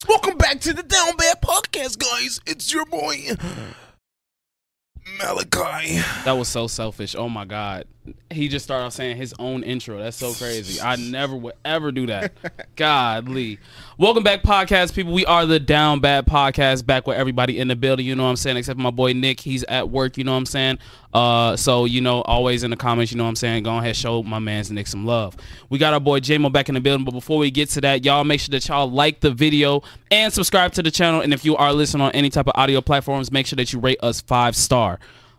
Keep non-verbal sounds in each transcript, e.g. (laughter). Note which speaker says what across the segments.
Speaker 1: to the Down Bad Podcast, guys. It's your boy Malachi.
Speaker 2: That was so selfish. Oh my God. He just started off saying his own intro. That's so crazy. I never would ever do that. Godly. Welcome back, podcast people. We are the Down Bad Podcast, back with everybody in the building. You know what I'm saying? Except for my boy Nick. He's at work. You know what I'm saying? Uh, so, you know, always in the comments, you know what I'm saying? Go ahead, show my man's Nick some love. We got our boy J-Mo back in the building. But before we get to that, y'all make sure that y'all like the video and subscribe to the channel. And if you are listening on any type of audio platforms, make sure that you rate us five star.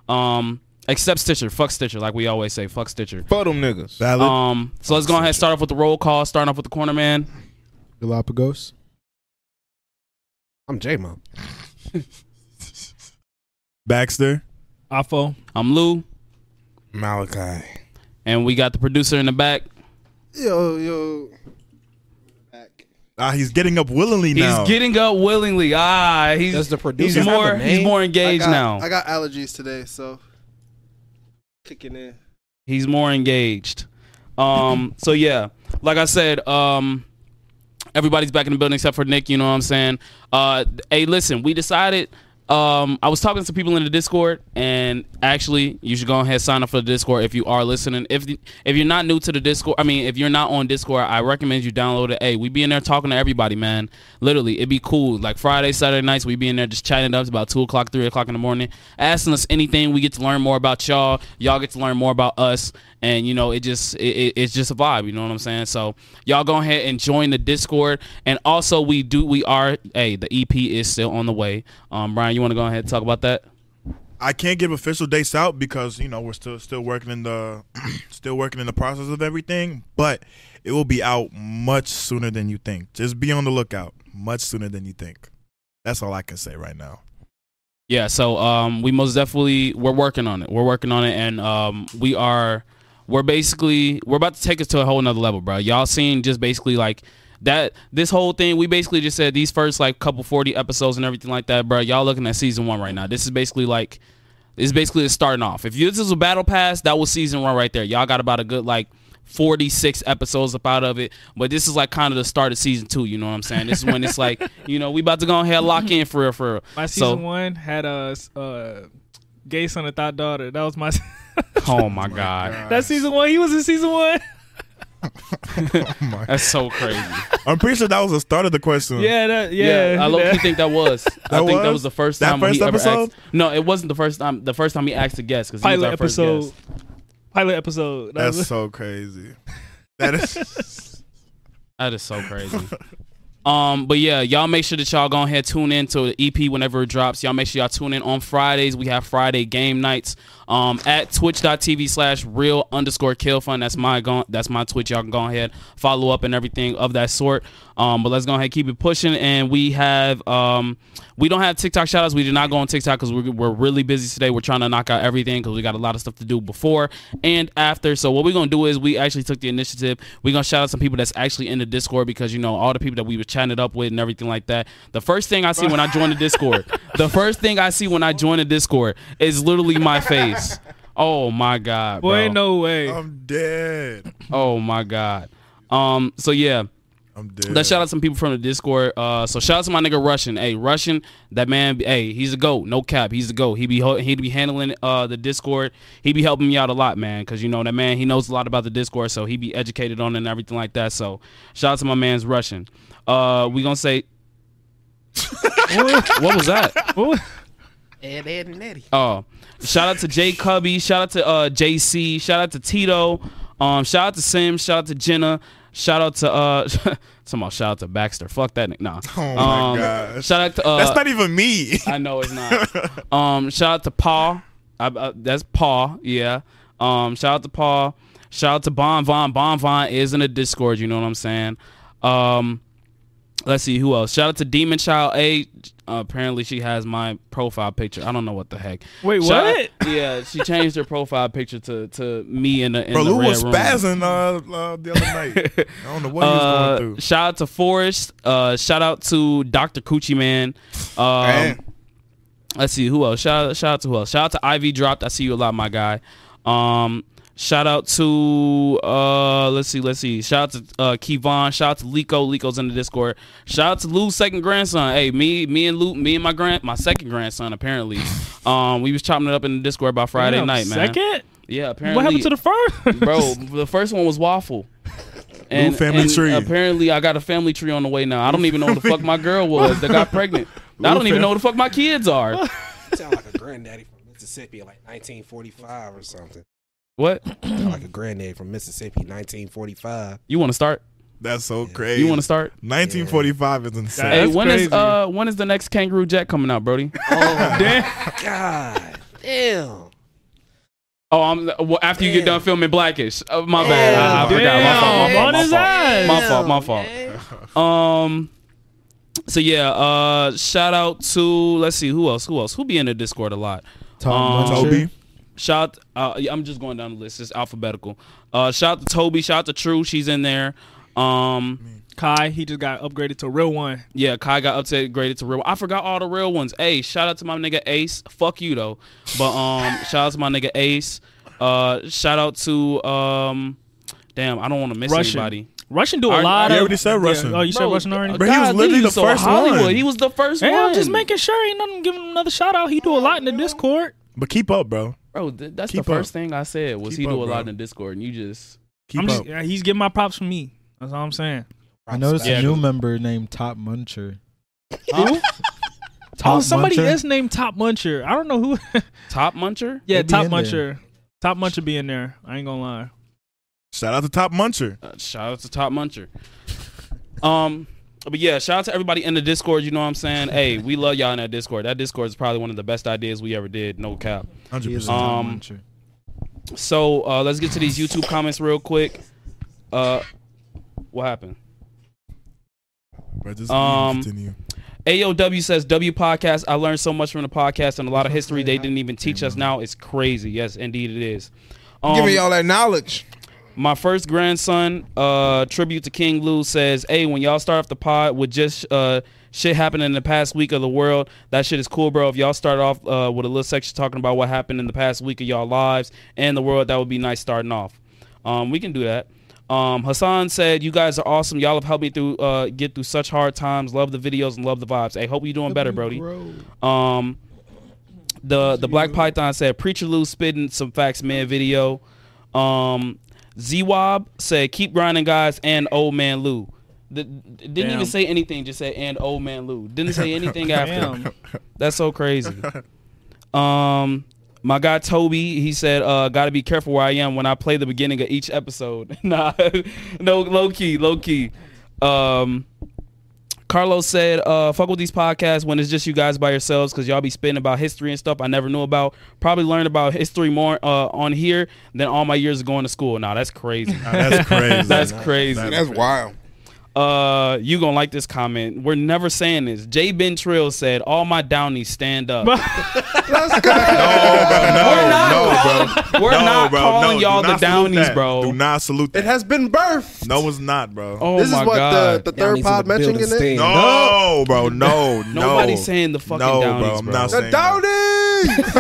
Speaker 2: Um, except Stitcher. Fuck Stitcher, like we always say. Fuck Stitcher.
Speaker 1: Fuck them niggas.
Speaker 3: Valid.
Speaker 2: Um, so let's go ahead and start off with the roll call. Starting off with the corner man.
Speaker 3: Galapagos. I'm
Speaker 4: (laughs)
Speaker 3: J Mo. Baxter.
Speaker 4: Afo.
Speaker 2: I'm Lou,
Speaker 1: Malachi.
Speaker 2: and we got the producer in the back.
Speaker 3: Yo, yo. Back.
Speaker 4: Ah, he's getting up willingly
Speaker 2: He's
Speaker 4: now.
Speaker 2: getting up willingly. Ah, he's
Speaker 3: Does the producer
Speaker 2: he's
Speaker 3: have a
Speaker 2: more he's
Speaker 3: name?
Speaker 2: more engaged
Speaker 5: I got,
Speaker 2: now.
Speaker 5: I got allergies today, so kicking in.
Speaker 2: he's more engaged. Um, so yeah, like I said, um, everybody's back in the building except for Nick. You know what I'm saying? Uh, hey, listen, we decided. Um, I was talking to people in the Discord, and actually, you should go ahead and sign up for the Discord if you are listening. If if you're not new to the Discord, I mean, if you're not on Discord, I recommend you download it. Hey, we be in there talking to everybody, man. Literally, it'd be cool. Like Friday, Saturday nights, we be in there just chatting it up. It's about two o'clock, three o'clock in the morning, asking us anything. We get to learn more about y'all. Y'all get to learn more about us, and you know, it just it, it, it's just a vibe. You know what I'm saying? So y'all go ahead and join the Discord, and also we do we are hey the EP is still on the way. Um, Brian, you want to go ahead and talk about that?
Speaker 4: I can't give official dates out because you know we're still still working in the (clears throat) still working in the process of everything, but it will be out much sooner than you think. Just be on the lookout. Much sooner than you think. That's all I can say right now.
Speaker 2: Yeah, so um, we most definitely we're working on it. We're working on it, and um, we are we're basically we're about to take us to a whole nother level, bro. Y'all seen just basically like that this whole thing. We basically just said these first like couple forty episodes and everything like that, bro. Y'all looking at season one right now. This is basically like it's basically it's starting off. If this is a battle pass, that was season one right there. Y'all got about a good like 46 episodes up out of it. But this is like kind of the start of season two, you know what I'm saying? This is when it's like, you know, we about to go ahead and lock in for real, for real.
Speaker 6: My
Speaker 2: So-
Speaker 6: season one had a uh, uh, gay son and thought daughter. That was my. (laughs)
Speaker 2: Oh my god,
Speaker 6: That's season one. He was in
Speaker 2: (laughs)
Speaker 6: season one.
Speaker 2: that's so crazy.
Speaker 4: I'm pretty sure that was the start of the question.
Speaker 6: Yeah, that, yeah.
Speaker 2: Yeah, I
Speaker 6: (laughs)
Speaker 2: low key think that was. I
Speaker 4: That
Speaker 2: think that
Speaker 4: was?
Speaker 2: was the first
Speaker 4: That
Speaker 2: time when
Speaker 4: first
Speaker 2: he ever
Speaker 4: episode?
Speaker 2: asked. No, it wasn't the first time. The first time he asked a guest because he was
Speaker 6: pilot
Speaker 2: our first
Speaker 6: episode.
Speaker 2: guest.
Speaker 6: Pilot episode. That
Speaker 4: That's
Speaker 6: was-
Speaker 4: so crazy. That is (laughs)
Speaker 2: That is so crazy. um, but yeah, y'all make sure that y'all go ahead tune in to the EP whenever it drops. Y'all make sure y'all tune in on Fridays. We have Friday game nights um, at twitch.tv slash real underscore kill fun. That's my go- that's my Twitch. Y'all can go ahead follow up and everything of that sort. Um, but let's go ahead keep it pushing. And we have um, we don't have TikTok shoutouts. We did not go on TikTok because we're, we're really busy today. We're trying to knock out everything because we got a lot of stuff to do before and after. So what we're gonna do is we actually took the initiative. We're gonna shout out some people that's actually in the Discord because you know all the people that we were chatting it up with and everything like that. The first thing I see when I join the
Speaker 6: (laughs)
Speaker 2: Discord, the first thing I see when I join the Discord is literally my face. Oh my god,
Speaker 6: (laughs) boy,
Speaker 2: bro.
Speaker 6: ain't no way.
Speaker 4: I'm dead.
Speaker 2: Oh my god. Um. So yeah.
Speaker 4: I'm dead.
Speaker 2: Let's shout out some people from the Discord. Uh, so shout out to my nigga Russian. Hey, Russian, that man. Hey, he's a go. No cap, he's a go. He be ho- he be handling uh the Discord. He be helping me out a lot, man. Cause you know that man, he knows a lot about the Discord, so he be educated on it and everything like that. So shout out to my man's Russian. Uh, we gonna say. (laughs) what was that? Oh, shout out to Jay Cubby. Shout out to uh, JC. Shout out to Tito. Um, shout out to Sim. Shout out to Jenna. Shout out to uh, (laughs) somehow shout out to Baxter. Fuck that nigga. Nah.
Speaker 4: Oh my
Speaker 2: um,
Speaker 4: gosh.
Speaker 2: Shout out to uh,
Speaker 4: That's not even me.
Speaker 2: (laughs) I know it's not. um, shout out to Paul. I, I, that's Paul. Yeah. Um, shout out to Paul. Shout out to Bon Von. Bon Von is in the Discord. You know what I'm saying? Um, let's see who else. Shout out to Demon Child A. Uh, apparently, she has my profile picture. I don't know what the heck.
Speaker 6: Wait,
Speaker 2: Shout
Speaker 6: what?
Speaker 2: out- (laughs) yeah, she changed her profile picture to to me in the in
Speaker 4: (laughs) Bro,
Speaker 2: the
Speaker 4: Lou
Speaker 2: red
Speaker 4: was
Speaker 2: room.
Speaker 4: spazzing uh, uh, the other
Speaker 2: (laughs)
Speaker 4: night. I don't know what he was
Speaker 2: Uh,
Speaker 4: going through.
Speaker 2: shout out to Forrest. Uh, shout out to Dr. Coochie Man. Um,
Speaker 4: Man.
Speaker 2: let's see who else. Shout out, shout out to who else. Shout out to Ivy Dropped. I see you a lot, my guy. Um, Shout out to uh let's see, let's see. Shout out to uh Kevon, shout out to Lico, Lico's in the Discord. Shout out to Lou's second grandson. Hey, me, me and Lou, me and my grand my second grandson
Speaker 6: (laughs)
Speaker 2: apparently. Um we was chopping it up in the Discord by Friday
Speaker 6: Damn,
Speaker 2: night, man.
Speaker 6: Second?
Speaker 2: Yeah, apparently
Speaker 6: What happened to the (laughs)
Speaker 2: (laughs)
Speaker 6: first?
Speaker 2: Bro, the first one was waffle. And,
Speaker 4: family
Speaker 2: and
Speaker 4: tree.
Speaker 2: Apparently, I got a family tree on the way now. I don't even know what the fuck my girl was that got pregnant. I don't even know what the fuck my kids
Speaker 6: (laughs)
Speaker 2: are.
Speaker 7: Sound like a granddaddy from Mississippi, like 1945 or something.
Speaker 2: What
Speaker 7: Sound like a granddaddy from Mississippi, 1945.
Speaker 2: you want to start?
Speaker 4: That's so crazy.
Speaker 2: You want to start?
Speaker 4: 1945 is insane.
Speaker 2: hey,
Speaker 6: that's
Speaker 2: when is
Speaker 6: crazy.
Speaker 2: uh when is the next Kangaroo Jack coming out, Brody?
Speaker 7: God damn.
Speaker 2: Oh, I'm well, after you get done filming Blackish. Uh, my bad. I, I
Speaker 6: Damn,
Speaker 2: forgot.
Speaker 6: on
Speaker 2: My
Speaker 6: his
Speaker 2: fault.
Speaker 6: ass.
Speaker 2: My fault. My fault. My fault. Um. So yeah, uh, shout out to let's see who else, who else, who be in the Discord a lot.
Speaker 3: Tom
Speaker 2: Um,
Speaker 3: Muncher.
Speaker 4: Toby.
Speaker 2: Shout, uh, I'm just going down the list. It's alphabetical. Uh, shout out to Toby. Shout out to True. She's in there. Um,
Speaker 6: Kai, he just got upgraded to real one.
Speaker 2: yeah, Kai got upgraded to real. I forgot all the real ones. Hey, shout out to my nigga Ace. Fuck you though, but um, (laughs) shout out to my nigga Ace. Uh, shout out to um, damn, I don't want to miss
Speaker 6: Russian.
Speaker 2: anybody.
Speaker 6: Russian do a
Speaker 2: Alright,
Speaker 6: lot
Speaker 2: you
Speaker 6: of.
Speaker 4: already said Russian.
Speaker 6: Yeah. Oh, you said
Speaker 2: Bro,
Speaker 6: Russian already?
Speaker 2: uh,
Speaker 4: Bro, he was
Speaker 2: golly,
Speaker 4: literally the
Speaker 2: so
Speaker 4: first
Speaker 2: Hollywood.
Speaker 4: one.
Speaker 2: He was the first
Speaker 6: Hey,
Speaker 2: one.
Speaker 6: I'm just making sure. Ain't nothing giving him another shout out. He do a lot in the Discord.
Speaker 4: But keep up, bro.
Speaker 2: Bro, th- that's
Speaker 4: Keep
Speaker 2: the first
Speaker 4: up.
Speaker 2: thing I said was
Speaker 4: Keep
Speaker 2: he do
Speaker 4: up,
Speaker 2: a lot
Speaker 4: bro.
Speaker 2: in Discord, and you just
Speaker 4: Keep
Speaker 6: I'm
Speaker 4: up.
Speaker 6: just, yeah, he's getting my props from me. That's all I'm saying.
Speaker 3: I noticed
Speaker 2: Yeah,
Speaker 3: a new
Speaker 2: cause-
Speaker 3: member named Top Muncher.
Speaker 2: Huh?
Speaker 3: Top
Speaker 6: oh, somebody
Speaker 3: Muncher?
Speaker 6: is named Top Muncher. I don't know who. (laughs)
Speaker 2: top muncher.
Speaker 6: yeah,
Speaker 3: They be
Speaker 6: Top
Speaker 3: in there.
Speaker 6: Muncher. Top Muncher be in there. I ain't gonna lie.
Speaker 4: Shout out to Top Muncher.
Speaker 2: Uh, shout out to Top Muncher. Um, but yeah, shout out to everybody in the Discord. You know what I'm
Speaker 3: (laughs)
Speaker 2: saying? Hey, we love y'all in that Discord. That Discord is probably one of the best ideas we ever did. No cap.
Speaker 3: He
Speaker 4: 100%.
Speaker 3: is a Top
Speaker 2: Um,
Speaker 3: Muncher.
Speaker 2: So uh, let's get to these YouTube comments real quick. Uh, what happened?
Speaker 4: bro, just
Speaker 2: um,
Speaker 4: continue.
Speaker 2: AOW says W podcast. I learned so much from the podcast and a lot of history they didn't even teach us now. It's crazy. Yes, indeed it is. Um,
Speaker 1: Give me all that knowledge.
Speaker 2: My first grandson, uh, tribute to King Lou, says, "Hey, when y'all start off the pod with just uh, shit happening in the past week of the world, that shit is cool, bro. If y'all start off uh, with a little section talking about what happened in the past week of y'all lives and the world, that would be nice starting off. Um, we can do that." Um, Hassan said, "You guys are awesome. Y'all have helped me through uh, get through such hard times. Love the videos and love the vibes. Hey, hope you're doing better, Brody." Um, the the Black Python said Preacher Lou spitting some facts man video. Um, Z-Wob said keep grinding guys and Old Man Lou. The, didn't
Speaker 6: Damn.
Speaker 2: even say anything. Just said and Old Man Lou. Didn't say
Speaker 6: (laughs)
Speaker 2: anything after.
Speaker 6: Damn.
Speaker 2: That's so crazy. Um, my guy Toby, he said, uh, "Gotta be careful where I am when I play the beginning of each episode." (laughs) nah, no, low key, low key. Um, Carlos said, uh, "Fuck with these podcasts when it's just you guys by yourselves, cause y'all be spitting about history and stuff I never knew about. Probably learned about history more uh, on here than all my years of going to school. Nah, that's crazy.
Speaker 4: Nah,
Speaker 2: (laughs)
Speaker 4: that's crazy.
Speaker 2: that's crazy.
Speaker 1: That's wild.
Speaker 2: Uh, you gonna like this comment? We're never saying this. J. Ben Trill said, "All my downies stand up."
Speaker 1: (laughs)
Speaker 4: No, bro, Oh, no,
Speaker 2: We're not
Speaker 4: no, bro.
Speaker 2: We're
Speaker 4: No,
Speaker 2: not
Speaker 4: bro,
Speaker 2: calling
Speaker 4: no,
Speaker 2: y'all
Speaker 4: do
Speaker 2: the
Speaker 4: not salute
Speaker 2: Downies,
Speaker 4: that.
Speaker 2: bro.
Speaker 4: Do not salute
Speaker 5: It
Speaker 4: that.
Speaker 5: has been birthed.
Speaker 4: No, it's not, bro.
Speaker 2: Oh
Speaker 5: this
Speaker 2: my
Speaker 5: is what
Speaker 2: god!
Speaker 5: the, the third pod mentioning in it.
Speaker 4: no, bro, no, no.
Speaker 2: Nobody's saying the fucking
Speaker 4: no,
Speaker 2: Downies,
Speaker 4: bro. I'm
Speaker 2: bro.
Speaker 4: not
Speaker 5: The
Speaker 4: saying
Speaker 5: Downey.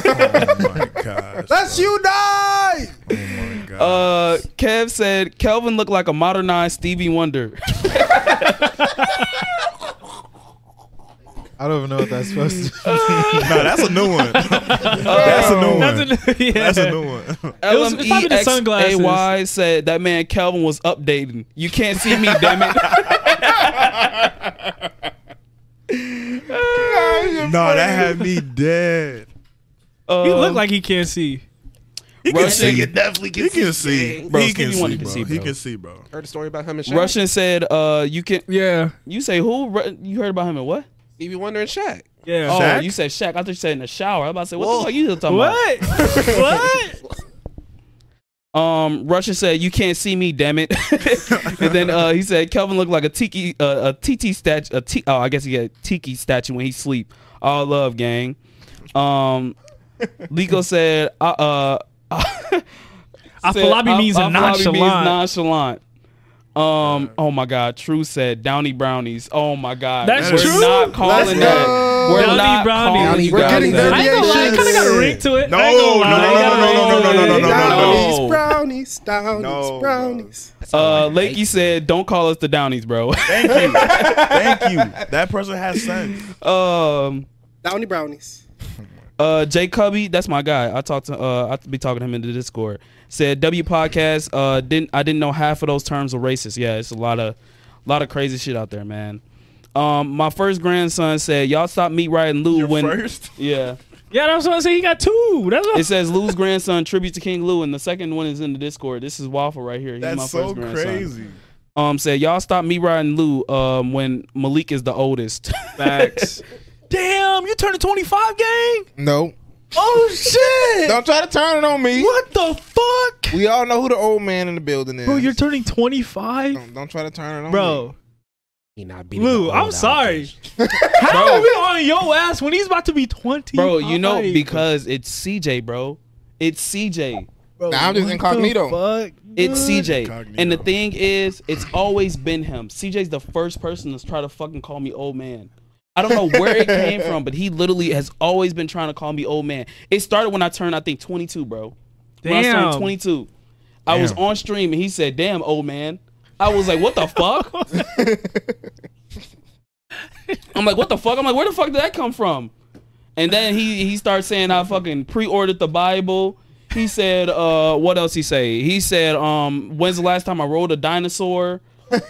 Speaker 4: that. Oh my gosh.
Speaker 5: That's you die.
Speaker 4: Oh
Speaker 2: (laughs)
Speaker 4: my gosh.
Speaker 2: Uh, Kev said Kelvin looked like a modernized Stevie Wonder. (laughs)
Speaker 3: I don't even know what that's supposed to be.
Speaker 4: no, that's a new
Speaker 2: (laughs)
Speaker 4: one. (laughs) that's a new one. That's a,
Speaker 6: Oh, That's a, (laughs) yeah.
Speaker 4: new one.
Speaker 6: was- it's
Speaker 2: E
Speaker 6: probably the sunglasses.
Speaker 2: LMEXAY said that man Kelvin was updating. You can't see me, damn
Speaker 6: (laughs)
Speaker 2: it.
Speaker 4: no, that had me dead.
Speaker 2: Uh,
Speaker 6: He look like he can't see.
Speaker 4: He
Speaker 2: Russian-
Speaker 4: can see.
Speaker 7: definitely
Speaker 4: He can see.
Speaker 2: Bro,
Speaker 4: he
Speaker 2: Stevie
Speaker 4: can see,
Speaker 2: Wonder
Speaker 4: bro.
Speaker 2: can see,
Speaker 4: He
Speaker 2: bro.
Speaker 4: can see, bro.
Speaker 7: Heard a story about him and Shaq.
Speaker 2: Russian said, "Uh, you can
Speaker 6: Yeah.
Speaker 2: you say who? Ru- You heard about him and what?
Speaker 7: Stevie Wonder and Shaq.
Speaker 6: Yeah.
Speaker 2: Oh,
Speaker 4: Shaq?
Speaker 2: you said Shaq. I thought you said in the shower. I'm about to say, what
Speaker 7: Whoa.
Speaker 2: the fuck you talking about?
Speaker 6: What?
Speaker 2: (laughs)
Speaker 6: what?
Speaker 2: Um, Russian said, "You can't see me, damn it." (laughs) and then uh, he said, "Kelvin looked like a tiki, uh, a TT statue. A t- oh, I guess he got a tiki statue when he sleep. All love, gang." Um, Lico said, "Uh, uh said,
Speaker 6: Afalabi
Speaker 2: "Af-
Speaker 6: means
Speaker 2: Afalabi
Speaker 6: nonchalant.
Speaker 2: nonchalant. Um, oh my God, True said Downy Brownies. Oh my God,
Speaker 6: That's
Speaker 2: we're
Speaker 6: true?
Speaker 2: not calling
Speaker 5: Let's
Speaker 2: that.
Speaker 5: go.
Speaker 2: We're
Speaker 6: Downy
Speaker 2: not
Speaker 6: Brownies.
Speaker 2: calling you
Speaker 7: We're
Speaker 2: guys
Speaker 7: getting
Speaker 2: that.
Speaker 5: dirty
Speaker 6: I ain't gonna lie, it kind of got a
Speaker 5: Variations.
Speaker 6: ring to it.
Speaker 4: No,
Speaker 6: I ain't gonna
Speaker 4: no, no,
Speaker 6: lie, it
Speaker 4: no,
Speaker 6: got a
Speaker 4: no, no,
Speaker 6: ring to
Speaker 4: no, no,
Speaker 6: it.
Speaker 4: no, no, no, no, no.
Speaker 5: Brownies,
Speaker 2: No.
Speaker 5: brownies, brownies, downies,
Speaker 4: No,
Speaker 5: brownies.
Speaker 2: Uh, Lakey said, "Don't call us the Downies, bro." (laughs)
Speaker 4: Thank you. Thank you. That person has sense.
Speaker 2: um,
Speaker 5: Downy brownies.
Speaker 2: uh, Jay Cubby, that's my guy. I talked to, uh, I be talking to him in the Discord. Said W podcast. Uh, didn't I didn't know half of those terms were racist. Yeah, it's a lot of, lot of crazy shit out there, man. Um, my first grandson said, "Y'all stop meat riding Lou
Speaker 4: Your
Speaker 2: (laughs) when."
Speaker 4: first.
Speaker 2: (laughs) Yeah,
Speaker 6: Yeah, that's what I said. He got two. That's
Speaker 2: (laughs)
Speaker 6: what
Speaker 2: it says Lou's grandson tribute to King Lou, and the second one is in the Discord. This is Waffle right here. He's my
Speaker 4: That's
Speaker 2: first
Speaker 4: so
Speaker 2: grandson.
Speaker 4: crazy.
Speaker 2: Um, said y'all stop me riding Lou. Um, when Malik is the oldest. (laughs)
Speaker 6: facts.
Speaker 2: Damn, you turned 25, gang.
Speaker 1: No.
Speaker 2: Oh shit!
Speaker 1: Don't try to turn it on me.
Speaker 2: What the fuck?
Speaker 1: We all know who the old man in the building is.
Speaker 6: Bro, you're turning
Speaker 4: Oh,
Speaker 6: 25,
Speaker 1: don't, don't try to turn it on me.
Speaker 6: bro.
Speaker 7: He not beating
Speaker 6: Lou,
Speaker 7: the
Speaker 6: I'm
Speaker 7: old
Speaker 6: sorry. (laughs)
Speaker 7: out.
Speaker 6: How are we on your ass when he's about to be 20?
Speaker 2: Bro, you know
Speaker 6: Like,
Speaker 2: because it's CJ, bro. It's CJ.
Speaker 6: bro,
Speaker 1: Nah, I'm just
Speaker 6: what the
Speaker 1: incognito.
Speaker 6: fuck,
Speaker 2: It's
Speaker 6: dude?
Speaker 2: CJ.
Speaker 4: Incognito.
Speaker 2: And the thing is, it's always been him. CJ's the first person that's try to fucking call me old man. I don't know where it came from, but he literally has always been trying to call me old man. It started when I turned, I think, 22, bro. When I turned
Speaker 6: Damn.
Speaker 2: 22, I was on stream and he said, "Damn, old man." I was like, "What the fuck?" I'm like, "What the fuck?" I'm like, "Where the fuck did that come from?" And then he he starts saying I fucking pre-ordered the Bible. He said, uh, "What else he say?" He said, um, "When's the last time I rode a dinosaur?"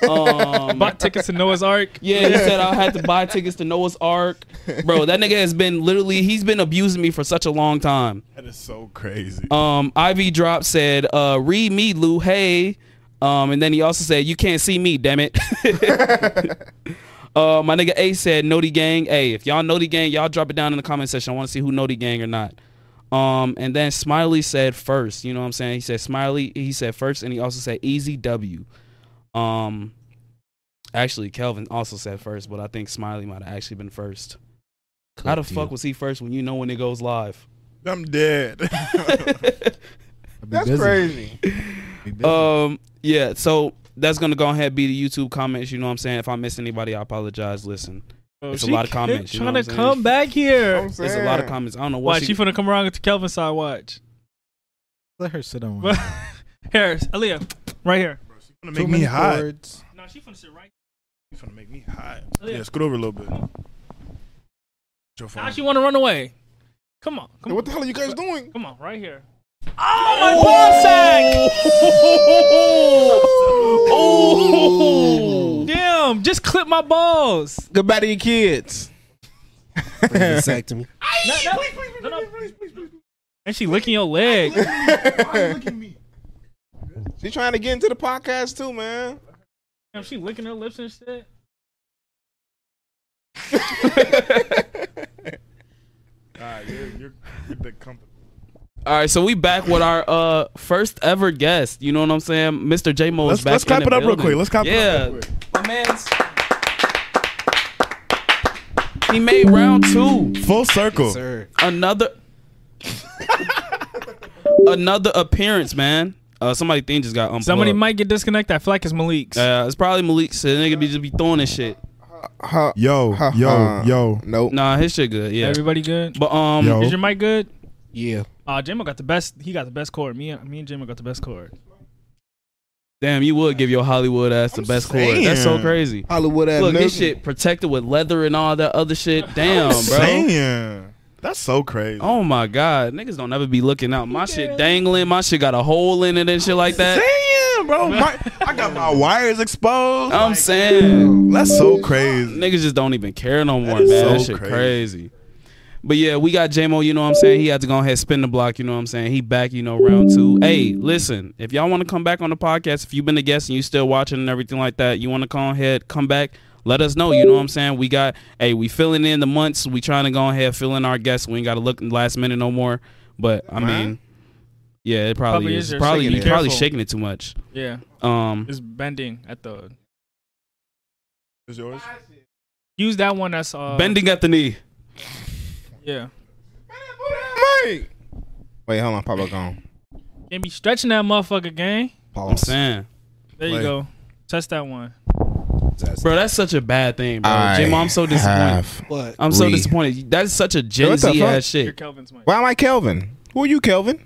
Speaker 2: Um, (laughs)
Speaker 6: Bought tickets to Noah's Ark.
Speaker 2: yeah, he said I had to buy tickets to Noah's Ark. Bro, that nigga has been literally he's been abusing me for such a long time.
Speaker 4: That is so crazy.
Speaker 2: Um, Ivy Drop said, uh, read me, Lou. Hey. Um, and then he also said, you can't see me, damn it. (laughs) uh, my nigga A said, Noti Gang. Hey, if y'all Noti Gang, y'all drop it down in the comment section. I want to see who Noti Gang or not. Um, and then Smiley said first, you know what I'm saying? He said Smiley, he said first, and he also said Easy W. Um, actually, Kelvin also said first, but I think Smiley might have actually been first. How the
Speaker 7: Clipped you.
Speaker 2: fuck was he first when you know when it goes live? (laughs)
Speaker 4: I'm dead. (laughs)
Speaker 3: I'd be
Speaker 1: That's
Speaker 2: (laughs)
Speaker 3: busy.
Speaker 1: crazy.
Speaker 3: Be busy.
Speaker 2: Um, yeah, so that's gonna go ahead and be the YouTube comments. You know what I'm saying? If I miss anybody, I apologize. Listen,
Speaker 6: Bro,
Speaker 2: It's a
Speaker 6: she
Speaker 2: lot of
Speaker 6: kept
Speaker 2: comments, you know
Speaker 6: Trying
Speaker 2: what
Speaker 6: to
Speaker 2: I'm saying?
Speaker 6: come back here.
Speaker 2: there's a lot of comments. I don't know what
Speaker 6: Watch, she finna come around to Kelvin's side. Watch.
Speaker 3: Let her sit on
Speaker 6: Bro.
Speaker 3: one.
Speaker 6: (laughs) Here, Aaliyah, right here.
Speaker 4: Gonna
Speaker 3: Too
Speaker 4: make me
Speaker 3: many
Speaker 4: hot.
Speaker 3: chords.
Speaker 6: No, she finna sit right.
Speaker 4: You finna make me hot.
Speaker 6: Yeah.
Speaker 4: Yeah, scoot over a little bit. Get Your
Speaker 6: Now
Speaker 4: phone.
Speaker 6: she wanna run away. Come on, come on,
Speaker 1: What the hell are you guys doing?
Speaker 6: come on, right here. Oh my ball
Speaker 2: Oh,
Speaker 6: Damn, just clip my balls.
Speaker 1: Goodbye to your kids.
Speaker 7: Bring the sack to me.
Speaker 6: No, no. And she licking your leg.
Speaker 1: She's trying to get into the podcast too, man.
Speaker 6: Damn, she licking her lips and shit.
Speaker 4: Ah, you're, you're, you're the company.
Speaker 2: all right. So we back with our uh first ever guest. You know what I'm saying? Mr. J Mo
Speaker 4: Let's,
Speaker 2: is back.
Speaker 4: let's
Speaker 2: in
Speaker 4: clap
Speaker 2: the
Speaker 4: it up real
Speaker 2: building.
Speaker 4: quick. Let's clap it up
Speaker 2: yeah.
Speaker 4: real quick.
Speaker 2: My man's. He made round two.
Speaker 4: Full circle.
Speaker 7: Sir.
Speaker 2: another another appearance, man. Uh, somebody thing just got unplugged.
Speaker 6: Somebody might get disconnected. I feel like it's Malik's.
Speaker 2: Uh, it's probably Malik. So the nigga be just be throwing this shit.
Speaker 1: Huh.
Speaker 4: Yo,
Speaker 1: huh,
Speaker 4: yo,
Speaker 1: huh.
Speaker 4: yo.
Speaker 1: Nope.
Speaker 2: Nah, his shit good. Yeah.
Speaker 6: Everybody good?
Speaker 2: But um,
Speaker 4: Yo.
Speaker 6: Is your mic good?
Speaker 7: Yeah.
Speaker 6: Uh Jamo got the best. He got the best chord. Me, and me and Jamo got the best chord.
Speaker 2: damn, you would give your Hollywood ass the
Speaker 4: I'm
Speaker 2: best chord. That's so
Speaker 4: saying.
Speaker 2: crazy.
Speaker 1: Hollywood ass
Speaker 2: Look,
Speaker 1: nigga.
Speaker 2: his shit protected with leather and all that other shit. Damn, bro.
Speaker 4: Damn. That's so crazy.
Speaker 2: Oh my god, niggas don't ever be looking out. My shit dangling. My shit got a hole in it and shit like that. Um,
Speaker 4: Damn, bro. My, I got my wires exposed.
Speaker 2: I'm saying.
Speaker 4: That's so crazy.
Speaker 2: Niggas just don't even care no more, man.
Speaker 4: is
Speaker 2: that
Speaker 4: so
Speaker 2: shit crazy.
Speaker 4: crazy.
Speaker 2: But yeah, we got JMO, you know what I'm saying? He had to go ahead and spin the block, you know what I'm saying? He back, you know, round two. Hey, listen, if y'all want to come back on the podcast, if you've been a guest and you still watching and everything like that, you want to come ahead, come back, let us know, you know what I'm saying? We got, hey, we filling in the months. We trying to go ahead, fill in our guests. We ain't got to look last minute no more. But, I mean, yeah, it probably,
Speaker 6: Probably
Speaker 2: is.
Speaker 6: is. You're
Speaker 2: Probably,
Speaker 6: shaking
Speaker 2: you
Speaker 6: it.
Speaker 2: probably
Speaker 6: Careful.
Speaker 2: shaking it too much.
Speaker 6: Yeah,
Speaker 2: Um,
Speaker 6: it's bending at the.
Speaker 4: Is yours?
Speaker 6: Use that one that's uh
Speaker 2: bending at the knee.
Speaker 6: Yeah,
Speaker 1: Mike. Wait, hold on. Pop back on.
Speaker 6: can be stretching that motherfucker, gang.
Speaker 2: I'm
Speaker 1: Pause.
Speaker 2: saying.
Speaker 6: There you
Speaker 4: Play.
Speaker 6: go. Touch that one.
Speaker 2: Bro, that's such a bad thing, bro.
Speaker 1: I
Speaker 2: J-Mo, I'm so disappointed.
Speaker 1: have-
Speaker 7: But
Speaker 2: I'm so
Speaker 1: Re-
Speaker 2: disappointed. That's such a Gen
Speaker 1: What the
Speaker 2: Z ass
Speaker 1: fuck?
Speaker 6: Your
Speaker 2: shit.
Speaker 6: Kelvin's mic.
Speaker 1: Why am I Kelvin? Who are you, Kelvin?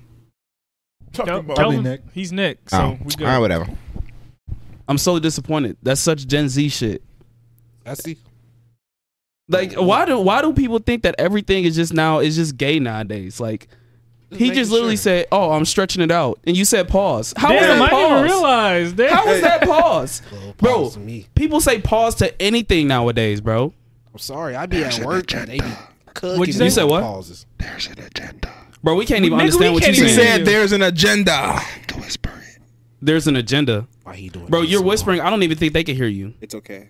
Speaker 4: Talking
Speaker 6: Tell,
Speaker 4: about-
Speaker 6: tell
Speaker 3: Probably
Speaker 6: him
Speaker 3: Nick.
Speaker 6: he's Nick, so
Speaker 1: Oh,
Speaker 6: we
Speaker 1: all
Speaker 6: good.
Speaker 1: right, whatever.
Speaker 2: I'm so disappointed. That's such Gen Z shit.
Speaker 7: I see.
Speaker 2: Like, why do why do people think that everything is just now is just gay nowadays? Like, he
Speaker 7: making
Speaker 2: just literally
Speaker 7: sure.
Speaker 2: said, "Oh, I'm stretching it out," and you said pause. How was
Speaker 6: Damn,
Speaker 2: that
Speaker 6: I didn't even
Speaker 2: pause?
Speaker 6: realize. Damn.
Speaker 2: How was
Speaker 6: (laughs)
Speaker 2: that pause?
Speaker 7: Bro,
Speaker 2: Bro, people say pause to anything nowadays, bro.
Speaker 7: I'm sorry. I be at work and they be cooking.
Speaker 6: What'd you say?
Speaker 2: You said what?
Speaker 7: Pauses.
Speaker 8: There's an agenda.
Speaker 2: Bro, we can't even
Speaker 6: Nigga,
Speaker 2: understand
Speaker 6: we
Speaker 2: what
Speaker 6: can't
Speaker 2: you're
Speaker 6: even
Speaker 2: saying.
Speaker 6: say-
Speaker 1: Said there's an agenda.
Speaker 8: To whisper it.
Speaker 2: There's an agenda,
Speaker 7: Why he doing?
Speaker 2: bro.
Speaker 7: this
Speaker 2: You're
Speaker 7: so
Speaker 2: whispering. I don't even think they can hear you.
Speaker 5: It's okay.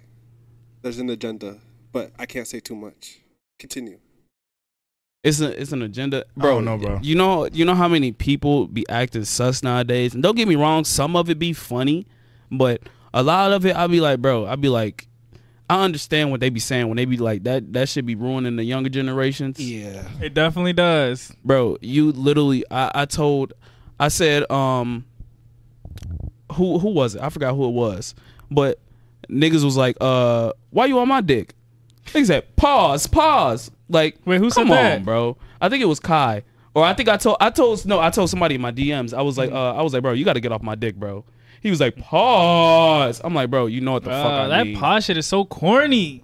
Speaker 5: There's an agenda, but I can't say too much. Continue.
Speaker 2: It's a, it's an agenda,
Speaker 4: I
Speaker 2: bro.
Speaker 4: don't know, bro.
Speaker 2: You know, you know how many people be acting sus nowadays. And don't get me wrong, some of it be funny, but a lot of it, I'll be like, bro, I'll be like, I understand what they be saying when they be like that. That should be ruining the younger generations,
Speaker 7: hard? Yeah.
Speaker 6: It definitely does.
Speaker 2: bro. You literally, I, I told, I said, um, who who was it? I forgot who it was, but niggas was like, uh, why you on my dick? Niggas said, pause, pause. Like,
Speaker 6: Wait, who said
Speaker 2: come
Speaker 6: that?
Speaker 2: on, bro? I think it was Kai, or I think I told I told no, I told somebody in my DMs. I was
Speaker 6: Mm.
Speaker 2: like, uh, I was like, bro, you got to get off my dick, bro. He was like, pause. I'm like, bro, you know what the fuck
Speaker 6: Uh,
Speaker 2: I
Speaker 6: that
Speaker 2: mean.
Speaker 6: pod shit is so corny.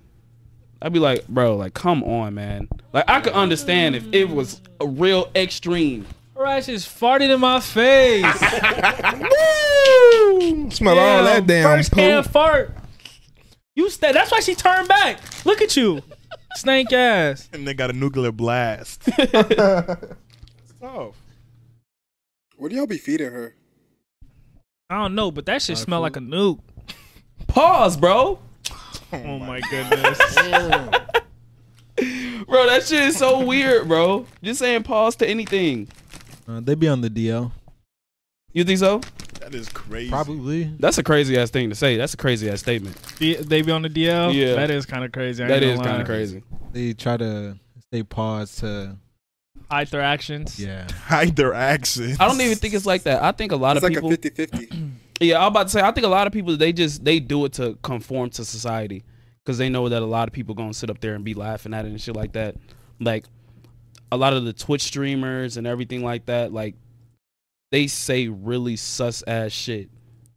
Speaker 2: I'd be like, bro, like, come on, man. Like, I could understand if it was a real extreme.
Speaker 6: Rash just farted in my face.
Speaker 1: Smell all
Speaker 6: Damn,
Speaker 1: that damn
Speaker 6: first
Speaker 1: poop.
Speaker 6: damn fart. You stay. That's why she turned back. Look at you, snake ass.
Speaker 4: And they got a nuclear blast. oh.
Speaker 5: What do y'all be feeding her?
Speaker 6: I don't know, but that shit smell like a nuke.
Speaker 2: Pause, bro.
Speaker 6: Oh my goodness.
Speaker 2: Bro, that shit is so weird, bro. Just saying pause to anything.
Speaker 3: Uh, they be on the DL.
Speaker 2: You think so?
Speaker 4: That is crazy.
Speaker 3: Probably.
Speaker 2: That's a crazy ass thing to say. That's a crazy ass statement.
Speaker 6: D- they be on the DL.
Speaker 2: Yeah.
Speaker 6: that is kind of crazy. I
Speaker 2: That
Speaker 6: ain't
Speaker 2: is
Speaker 6: gonna
Speaker 2: kind
Speaker 6: lie.
Speaker 2: of crazy.
Speaker 3: They try to stay paused to.
Speaker 6: Hide their
Speaker 2: (laughs)
Speaker 6: actions.
Speaker 3: Yeah.
Speaker 4: Hide their accents.
Speaker 2: I don't even think it's like that. I think a lot
Speaker 5: It's
Speaker 2: of
Speaker 5: like
Speaker 2: people.
Speaker 5: a 50 50.
Speaker 2: (clears throat) yeah, I'm about to say. I think a lot of people they just they do it to conform to society because they know that a lot of people gonna sit up there and be laughing at it and shit like that. Like a lot of the Twitch streamers and everything like that. Like they say really sus ass shit,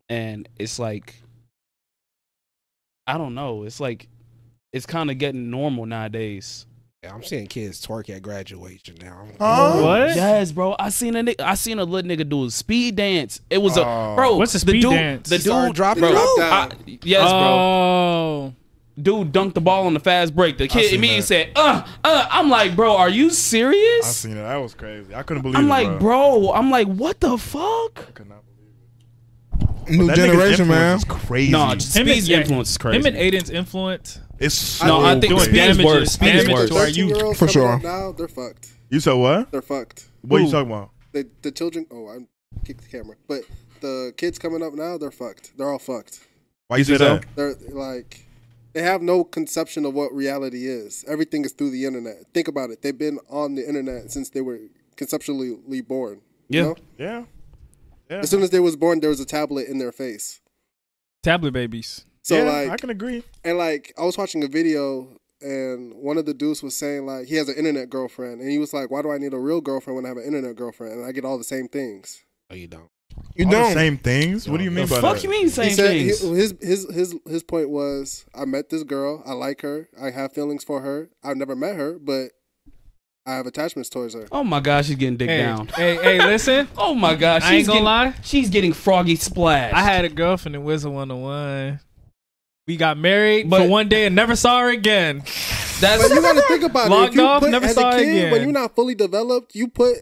Speaker 2: and it's like I don't know. It's like it's kind of getting normal nowadays.
Speaker 7: Yeah, I'm seeing kids twerk at graduation now.
Speaker 4: Huh?
Speaker 6: What?
Speaker 2: Yes, bro. I seen a nigga, I seen a little nigga do a speed dance. It was
Speaker 4: Oh.
Speaker 2: a bro.
Speaker 6: What's a
Speaker 2: the
Speaker 6: speed
Speaker 2: dude,
Speaker 6: dance?
Speaker 2: The
Speaker 7: He started
Speaker 2: dude
Speaker 7: dropping
Speaker 2: bro,
Speaker 5: it.
Speaker 2: I- yes, bro.
Speaker 6: Oh.
Speaker 2: Dude dunked the ball on the fast break. The kid
Speaker 4: seen
Speaker 2: immediately
Speaker 4: that.
Speaker 2: said, "Uh, uh." I'm like, bro, are you
Speaker 4: I
Speaker 2: serious?
Speaker 4: seen it. That was crazy. I couldn't believe
Speaker 2: I'm
Speaker 4: it.
Speaker 2: like, bro. I'm like, what the fuck?
Speaker 4: Could not believe
Speaker 1: New
Speaker 4: it. That nigga's
Speaker 1: generation, man.
Speaker 4: influence is crazy.
Speaker 2: Nah,
Speaker 6: Him and-
Speaker 2: speed's
Speaker 6: yeah,
Speaker 2: influence is crazy.
Speaker 6: Him and Aiden's influence
Speaker 4: it's so
Speaker 2: no, I think
Speaker 6: doing
Speaker 4: crazy.
Speaker 2: speed's
Speaker 6: damages-
Speaker 2: Oh, worse. Speed's
Speaker 6: damages
Speaker 2: worse.
Speaker 6: to our youth.
Speaker 5: olds
Speaker 1: For sure.
Speaker 5: Now they're fucked.
Speaker 4: You said what?
Speaker 5: They're fucked.
Speaker 4: What
Speaker 6: Who?
Speaker 4: you talking about?
Speaker 5: The the children. Oh, I'm kick the camera. But the kids coming up now, they're fucked. They're all fucked.
Speaker 4: Why you say
Speaker 2: so?
Speaker 4: that?
Speaker 5: They're like, they have no conception of what reality is. Everything is through the internet. Think about it. They've been on the internet since they were conceptually born.
Speaker 2: Yeah.
Speaker 5: You know?
Speaker 4: Yeah. Yeah.
Speaker 5: As soon as they was born, there was a tablet in their face.
Speaker 6: tablet babies.
Speaker 5: So
Speaker 4: yeah,
Speaker 5: like,
Speaker 4: I can agree.
Speaker 5: and like, I was watching a video, and one of the dudes was saying like he has an internet girlfriend, and he was like, "Why do I need a real girlfriend when I have an internet girlfriend?" And I get all the same things.
Speaker 7: No, you don't.
Speaker 1: You
Speaker 4: All the
Speaker 1: don't.
Speaker 4: same things. What do you mean by
Speaker 2: Fuck
Speaker 4: that?
Speaker 2: you mean same
Speaker 5: he said
Speaker 2: things?
Speaker 5: he- his his his his point was, I met this girl, I like her, I have feelings for her. I've never met her, but I have attachments towards her.
Speaker 2: oh my gosh, she's getting dick
Speaker 6: Hey,
Speaker 2: down.
Speaker 6: hey, hey, listen.
Speaker 2: Oh my gosh, she's
Speaker 6: I ain't gonna
Speaker 2: getting,
Speaker 6: lie.
Speaker 2: She's getting froggy splashed.
Speaker 6: I had a girlfriend in Wizard 101. We got married
Speaker 2: But-
Speaker 6: for one day and never saw her again.
Speaker 2: that's
Speaker 5: But you got to think about it.
Speaker 6: Logged
Speaker 5: if you
Speaker 6: off,
Speaker 5: put,
Speaker 6: never
Speaker 5: as
Speaker 6: saw
Speaker 5: a
Speaker 6: it
Speaker 5: kid,
Speaker 6: again.
Speaker 5: when you're not fully developed, you put,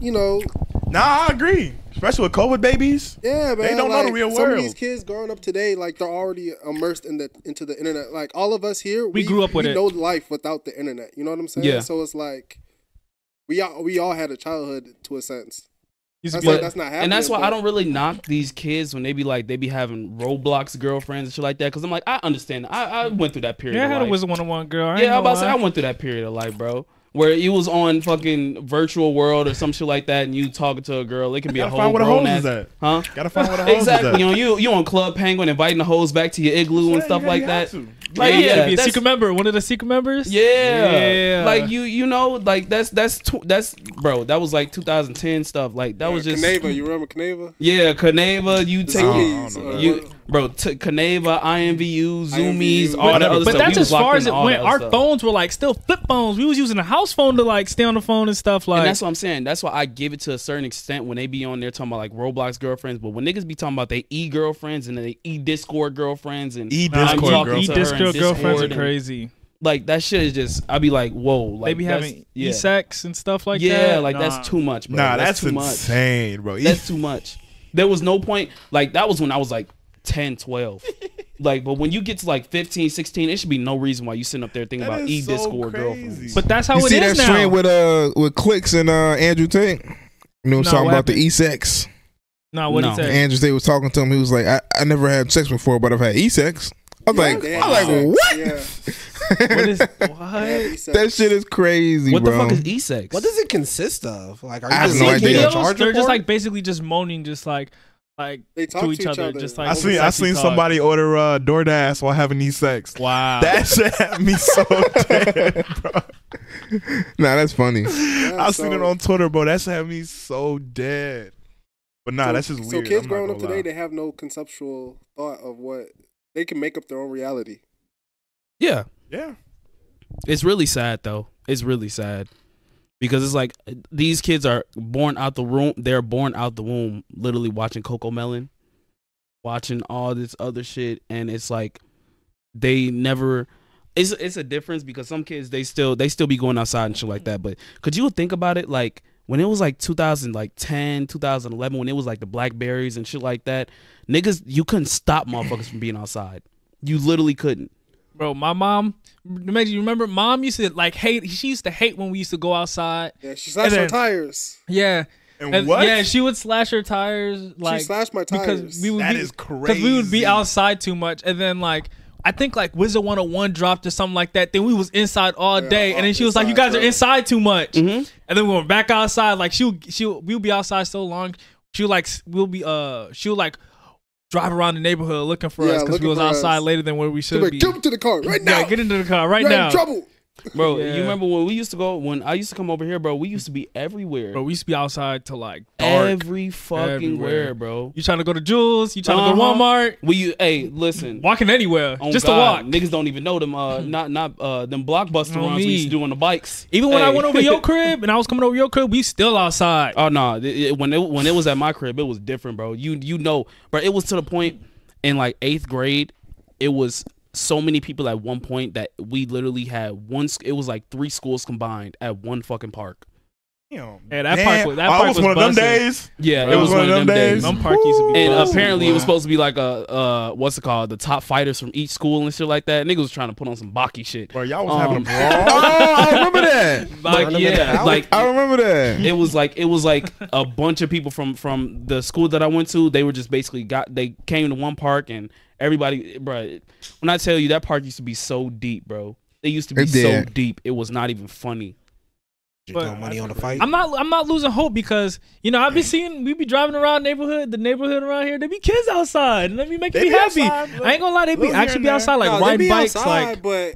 Speaker 5: you know,
Speaker 4: Nah, I agree. Especially with COVID babies.
Speaker 5: Yeah, man.
Speaker 4: They don't know the
Speaker 5: like,
Speaker 4: real
Speaker 5: Some of
Speaker 4: world.
Speaker 5: these kids growing up today, like they're already immersed in the into the internet. Like all of us here, we,
Speaker 6: grew up with
Speaker 5: we
Speaker 6: it.
Speaker 5: Know life without the internet. You know what I'm saying?
Speaker 2: Yeah.
Speaker 5: So it's like we all we all had a childhood to a sense.
Speaker 6: Used to
Speaker 5: That's,
Speaker 6: be
Speaker 5: like,
Speaker 6: like-
Speaker 5: that's not happening.
Speaker 2: And that's why
Speaker 5: but
Speaker 2: I don't really knock these kids when they be like they be having Roblox girlfriends and shit like that. Because I'm like, I understand. I, I went through that period.
Speaker 6: yeah, I
Speaker 2: of
Speaker 6: had a
Speaker 2: life.
Speaker 6: Wizard 101 girl. I ain't
Speaker 2: Yeah, I'm
Speaker 6: gonna
Speaker 2: about to say I
Speaker 6: lie.
Speaker 2: went through that period of life, bro. Where you was on fucking virtual world or some shit like that, and you talking to a girl, it could be a
Speaker 4: Gotta
Speaker 2: whole
Speaker 4: find where the
Speaker 2: grown
Speaker 4: hoes
Speaker 2: ass,
Speaker 4: is at.
Speaker 2: huh? (laughs)
Speaker 4: Gotta find what the hoes is
Speaker 2: Exactly.
Speaker 4: at.
Speaker 2: You know, you you on Club Penguin inviting the hoes back to your igloo and
Speaker 4: Yeah,
Speaker 2: stuff
Speaker 4: you
Speaker 2: like
Speaker 4: got
Speaker 2: that.
Speaker 4: to.
Speaker 6: Like, yeah, to be a
Speaker 2: that's-
Speaker 6: secret member, one of the secret members.
Speaker 2: Yeah.
Speaker 6: Yeah.
Speaker 2: Like you you know like that's that's tw- that's bro, that was like 2010 stuff. Like that was just
Speaker 5: Kneva, you remember Kneva?
Speaker 2: Yeah, Caneva, you take
Speaker 6: Oh.
Speaker 5: Zoomies,
Speaker 4: I don't
Speaker 5: Mm. uh,
Speaker 2: you bro, t- Caneva, INVU, Zoomies,
Speaker 5: INVU.
Speaker 2: all
Speaker 6: But,
Speaker 2: that other
Speaker 6: but
Speaker 2: stuff.
Speaker 6: that's
Speaker 2: We
Speaker 6: as
Speaker 2: was locked
Speaker 6: far as
Speaker 2: into
Speaker 6: it
Speaker 2: all
Speaker 6: went.
Speaker 2: that
Speaker 6: Our
Speaker 2: stuff.
Speaker 6: phones were like still flip phones. We was using a house phone to like stay on the phone and stuff. Like
Speaker 2: and that's what I'm saying. That's why I give it to a certain extent when they be on there talking about like Roblox girlfriends, but when niggas be talking about they e girlfriends and they e Discord girlfriends and
Speaker 4: E-Discord
Speaker 2: I'm talking
Speaker 4: girlfriends.
Speaker 2: to her in
Speaker 6: Discord girlfriends
Speaker 2: Discord
Speaker 6: are
Speaker 2: and-
Speaker 6: crazy.
Speaker 2: like that shit is just I'd be like whoa, like
Speaker 6: they be
Speaker 2: that's-
Speaker 6: having
Speaker 2: yeah.
Speaker 6: e sex and stuff like that.
Speaker 2: yeah, like
Speaker 6: Nah.
Speaker 2: that's too much. Bro.
Speaker 4: Nah, that's,
Speaker 2: too much.
Speaker 4: insane, bro. E-
Speaker 2: (laughs) That's too much. There was no point. Like, that was when I was like
Speaker 4: (laughs)
Speaker 2: 10, 12. like, but when you get to like 15, 16, it should be no reason why you sitting up there thinking
Speaker 4: That
Speaker 2: about
Speaker 4: is
Speaker 2: e
Speaker 4: so
Speaker 2: Discord
Speaker 4: crazy.
Speaker 2: girlfriends.
Speaker 6: But that's how
Speaker 1: You
Speaker 6: it
Speaker 1: see that
Speaker 6: is now.
Speaker 2: Oh.
Speaker 1: stream with uh with Clicks and uh Andrew Tate. You know what I'm
Speaker 6: No,
Speaker 1: talking
Speaker 6: what
Speaker 1: about the
Speaker 6: happened?
Speaker 1: e sex.
Speaker 6: nah, what
Speaker 2: No.
Speaker 6: he
Speaker 2: (laughs)
Speaker 6: said.
Speaker 1: Andrew Tate was talking to him. He was like, I, I never had sex before, but I've had e sex. I was like,
Speaker 5: Yeah,
Speaker 1: I was
Speaker 5: yeah.
Speaker 1: like, what?
Speaker 5: Yeah.
Speaker 2: (laughs)
Speaker 6: what is what?
Speaker 1: That shit is crazy,
Speaker 2: what
Speaker 1: bro.
Speaker 2: the fuck is e sex?
Speaker 7: What does it consist of? Like, are
Speaker 1: I
Speaker 7: you
Speaker 1: have
Speaker 7: just
Speaker 1: no
Speaker 7: like
Speaker 1: idea.
Speaker 7: getting
Speaker 1: Videos?
Speaker 7: charged
Speaker 6: They're just
Speaker 7: for it?
Speaker 6: like basically just moaning, just like like
Speaker 5: They talk
Speaker 6: to each other, just like-
Speaker 4: I
Speaker 6: Over
Speaker 4: seen I
Speaker 6: sexy
Speaker 4: seen
Speaker 6: talk.
Speaker 4: somebody order uh, DoorDash while having these sex.
Speaker 6: wow.
Speaker 4: That shit had me
Speaker 2: (laughs)
Speaker 4: so dead, bro.
Speaker 1: nah, that's funny.
Speaker 5: Yeah,
Speaker 4: I seen
Speaker 5: so-
Speaker 4: it on Twitter, bro. That's had me so dead. But nah,
Speaker 5: so-
Speaker 4: that's just weird.
Speaker 5: So kids
Speaker 4: I'm not
Speaker 5: growing up
Speaker 4: gonna
Speaker 5: today,
Speaker 4: lie.
Speaker 5: they have no conceptual thought of what they can make up their own reality.
Speaker 2: yeah.
Speaker 4: yeah,
Speaker 2: It's really sad, though. It's really sad. Because it's like these kids are born out the room. They're born out the womb, literally watching Coco Melon, watching all this other shit, and it's like they never. It's it's a difference because some kids they still they still be going outside and shit like that. But could you think about it like when it was like 2000 like 10 2011 when it was like the blackberries and shit like that niggas you couldn't stop motherfuckers from being outside you literally couldn't
Speaker 6: Bro, my mom, imagine you remember, mom used to like hate. She used to hate when we used to go outside.
Speaker 5: Yeah, she slashed
Speaker 6: And
Speaker 5: her
Speaker 6: then-
Speaker 5: tires.
Speaker 6: Yeah,
Speaker 4: And what?
Speaker 6: Yeah, she would slash her tires. Like
Speaker 5: slashed my
Speaker 6: because
Speaker 5: tires.
Speaker 6: we would
Speaker 4: That
Speaker 6: be,
Speaker 4: is
Speaker 6: Because we would be
Speaker 4: crazy.
Speaker 6: outside too much, and then like. I think like Wizard 101 dropped or something like that. Then we was inside all day, and then she was like, "You guys are inside too much."
Speaker 2: Mm-hmm.
Speaker 6: And then we went back outside. Like she would, she would, we would be outside so long. She would like s- we'll be uh she would like drive around the neighborhood looking for
Speaker 5: Yeah,
Speaker 6: us because we
Speaker 5: looking
Speaker 6: was
Speaker 5: for
Speaker 6: outside
Speaker 5: us.
Speaker 6: later than where we should
Speaker 5: She's like,
Speaker 6: be.
Speaker 5: jump to the car right now.
Speaker 6: Yeah, get into the car right
Speaker 5: You're
Speaker 6: now.
Speaker 5: in trouble.
Speaker 2: Bro,
Speaker 6: Yeah.
Speaker 2: you remember when we used to go when I used to come over here, bro? We used to be everywhere,
Speaker 6: Bro, we used to be outside till like dark.
Speaker 2: every fucking
Speaker 6: Everywhere.
Speaker 2: where, bro.
Speaker 6: you trying to go to Jules? You trying to go
Speaker 2: Uh-huh.
Speaker 6: to Walmart?
Speaker 2: We you hey, listen,
Speaker 6: Walking anywhere,
Speaker 2: on
Speaker 6: just
Speaker 2: God,
Speaker 6: to walk.
Speaker 2: Niggas don't even know them.
Speaker 6: (laughs)
Speaker 2: Uh, not not uh them blockbuster
Speaker 6: On
Speaker 2: runs we used
Speaker 6: me.
Speaker 2: to do on the bikes.
Speaker 6: Even when I
Speaker 2: Hey.
Speaker 6: went
Speaker 2: (laughs)
Speaker 6: over your crib and I was coming over your crib, we still outside.
Speaker 2: Oh no! it- it- when it when it was at my crib, it was different, bro. You you know, bro. It was to the point in like eighth grade, it was so many people at one point that we literally had one. sc- It was like three schools combined at one fucking park.
Speaker 4: Damn.
Speaker 6: Yeah, that
Speaker 4: Damn.
Speaker 6: park was- that
Speaker 4: Oh,
Speaker 6: park
Speaker 4: it was
Speaker 6: was
Speaker 4: one of them
Speaker 6: bussin'.
Speaker 4: days.
Speaker 2: Yeah,
Speaker 4: It was one of them days.
Speaker 6: Them park used to be
Speaker 2: And
Speaker 6: bussin',
Speaker 2: apparently
Speaker 6: boy.
Speaker 2: it was supposed to be like a uh what's it called? The top fighters from each school and shit like that. Niggas was trying to put on some Baki shit.
Speaker 4: Bro, y'all was
Speaker 2: Um,
Speaker 4: having a brawl.
Speaker 6: (laughs)
Speaker 1: oh, I remember that.
Speaker 2: Like yeah,
Speaker 4: (laughs)
Speaker 2: like
Speaker 1: I remember that.
Speaker 2: it was like it was like a bunch of people from from the school that I went to. They were just basically got they came to one park and everybody, bro. When I tell you that park used to be so deep, bro. It used to be
Speaker 1: It
Speaker 2: so
Speaker 1: did.
Speaker 2: deep. It was not even funny.
Speaker 7: You
Speaker 6: But-
Speaker 7: throw money on the fight.
Speaker 6: I'm not. I'm not losing hope because you know I be seeing we be driving around neighborhood, the neighborhood around here. There be kids outside, and that be making
Speaker 4: They
Speaker 6: me
Speaker 4: be
Speaker 6: happy.
Speaker 4: outside,
Speaker 6: I ain't gonna lie, they be
Speaker 4: little here
Speaker 6: actually
Speaker 4: and
Speaker 6: be
Speaker 4: there.
Speaker 6: outside like
Speaker 5: No, they
Speaker 6: riding
Speaker 5: be
Speaker 6: bikes,
Speaker 5: outside,
Speaker 6: like
Speaker 5: but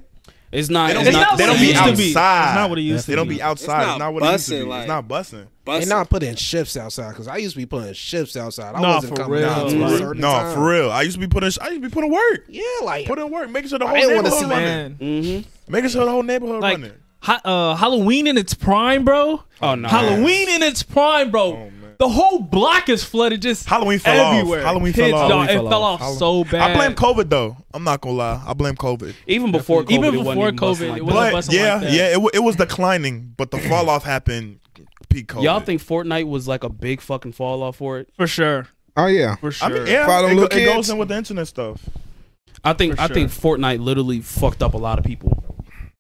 Speaker 2: It's not.
Speaker 4: They don't
Speaker 2: it's
Speaker 4: be
Speaker 2: not
Speaker 4: outside. They
Speaker 2: the
Speaker 4: don't be
Speaker 2: same.
Speaker 4: outside.
Speaker 6: It's not what it used
Speaker 4: They
Speaker 6: to
Speaker 4: don't
Speaker 6: be.
Speaker 4: be outside.
Speaker 5: It's
Speaker 4: It's
Speaker 5: not
Speaker 4: not what it used to
Speaker 5: bussing,
Speaker 4: be. It's
Speaker 5: like-
Speaker 4: not bussing.
Speaker 7: They
Speaker 5: bus.
Speaker 7: not putting shifts outside because I used to be putting shifts outside. I
Speaker 6: Nah,
Speaker 7: wasn't
Speaker 6: for
Speaker 7: coming
Speaker 6: real.
Speaker 7: out to
Speaker 2: Mm.
Speaker 7: a
Speaker 4: No,
Speaker 7: certain time.
Speaker 4: for real. I used to be putting. I used to be putting work.
Speaker 7: Yeah, like
Speaker 4: Putting work, making sure the whole
Speaker 7: I didn't wanna
Speaker 4: neighborhood
Speaker 7: see
Speaker 4: running.
Speaker 6: Man,
Speaker 2: Mm-hmm.
Speaker 4: Making sure the whole neighborhood
Speaker 6: like
Speaker 4: running.
Speaker 6: ha- uh, Halloween in its prime, bro.
Speaker 2: Oh no.
Speaker 6: Halloween in its prime, bro. the whole block is flooded. Just
Speaker 4: Oh, Halloween fell off.
Speaker 6: everywhere.
Speaker 4: Halloween
Speaker 6: Kids,
Speaker 4: fell off.
Speaker 6: dog,
Speaker 2: Halloween
Speaker 6: it
Speaker 2: fell
Speaker 6: fell
Speaker 2: off.
Speaker 6: off so bad.
Speaker 4: I blame COVID though. I'm not gonna lie. I blame COVID.
Speaker 2: Even before COVID,
Speaker 6: Even
Speaker 2: it wasn't
Speaker 6: before
Speaker 2: even busting
Speaker 6: COVID,
Speaker 2: like
Speaker 6: it
Speaker 2: that.
Speaker 6: wasn't
Speaker 4: But
Speaker 6: busting like
Speaker 4: yeah,
Speaker 6: that.
Speaker 4: yeah, it, wa- it was declining, but the fall off happened peak COVID.
Speaker 2: Y'all think Fortnite was like a big fucking fall off for it?
Speaker 6: for sure.
Speaker 1: Oh yeah.
Speaker 6: For
Speaker 4: I
Speaker 6: sure.
Speaker 4: mean, yeah,
Speaker 1: Follow
Speaker 4: it, go-
Speaker 1: little
Speaker 4: it
Speaker 1: kids.
Speaker 4: goes in with the internet stuff.
Speaker 2: I think
Speaker 6: For
Speaker 2: I think Fortnite literally fucked up a lot of people.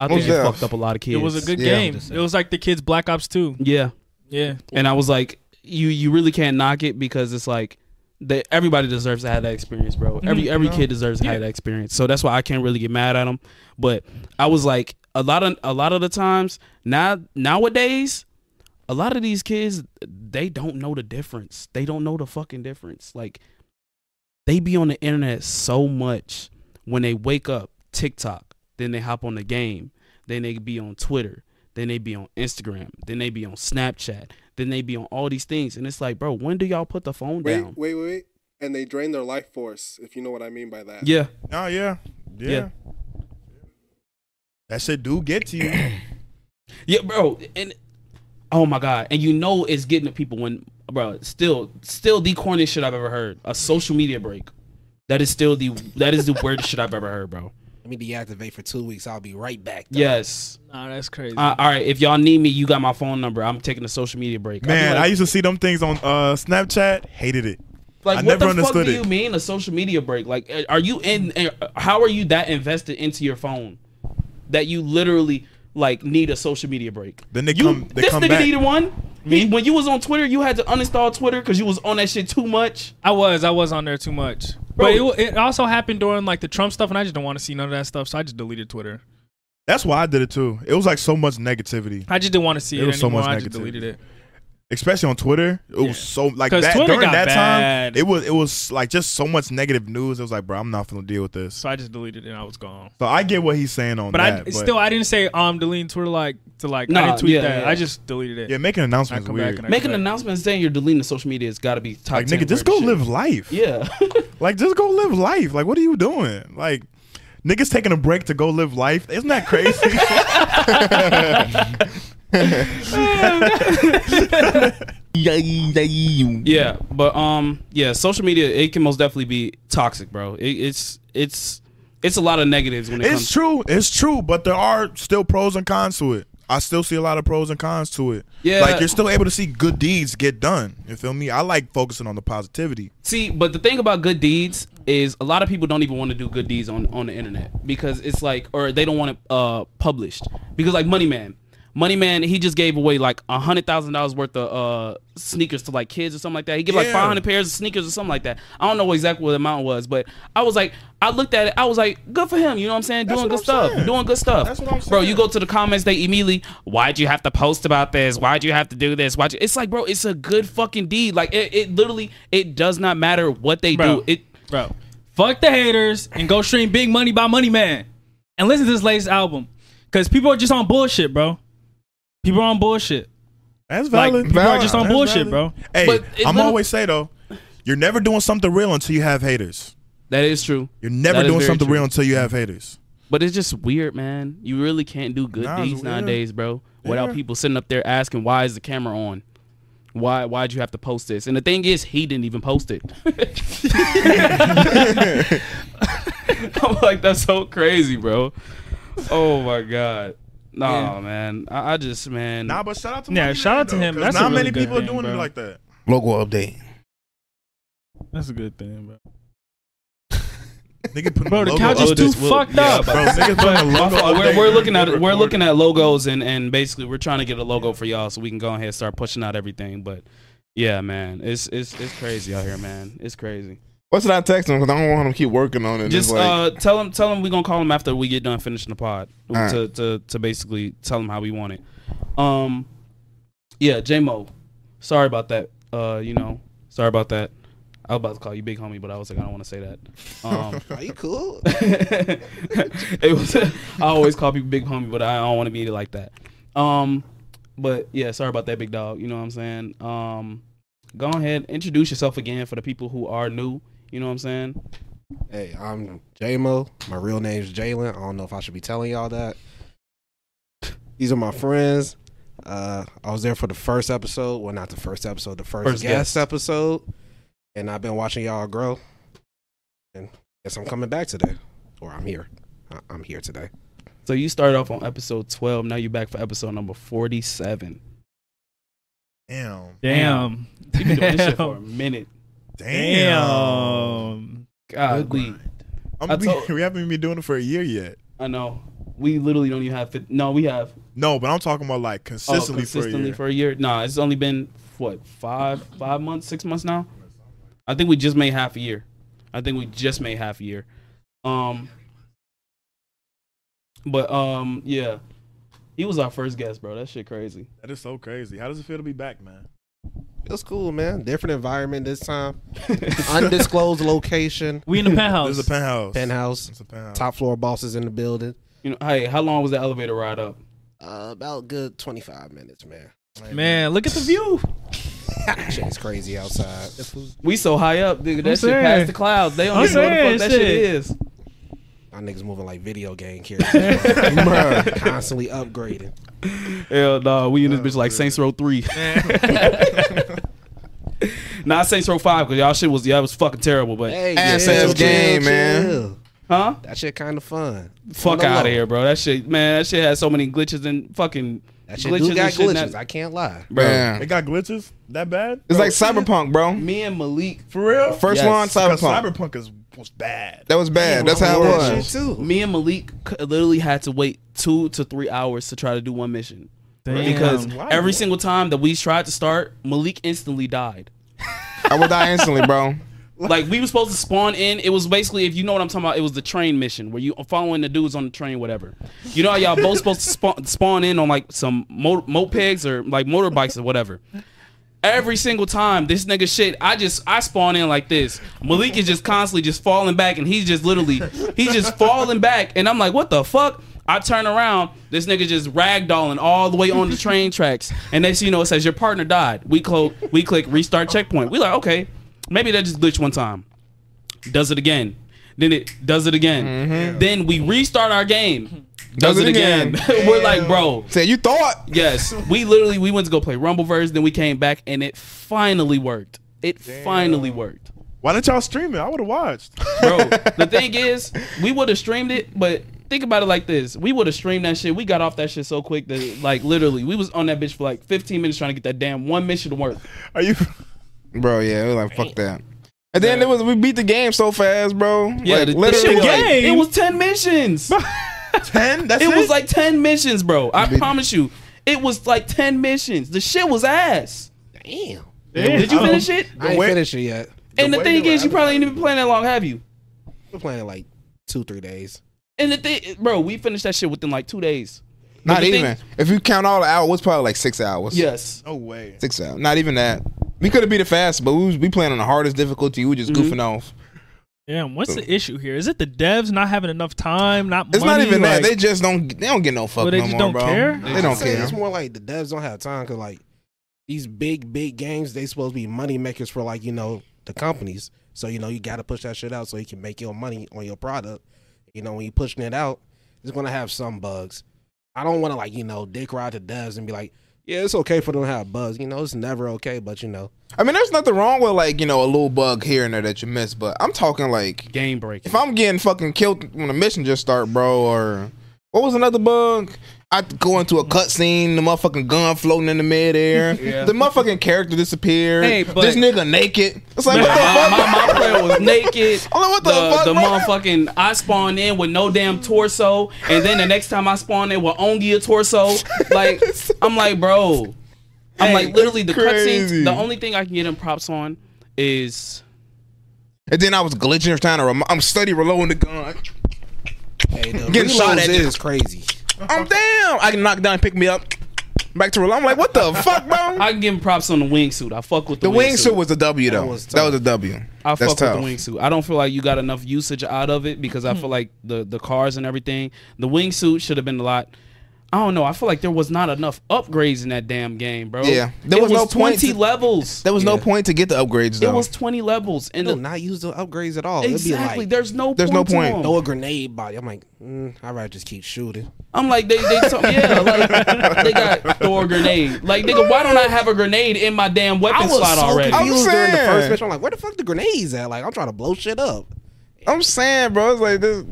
Speaker 2: I think
Speaker 1: Most
Speaker 2: it
Speaker 1: def.
Speaker 2: fucked up a lot of kids.
Speaker 6: It was a good
Speaker 1: Yeah.
Speaker 6: game. It was like the kids Black Ops 2.
Speaker 2: yeah.
Speaker 6: Yeah.
Speaker 2: And I was like, you you really can't knock it because it's like that everybody deserves to have that experience, bro. Every every kid deserves to have that experience. So that's why I can't really get mad at them. But I was like, a lot of a lot of the times now nowadays, a lot of these kids they don't know the difference. They don't know the fucking difference. Like they be on the internet so much when they wake up. TikTok, then they hop on the game, then they be on Twitter, then they be on Instagram, then they be on Snapchat, then they be on all these things, and it's like, bro, when do y'all put the phone
Speaker 5: Wait,
Speaker 2: down?
Speaker 5: wait, wait, wait. And they drain their life force, if you know what I mean by that.
Speaker 2: Yeah,
Speaker 4: Oh yeah. yeah,
Speaker 2: Yeah.
Speaker 4: That shit do get (coughs) to you.
Speaker 2: yeah, bro, and oh my god, and you know it's getting to people when, bro, still, still the corniest shit I've ever heard, a social media break. That is still the that is the (laughs) weirdest shit I've ever heard, bro.
Speaker 7: Let me deactivate for two weeks. I'll be right back. though.
Speaker 2: Yes.
Speaker 6: Nah, that's crazy.
Speaker 2: Uh, all right. If y'all need me, you got my phone number. I'm taking a social media break. I'd be
Speaker 4: Man,
Speaker 2: like-
Speaker 4: I used to see them things on uh, Snapchat. Hated it. I
Speaker 2: Like, what
Speaker 4: never
Speaker 2: the fuck
Speaker 4: understood
Speaker 2: do
Speaker 4: it.
Speaker 2: you mean a social media break? Like, uh, are you in? uh, How are you that invested into your phone that you literally like need a social media break?
Speaker 4: Then they
Speaker 2: you,
Speaker 4: come- they
Speaker 2: this
Speaker 4: come
Speaker 2: nigga
Speaker 4: back.
Speaker 2: needed one. Me? When you was on Twitter, you had to uninstall Twitter because you was on that shit too much.
Speaker 6: I was, I was on there too much. But it, wa- it also happened during like the Trump stuff, and I just don't want to see none of that stuff, so I just deleted Twitter.
Speaker 4: That's why I did it too. It was like so much negativity,
Speaker 6: I just didn't want to see
Speaker 4: There
Speaker 6: it,
Speaker 4: was so
Speaker 6: anymore.
Speaker 4: much
Speaker 6: I just
Speaker 4: negativity.
Speaker 6: deleted it.
Speaker 4: especially on Twitter. It was so like
Speaker 6: 'Cause
Speaker 4: that
Speaker 6: Twitter
Speaker 4: during
Speaker 6: got
Speaker 4: that
Speaker 6: bad.
Speaker 4: time. It was it was like just so much negative news. It was like, bro, I'm not gonna deal with this.
Speaker 6: So I just deleted it, and I was gone.
Speaker 4: So I get what he's saying on
Speaker 6: But
Speaker 4: that.
Speaker 6: I still, I didn't say um deleting Twitter like to like. I
Speaker 2: Nah,
Speaker 6: didn't tweet
Speaker 2: yeah,
Speaker 6: that.
Speaker 2: yeah.
Speaker 6: I just deleted it.
Speaker 4: yeah, making announcements
Speaker 6: I come
Speaker 4: weird.
Speaker 6: back and I
Speaker 2: Make an
Speaker 6: Right.
Speaker 2: announcement saying you're deleting the social media has got to be top.
Speaker 4: like
Speaker 2: 10
Speaker 4: nigga, just go
Speaker 2: weirdest
Speaker 4: live life.
Speaker 2: shit. Yeah. (laughs)
Speaker 4: Like just go live life. Like what are you doing? Like niggas taking a break to go live life. Isn't that crazy?
Speaker 6: (laughs)
Speaker 2: Yeah, but um, yeah, social media it can most definitely be toxic, bro. It, it's it's it's a lot of negatives when it
Speaker 4: it's
Speaker 2: comes.
Speaker 4: true. It's true. But there are still pros and cons to it. I still see a lot of pros and cons to it.
Speaker 2: Yeah.
Speaker 4: Like you're still able to see good deeds get done. You feel me? I like focusing on the positivity.
Speaker 2: See, but the thing about good deeds is a lot of people don't even want to do good deeds on on the internet because it's like, or they don't want it uh published because like Money Man, Money Man, he just gave away like a hundred thousand dollars worth of uh sneakers to like kids or something like that. He gave like
Speaker 4: Yeah.
Speaker 2: five hundred pairs of sneakers or something like that. I don't know exactly what the amount was, but I was like, I looked at it, I was like, good for him. You know what I'm saying? Doing
Speaker 4: what
Speaker 2: good
Speaker 4: I'm
Speaker 2: stuff,
Speaker 4: saying.
Speaker 2: doing good stuff.
Speaker 4: That's what I'm
Speaker 2: Bro,
Speaker 4: saying.
Speaker 2: you go to the comments, they immediately, why'd you have to post about this? Why'd you have to do this? Why'd you? It's like, bro, it's a good fucking deed. Like, it, it literally, it does not matter what they
Speaker 6: Bro.
Speaker 2: do. It,
Speaker 6: bro. Fuck the haters and go stream Big Money by Money Man and listen to this latest album because people are just on bullshit, bro. People are on bullshit.
Speaker 4: That's
Speaker 6: Like
Speaker 4: valid.
Speaker 6: people are just on
Speaker 4: That's
Speaker 6: bullshit,
Speaker 4: valid.
Speaker 6: bro.
Speaker 4: Hey,
Speaker 2: But it
Speaker 4: I'm
Speaker 2: little-
Speaker 4: always say though, you're never doing something real until you have haters.
Speaker 2: that is true.
Speaker 4: You're never
Speaker 2: That is
Speaker 4: doing
Speaker 2: very
Speaker 4: something
Speaker 2: true.
Speaker 4: real until you have haters.
Speaker 2: But it's just weird, man. You really can't do good
Speaker 4: Nah, it's
Speaker 2: deeds
Speaker 4: weird.
Speaker 2: nowadays, bro, without
Speaker 4: Yeah.
Speaker 2: people sitting up there asking, why is the camera on? Why? Why'd you have to post this? And the thing is, he didn't even post it. (laughs) I'm like, that's so crazy, bro. Oh my god. Nah, man. I, I just, man.
Speaker 4: Nah, but shout out to
Speaker 6: Yeah,
Speaker 4: Money
Speaker 6: shout
Speaker 4: Man,
Speaker 6: out to
Speaker 4: though,
Speaker 6: him.
Speaker 4: 'cause
Speaker 6: That's a
Speaker 4: not
Speaker 6: really
Speaker 4: many
Speaker 6: good
Speaker 4: people
Speaker 6: thing,
Speaker 4: are doing
Speaker 6: bro.
Speaker 4: it like that.
Speaker 1: Logo update.
Speaker 6: That's a good thing, bro.
Speaker 4: Nigga put
Speaker 6: Bro, the
Speaker 4: logo
Speaker 6: couch
Speaker 4: up.
Speaker 6: is
Speaker 2: Oh,
Speaker 6: too
Speaker 2: this will-
Speaker 6: fucked
Speaker 2: yeah,
Speaker 6: up.
Speaker 4: bro. Niggas put the logo up.
Speaker 2: we're,
Speaker 4: there.
Speaker 2: we're looking at we're
Speaker 4: Recording.
Speaker 2: looking at logos and and basically we're trying to get a logo for y'all so we can go ahead and start pushing out everything. But yeah, man, it's it's it's crazy out here, man. It's crazy.
Speaker 1: What's not text him because I don't want him to keep working on it. Just
Speaker 2: Just
Speaker 1: like,
Speaker 2: uh, tell him tell him we're gonna call him after we get done finishing the pod to,
Speaker 1: Alright.
Speaker 2: to, to basically tell him how we want it. Um, yeah, J Mo, sorry about that. Uh, you know, sorry about that. I was about to call you big homie, but I was like, I don't want to say that. Um,
Speaker 7: (laughs) Are you cool?
Speaker 2: (laughs) it was. I always call people big homie, but I don't want to be like that. Um, but yeah, sorry about that, big dog. You know what I'm saying? Um, go ahead, introduce yourself again for the people who are new. You know what I'm saying?
Speaker 7: hey, I'm J-Mo. My real name's Jalen. I don't know if I should be telling y'all that. These are my friends. Uh, I was there for the first episode. Well, not the first episode, the first,
Speaker 2: First
Speaker 7: guest, episode. And I've been watching y'all grow. And guess I'm coming back today. Or I'm here. I- I'm here today.
Speaker 2: So you started off on episode 12. Now you're back for episode number 47.
Speaker 4: Damn.
Speaker 6: Damn.
Speaker 2: You've been doing this shit for a minute.
Speaker 4: Damn.
Speaker 2: God, we, I
Speaker 4: I'm,
Speaker 2: told-
Speaker 4: we, we haven't even been doing it for a year yet.
Speaker 2: I know. We literally don't even have. 50, no, we have
Speaker 4: No, but I'm talking about like
Speaker 2: oh,
Speaker 4: consistently,
Speaker 2: consistently
Speaker 4: for a year.
Speaker 2: for a year. Nah, it's only been what five, five months, six months now. I think we just made half a year. I think we just made half a year. Um, but um, yeah, he was our first guest, bro. That shit crazy. (laughs)
Speaker 4: that is so crazy. How does it feel to be back, man?
Speaker 7: It was cool, man. Different environment this (laughs) time. Undisclosed location.
Speaker 6: We in the
Speaker 4: (laughs)
Speaker 6: penthouse.
Speaker 4: This is a penthouse.
Speaker 7: Penthouse.
Speaker 4: It's a penthouse.
Speaker 7: Top floor bosses in the building.
Speaker 2: You know, hey, how long was the elevator ride up?
Speaker 7: Uh, about good 25 minutes, man.
Speaker 6: Man, look at the view.
Speaker 7: Shit is crazy outside.
Speaker 2: We so high up, nigga. That shit
Speaker 6: saying.
Speaker 2: past the clouds. They don't
Speaker 6: I'm
Speaker 2: even know what the
Speaker 6: saying,
Speaker 2: fuck that shit
Speaker 6: shit.
Speaker 2: is.
Speaker 7: My niggas moving like video game characters.
Speaker 1: (laughs)
Speaker 7: bro. Constantly upgrading.
Speaker 2: Hell no, we in this bitch like Saints Row three. (laughs) Not Saints Row five because y'all shit was y'all was fucking terrible. But
Speaker 7: Hey,
Speaker 1: Ass ass game, man.
Speaker 2: huh?
Speaker 7: That shit kind of fun. On
Speaker 2: Fuck
Speaker 7: the
Speaker 2: out
Speaker 7: low.
Speaker 2: of here, bro. That shit, man. That shit had so many glitches and fucking
Speaker 7: That shit
Speaker 2: glitches.
Speaker 7: do got
Speaker 2: and shit
Speaker 7: glitches.
Speaker 2: that-
Speaker 7: I can't lie.
Speaker 2: bro.
Speaker 1: Man.
Speaker 4: It got glitches that bad.
Speaker 1: It's like cyberpunk, bro.
Speaker 2: Me and Malik,
Speaker 4: For real?
Speaker 1: First
Speaker 7: Yes.
Speaker 1: one,
Speaker 4: Because
Speaker 1: cyberpunk.
Speaker 4: Cyberpunk is was bad.
Speaker 1: that was bad. That's how it
Speaker 7: That
Speaker 1: was.
Speaker 7: shit too.
Speaker 2: me and Malik c- literally had to wait two to three hours to try to do one mission because
Speaker 4: Why?
Speaker 2: every single time that we tried to start, Malik instantly died.
Speaker 1: I would die instantly, bro.
Speaker 2: (laughs) like we were supposed to spawn in. It was basically, if you know what I'm talking about, it was the train mission where you following the dudes on the train, whatever. You know how y'all both supposed to spawn, (laughs) spawn in on like some mo- mopeds or like motorbikes or whatever. Every single time this nigga shit, I just I spawn in like this. Malik is just constantly just falling back, and he's just literally he's just falling back, and I'm like, what the fuck? I turn around, this nigga just ragdolling all the way on the train tracks, and next thing you know, it says your partner died. We clo- we click restart checkpoint. We like, okay, maybe that just glitched one time. Does it again. Then it does it again. Then we restart our game. Mm-hmm. Does, it again. (laughs) We're like, bro,
Speaker 1: Said you thought.
Speaker 2: yes. We literally we went to go play Rumbleverse, then we came back and it finally worked. It finally worked.
Speaker 4: Why didn't y'all stream it? I would have watched.
Speaker 2: Bro, the thing is, we would have streamed it, but think about it like this. We would have streamed that shit. We got off that shit so quick that like literally we was on that bitch for like 15 minutes trying to get that damn one mission to work.
Speaker 4: Are you? (laughs)
Speaker 1: Bro, yeah, we like fuck that. And then it was we beat the game so fast, bro.
Speaker 2: Yeah, the,
Speaker 1: like,
Speaker 2: the shit
Speaker 1: literally,
Speaker 2: was
Speaker 1: like,
Speaker 2: like, it was 10 missions.
Speaker 4: Ten? That's
Speaker 2: it was like 10 missions, bro. I promise you. It was like 10 missions. The shit was ass.
Speaker 7: Damn.
Speaker 2: Did you finish it?
Speaker 7: I ain't
Speaker 4: way-
Speaker 7: finished it yet.
Speaker 2: and the
Speaker 4: way
Speaker 2: thing
Speaker 4: they were
Speaker 2: is, you probably ain't even playing that long, have you?
Speaker 7: We're playing like two, three days.
Speaker 2: And the thing, bro, we finished that shit within like two days. But
Speaker 1: not
Speaker 2: the thing-
Speaker 1: even. if you count all the hours, it was probably like six hours.
Speaker 2: Yes.
Speaker 4: no way.
Speaker 1: six hours. Not even that. We could have beat it fast, but we was, we playing on the hardest difficulty. We were just goofing off.
Speaker 6: Damn, what's the issue here? Is it the devs not having enough time? Not
Speaker 1: It's
Speaker 6: money,
Speaker 1: not even that.
Speaker 6: like-
Speaker 1: They just don't. They don't get no fuck
Speaker 6: Well, they
Speaker 1: no
Speaker 6: just
Speaker 1: more,
Speaker 6: don't
Speaker 1: bro.
Speaker 6: care?
Speaker 1: They don't
Speaker 7: I'd say
Speaker 1: care.
Speaker 7: It's more like the devs don't have time because like these big, big games, they supposed to be money makers for like you know the companies. So you know you got to push that shit out so you can make your money on your product. You know when you pushing it out, it's gonna have some bugs. I don't want to like you know dick ride the devs and be like, yeah, it's okay for them to have bugs. You know it's never okay, but you know
Speaker 1: I mean, there's nothing wrong with like you know a little bug here and there that you miss, but I'm talking like
Speaker 2: Game breaking.
Speaker 1: if I'm getting fucking killed when the mission just start, bro, or what was another bug? I go into a cutscene, the motherfucking gun floating in the midair, the motherfucking character disappeared,
Speaker 2: Hey, but-
Speaker 1: this nigga naked. It's like
Speaker 2: my,
Speaker 1: what the fuck?
Speaker 2: my, my player was naked.
Speaker 1: I'm like, what the fuck,
Speaker 2: the
Speaker 1: bro?
Speaker 2: motherfucking I spawned in with no damn torso, and then the next time I spawned in with only a torso.
Speaker 1: (laughs)
Speaker 2: Like I'm like, bro. Oh, I'm like literally the
Speaker 1: that's crazy.
Speaker 2: cutscenes. The only thing I can get him props on is
Speaker 1: And then I was glitching, trying to. Rem- I'm steady reloading the gun. (laughs)
Speaker 7: hey, the
Speaker 1: Getting shot
Speaker 7: reloads
Speaker 1: at
Speaker 7: is crazy.
Speaker 1: I'm damn. I can knock down, pick me up, back to reload. I'm like, what the fuck,
Speaker 2: (laughs)
Speaker 1: bro?
Speaker 2: I can give him props on the wingsuit. I fuck with the,
Speaker 1: the wingsuit was a W though. That was,
Speaker 7: was tough.
Speaker 1: a W.
Speaker 2: I
Speaker 1: That's
Speaker 2: fuck
Speaker 1: tough.
Speaker 2: with the wingsuit. I don't feel like you got enough usage out of it because
Speaker 7: Hmm.
Speaker 2: I feel like the the cars and everything. The wingsuit should have been a lot. I don't know. I feel like there was not enough upgrades in that damn game, bro.
Speaker 1: Yeah. There
Speaker 2: there
Speaker 1: was
Speaker 2: was,
Speaker 1: no point
Speaker 2: twenty
Speaker 1: to-
Speaker 2: levels.
Speaker 1: There was no point to get the upgrades though.
Speaker 2: it was twenty levels, and
Speaker 7: They'll
Speaker 2: the-
Speaker 7: not use the upgrades at all.
Speaker 2: exactly.
Speaker 7: It'd be like
Speaker 2: there's no
Speaker 1: There's
Speaker 2: point to
Speaker 1: no point.
Speaker 2: them.
Speaker 7: throw a grenade body. I'm like, mm, I'd rather just keep shooting.
Speaker 2: I'm like they they talk, yeah like they
Speaker 1: (laughs)
Speaker 2: got throw a grenade. Like nigga, why don't I have a grenade in my damn weapon
Speaker 7: I was
Speaker 2: slot
Speaker 7: so
Speaker 2: already?
Speaker 7: confused
Speaker 1: I'm
Speaker 7: during the
Speaker 1: saying.
Speaker 7: first mission. I'm like, where the fuck the grenades at? Like, I'm trying to blow shit up.
Speaker 1: I'm saying, bro. It's like this,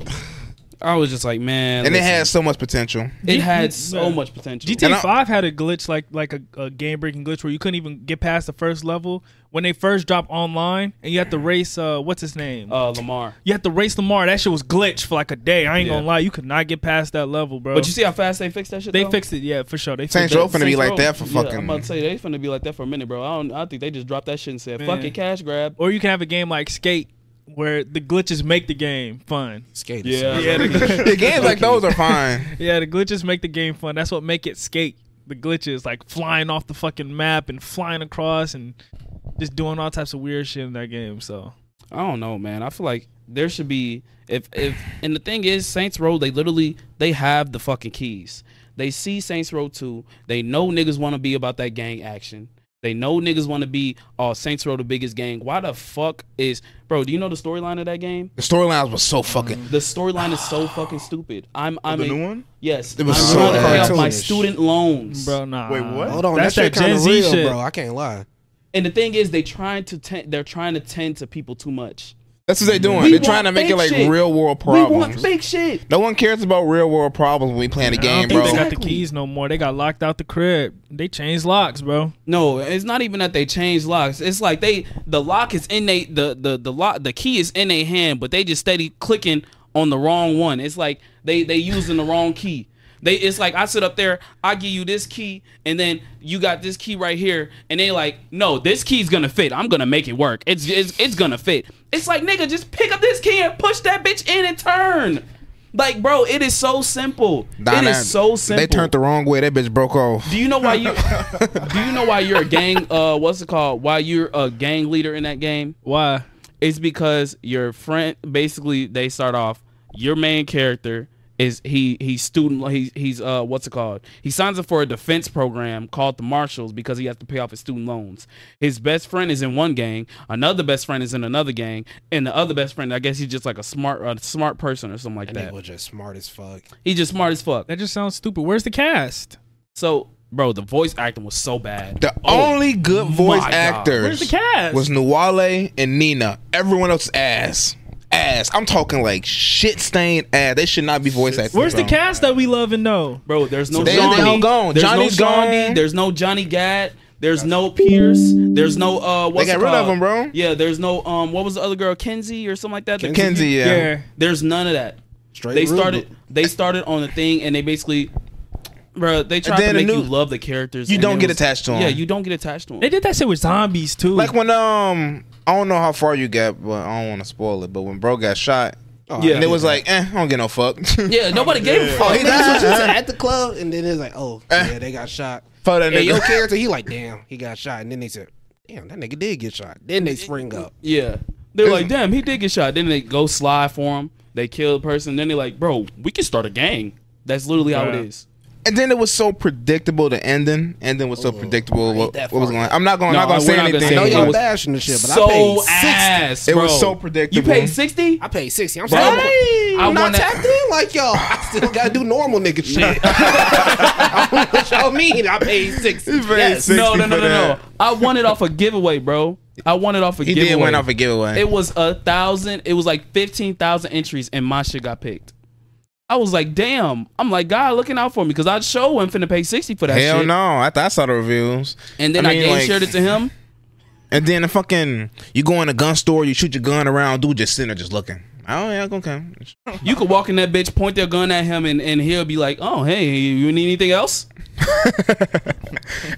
Speaker 2: I was just like, man,
Speaker 1: and it
Speaker 2: listen,
Speaker 1: had so much potential.
Speaker 2: it had
Speaker 6: G-
Speaker 2: so
Speaker 6: yeah.
Speaker 2: much potential.
Speaker 1: And I-
Speaker 6: GTA Five had a glitch, like like a, a game breaking glitch, where you couldn't even get past the first level when they first drop online, and you have to race. Uh, what's his name?
Speaker 2: uh, Lamar.
Speaker 6: you have to race Lamar. That shit was glitched for like a day. I ain't
Speaker 2: Yeah.
Speaker 6: gonna lie, you could not get past that level, bro.
Speaker 2: But you see how fast they fixed that shit.
Speaker 6: they
Speaker 2: though?
Speaker 6: fixed it, yeah, for sure. They
Speaker 1: Saints
Speaker 6: fixed
Speaker 1: Row
Speaker 6: it.
Speaker 1: finna be
Speaker 2: Saints
Speaker 1: like
Speaker 2: Row.
Speaker 1: that for
Speaker 2: Yeah,
Speaker 1: fucking.
Speaker 2: I'm about to say they finna be like that for a minute, bro. I don't. I think they just dropped that shit and said, "Fuck
Speaker 6: Man.
Speaker 2: it, cash grab."
Speaker 6: Or you can have a game like Skate, where the glitches make the game fun.
Speaker 7: Skaters.
Speaker 2: Yeah,
Speaker 6: (laughs) Yeah, the,
Speaker 1: the games like those are fine.
Speaker 6: yeah, the glitches make the game fun. That's what make it Skate. the glitches, like flying off the fucking map and flying across and just doing all types of weird shit in that game. So
Speaker 2: I don't know, man. I feel like there should be if if and the thing is Saints Row they literally they have the fucking keys. They see Saints Row 2, they know niggas want to be about that gang action. They know niggas want to be oh Saints Row the biggest gang. Why the fuck is bro, do you know the storyline of that game?
Speaker 1: (laughs) The storylines was so fucking.
Speaker 2: The storyline is so fucking stupid. I'm I'm
Speaker 4: the
Speaker 2: a-
Speaker 4: new one.
Speaker 2: Yes.
Speaker 1: It was
Speaker 2: I'm
Speaker 1: so
Speaker 2: trying to pay off my
Speaker 7: cartoonish.
Speaker 2: student loans.
Speaker 6: bro, nah.
Speaker 4: Wait, what?
Speaker 7: Hold on,
Speaker 6: That's
Speaker 7: that's that
Speaker 6: that Gen
Speaker 7: kind of
Speaker 6: Z
Speaker 7: real,
Speaker 6: shit.
Speaker 7: bro. I can't lie.
Speaker 2: And the thing is they trying to tend they're trying to tend to people too much.
Speaker 1: That's what they doing.
Speaker 2: We
Speaker 1: They're trying
Speaker 2: want
Speaker 1: to make it
Speaker 2: big
Speaker 1: like
Speaker 2: shit.
Speaker 1: real world
Speaker 2: We want
Speaker 1: problems.
Speaker 2: big shit.
Speaker 1: No one cares about real world problems when we playing the
Speaker 6: I
Speaker 1: game,
Speaker 6: don't think
Speaker 1: bro.
Speaker 6: they got the
Speaker 2: Exactly.
Speaker 6: keys no more. They got locked out the crib. They changed locks, bro.
Speaker 2: No, it's not even that they change locks. It's like they the lock is in they the the the lock the key is in their hand, but they just steady clicking on the wrong one. It's like they they using the wrong key. They it's like I sit up there, I give you this key, and then you got this key right here, and they like, no, this key's gonna fit. I'm gonna make it work. It's it's it's gonna fit. It's like nigga, just pick up this key and push that bitch in and turn. Like, bro, it is so simple.
Speaker 1: Nah,
Speaker 2: it
Speaker 1: nah,
Speaker 2: is so simple.
Speaker 1: They turned the wrong way. That bitch broke off.
Speaker 2: Do you know why you? do you know why you're a gang? Uh, what's it called? Why you're a gang leader in that game?
Speaker 6: Why?
Speaker 2: It's because your friend. Basically, they start off. Your main character is he. He's student. He's he's uh. What's it called? He signs up for a defense program called the Marshals because he has to pay off his student loans. His best friend is in one gang. Another best friend is in another gang, and the other best friend. I guess he's just like a smart a smart person or something like
Speaker 7: That
Speaker 2: that.
Speaker 7: was just smart as fuck.
Speaker 2: He's just smart as fuck.
Speaker 6: That just sounds stupid. Where's the cast?
Speaker 2: So, bro, the voice acting was so bad.
Speaker 1: The
Speaker 2: Oh,
Speaker 1: only good voice
Speaker 2: God.
Speaker 6: Where's the
Speaker 1: actors
Speaker 6: cast?
Speaker 1: was Nuwale and Nina. Everyone else ass. Ass. I'm talking like shit stained ass. They should not be voice actors.
Speaker 6: Where's the
Speaker 1: bro.
Speaker 6: cast that we love and know?
Speaker 2: Bro, there's no
Speaker 1: They- they all
Speaker 2: Johnny.
Speaker 1: gone.
Speaker 2: There's
Speaker 1: Johnny's
Speaker 2: no
Speaker 1: gone.
Speaker 2: Johnny. There's no Johnny Gad. There's no Pierce. There's no uh. What's it
Speaker 1: got rid of
Speaker 2: called?
Speaker 1: him, bro.
Speaker 2: Yeah, there's no um. What was the other girl? Kenzie or something like that. The
Speaker 1: Kenzie, yeah.
Speaker 2: There's none of that.
Speaker 7: Straight
Speaker 2: they
Speaker 7: reboot.
Speaker 2: started. They started on the thing, and they basically, bro. They tried
Speaker 1: then
Speaker 2: to
Speaker 1: the
Speaker 2: make you
Speaker 1: new-
Speaker 2: love the characters.
Speaker 1: You
Speaker 2: and
Speaker 1: don't
Speaker 2: it
Speaker 1: get
Speaker 2: was-
Speaker 1: attached to 'em.
Speaker 2: Yeah, you don't get attached to them.
Speaker 6: They did that shit with zombies too.
Speaker 1: Like when um I don't know how far you got, but I don't want to spoil it. But when bro got shot,
Speaker 2: Yeah.
Speaker 1: and it was like, eh, I don't get no fuck. (laughs)
Speaker 2: yeah, nobody gave a
Speaker 1: Oh,
Speaker 2: fuck.
Speaker 1: he
Speaker 7: That's
Speaker 1: died.
Speaker 7: what you
Speaker 1: (laughs)
Speaker 7: said at the club, and then it's like, oh yeah, they got shot.
Speaker 1: Eh. Fuck that
Speaker 7: And
Speaker 1: nigga.
Speaker 7: your character, he like, damn, he got shot, and then they said, damn, that nigga did get shot. Then they spring up.
Speaker 2: Yeah. They're like, damn, he did get shot. Then they go slide for him. They kill the person. Then they're like, bro, we can start a gang. That's literally how it
Speaker 6: Yeah.
Speaker 2: is.
Speaker 1: and then it was so predictable the ending. Ending was
Speaker 2: Oh,
Speaker 1: so predictable what,
Speaker 7: that
Speaker 1: what was
Speaker 7: part.
Speaker 1: going. I'm not going. to
Speaker 2: No,
Speaker 1: not going to
Speaker 2: we're
Speaker 1: say
Speaker 2: not gonna
Speaker 1: anything.
Speaker 2: say
Speaker 7: I know
Speaker 2: anything.
Speaker 1: but-
Speaker 2: It
Speaker 7: y'all
Speaker 2: was
Speaker 7: bashing the shit, but I paid
Speaker 2: so
Speaker 7: 60.
Speaker 2: ass.
Speaker 1: It
Speaker 2: bro.
Speaker 1: was so predictable.
Speaker 2: You paid sixty.
Speaker 7: I paid 60. I'm
Speaker 2: Bro,
Speaker 7: saying,
Speaker 2: I
Speaker 7: I'm
Speaker 2: wanna-
Speaker 7: not tapped in like y'all. I still got to do normal
Speaker 2: (laughs)
Speaker 7: nigga shit. (laughs) I don't know what y'all mean. I paid 60.
Speaker 1: He paid
Speaker 7: Yes.
Speaker 1: 60
Speaker 2: No, no,
Speaker 1: for
Speaker 2: no, no, no.
Speaker 1: that.
Speaker 2: I won it off a giveaway, bro. I won it off a
Speaker 1: He
Speaker 2: giveaway.
Speaker 1: did win off a giveaway.
Speaker 2: It was a thousand. It was like fifteen thousand entries, and my shit got picked. I was like, damn. I'm like, God, looking out for me because I show him finna pay sixty for that
Speaker 1: Hell
Speaker 2: shit.
Speaker 1: no! I, th- I saw the reviews,
Speaker 2: And then
Speaker 1: I
Speaker 2: I,
Speaker 1: mean,
Speaker 2: game
Speaker 1: like-
Speaker 2: shared it to him.
Speaker 1: and then the fucking you go in a gun store, you shoot your gun around, dude just sitting there just looking. Oh yeah, okay.
Speaker 2: You could walk in that bitch, point their gun at him, and, and he'll be like, "Oh, hey, you need anything else?"
Speaker 1: And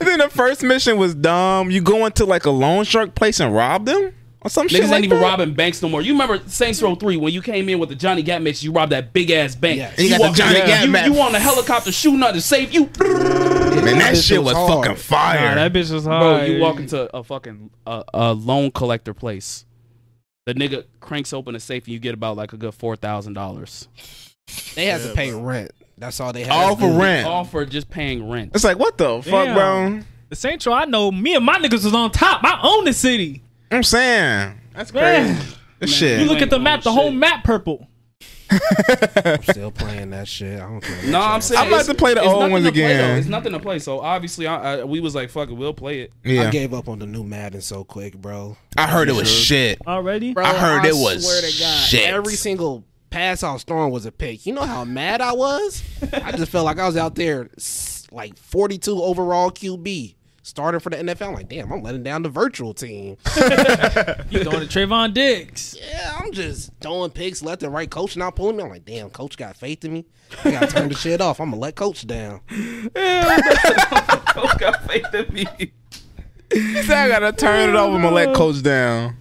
Speaker 1: then the first mission was dumb. You go into like a loan shark place and rob them or some shit
Speaker 2: Niggas
Speaker 1: like
Speaker 2: ain't even
Speaker 1: that?
Speaker 2: robbing banks no more. You remember Saints Row Three when you came in with the Johnny Gat mix? You robbed that big ass bank.
Speaker 7: Yes.
Speaker 1: You got the
Speaker 2: walk-
Speaker 1: Johnny Gat
Speaker 2: you,
Speaker 1: mix.
Speaker 2: you on a helicopter shooting out to save you,
Speaker 1: Man, that
Speaker 7: This
Speaker 1: shit
Speaker 7: was
Speaker 1: was
Speaker 7: hard.
Speaker 1: fucking fire.
Speaker 6: nah, that bitch was
Speaker 2: bro.
Speaker 6: hard.
Speaker 2: You walk into a fucking uh, a loan collector place. The nigga cranks open a safe and you get about like a good four thousand dollars,
Speaker 7: They had to pay rent. That's all they had
Speaker 1: all
Speaker 7: to
Speaker 1: for
Speaker 7: do.
Speaker 1: rent.
Speaker 2: all for just paying rent.
Speaker 1: It's like what the fuck,
Speaker 6: Damn.
Speaker 1: bro?
Speaker 6: the Central. I know. Me and my niggas was on top. I own the city.
Speaker 1: I'm saying that's
Speaker 6: Man.
Speaker 1: crazy. This shit.
Speaker 6: You look at the
Speaker 2: ain't
Speaker 6: map. The
Speaker 2: own
Speaker 6: whole
Speaker 2: shit.
Speaker 6: map purple.
Speaker 7: Still playing that shit. I don't care.
Speaker 2: No, I'm saying
Speaker 1: I'm about to play the
Speaker 2: it's
Speaker 1: old
Speaker 2: nothing
Speaker 1: ones
Speaker 2: to play,
Speaker 1: again.
Speaker 2: though. it's nothing to play. So obviously, I, I, we was like, "Fuck it, we'll play it." (laughs)
Speaker 1: yeah,
Speaker 7: I gave up on the new Madden so quick, bro.
Speaker 1: I heard it was shit.
Speaker 6: Already?
Speaker 7: Bro,
Speaker 1: I heard it was
Speaker 7: swear to God,
Speaker 1: shit.
Speaker 7: Every single pass I was throwing was a pick. You know how mad I was? I just felt like I was out there s- like 42 overall QB. Starting for the NFL, I'm like, damn, I'm letting down the virtual team.
Speaker 6: You going to Trayvon Diggs.
Speaker 7: Yeah, I'm just throwing picks left and right. Coach not pulling me. I'm like, damn, coach got faith in me. I gotta turn the shit off. I'm gonna let coach down.
Speaker 2: Coach got faith in me.
Speaker 1: I gotta turn it over and let coach down.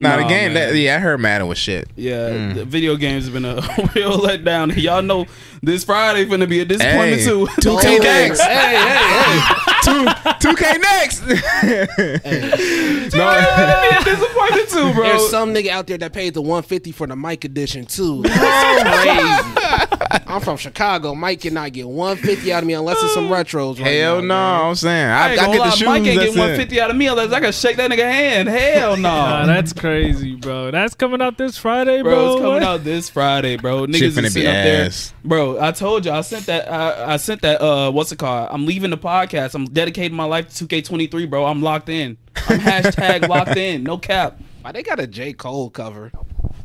Speaker 1: Nah, the
Speaker 2: Nah,
Speaker 1: game.
Speaker 2: man.
Speaker 1: That, yeah, I heard Madden was shit.
Speaker 2: Yeah,
Speaker 1: Mm.
Speaker 2: the video games have been a (laughs) real letdown. Y'all know this Friday finna be a disappointment
Speaker 1: Hey, (laughs)
Speaker 2: too.
Speaker 1: 2K next. hey, hey, hey. Two, 2K next. (laughs) no,
Speaker 2: (laughs) finna be a disappointment too, bro.
Speaker 7: There's some nigga out there that paid the 150 for the Mike edition too. That's crazy. I'm from Chicago. Mike cannot get 150 out of me unless it's some retros. Right
Speaker 1: hell no.
Speaker 7: now,
Speaker 1: I'm saying
Speaker 2: I,
Speaker 1: I, I,
Speaker 2: ain't gonna
Speaker 1: get the
Speaker 2: lie,
Speaker 1: shoes.
Speaker 2: Mike can't get
Speaker 1: that's it.
Speaker 2: 150 out of me unless I can shake that nigga hand.
Speaker 1: (laughs)
Speaker 2: Hell no.
Speaker 6: Nah, that's crazy, bro. That's coming out this Friday, bro.
Speaker 2: Bro, it's coming
Speaker 6: What?
Speaker 2: out this Friday, bro. Niggas
Speaker 1: Shit
Speaker 2: is
Speaker 1: finna be
Speaker 2: sitting up there.
Speaker 1: ass.
Speaker 2: Bro, I told you, I sent that. I, I sent that. Uh, what's it called? I'm leaving the podcast. I'm dedicating my life to 2K23, bro. I'm locked in. I'm hashtag
Speaker 1: (laughs)
Speaker 2: locked in. No cap.
Speaker 7: Why they got a J Cole cover?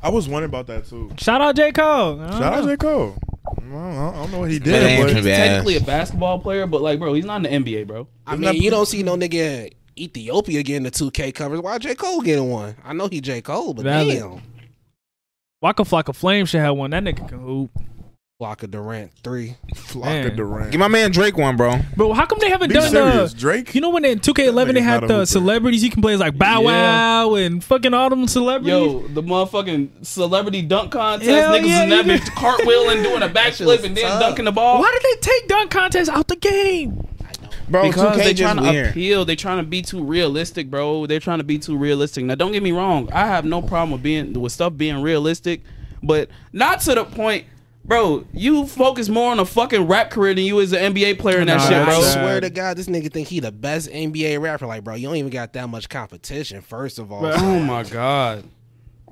Speaker 4: I was wondering about that too.
Speaker 6: Shout out J Cole. I don't
Speaker 4: Shout out
Speaker 6: know.
Speaker 4: J Cole. I don't, know- I don't know what he
Speaker 1: But ain't
Speaker 4: did, but
Speaker 1: finna be
Speaker 2: He's
Speaker 1: ass.
Speaker 2: technically a basketball player, but like, bro, he's not in the NBA, bro.
Speaker 7: I
Speaker 4: Isn't
Speaker 7: mean,
Speaker 4: that-
Speaker 7: you don't see no nigga in Ethiopia getting the 2K covers. Why J Cole getting one? I know he J Cole, but
Speaker 6: Valid.
Speaker 7: damn.
Speaker 6: Waka Flocka Flame should have one. That nigga can hoop.
Speaker 7: Block of Durant three.
Speaker 4: Flocka
Speaker 6: Man.
Speaker 4: Durant.
Speaker 1: Give my man Drake one, bro.
Speaker 6: Bro, how come they haven't
Speaker 4: Be
Speaker 6: done
Speaker 4: serious,
Speaker 6: the?
Speaker 4: Drake.
Speaker 6: You know when in 2K11 they
Speaker 4: nigga's
Speaker 6: had
Speaker 4: not a
Speaker 6: the
Speaker 4: hooper.
Speaker 6: celebrities you can play like Bow
Speaker 2: Yeah.
Speaker 6: Wow and fucking all them celebrities.
Speaker 2: Yo, the motherfucking celebrity dunk contest.
Speaker 6: Hell
Speaker 2: Niggas
Speaker 6: yeah,
Speaker 2: is in that
Speaker 6: you-
Speaker 2: bitch cartwheel and
Speaker 6: (laughs)
Speaker 2: doing a backflip and then dunking the ball.
Speaker 6: Why did they take dunk contest out the game?
Speaker 1: Bro,
Speaker 2: Because
Speaker 1: 2K
Speaker 2: they
Speaker 1: just
Speaker 2: trying
Speaker 1: weird.
Speaker 2: to appeal. They trying to be too realistic, bro. They're trying to be too realistic. Now, don't get me wrong. I have no problem with being with stuff being realistic, but not to the point. Bro, you focus more on a fucking rap career than you is an NBA player in that
Speaker 6: Nah,
Speaker 2: shit,
Speaker 7: I
Speaker 2: bro.
Speaker 6: that's-
Speaker 7: swear to God, this nigga think he the best NBA rapper. Like, bro, you don't even got that much competition. First of all,
Speaker 2: Oh my god.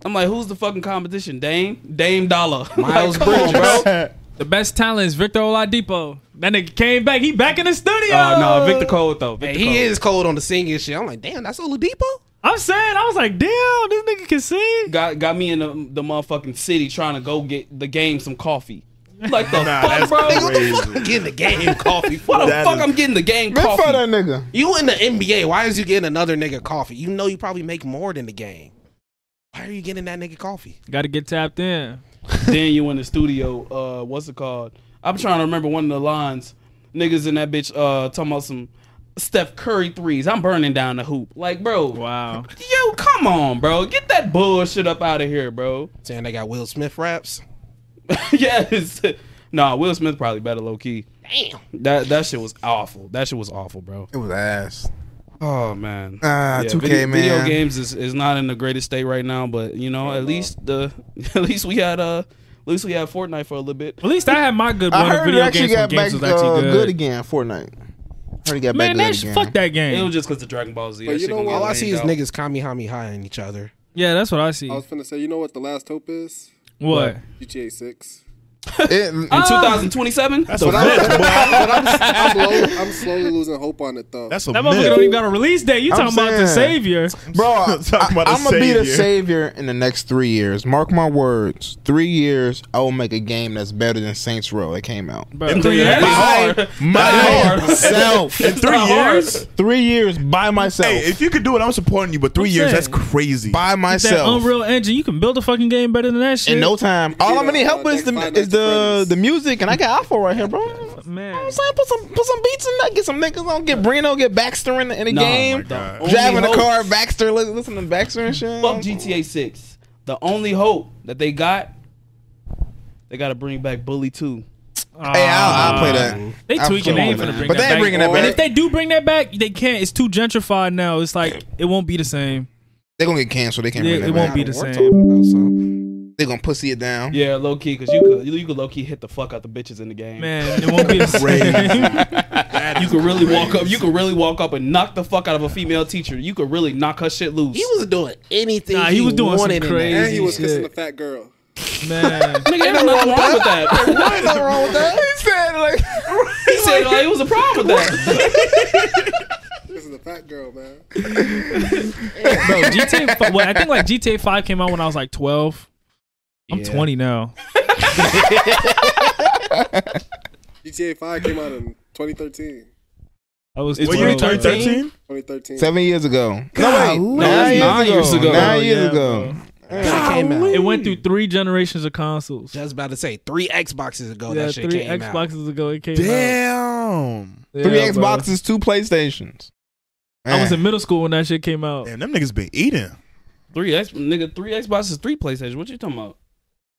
Speaker 2: I'm like, who's the fucking competition? Dame, Dame Dollar, (laughs)
Speaker 7: Miles
Speaker 2: come on,
Speaker 7: Bridges.
Speaker 2: bro.
Speaker 6: The best talent is Victor Oladipo. That nigga came back. He back in the studio.
Speaker 2: Oh no, Victor Cole though.
Speaker 7: Hey,
Speaker 2: Victor
Speaker 7: he
Speaker 2: Cole.
Speaker 7: is cold on the singing shit. I'm like, damn, that's Oladipo.
Speaker 6: I'm saying, I was like, damn, this nigga can sing.
Speaker 2: got got me in the, the motherfucking city trying to go get the game some coffee. Like
Speaker 4: (laughs)
Speaker 2: the
Speaker 4: Nah,
Speaker 2: fuck,
Speaker 4: that's
Speaker 2: bro.
Speaker 4: crazy.
Speaker 7: Getting the
Speaker 6: (laughs)
Speaker 7: game coffee.
Speaker 2: What the
Speaker 7: For
Speaker 4: That
Speaker 2: fuck?
Speaker 4: is-
Speaker 2: I'm getting the game
Speaker 1: Good for that
Speaker 2: coffee.
Speaker 1: nigga.
Speaker 7: you in the NBA? Why is you getting another nigga coffee? You know you probably make more than the game. Why are you getting that nigga coffee?
Speaker 6: Gotta get tapped in.
Speaker 2: then you in the studio. Uh, what's it called? I'm trying to remember one of the lines. Niggas in that bitch uh talking about some Steph Curry threes. I'm burning down the hoop. Like, bro.
Speaker 6: Wow.
Speaker 2: Yo, come on, bro. Get that bullshit up out of here, bro. (laughs)
Speaker 7: Saying they got Will Smith raps.
Speaker 2: yes. Nah, Will Smith probably better low key.
Speaker 7: Damn.
Speaker 2: That that shit was awful. That shit was awful, bro.
Speaker 1: It was ass.
Speaker 2: Oh man.
Speaker 1: Ah, 2K
Speaker 2: video,
Speaker 1: man.
Speaker 2: Video games is, is not in the greatest state right now, but you know, at least the (laughs) at least we had uh at least we had Fortnite for a little bit.
Speaker 6: At least I had my good
Speaker 1: I
Speaker 6: one. of
Speaker 1: heard it
Speaker 6: video
Speaker 1: actually
Speaker 6: games when
Speaker 1: got
Speaker 6: games
Speaker 1: back
Speaker 6: was
Speaker 1: uh,
Speaker 6: actually
Speaker 1: good.
Speaker 6: good.
Speaker 1: again. Fortnite. Heard it got
Speaker 6: Man,
Speaker 1: back
Speaker 6: that
Speaker 1: good
Speaker 6: sh-
Speaker 1: again.
Speaker 6: fuck that game.
Speaker 2: It was just because the Dragon Ball Z.
Speaker 5: But
Speaker 2: that
Speaker 5: you
Speaker 2: shit
Speaker 5: know
Speaker 2: gonna
Speaker 5: what?
Speaker 2: get
Speaker 7: All I see
Speaker 2: laid
Speaker 7: is
Speaker 2: out.
Speaker 7: niggas kamehamehaing each other.
Speaker 6: yeah, that's what I see.
Speaker 5: I was finna say, you know what the last hope is?
Speaker 6: what?
Speaker 5: GTA 6.
Speaker 1: It-
Speaker 2: In 2027, (laughs) that's
Speaker 5: But, I'm, but I'm, I'm slow- I'm slowly losing hope on it though.
Speaker 4: That's a
Speaker 6: That motherfucker
Speaker 4: myth.
Speaker 6: don't even got a release date. You
Speaker 1: I'm
Speaker 6: talking about the
Speaker 1: saying.
Speaker 6: savior?
Speaker 1: (laughs) Bro, I,
Speaker 4: Talking about a
Speaker 1: am gonna be the
Speaker 4: savior.
Speaker 1: savior in the next three years. Mark my words. Three years, I will make a game that's better than Saints Row that came out.
Speaker 6: Bro.
Speaker 4: three years.
Speaker 2: hard.
Speaker 1: Myself.
Speaker 4: In three
Speaker 2: Not hard.
Speaker 4: years.
Speaker 1: three years by myself.
Speaker 4: Hey, if you could do it, I'm supporting you. But three
Speaker 6: I'm
Speaker 4: years,
Speaker 6: saying.
Speaker 4: that's crazy.
Speaker 1: by
Speaker 6: That
Speaker 1: myself.
Speaker 6: Unreal Engine, you can build a fucking game better than that shit.
Speaker 1: In no time. All I'm gonna need help
Speaker 5: Yeah,
Speaker 1: with
Speaker 5: like
Speaker 1: is the
Speaker 5: finance
Speaker 1: is the
Speaker 5: friends.
Speaker 1: the music, and I got Alpha right
Speaker 6: (laughs)
Speaker 1: here, bro.
Speaker 6: man.
Speaker 1: I'm saying put some put some beats in that. Get some niggas on. Get Brino. Get Baxter in the, in
Speaker 2: (laughs)
Speaker 1: the
Speaker 2: Nah,
Speaker 1: game.
Speaker 2: my God.
Speaker 1: Driving
Speaker 2: Only
Speaker 1: the car.
Speaker 2: hope.
Speaker 1: Baxter. li- Listen to Baxter and shit.
Speaker 2: Fuck GTA 6. The only hope that they got, they got to bring back Bully 2.
Speaker 6: Ah.
Speaker 1: Hey, I'll, I'll play that.
Speaker 6: They
Speaker 1: I'll
Speaker 6: tweaking. They
Speaker 1: play
Speaker 6: ain't
Speaker 1: that.
Speaker 6: finna bring that
Speaker 1: But they ain't
Speaker 6: back.
Speaker 1: bringing that
Speaker 5: Or-
Speaker 1: back.
Speaker 6: And if they do bring that back, they can't. It's too gentrified now. It's like it won't be the same.
Speaker 1: They're gonna get canceled. They can't.
Speaker 6: Yeah,
Speaker 1: bring that
Speaker 6: it
Speaker 1: back.
Speaker 6: won't be the
Speaker 7: We're
Speaker 6: same.
Speaker 7: talking about something.
Speaker 1: They're gonna pussy it down.
Speaker 2: Yeah, low key, because you could, you could low key hit the fuck out the bitches in the game.
Speaker 6: Man, it won't be the same.
Speaker 2: You could really walk up. You could really walk up and knock the fuck out of a female teacher. You could really knock her shit loose.
Speaker 7: He was doing anything.
Speaker 6: Nah,
Speaker 7: he,
Speaker 6: he was doing some
Speaker 7: wanted in that.
Speaker 6: crazy
Speaker 5: and he was
Speaker 6: shit.
Speaker 5: kissing the fat girl.
Speaker 6: (laughs) man,
Speaker 2: Nigga, ain't nothing wrong
Speaker 5: (laughs)
Speaker 2: with that.
Speaker 1: Ain't nothing wrong with that. he said like.
Speaker 2: (laughs) He said like, it was a problem with that.
Speaker 5: Kissing the fat girl, man.
Speaker 6: bro, GTA. Fi- well, I think like GTA Five came out when I was like twelve. I'm 20 now.
Speaker 5: GTA 5 came out in 2013.
Speaker 6: I was
Speaker 2: What
Speaker 4: What
Speaker 6: 12.
Speaker 4: year?
Speaker 2: 2013?
Speaker 4: 2013.
Speaker 5: 2013.
Speaker 1: Seven years ago. No
Speaker 7: Golly.
Speaker 1: wait, nine,
Speaker 2: Nine
Speaker 1: years,
Speaker 2: years
Speaker 1: ago.
Speaker 2: ago.
Speaker 1: Nine
Speaker 6: Oh,
Speaker 1: years
Speaker 6: yeah,
Speaker 1: ago.
Speaker 7: That came out.
Speaker 6: It went through three generations of consoles.
Speaker 7: Just about to say three Xboxes ago
Speaker 6: yeah,
Speaker 7: that shit
Speaker 6: three
Speaker 7: came out.
Speaker 6: Xboxes ago it came out.
Speaker 4: Damn.
Speaker 6: Yeah,
Speaker 1: Three
Speaker 6: bro.
Speaker 1: Xboxes, two PlayStations.
Speaker 6: I was
Speaker 1: Man.
Speaker 2: Oh.
Speaker 6: in middle school when that shit came out.
Speaker 4: Damn, them niggas been eating.
Speaker 2: Three X nigga, three Xboxes, three PlayStation. What you talking about?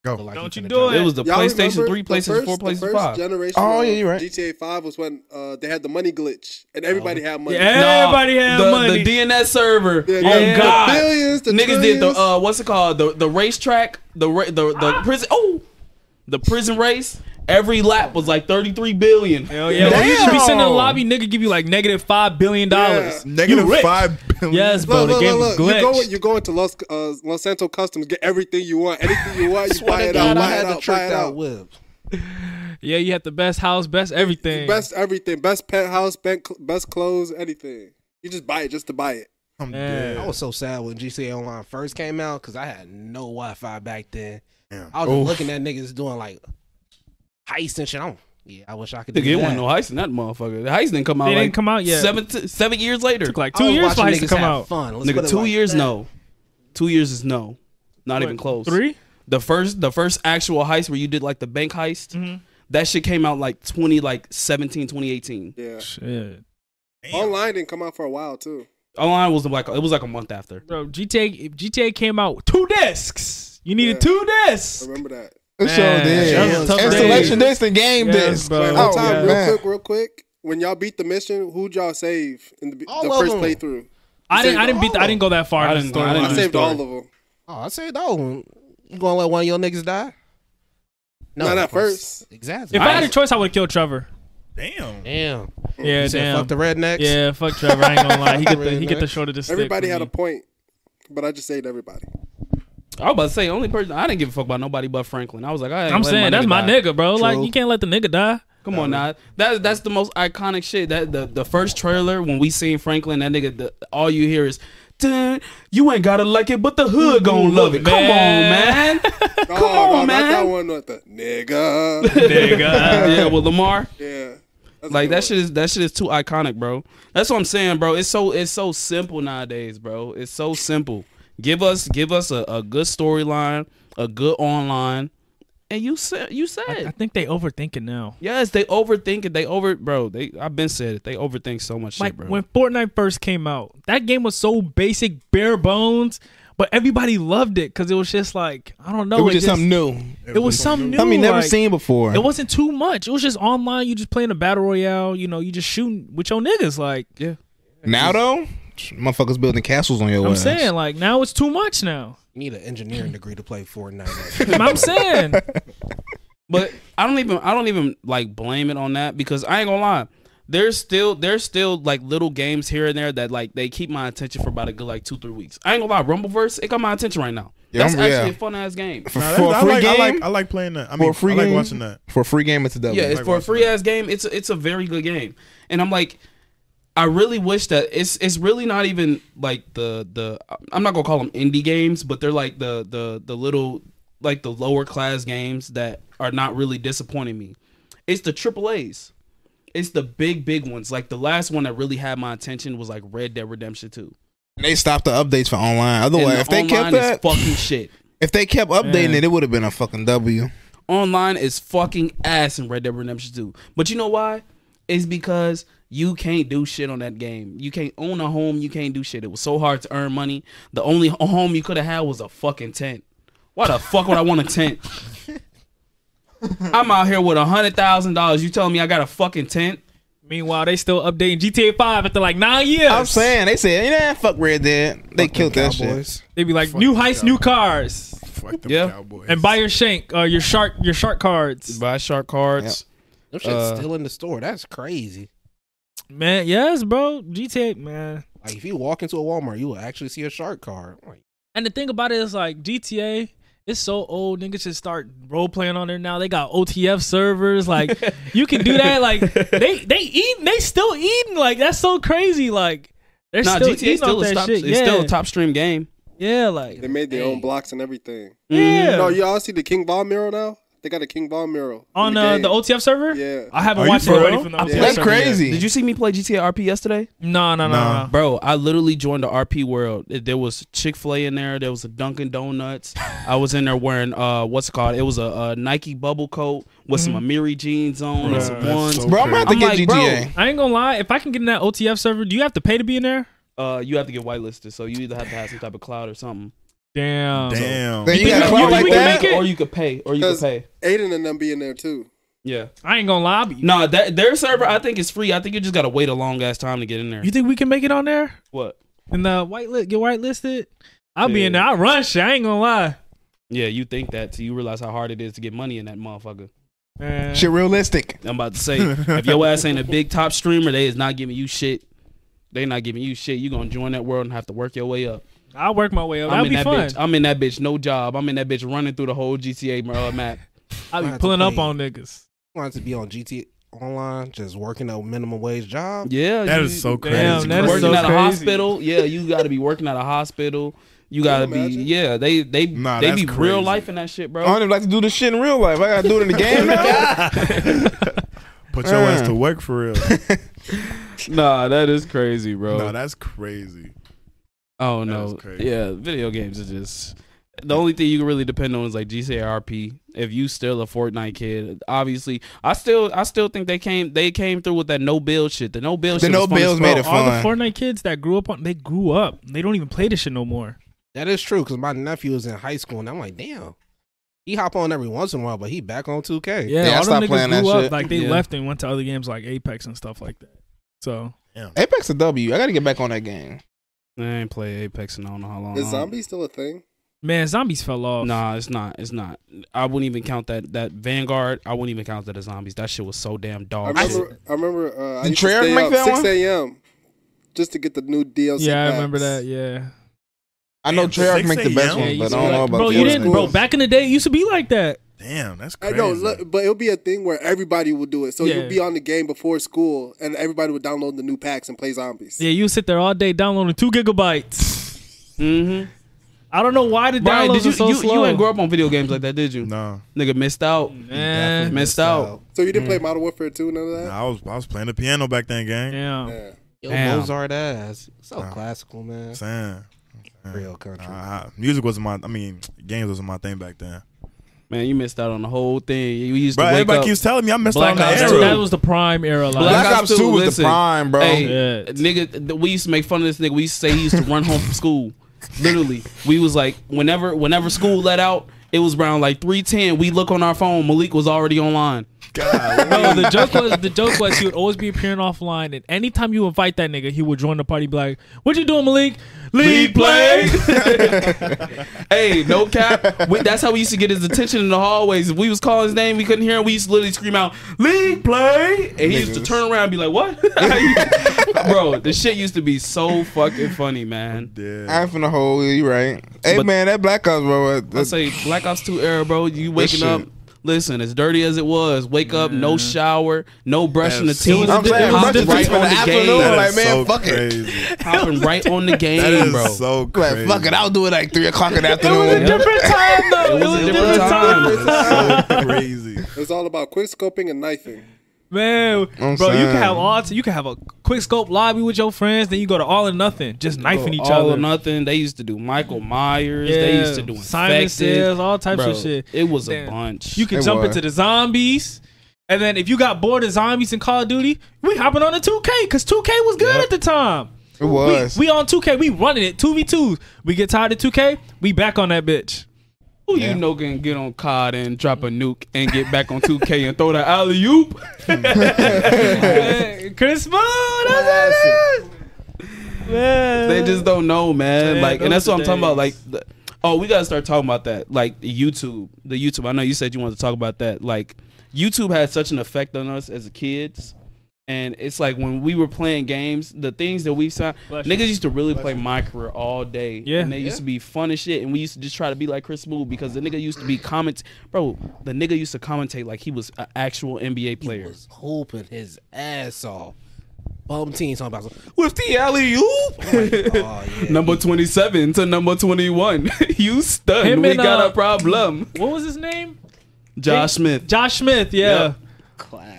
Speaker 7: Like
Speaker 6: Don't
Speaker 7: he
Speaker 6: you
Speaker 7: finna
Speaker 6: do
Speaker 7: jump.
Speaker 6: it.
Speaker 2: It was the
Speaker 5: Y'all
Speaker 2: PlayStation
Speaker 5: remember
Speaker 2: three,
Speaker 5: the
Speaker 2: PlayStation
Speaker 5: first-
Speaker 2: four, PlayStation
Speaker 5: the first
Speaker 2: five.
Speaker 5: Generation
Speaker 1: Oh,
Speaker 5: of
Speaker 1: yeah, you're right.
Speaker 5: GTA Five was when uh, they had the money glitch and everybody had money.
Speaker 6: Yeah. Everybody had
Speaker 2: the,
Speaker 6: money.
Speaker 2: The DNS server.
Speaker 5: Yeah,
Speaker 2: oh
Speaker 5: yeah. The
Speaker 2: God,
Speaker 5: billions, the
Speaker 2: niggas did the
Speaker 5: trillions.
Speaker 2: uh, what's it called? The the racetrack, the ra- the the
Speaker 5: Ah.
Speaker 2: prison. Oh, the prison race. Every lap was like thirty three billion.
Speaker 6: Hell yeah. Well, you should be
Speaker 1: Damn.
Speaker 6: sitting in the lobby, nigga, give you like negative five billion dollars.
Speaker 4: Negative
Speaker 6: You rich.
Speaker 4: five billion.
Speaker 6: Yes, bro.
Speaker 5: Look,
Speaker 6: the
Speaker 5: look,
Speaker 6: game
Speaker 5: look,
Speaker 6: was
Speaker 5: look. You go,
Speaker 6: glitched.
Speaker 5: you go into Los uh, Los Santos Customs, get everything you want, anything you want,
Speaker 7: (laughs)
Speaker 5: you
Speaker 7: Swear
Speaker 5: buy
Speaker 7: to
Speaker 5: it
Speaker 7: God,
Speaker 5: out,
Speaker 7: I
Speaker 5: buy it
Speaker 7: had the
Speaker 5: out, buy
Speaker 7: tricked
Speaker 5: it
Speaker 7: out
Speaker 5: out.
Speaker 7: whip.
Speaker 6: yeah, you had the best house, best everything.
Speaker 5: Best everything, best penthouse, best cl- best clothes, anything. You just buy it just to buy it.
Speaker 4: I'm
Speaker 6: Yeah.
Speaker 4: dead.
Speaker 7: I was so sad when GCA Online first came out because I had no Wi Fi back then.
Speaker 4: Damn.
Speaker 7: I was
Speaker 4: Oof.
Speaker 7: just looking at niggas doing like heists and shit. I'm, yeah, I wish I could.
Speaker 2: Nigga,
Speaker 7: do
Speaker 2: it
Speaker 7: that.
Speaker 2: wasn't no heist in that motherfucker. The heist didn't come out.
Speaker 6: It
Speaker 2: like
Speaker 6: didn't come out yet.
Speaker 2: Seven seven years later.
Speaker 6: Took like
Speaker 7: I
Speaker 6: two
Speaker 7: was
Speaker 6: years for
Speaker 7: watching
Speaker 6: Heist to
Speaker 7: niggas
Speaker 6: come
Speaker 7: have
Speaker 6: out.
Speaker 7: Fun. Let's put
Speaker 2: Nigga,
Speaker 7: it
Speaker 2: two
Speaker 7: like
Speaker 2: years
Speaker 7: that.
Speaker 2: no, two years is no, not even close.
Speaker 6: Three?
Speaker 2: The first the first actual heist where you did like the bank heist.
Speaker 6: Mm-hmm.
Speaker 2: That shit came out like twenty like 17, 2018.
Speaker 5: Yeah.
Speaker 6: Shit.
Speaker 5: Online didn't come out for a while too.
Speaker 2: Online was like it was like a month after.
Speaker 6: Bro, GTA GTA came out with two discs. You needed
Speaker 5: Yeah.
Speaker 6: two discs.
Speaker 5: Remember that?
Speaker 1: It
Speaker 6: Man,
Speaker 1: sure
Speaker 6: that
Speaker 1: did.
Speaker 6: was a tough
Speaker 1: Installation
Speaker 5: day.
Speaker 1: disc and game
Speaker 6: Yes,
Speaker 1: disc.
Speaker 6: bro.
Speaker 5: Wait,
Speaker 6: Oh,
Speaker 5: one time,
Speaker 6: yeah.
Speaker 5: real
Speaker 1: man.
Speaker 5: quick, real quick. When y'all beat the mission, who'd y'all save in the,
Speaker 7: All
Speaker 5: the
Speaker 7: of
Speaker 5: first
Speaker 7: them.
Speaker 5: playthrough?
Speaker 6: I didn't I
Speaker 5: saved
Speaker 6: didn't beat the, I didn't go that far.
Speaker 2: I
Speaker 6: in the
Speaker 2: didn't-
Speaker 6: story.
Speaker 2: I didn't
Speaker 5: I
Speaker 2: do
Speaker 5: saved
Speaker 2: story.
Speaker 5: all of them.
Speaker 7: Oh, I said no. You gonna let one of your niggas die?
Speaker 5: Not at
Speaker 7: of course.
Speaker 5: first.
Speaker 7: Exactly.
Speaker 6: If I, had a choice, I would have killed Trevor.
Speaker 4: Damn.
Speaker 7: damn,
Speaker 6: Yeah,
Speaker 7: you said
Speaker 6: damn.
Speaker 7: fuck the rednecks.
Speaker 6: yeah, fuck Trevor. I ain't gonna lie. He get the he get the
Speaker 7: Rednecks.
Speaker 6: short of the stick.
Speaker 5: Everybody
Speaker 6: for
Speaker 5: had a
Speaker 6: me.
Speaker 5: point, but I just saved everybody.
Speaker 2: I was about to say only person I didn't give a fuck about nobody but Franklin. I was like, I ain't
Speaker 6: I'm
Speaker 2: letting
Speaker 6: saying that's my
Speaker 2: die.
Speaker 6: nigga, bro. Like
Speaker 7: True.
Speaker 6: you can't let the nigga die.
Speaker 2: Come on now, that that's the most iconic shit. That the, the first trailer when we seen Franklin, that nigga, the, all you hear is, "Dun, you ain't gotta like it, but the hood gonna love it." Come
Speaker 6: Man.
Speaker 2: on, (laughs) man.
Speaker 5: Come
Speaker 2: on, man.
Speaker 5: Not that Oh, one with the nigga.
Speaker 6: Nigga.
Speaker 2: Uh, yeah, well, (laughs) Lamar,
Speaker 5: yeah. That's a
Speaker 2: like
Speaker 5: good
Speaker 2: that
Speaker 5: one.
Speaker 2: shit is that shit is too iconic, bro. That's what I'm saying, bro. It's so it's so simple nowadays, bro. It's so simple. Give us give us a, a good storyline, a good online, and you said you said.
Speaker 6: I think they overthink it now.
Speaker 2: Yes, they overthink it. They over, bro. They I've been said it. They overthink so much
Speaker 6: Like
Speaker 2: shit, bro.
Speaker 6: when Fortnite first came out, that game was so basic, bare bones, but everybody loved it because it was just like I don't know.
Speaker 1: It was just something new.
Speaker 6: It was something new.
Speaker 1: Something you never
Speaker 6: like,
Speaker 1: seen before.
Speaker 6: It wasn't too much. It was just online. You just playing a battle royale. You know, you just shooting with your niggas. Like
Speaker 1: Now though, motherfuckers building castles on your
Speaker 6: I'm
Speaker 1: ass.
Speaker 6: saying, like now it's too much now.
Speaker 7: You need an engineering degree to play
Speaker 6: (laughs)
Speaker 7: Fortnite.
Speaker 6: I'm
Speaker 1: (laughs)
Speaker 6: saying,
Speaker 2: But I don't even I don't even like blame it on that because I ain't gonna lie. There's still there's still like little games here and there that like they keep my attention for about a good like two three weeks. I ain't gonna lie, Rumbleverse it got my attention right now.
Speaker 1: Yeah,
Speaker 2: That's
Speaker 1: I'm-
Speaker 2: actually
Speaker 1: yeah.
Speaker 2: a fun ass game.
Speaker 1: For,
Speaker 4: Nah,
Speaker 1: for a
Speaker 4: that's-
Speaker 1: free
Speaker 4: I like,
Speaker 1: game,
Speaker 4: I like I like playing that. I mean,
Speaker 1: for a free
Speaker 4: I like
Speaker 1: game,
Speaker 4: watching that.
Speaker 1: For a free game, it's a W.
Speaker 2: Yeah, it's
Speaker 4: like
Speaker 2: for a
Speaker 4: watching
Speaker 2: free ass game. It's a, it's a very good game, and I'm like, I really wish that it's it's really not even like the the I'm not gonna call them indie games, but they're like the the the little like the lower class games that are not really disappointing me. It's the triple A's. It's the big big ones. Like the last one that really had my attention was like Red Dead Redemption Two.
Speaker 1: And they stopped the updates for
Speaker 2: And
Speaker 1: online. Otherwise,
Speaker 2: the
Speaker 1: if they kept
Speaker 2: online is
Speaker 1: that,
Speaker 2: fucking shit.
Speaker 1: if they kept updating it, it would have been a fucking W.
Speaker 2: online is fucking ass in Red Dead Redemption 2. But you know why? It's because you can't do shit on that game. You can't own a home. You can't do shit. It was so hard to earn money. The only h- home you could have had was a fucking tent. Why the fuck would I want a tent? I'm out here with a hundred thousand dollars. You telling me I got a fucking tent?
Speaker 6: meanwhile, they still updating GTA Five after like nine years.
Speaker 1: I'm saying they said, yeah, fuck Red Dead. They killed that shit.
Speaker 6: they be like new heist, new cars,
Speaker 4: Fuck them
Speaker 2: Yeah.
Speaker 4: Cowboys.
Speaker 6: and buy your shank, uh, your shark, your shark cards.
Speaker 2: Buy shark cards.
Speaker 7: Them shit's
Speaker 6: Uh.
Speaker 7: still in the store. That's crazy.
Speaker 6: Man, yes, bro, GTA, man.
Speaker 7: Like if you walk into a Walmart, you will actually see a shark card. Like,
Speaker 6: And the thing about it is like GTA, it's so old. Niggas should start role playing on there now. They got OTF servers. Like you can do that. Like they they eating. They still eating. Like that's so crazy. Like they're
Speaker 2: Nah,
Speaker 6: still
Speaker 2: GTA
Speaker 6: eating
Speaker 2: still
Speaker 6: off
Speaker 2: a
Speaker 6: that
Speaker 2: top,
Speaker 6: shit.
Speaker 2: it's
Speaker 6: yeah.
Speaker 2: still a top stream game.
Speaker 6: Yeah, like
Speaker 5: They made their own blocks and everything.
Speaker 6: yeah.
Speaker 5: No, y'all see the King Von mural now? They got a King Von mural in
Speaker 6: on uh, the
Speaker 5: game.
Speaker 6: OTF server.
Speaker 5: Yeah.
Speaker 6: I haven't
Speaker 4: Are you
Speaker 6: watched it
Speaker 4: for
Speaker 6: already
Speaker 4: real?
Speaker 6: from the
Speaker 2: Yeah.
Speaker 6: OTF
Speaker 1: That's
Speaker 6: server.
Speaker 1: crazy.
Speaker 2: Did you see me play GTA RP yesterday?
Speaker 6: No, no, no, no.
Speaker 2: Bro, I literally joined the RP world. It- There was Chick Fil A in there. There was a Dunkin' Donuts. I was in there wearing uh, what's it called? It was a, a Nike bubble coat with some Amiri jeans on and some ones.
Speaker 1: Bro, I'm about to
Speaker 2: I'm
Speaker 1: get
Speaker 2: like,
Speaker 1: GTA.
Speaker 6: I ain't gonna lie. If I can get in that OTF server, do you have to pay to be in there?
Speaker 2: Uh, you have to get whitelisted, so you either have to have some type of cloud or something.
Speaker 6: Damn.
Speaker 4: Damn.
Speaker 1: Then you
Speaker 6: think
Speaker 1: got
Speaker 6: we-
Speaker 1: a
Speaker 6: you think
Speaker 1: clout like
Speaker 6: we can
Speaker 1: that.
Speaker 6: make it?
Speaker 2: or you could pay, or you could
Speaker 5: 'Cause-
Speaker 2: pay.
Speaker 5: Aiden and them be in there too.
Speaker 2: Yeah.
Speaker 6: I ain't gonna lobby.
Speaker 2: Nah, that their server I think is free. I think you just gotta wait a long ass time to get in there.
Speaker 6: You think we can make it on there?
Speaker 2: What?
Speaker 6: And the white li- get white listed? I'll be in
Speaker 2: Yeah.
Speaker 6: there. I run shit. I ain't gonna lie.
Speaker 2: Yeah, you think that till you realize how hard it is to get money in that motherfucker.
Speaker 6: Man.
Speaker 1: Shit realistic.
Speaker 2: I'm about to say, if your ass ain't a big top streamer, they is not giving you shit. They not giving you shit. You gonna join that world and have to work your way up.
Speaker 6: I'll work my way up.
Speaker 2: I'm
Speaker 6: That'll
Speaker 2: in
Speaker 6: be
Speaker 2: that
Speaker 6: fun.
Speaker 2: bitch. I'm in that bitch. No job. I'm in that bitch running through the whole GTA uh, map.
Speaker 7: I
Speaker 6: I'll be
Speaker 7: had to
Speaker 6: pulling up
Speaker 7: play.
Speaker 6: on niggas.
Speaker 7: wanted to be on GT online, just working a minimum wage job.
Speaker 2: Yeah,
Speaker 4: That
Speaker 2: you-
Speaker 4: is so crazy.
Speaker 6: Damn, that is
Speaker 2: working
Speaker 6: so
Speaker 2: at a
Speaker 6: crazy.
Speaker 2: hospital. Yeah, you got to be working at a hospital. You got to be.
Speaker 5: imagine?
Speaker 2: Yeah, they they
Speaker 4: Nah,
Speaker 2: they
Speaker 4: that's
Speaker 2: be real
Speaker 4: crazy.
Speaker 2: life in that shit,
Speaker 1: I don't
Speaker 2: bro.
Speaker 1: even like to do this shit in real life. I gotta do it in the game now.
Speaker 4: Put your ass to work for
Speaker 1: (laughs)
Speaker 4: real.
Speaker 2: Nah, that is crazy, bro.
Speaker 4: no, that's crazy.
Speaker 2: oh
Speaker 4: that
Speaker 2: no,
Speaker 4: is crazy.
Speaker 2: yeah, video games is just the only thing you can really depend on is like GCRP. If you still a Fortnite kid, obviously, I still I still think they came they came through with that no bill shit. The no bill
Speaker 1: The
Speaker 2: shit
Speaker 1: no
Speaker 2: was fun as
Speaker 1: bills
Speaker 2: fuck.
Speaker 1: made it
Speaker 6: All the
Speaker 1: fun.
Speaker 6: Fortnite kids that grew up on, they grew up. They don't even play this shit no more.
Speaker 7: That is true because my nephew was in high school, and I'm like, damn. He hop on every once in a while, but he back on 2K.
Speaker 1: Yeah, I
Speaker 6: all them
Speaker 1: stopped
Speaker 6: niggas
Speaker 1: playing
Speaker 6: grew
Speaker 1: that
Speaker 6: up.
Speaker 1: shit.
Speaker 6: Like they
Speaker 2: Yeah.
Speaker 6: left and went to other games like Apex and stuff like that. So
Speaker 1: Apex a W. I gotta get back on that game.
Speaker 2: I ain't play Apex and I don't know how long. Oh.
Speaker 5: Is zombie still a thing?
Speaker 6: man, zombies fell off.
Speaker 2: Nah, it's not. It's not. I wouldn't even count that. That Vanguard. I wouldn't even count that as zombies. That shit was so damn
Speaker 5: I
Speaker 2: dog. shit.
Speaker 5: remember. I remember. Uh, I
Speaker 1: Did
Speaker 5: used to
Speaker 1: Treyarch
Speaker 5: stay
Speaker 1: make
Speaker 5: up
Speaker 1: that
Speaker 5: 6
Speaker 1: one?
Speaker 5: a.m. just to get the new DLC.
Speaker 6: yeah, I
Speaker 5: packs.
Speaker 6: remember that. Yeah.
Speaker 1: I know
Speaker 4: Damn,
Speaker 1: Treyarch
Speaker 4: 6
Speaker 1: make the best
Speaker 4: a.m.?
Speaker 6: Yeah,
Speaker 1: ones, but
Speaker 6: you
Speaker 1: I don't know
Speaker 6: like-
Speaker 1: about
Speaker 6: bro,
Speaker 1: the
Speaker 6: you
Speaker 1: other
Speaker 6: didn't, bro.
Speaker 1: ones.
Speaker 6: Back in the day, it used to be like that.
Speaker 4: Damn, that's
Speaker 5: I
Speaker 4: crazy.
Speaker 5: know, look, but it'll be a thing where everybody will do it. So
Speaker 6: Yeah.
Speaker 5: you'll be on the game before school, and everybody would download the new packs and play zombies.
Speaker 6: Yeah, you sit there all day downloading two gigabytes.
Speaker 2: Mm-hmm.
Speaker 6: I don't know why the
Speaker 2: Brian,
Speaker 6: downloads
Speaker 2: did you,
Speaker 6: are so
Speaker 2: you,
Speaker 6: slow.
Speaker 2: you ain't grow up on video games like that, did you?
Speaker 4: no,
Speaker 2: Nigga missed out.
Speaker 6: Man.
Speaker 2: Missed out.
Speaker 5: So you
Speaker 6: Mm.
Speaker 5: didn't play Modern Warfare 2, none of
Speaker 4: no,
Speaker 5: that?
Speaker 4: I was I was playing the piano back then, gang.
Speaker 6: Damn.
Speaker 7: Yo,
Speaker 2: Damn.
Speaker 7: Mozart ass. So
Speaker 4: Nah.
Speaker 7: classical, man.
Speaker 4: Saying,
Speaker 7: Real country.
Speaker 4: Nah, music was my. I mean, games was my thing back then.
Speaker 2: Man, you missed out on the whole thing. You used
Speaker 4: Bro,
Speaker 2: to wake
Speaker 4: everybody
Speaker 2: up.
Speaker 4: keeps telling me I missed
Speaker 2: Black
Speaker 4: out on
Speaker 2: Ops
Speaker 4: the
Speaker 6: That,
Speaker 2: True.
Speaker 4: era.
Speaker 6: that was the prime era. Like,
Speaker 2: Black
Speaker 1: Black
Speaker 2: Ops
Speaker 1: Ops
Speaker 2: two,
Speaker 1: Two was the
Speaker 2: listen.
Speaker 1: prime, bro.
Speaker 2: Hey,
Speaker 6: Yeah.
Speaker 2: nigga, th- we used to make fun of this nigga. We used to say he used to run home from school. Literally, we was like, whenever whenever school let out, it was around like three ten. We look on our phone. Malik was already online.
Speaker 6: Bro, the joke was the joke was he would always be appearing offline, and anytime you invite that nigga, he would join the party. Be like, "What you doing, Malik? League (laughs) play."
Speaker 2: (laughs) Hey, no cap. We, that's how we used to get his attention in the hallways. If we was calling his name, we couldn't hear him. We used to literally scream out, "League play!" And he used to turn around and be like, "What?" (laughs) Bro, the shit used to be so fucking funny, man.
Speaker 4: Yeah.
Speaker 1: I'm finna hold you, you right? Hey
Speaker 2: But-
Speaker 1: man, that Black Ops, bro. uh,
Speaker 2: I
Speaker 1: That,
Speaker 2: say Black Ops Two era, bro. You waking
Speaker 1: shit-
Speaker 2: up. Listen, as dirty as it was, wake up, no shower, no brushing
Speaker 4: That's
Speaker 2: the teeth,
Speaker 4: so-
Speaker 1: I'm saying,
Speaker 2: hopping
Speaker 1: brush your
Speaker 2: right
Speaker 1: teeth in
Speaker 2: on
Speaker 1: the
Speaker 2: the
Speaker 1: afternoon,
Speaker 2: game,
Speaker 4: That
Speaker 1: like
Speaker 4: is
Speaker 1: man,
Speaker 4: so
Speaker 1: fuck it.
Speaker 4: crazy.
Speaker 2: hopping right on the
Speaker 4: That
Speaker 2: game,
Speaker 4: is
Speaker 2: bro.
Speaker 4: so
Speaker 1: Like
Speaker 4: crazy.
Speaker 1: fuck it, I'll do it like three o'clock in the
Speaker 6: it was
Speaker 1: afternoon.
Speaker 6: a different time though.
Speaker 2: it was a different time.
Speaker 4: so
Speaker 1: (laughs)
Speaker 4: crazy.
Speaker 5: It was all about quick scoping and knifing.
Speaker 6: Man,
Speaker 1: I'm
Speaker 6: bro, you
Speaker 1: saying.
Speaker 6: can have all you can have a quick scope lobby with your friends, then you go to all or nothing, just knifing each
Speaker 2: all
Speaker 6: other.
Speaker 2: or nothing. They used to do Michael Myers. They
Speaker 6: Yeah.
Speaker 2: used to do
Speaker 6: Simon
Speaker 2: infected.
Speaker 6: Says, all types
Speaker 2: Bro,
Speaker 6: of shit.
Speaker 2: It was a
Speaker 6: Damn.
Speaker 2: bunch.
Speaker 6: You can
Speaker 1: It
Speaker 6: jump
Speaker 1: was.
Speaker 6: into the zombies, and then if you got bored of zombies in Call of Duty, we hopping on the 2K because 2K was good at the time.
Speaker 1: It was.
Speaker 6: We, we on 2K, we running it 2v2. We get tired of 2K, we back on that bitch.
Speaker 2: Who you know can get on COD and drop a nuke and get back on 2K and throw the alley oop?
Speaker 6: Hey, Chris Paul, that's it. Man.
Speaker 2: They just don't know, man.
Speaker 6: Man,
Speaker 2: like, and
Speaker 6: those
Speaker 2: that's what I'm
Speaker 6: days.
Speaker 2: talking about. Like, the, oh, we gotta start talking about that. Like YouTube, the YouTube. I know you said you wanted to talk about that. Like, YouTube had such an effect on us as kids. And it's like when we were playing games, the things that we saw,
Speaker 6: Bless you.
Speaker 2: niggas used to really play my career all day.
Speaker 6: Yeah.
Speaker 2: And they used to be fun as shit. And we used to just try to be like Chris Smooth because the nigga used to be comment, bro. The nigga used to commentate like he was an actual NBA player.
Speaker 7: was hooping his ass off. Bum team talking about some-
Speaker 2: With the alley oop.
Speaker 7: oh,
Speaker 4: (laughs)
Speaker 7: yeah.
Speaker 2: Number 27 to number 21. (laughs) you stunned.
Speaker 6: Him
Speaker 2: we
Speaker 6: and,
Speaker 2: got
Speaker 6: uh,
Speaker 2: a problem.
Speaker 6: What was his name?
Speaker 2: Josh Smith.
Speaker 6: Josh Smith, yeah.
Speaker 2: Yep.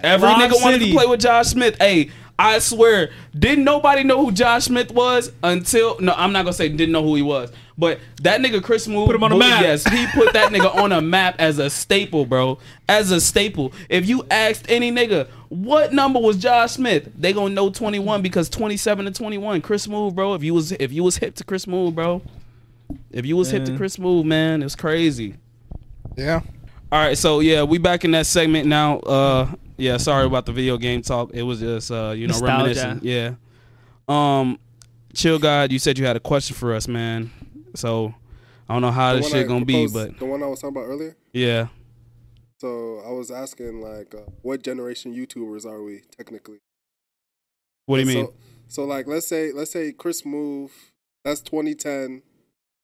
Speaker 2: Every
Speaker 6: Rob
Speaker 2: nigga wanted to
Speaker 6: City.
Speaker 2: play with Josh Smith. Hey, I swear, didn't nobody know who Josh Smith was until no, I'm not gonna say didn't know who he was, but that nigga Chris Moon
Speaker 6: Put him on the
Speaker 2: Bo-
Speaker 6: map.
Speaker 2: Yes,
Speaker 6: (laughs)
Speaker 2: he put that nigga on a map as a staple, bro. As a staple. If you asked any nigga what number was Josh Smith, they gonna know 21 because 27 to 21, Chris Move, bro. If you was if you was hip to Chris Move, bro, If you was hip to
Speaker 3: Yeah.
Speaker 2: Chris move, man, it was crazy.
Speaker 1: Yeah.
Speaker 2: All right, so yeah, we back in that segment now. Uh, yeah, sorry about the video game talk. It was just uh, you know,
Speaker 6: Nostalgia.
Speaker 2: reminiscent. Yeah. Um, chill, God. You said you had a question for us, man. So I don't know how
Speaker 5: The
Speaker 2: this
Speaker 5: one
Speaker 2: shit
Speaker 5: I
Speaker 2: gonna be, but
Speaker 5: proposed- the one I was talking about earlier.
Speaker 2: yeah.
Speaker 5: So I was asking like, uh, what generation YouTubers are we technically?
Speaker 2: What do you mean?
Speaker 5: So, so like, let's say let's say Chris Move. That's 2010.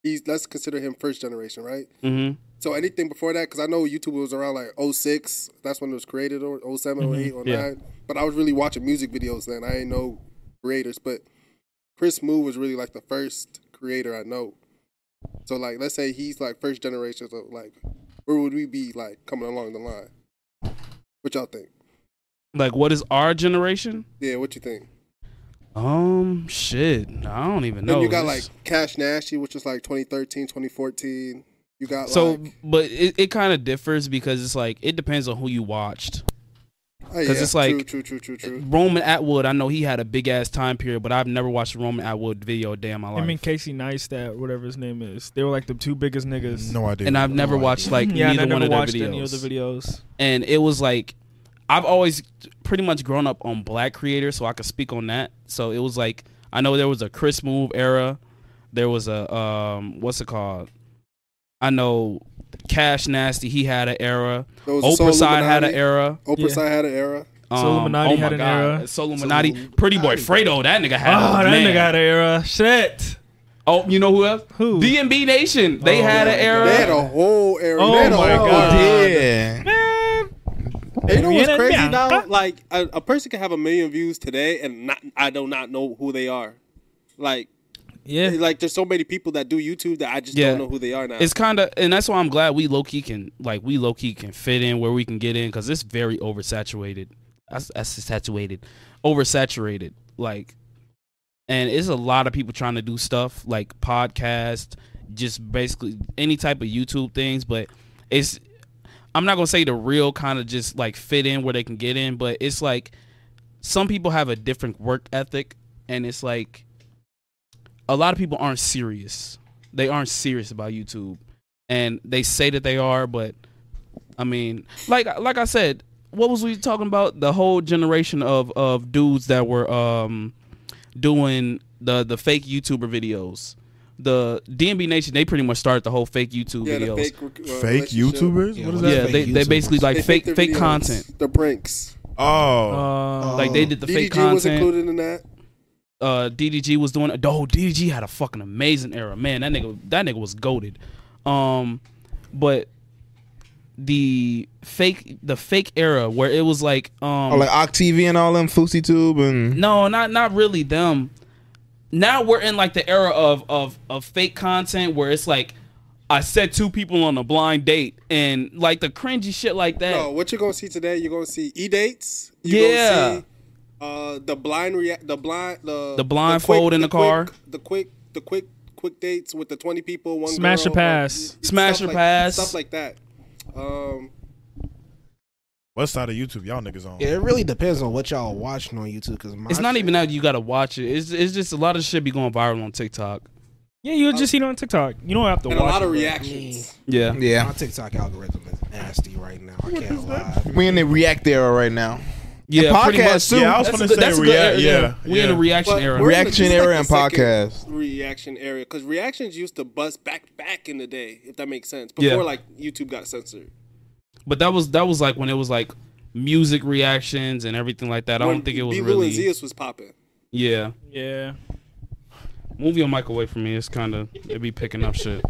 Speaker 5: He's let's consider him first generation, right?
Speaker 2: mm-hmm.
Speaker 5: So anything before that, because I know YouTube was around like 06. That's when it was created, or 7 or 08, or
Speaker 2: Mm-hmm. yeah.
Speaker 5: 09. But I was really watching music videos then. I didn't know creators, but Chris Moo was really like the first creator I know. So like, let's say he's like first generation. So like, where would we be like coming along the line? What y'all think?
Speaker 2: Like, what is our generation?
Speaker 5: Yeah, what you think?
Speaker 2: Um, shit, I don't even know.
Speaker 5: Then you got like
Speaker 2: This-
Speaker 5: Cash Nasty, which is like 2013, 2014. You got
Speaker 2: so,
Speaker 5: like,
Speaker 2: but it, it kind of differs because it's like it depends on who you watched.
Speaker 5: oh,
Speaker 2: 'cause
Speaker 5: yeah,
Speaker 2: it's like-
Speaker 5: true, true, true, true, true.
Speaker 2: Roman Atwood, I know he had a big ass time period, but I've never watched a Roman Atwood video a day in my life.
Speaker 6: Him and Casey Neistat, whatever his name is, they were like the two biggest niggas.
Speaker 4: No idea.
Speaker 2: and I've never watched like
Speaker 6: yeah, and
Speaker 2: neither
Speaker 6: I
Speaker 2: one
Speaker 6: never
Speaker 2: of their
Speaker 6: watched
Speaker 2: videos.
Speaker 6: any of the videos.
Speaker 2: And it was like I've always pretty much grown up on black creators, so I could speak on that. So it was like I know there was a Chris Move era. There was a um what's it called? I know Cash Nasty, he had an era.
Speaker 5: There was
Speaker 2: Oprah Side had an
Speaker 5: Soluminati.
Speaker 2: era.
Speaker 5: Oprah
Speaker 6: Yeah.
Speaker 5: Side had an era.
Speaker 2: Um,
Speaker 6: Soluminati
Speaker 2: oh my
Speaker 6: had an
Speaker 2: God.
Speaker 6: era.
Speaker 2: Soluminati. Pretty boy Fredo, that nigga had
Speaker 6: Oh,
Speaker 2: a-
Speaker 6: that
Speaker 2: man.
Speaker 6: nigga had an era. Shit.
Speaker 2: Oh, you know who else?
Speaker 6: Who?
Speaker 2: DMB Nation. They
Speaker 6: Oh,
Speaker 2: had an
Speaker 6: yeah.
Speaker 2: era.
Speaker 5: They had a whole era.
Speaker 6: Oh
Speaker 5: they had a
Speaker 6: my
Speaker 5: whole
Speaker 6: God.
Speaker 1: Yeah.
Speaker 6: Man.
Speaker 5: Hey, you know what's
Speaker 6: Yeah,
Speaker 5: crazy
Speaker 6: yeah.
Speaker 9: now, like a, a person can have a million views today and not I do not know who they are. Like eh,
Speaker 6: Yeah.
Speaker 9: like there's so many people that do YouTube that I just
Speaker 2: Yeah.
Speaker 9: don't know who they are now.
Speaker 2: It's kind of, and that's why I'm glad we low key can like we low key can fit in where we can get in because it's very oversaturated. That's, that's saturated, oversaturated. Like, and it's a lot of people trying to do stuff like podcast, just basically any type of YouTube things. But it's, I'm not gonna say the real kind of just like fit in where they can get in, but it's like some people have a different work ethic, and it's like a lot of people aren't serious they aren't serious about YouTube, and they say that they are, but I mean, like like I said, what was we talking about? The whole generation of of dudes that were um doing the the fake YouTuber videos. The DMB Nation, they pretty much started the whole fake YouTube
Speaker 5: Yeah, the
Speaker 2: videos.
Speaker 5: fake, rec- uh,
Speaker 4: fake
Speaker 5: relationship.
Speaker 4: YouTubers.
Speaker 7: Yeah,
Speaker 4: what is
Speaker 7: what-
Speaker 4: that?
Speaker 2: yeah,
Speaker 7: fake
Speaker 2: they, they
Speaker 7: YouTubers?
Speaker 2: basically like
Speaker 5: They
Speaker 2: fake
Speaker 5: their
Speaker 2: fake
Speaker 5: videos.
Speaker 2: content.
Speaker 5: The Brinks.
Speaker 4: Oh,
Speaker 6: Uh,
Speaker 2: like they did the
Speaker 5: DDG
Speaker 2: fake content.
Speaker 5: was included in that.
Speaker 2: uh DDG was doing. Oh, DDG had a fucking amazing era, man. That nigga, that nigga was goaded. Um, but the fake, the fake era where it was like, um,
Speaker 1: Or Oh, like Octv and all them Fousey Tube and
Speaker 2: no, not not really them. Now we're in like the era of of of fake content where it's like, I set two people on a blind date and like the cringy shit like that.
Speaker 5: No, what you're gonna see today, you're gonna see e dates.
Speaker 2: Yeah.
Speaker 5: Gonna see, uh, the blind react, the blind, the
Speaker 2: The blindfold
Speaker 5: quick-
Speaker 2: in the car.
Speaker 5: quick- the quick, the quick, quick dates with the 20 people. One
Speaker 6: Smash
Speaker 5: girl,
Speaker 6: or pass.
Speaker 5: like,
Speaker 2: Smash
Speaker 5: stuff
Speaker 2: or
Speaker 5: like-
Speaker 2: pass.
Speaker 5: Stuff like that. Um,
Speaker 4: what side of YouTube y'all niggas on?
Speaker 7: Yeah, it really depends on what y'all watching on YouTube because
Speaker 2: It's not even that you gotta watch it. It's it's just a lot of shit be going viral on TikTok.
Speaker 6: yeah, you'll
Speaker 4: Oh.
Speaker 6: just see it on TikTok. You don't have to
Speaker 5: and a
Speaker 6: watch
Speaker 5: lot
Speaker 6: it,
Speaker 5: of
Speaker 6: bro.
Speaker 5: reactions.
Speaker 2: Yeah.
Speaker 7: My
Speaker 1: yeah.
Speaker 7: TikTok algorithm is nasty right now. I can't lie.
Speaker 1: We in the react era right now.
Speaker 2: Yeah, pretty
Speaker 1: podcast
Speaker 2: much.
Speaker 1: too.
Speaker 4: Yeah, I was
Speaker 2: That's
Speaker 4: gonna
Speaker 2: a good-
Speaker 4: say
Speaker 2: that's a good
Speaker 4: react.
Speaker 2: era,
Speaker 4: Yeah,
Speaker 2: We in
Speaker 4: yeah.
Speaker 2: a reaction
Speaker 5: But
Speaker 2: era.
Speaker 5: we're in the-
Speaker 1: Reaction
Speaker 5: just like
Speaker 1: era
Speaker 5: the
Speaker 1: and
Speaker 5: second
Speaker 1: podcast.
Speaker 5: Reaction area because reactions used to bust back back in the day, if that makes sense.
Speaker 2: Yeah.
Speaker 5: Before like YouTube got censored.
Speaker 2: but that was that was like when it was like music reactions and everything like that. I
Speaker 5: When
Speaker 2: don't think it was
Speaker 5: Bee Lou and
Speaker 2: really.
Speaker 5: Zeus was popping.
Speaker 2: Yeah,
Speaker 6: Yeah.
Speaker 2: move your mic away from me. It's kind of it be picking up shit.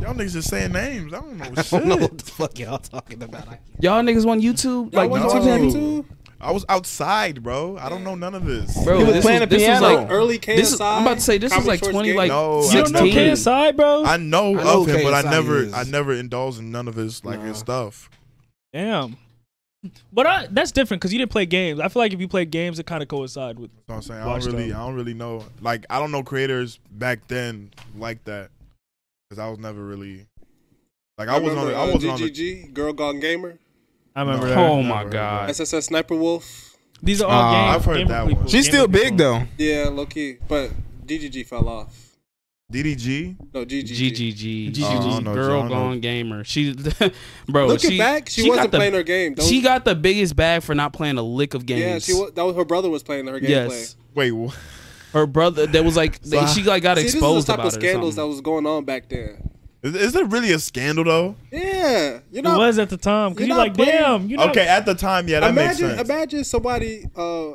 Speaker 4: Y'all niggas just saying names. I don't know
Speaker 7: (laughs) I don't know
Speaker 4: shit.
Speaker 7: what the fuck y'all talking about. I can't.
Speaker 2: Y'all niggas on YouTube? Like
Speaker 4: watch
Speaker 2: YouTube
Speaker 4: YouTube?
Speaker 2: have you-
Speaker 5: Too?
Speaker 4: I was outside, bro. I don't know none of this.
Speaker 2: Bro,
Speaker 1: You was
Speaker 2: this
Speaker 1: playing
Speaker 2: was,
Speaker 1: the
Speaker 2: this was
Speaker 1: piano.
Speaker 2: like
Speaker 5: Early KSI.
Speaker 2: this is, I'm about to say this was
Speaker 5: Comedy
Speaker 2: like
Speaker 5: Shorts
Speaker 2: 20
Speaker 5: Game.
Speaker 2: like
Speaker 4: No, I
Speaker 6: You don't know
Speaker 2: 16.
Speaker 6: KSI, bro?
Speaker 4: I know
Speaker 7: I know
Speaker 4: of him, but I
Speaker 7: KSI
Speaker 4: never,
Speaker 7: is.
Speaker 4: I never indulged in none of his like his
Speaker 7: Nah.
Speaker 4: stuff.
Speaker 6: Damn. But I, that's different because you didn't play games. I feel like if you play games, it kind of coincide with.
Speaker 4: You know what I'm saying I
Speaker 6: Watch
Speaker 4: don't really,
Speaker 6: them.
Speaker 4: I don't really know. Like I don't know creators back then like that because I was never really like I, wasn't on.
Speaker 5: remember,
Speaker 4: The, I
Speaker 5: uh,
Speaker 4: wasn't on. The,
Speaker 5: DGG, Girl Gone Gamer,
Speaker 6: I remember
Speaker 4: No.
Speaker 6: that.
Speaker 2: Oh my
Speaker 4: Never.
Speaker 2: god.
Speaker 5: SSS Sniper Wolf.
Speaker 6: These are all
Speaker 1: Uh,
Speaker 6: games.
Speaker 4: I've heard
Speaker 6: gamer
Speaker 4: that
Speaker 6: people,
Speaker 4: one.
Speaker 1: She's
Speaker 6: gamer
Speaker 1: still big
Speaker 6: people.
Speaker 1: though.
Speaker 5: Yeah, low key. But DGG fell off.
Speaker 4: DDG.
Speaker 5: No, GG.
Speaker 2: GGG.
Speaker 4: Oh, I don't know, I
Speaker 2: Girl
Speaker 4: don't know.
Speaker 2: gone gamer. She, (laughs) bro.
Speaker 5: Looking
Speaker 2: she,
Speaker 5: back, she, wasn't
Speaker 2: got the-
Speaker 5: playing her game. Those-
Speaker 2: She got the biggest bag for not playing a lick of games.
Speaker 5: Yeah, she was, that was her brother was playing her gameplay.
Speaker 2: Yes,
Speaker 4: Wait, wha-
Speaker 2: her brother. That was like they, she like got
Speaker 5: (laughs) See, this
Speaker 2: exposed
Speaker 5: is the type
Speaker 2: about
Speaker 5: of
Speaker 2: it or
Speaker 5: scandals that
Speaker 2: something.
Speaker 5: was going on back then.
Speaker 4: is, is there really a scandal though?
Speaker 5: Yeah, you
Speaker 6: It
Speaker 5: know,
Speaker 6: was at the time because you're
Speaker 5: you're
Speaker 6: like,
Speaker 5: not playing-
Speaker 6: damn, you know.
Speaker 4: Okay, at the time, yeah, that makes
Speaker 5: imagine
Speaker 4: sense.
Speaker 5: imagine somebody uh,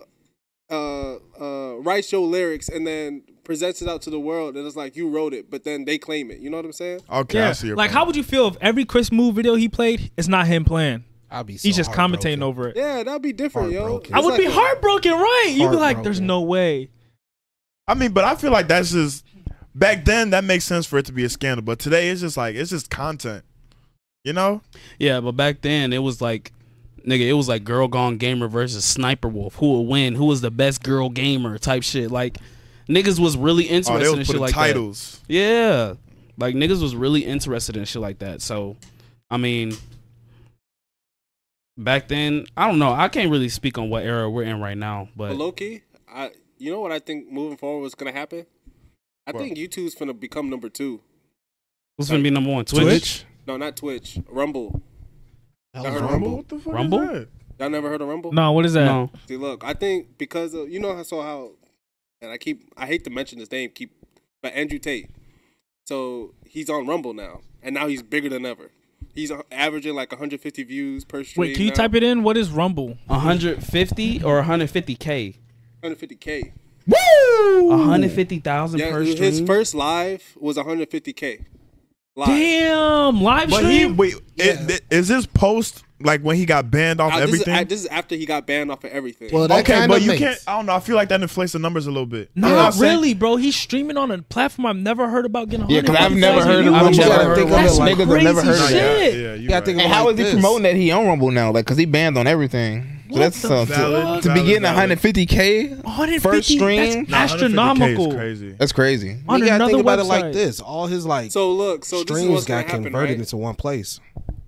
Speaker 5: uh, uh, writes your lyrics and then presents it out to the world, and it's like you wrote it, but then they claim it. You know what I'm saying?
Speaker 4: Okay, I
Speaker 6: Yeah.
Speaker 4: see your
Speaker 6: Like,
Speaker 4: point.
Speaker 6: how would you feel if every Chris Move video he played, it's not him playing?
Speaker 7: I'll be. So
Speaker 6: He's just commentating
Speaker 7: heartbroken.
Speaker 6: over it.
Speaker 5: Yeah, that'd be different, yo.
Speaker 7: Heartbroken.
Speaker 6: I would be
Speaker 5: It's like-
Speaker 6: heartbroken, right? You'd be like, there's
Speaker 7: Heartbroken.
Speaker 6: no way.
Speaker 4: I mean, but I feel like that's just back then that makes sense for it to be a scandal, but today it's just like it's just content. You know?
Speaker 2: Yeah, but back then it was like, nigga, it was like girl gone gamer versus sniper wolf. Who will win? Who was the best girl gamer? Type shit. Like niggas was really
Speaker 4: Oh, they
Speaker 2: interested
Speaker 4: were
Speaker 2: in shit
Speaker 4: putting
Speaker 2: like that.
Speaker 4: titles.
Speaker 2: Yeah, like niggas was really interested in shit like that. So, I mean, back then I don't know. I can't really speak on what era we're in right now,
Speaker 5: But
Speaker 2: but
Speaker 5: low key, I you know what I think moving forward was gonna happen? I
Speaker 4: What?
Speaker 5: think YouTube's gonna become number two.
Speaker 2: what's gonna be number one? Twitch.
Speaker 1: Twitch.
Speaker 5: No, not Twitch. Rumble.
Speaker 7: Hell,
Speaker 5: Y'all heard
Speaker 7: Rumble?
Speaker 5: of Rumble?
Speaker 4: What the fuck is
Speaker 2: Rumble?
Speaker 4: that?
Speaker 5: Y'all never heard of Rumble?
Speaker 6: No, what is that?
Speaker 2: No.
Speaker 5: See, look, I think because of you know how so how, and I keep I hate to mention his name, keep, but Andrew Tate. So he's on Rumble now, and now he's bigger than ever. He's a- averaging like 150 views per stream.
Speaker 6: Wait, can you type it in? What is Rumble?
Speaker 2: 150 or 150k
Speaker 5: 150k?
Speaker 1: Woo!
Speaker 2: 150,000
Speaker 5: Yeah,
Speaker 2: per
Speaker 5: his
Speaker 2: stream
Speaker 5: first live was 150k. Live.
Speaker 6: Damn, live
Speaker 4: But he
Speaker 6: stream.
Speaker 4: wait, it- th- is this post like when he got banned off
Speaker 5: Now, this, is,
Speaker 4: everything?
Speaker 5: this is after he got banned off of everything.
Speaker 1: Well, that
Speaker 4: okay,
Speaker 1: kind
Speaker 4: but
Speaker 1: of
Speaker 4: you
Speaker 1: makes.
Speaker 4: can't. I don't know. I feel like that inflates the numbers a little bit. You know what I'm
Speaker 6: Not
Speaker 4: saying?
Speaker 6: really, bro. He's streaming on a platform I've never heard about getting.
Speaker 1: Yeah, because I've
Speaker 6: 150,000
Speaker 1: never heard of
Speaker 6: views.
Speaker 7: Rumble.
Speaker 1: I've
Speaker 7: You
Speaker 1: never
Speaker 7: gotta
Speaker 1: heard of
Speaker 7: think
Speaker 1: Rumble.
Speaker 7: of it
Speaker 1: Like,
Speaker 7: like
Speaker 1: niggas have never
Speaker 6: crazy
Speaker 1: heard of
Speaker 4: Nah,
Speaker 1: it.
Speaker 6: shit.
Speaker 4: yeah, yeah, you
Speaker 7: Yeah, I
Speaker 4: right.
Speaker 7: think
Speaker 1: And
Speaker 7: Like
Speaker 1: how is he
Speaker 7: this.
Speaker 1: promoting that he on Rumble now? Like, cause he banned on everything. So
Speaker 6: What
Speaker 1: that's
Speaker 6: the
Speaker 1: so,
Speaker 4: Valid,
Speaker 1: to, to
Speaker 4: valid,
Speaker 1: begin
Speaker 4: valid.
Speaker 1: 150k.
Speaker 6: 150,
Speaker 1: First
Speaker 4: Nah, 150K
Speaker 6: That's
Speaker 1: stream?
Speaker 4: is
Speaker 6: astronomical.
Speaker 4: Crazy.
Speaker 1: That's crazy.
Speaker 6: On
Speaker 7: You gotta
Speaker 6: another
Speaker 7: think about it
Speaker 6: website.
Speaker 7: like this: all his like
Speaker 5: so look, so this is
Speaker 7: streams
Speaker 5: what's gonna
Speaker 7: got
Speaker 5: happen,
Speaker 7: converted
Speaker 5: right?
Speaker 7: into one place.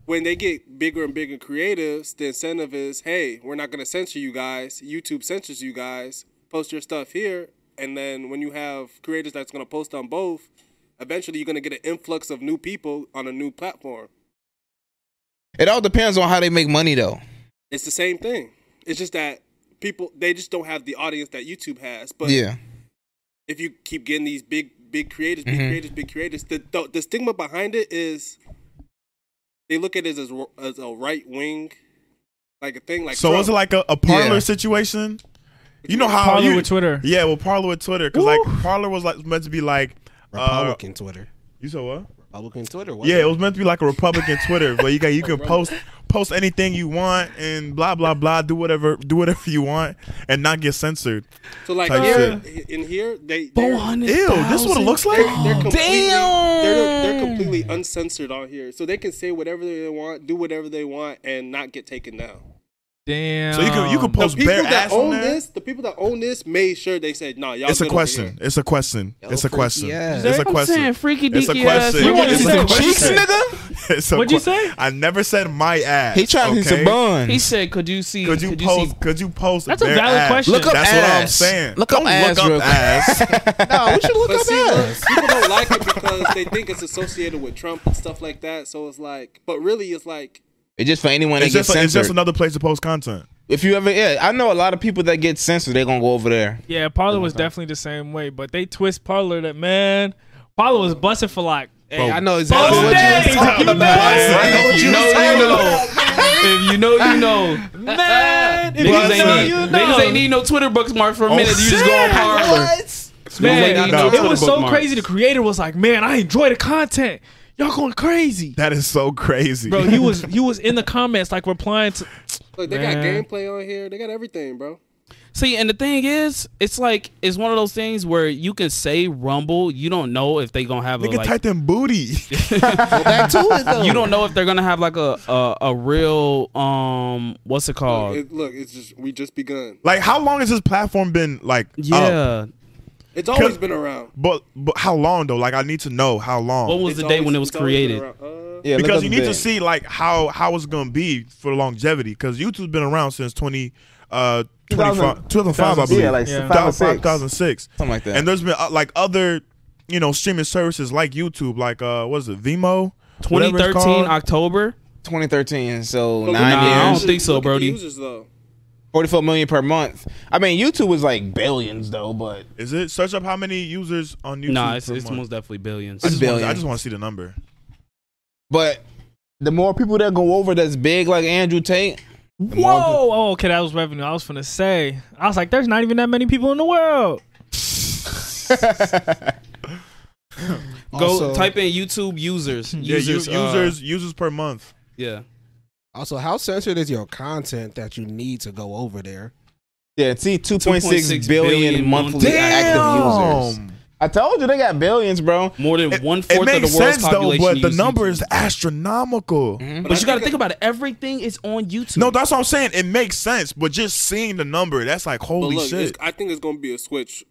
Speaker 5: when they get bigger and bigger creatives, the incentive is, hey, we're not gonna censor you guys. YouTube censors you guys. Post your stuff here, and then when you have creators that's gonna post on both, eventually you're gonna get an influx of new people on a new platform.
Speaker 1: It all depends on how they make money, though.
Speaker 5: It's the same thing. It's just that people they just don't have the audience that YouTube has. But
Speaker 1: Yeah,
Speaker 5: if you keep getting these big big creators, big
Speaker 4: Mm-hmm.
Speaker 1: Mhm.
Speaker 5: creators, big creators, the, the the stigma behind it is they look at it as a, as a right wing like a thing like
Speaker 4: so was
Speaker 5: Trump.
Speaker 4: it like a, a parlor
Speaker 1: Yeah.
Speaker 4: situation? You know how
Speaker 6: Parler
Speaker 4: Oh, you,
Speaker 6: with Twitter.
Speaker 4: Yeah, well, parlor with Twitter because like parlor was like meant to be like uh,
Speaker 7: Republican Twitter,
Speaker 4: you said what?
Speaker 7: Republican Twitter. what?
Speaker 4: Yeah, it was meant to be like a Republican Twitter, where you got you (laughs) can post post anything you want and blah blah blah, do whatever do whatever you want and not get censored.
Speaker 5: So like
Speaker 4: type
Speaker 5: here, in here they they're,
Speaker 4: Ew, this is what it looks like.
Speaker 5: they're, they're completely they're, they're completely uncensored on here, so they can say whatever they want, do whatever they want, and not get taken down.
Speaker 6: Damn.
Speaker 4: So you can
Speaker 6: Oh.
Speaker 4: you can
Speaker 5: The
Speaker 4: post
Speaker 5: people
Speaker 4: bare
Speaker 5: that
Speaker 4: ass on
Speaker 5: own
Speaker 4: there.
Speaker 5: this, the people that own this, made sure they said, "No, y'all."
Speaker 4: It's a
Speaker 5: good over
Speaker 4: question.
Speaker 5: here."
Speaker 4: It's a question.
Speaker 7: Yo,
Speaker 4: It's a
Speaker 7: freaky
Speaker 4: question.
Speaker 7: ass.
Speaker 4: It's a question.
Speaker 2: saying, freaky
Speaker 4: It's a
Speaker 2: deaky ass.
Speaker 4: question.
Speaker 2: You wanna
Speaker 4: It's
Speaker 2: see
Speaker 4: a
Speaker 2: some
Speaker 4: question.
Speaker 2: cheeks,
Speaker 1: nigga?
Speaker 4: (laughs) It's a
Speaker 6: What'd you
Speaker 4: que-
Speaker 6: say?
Speaker 4: I never said my ass.
Speaker 1: He trying to hit
Speaker 4: okay?
Speaker 1: some buns.
Speaker 2: He said, "Could you see?
Speaker 4: Could you
Speaker 2: see?"
Speaker 4: post?
Speaker 2: (laughs)
Speaker 4: could you post?
Speaker 6: That's a
Speaker 4: bare
Speaker 6: valid
Speaker 4: ass?
Speaker 6: question. Look
Speaker 1: up
Speaker 4: That's what I'm
Speaker 1: ass.
Speaker 4: saying.
Speaker 1: Look up
Speaker 4: Don't
Speaker 1: ass real
Speaker 4: Look
Speaker 1: quick.
Speaker 4: up ass.
Speaker 7: no, we should look
Speaker 5: But
Speaker 7: up
Speaker 5: see, look,
Speaker 7: ass.
Speaker 5: people don't like it because they think it's associated with Trump and stuff like that. So it's like, but really, it's like
Speaker 1: It's just for anyone that
Speaker 4: It's
Speaker 1: gets
Speaker 4: just it's
Speaker 1: censored.
Speaker 4: just another place to post content.
Speaker 1: if you ever, yeah, I know a lot of people that get censored. They're gonna go over there.
Speaker 6: Yeah, Parler was definitely the same way, but they twist Parler that man. Parler was busting for like
Speaker 7: Hey, I know exactly
Speaker 6: both
Speaker 7: what
Speaker 6: days.
Speaker 7: you're talking about.
Speaker 6: man.
Speaker 7: I know what
Speaker 2: you
Speaker 7: you
Speaker 2: know,
Speaker 7: was
Speaker 2: you
Speaker 7: talking
Speaker 2: know. if you know, you
Speaker 5: (laughs)
Speaker 2: know.
Speaker 6: Man,
Speaker 2: Niggas
Speaker 6: if you know,
Speaker 2: ain't,
Speaker 6: you
Speaker 2: need,
Speaker 6: know.
Speaker 2: niggas ain't need no Twitter bookmark for a
Speaker 4: Oh,
Speaker 2: minute. you just go on
Speaker 6: shit.
Speaker 2: Parler.
Speaker 6: man,
Speaker 4: no.
Speaker 6: it was so
Speaker 2: Bookmarks.
Speaker 6: crazy. The creator was like, "Man, I enjoy the content. Y'all going crazy."
Speaker 4: That is so (laughs) crazy.
Speaker 6: Bro, he was he was in the comments like replying to
Speaker 5: look, they got
Speaker 6: Man.
Speaker 5: gameplay on here, they got everything, bro.
Speaker 2: See, and the thing is, it's like it's one of those things where you can say Rumble, you don't know if they gonna have a
Speaker 4: (laughs) Nigga
Speaker 2: like.
Speaker 4: typed in booty.
Speaker 7: Back to it though.
Speaker 2: you don't know if they're gonna have like a a, a real um what's it
Speaker 5: Look,
Speaker 2: called?
Speaker 5: it, look, it's just we just begun.
Speaker 4: Like, how long has this platform been like?
Speaker 2: Yeah.
Speaker 4: up?
Speaker 5: Oh. It's always been around.
Speaker 4: But but how long though? Like, I need to know how long.
Speaker 2: What was
Speaker 5: It's
Speaker 2: the day
Speaker 5: always-
Speaker 2: when it was
Speaker 5: it's always been
Speaker 2: created?
Speaker 5: around. Uh,
Speaker 1: Yeah, look
Speaker 4: because
Speaker 1: up
Speaker 4: you
Speaker 1: the
Speaker 4: need to
Speaker 1: bit.
Speaker 4: see like how how it's gonna be for longevity. Because YouTube's been around since twenty uh 25 2005, I believe.
Speaker 1: Yeah, like
Speaker 6: Yeah.
Speaker 1: five or six.
Speaker 4: 2006.
Speaker 1: Something like that.
Speaker 4: And there's been uh, like other you know streaming services like YouTube, like uh, what is it, Vimo? Whatever it's
Speaker 2: 2013
Speaker 4: called.
Speaker 2: October.
Speaker 1: 2013, so
Speaker 9: But
Speaker 1: nine
Speaker 2: nah, I
Speaker 1: years.
Speaker 2: don't think so,
Speaker 9: Look at the
Speaker 2: Brody.
Speaker 9: Users though.
Speaker 1: 44 million per month. I mean, YouTube was like billions though, but
Speaker 4: Is it? Search up how many users on YouTube.
Speaker 2: Nah, it's,
Speaker 4: per
Speaker 2: it's
Speaker 4: month.
Speaker 2: most definitely billions.
Speaker 4: I just wanna- I
Speaker 1: billions.
Speaker 4: just want to see the number.
Speaker 1: but the more people that go over that's big like Andrew Tate, the more
Speaker 6: Whoa! Oh, okay, that was revenue. I was finna say. I was like, there's not even that many people in the world.
Speaker 2: Go
Speaker 7: Also-
Speaker 2: type in YouTube users.
Speaker 4: Yeah, users,
Speaker 2: Users. uh,
Speaker 4: users, users per month.
Speaker 2: Yeah.
Speaker 7: Also, how censored is your content that you need to go over there?
Speaker 1: Yeah, see,
Speaker 2: 2.6
Speaker 1: 2.6 billion,
Speaker 2: billion
Speaker 1: monthly
Speaker 2: monthly
Speaker 1: active users. I told you they got billions, bro.
Speaker 2: More than
Speaker 4: It,
Speaker 2: one
Speaker 4: it
Speaker 2: fourth of
Speaker 4: makes
Speaker 2: the world's
Speaker 4: sense though,
Speaker 2: population.
Speaker 4: but the
Speaker 2: use
Speaker 4: number
Speaker 2: YouTube.
Speaker 4: is astronomical.
Speaker 2: Mm-hmm. But, you got to think about it. Everything is on YouTube.
Speaker 4: No, that's what I'm saying. It makes sense, but just seeing the number, that's like
Speaker 9: But
Speaker 4: holy
Speaker 9: look, it's-
Speaker 4: shit.
Speaker 9: I think it's gonna be a switch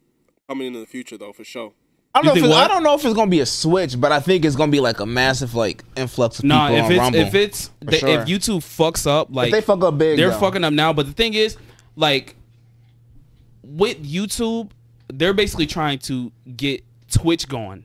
Speaker 9: coming in the future though, for sure.
Speaker 1: I don't,
Speaker 2: You
Speaker 1: know if
Speaker 2: think
Speaker 1: it's, I
Speaker 2: what?
Speaker 1: don't know if it's gonna be a switch, but I think it's gonna be like a massive like influx of
Speaker 2: Nah,
Speaker 1: people
Speaker 2: if
Speaker 1: on
Speaker 2: it's
Speaker 1: Rumble.
Speaker 2: if it's they,
Speaker 1: sure.
Speaker 2: if YouTube fucks up, like
Speaker 1: If they fuck up big,
Speaker 2: they're
Speaker 1: though.
Speaker 2: fucking up now. But the thing is, like with YouTube, they're basically trying to get Twitch going.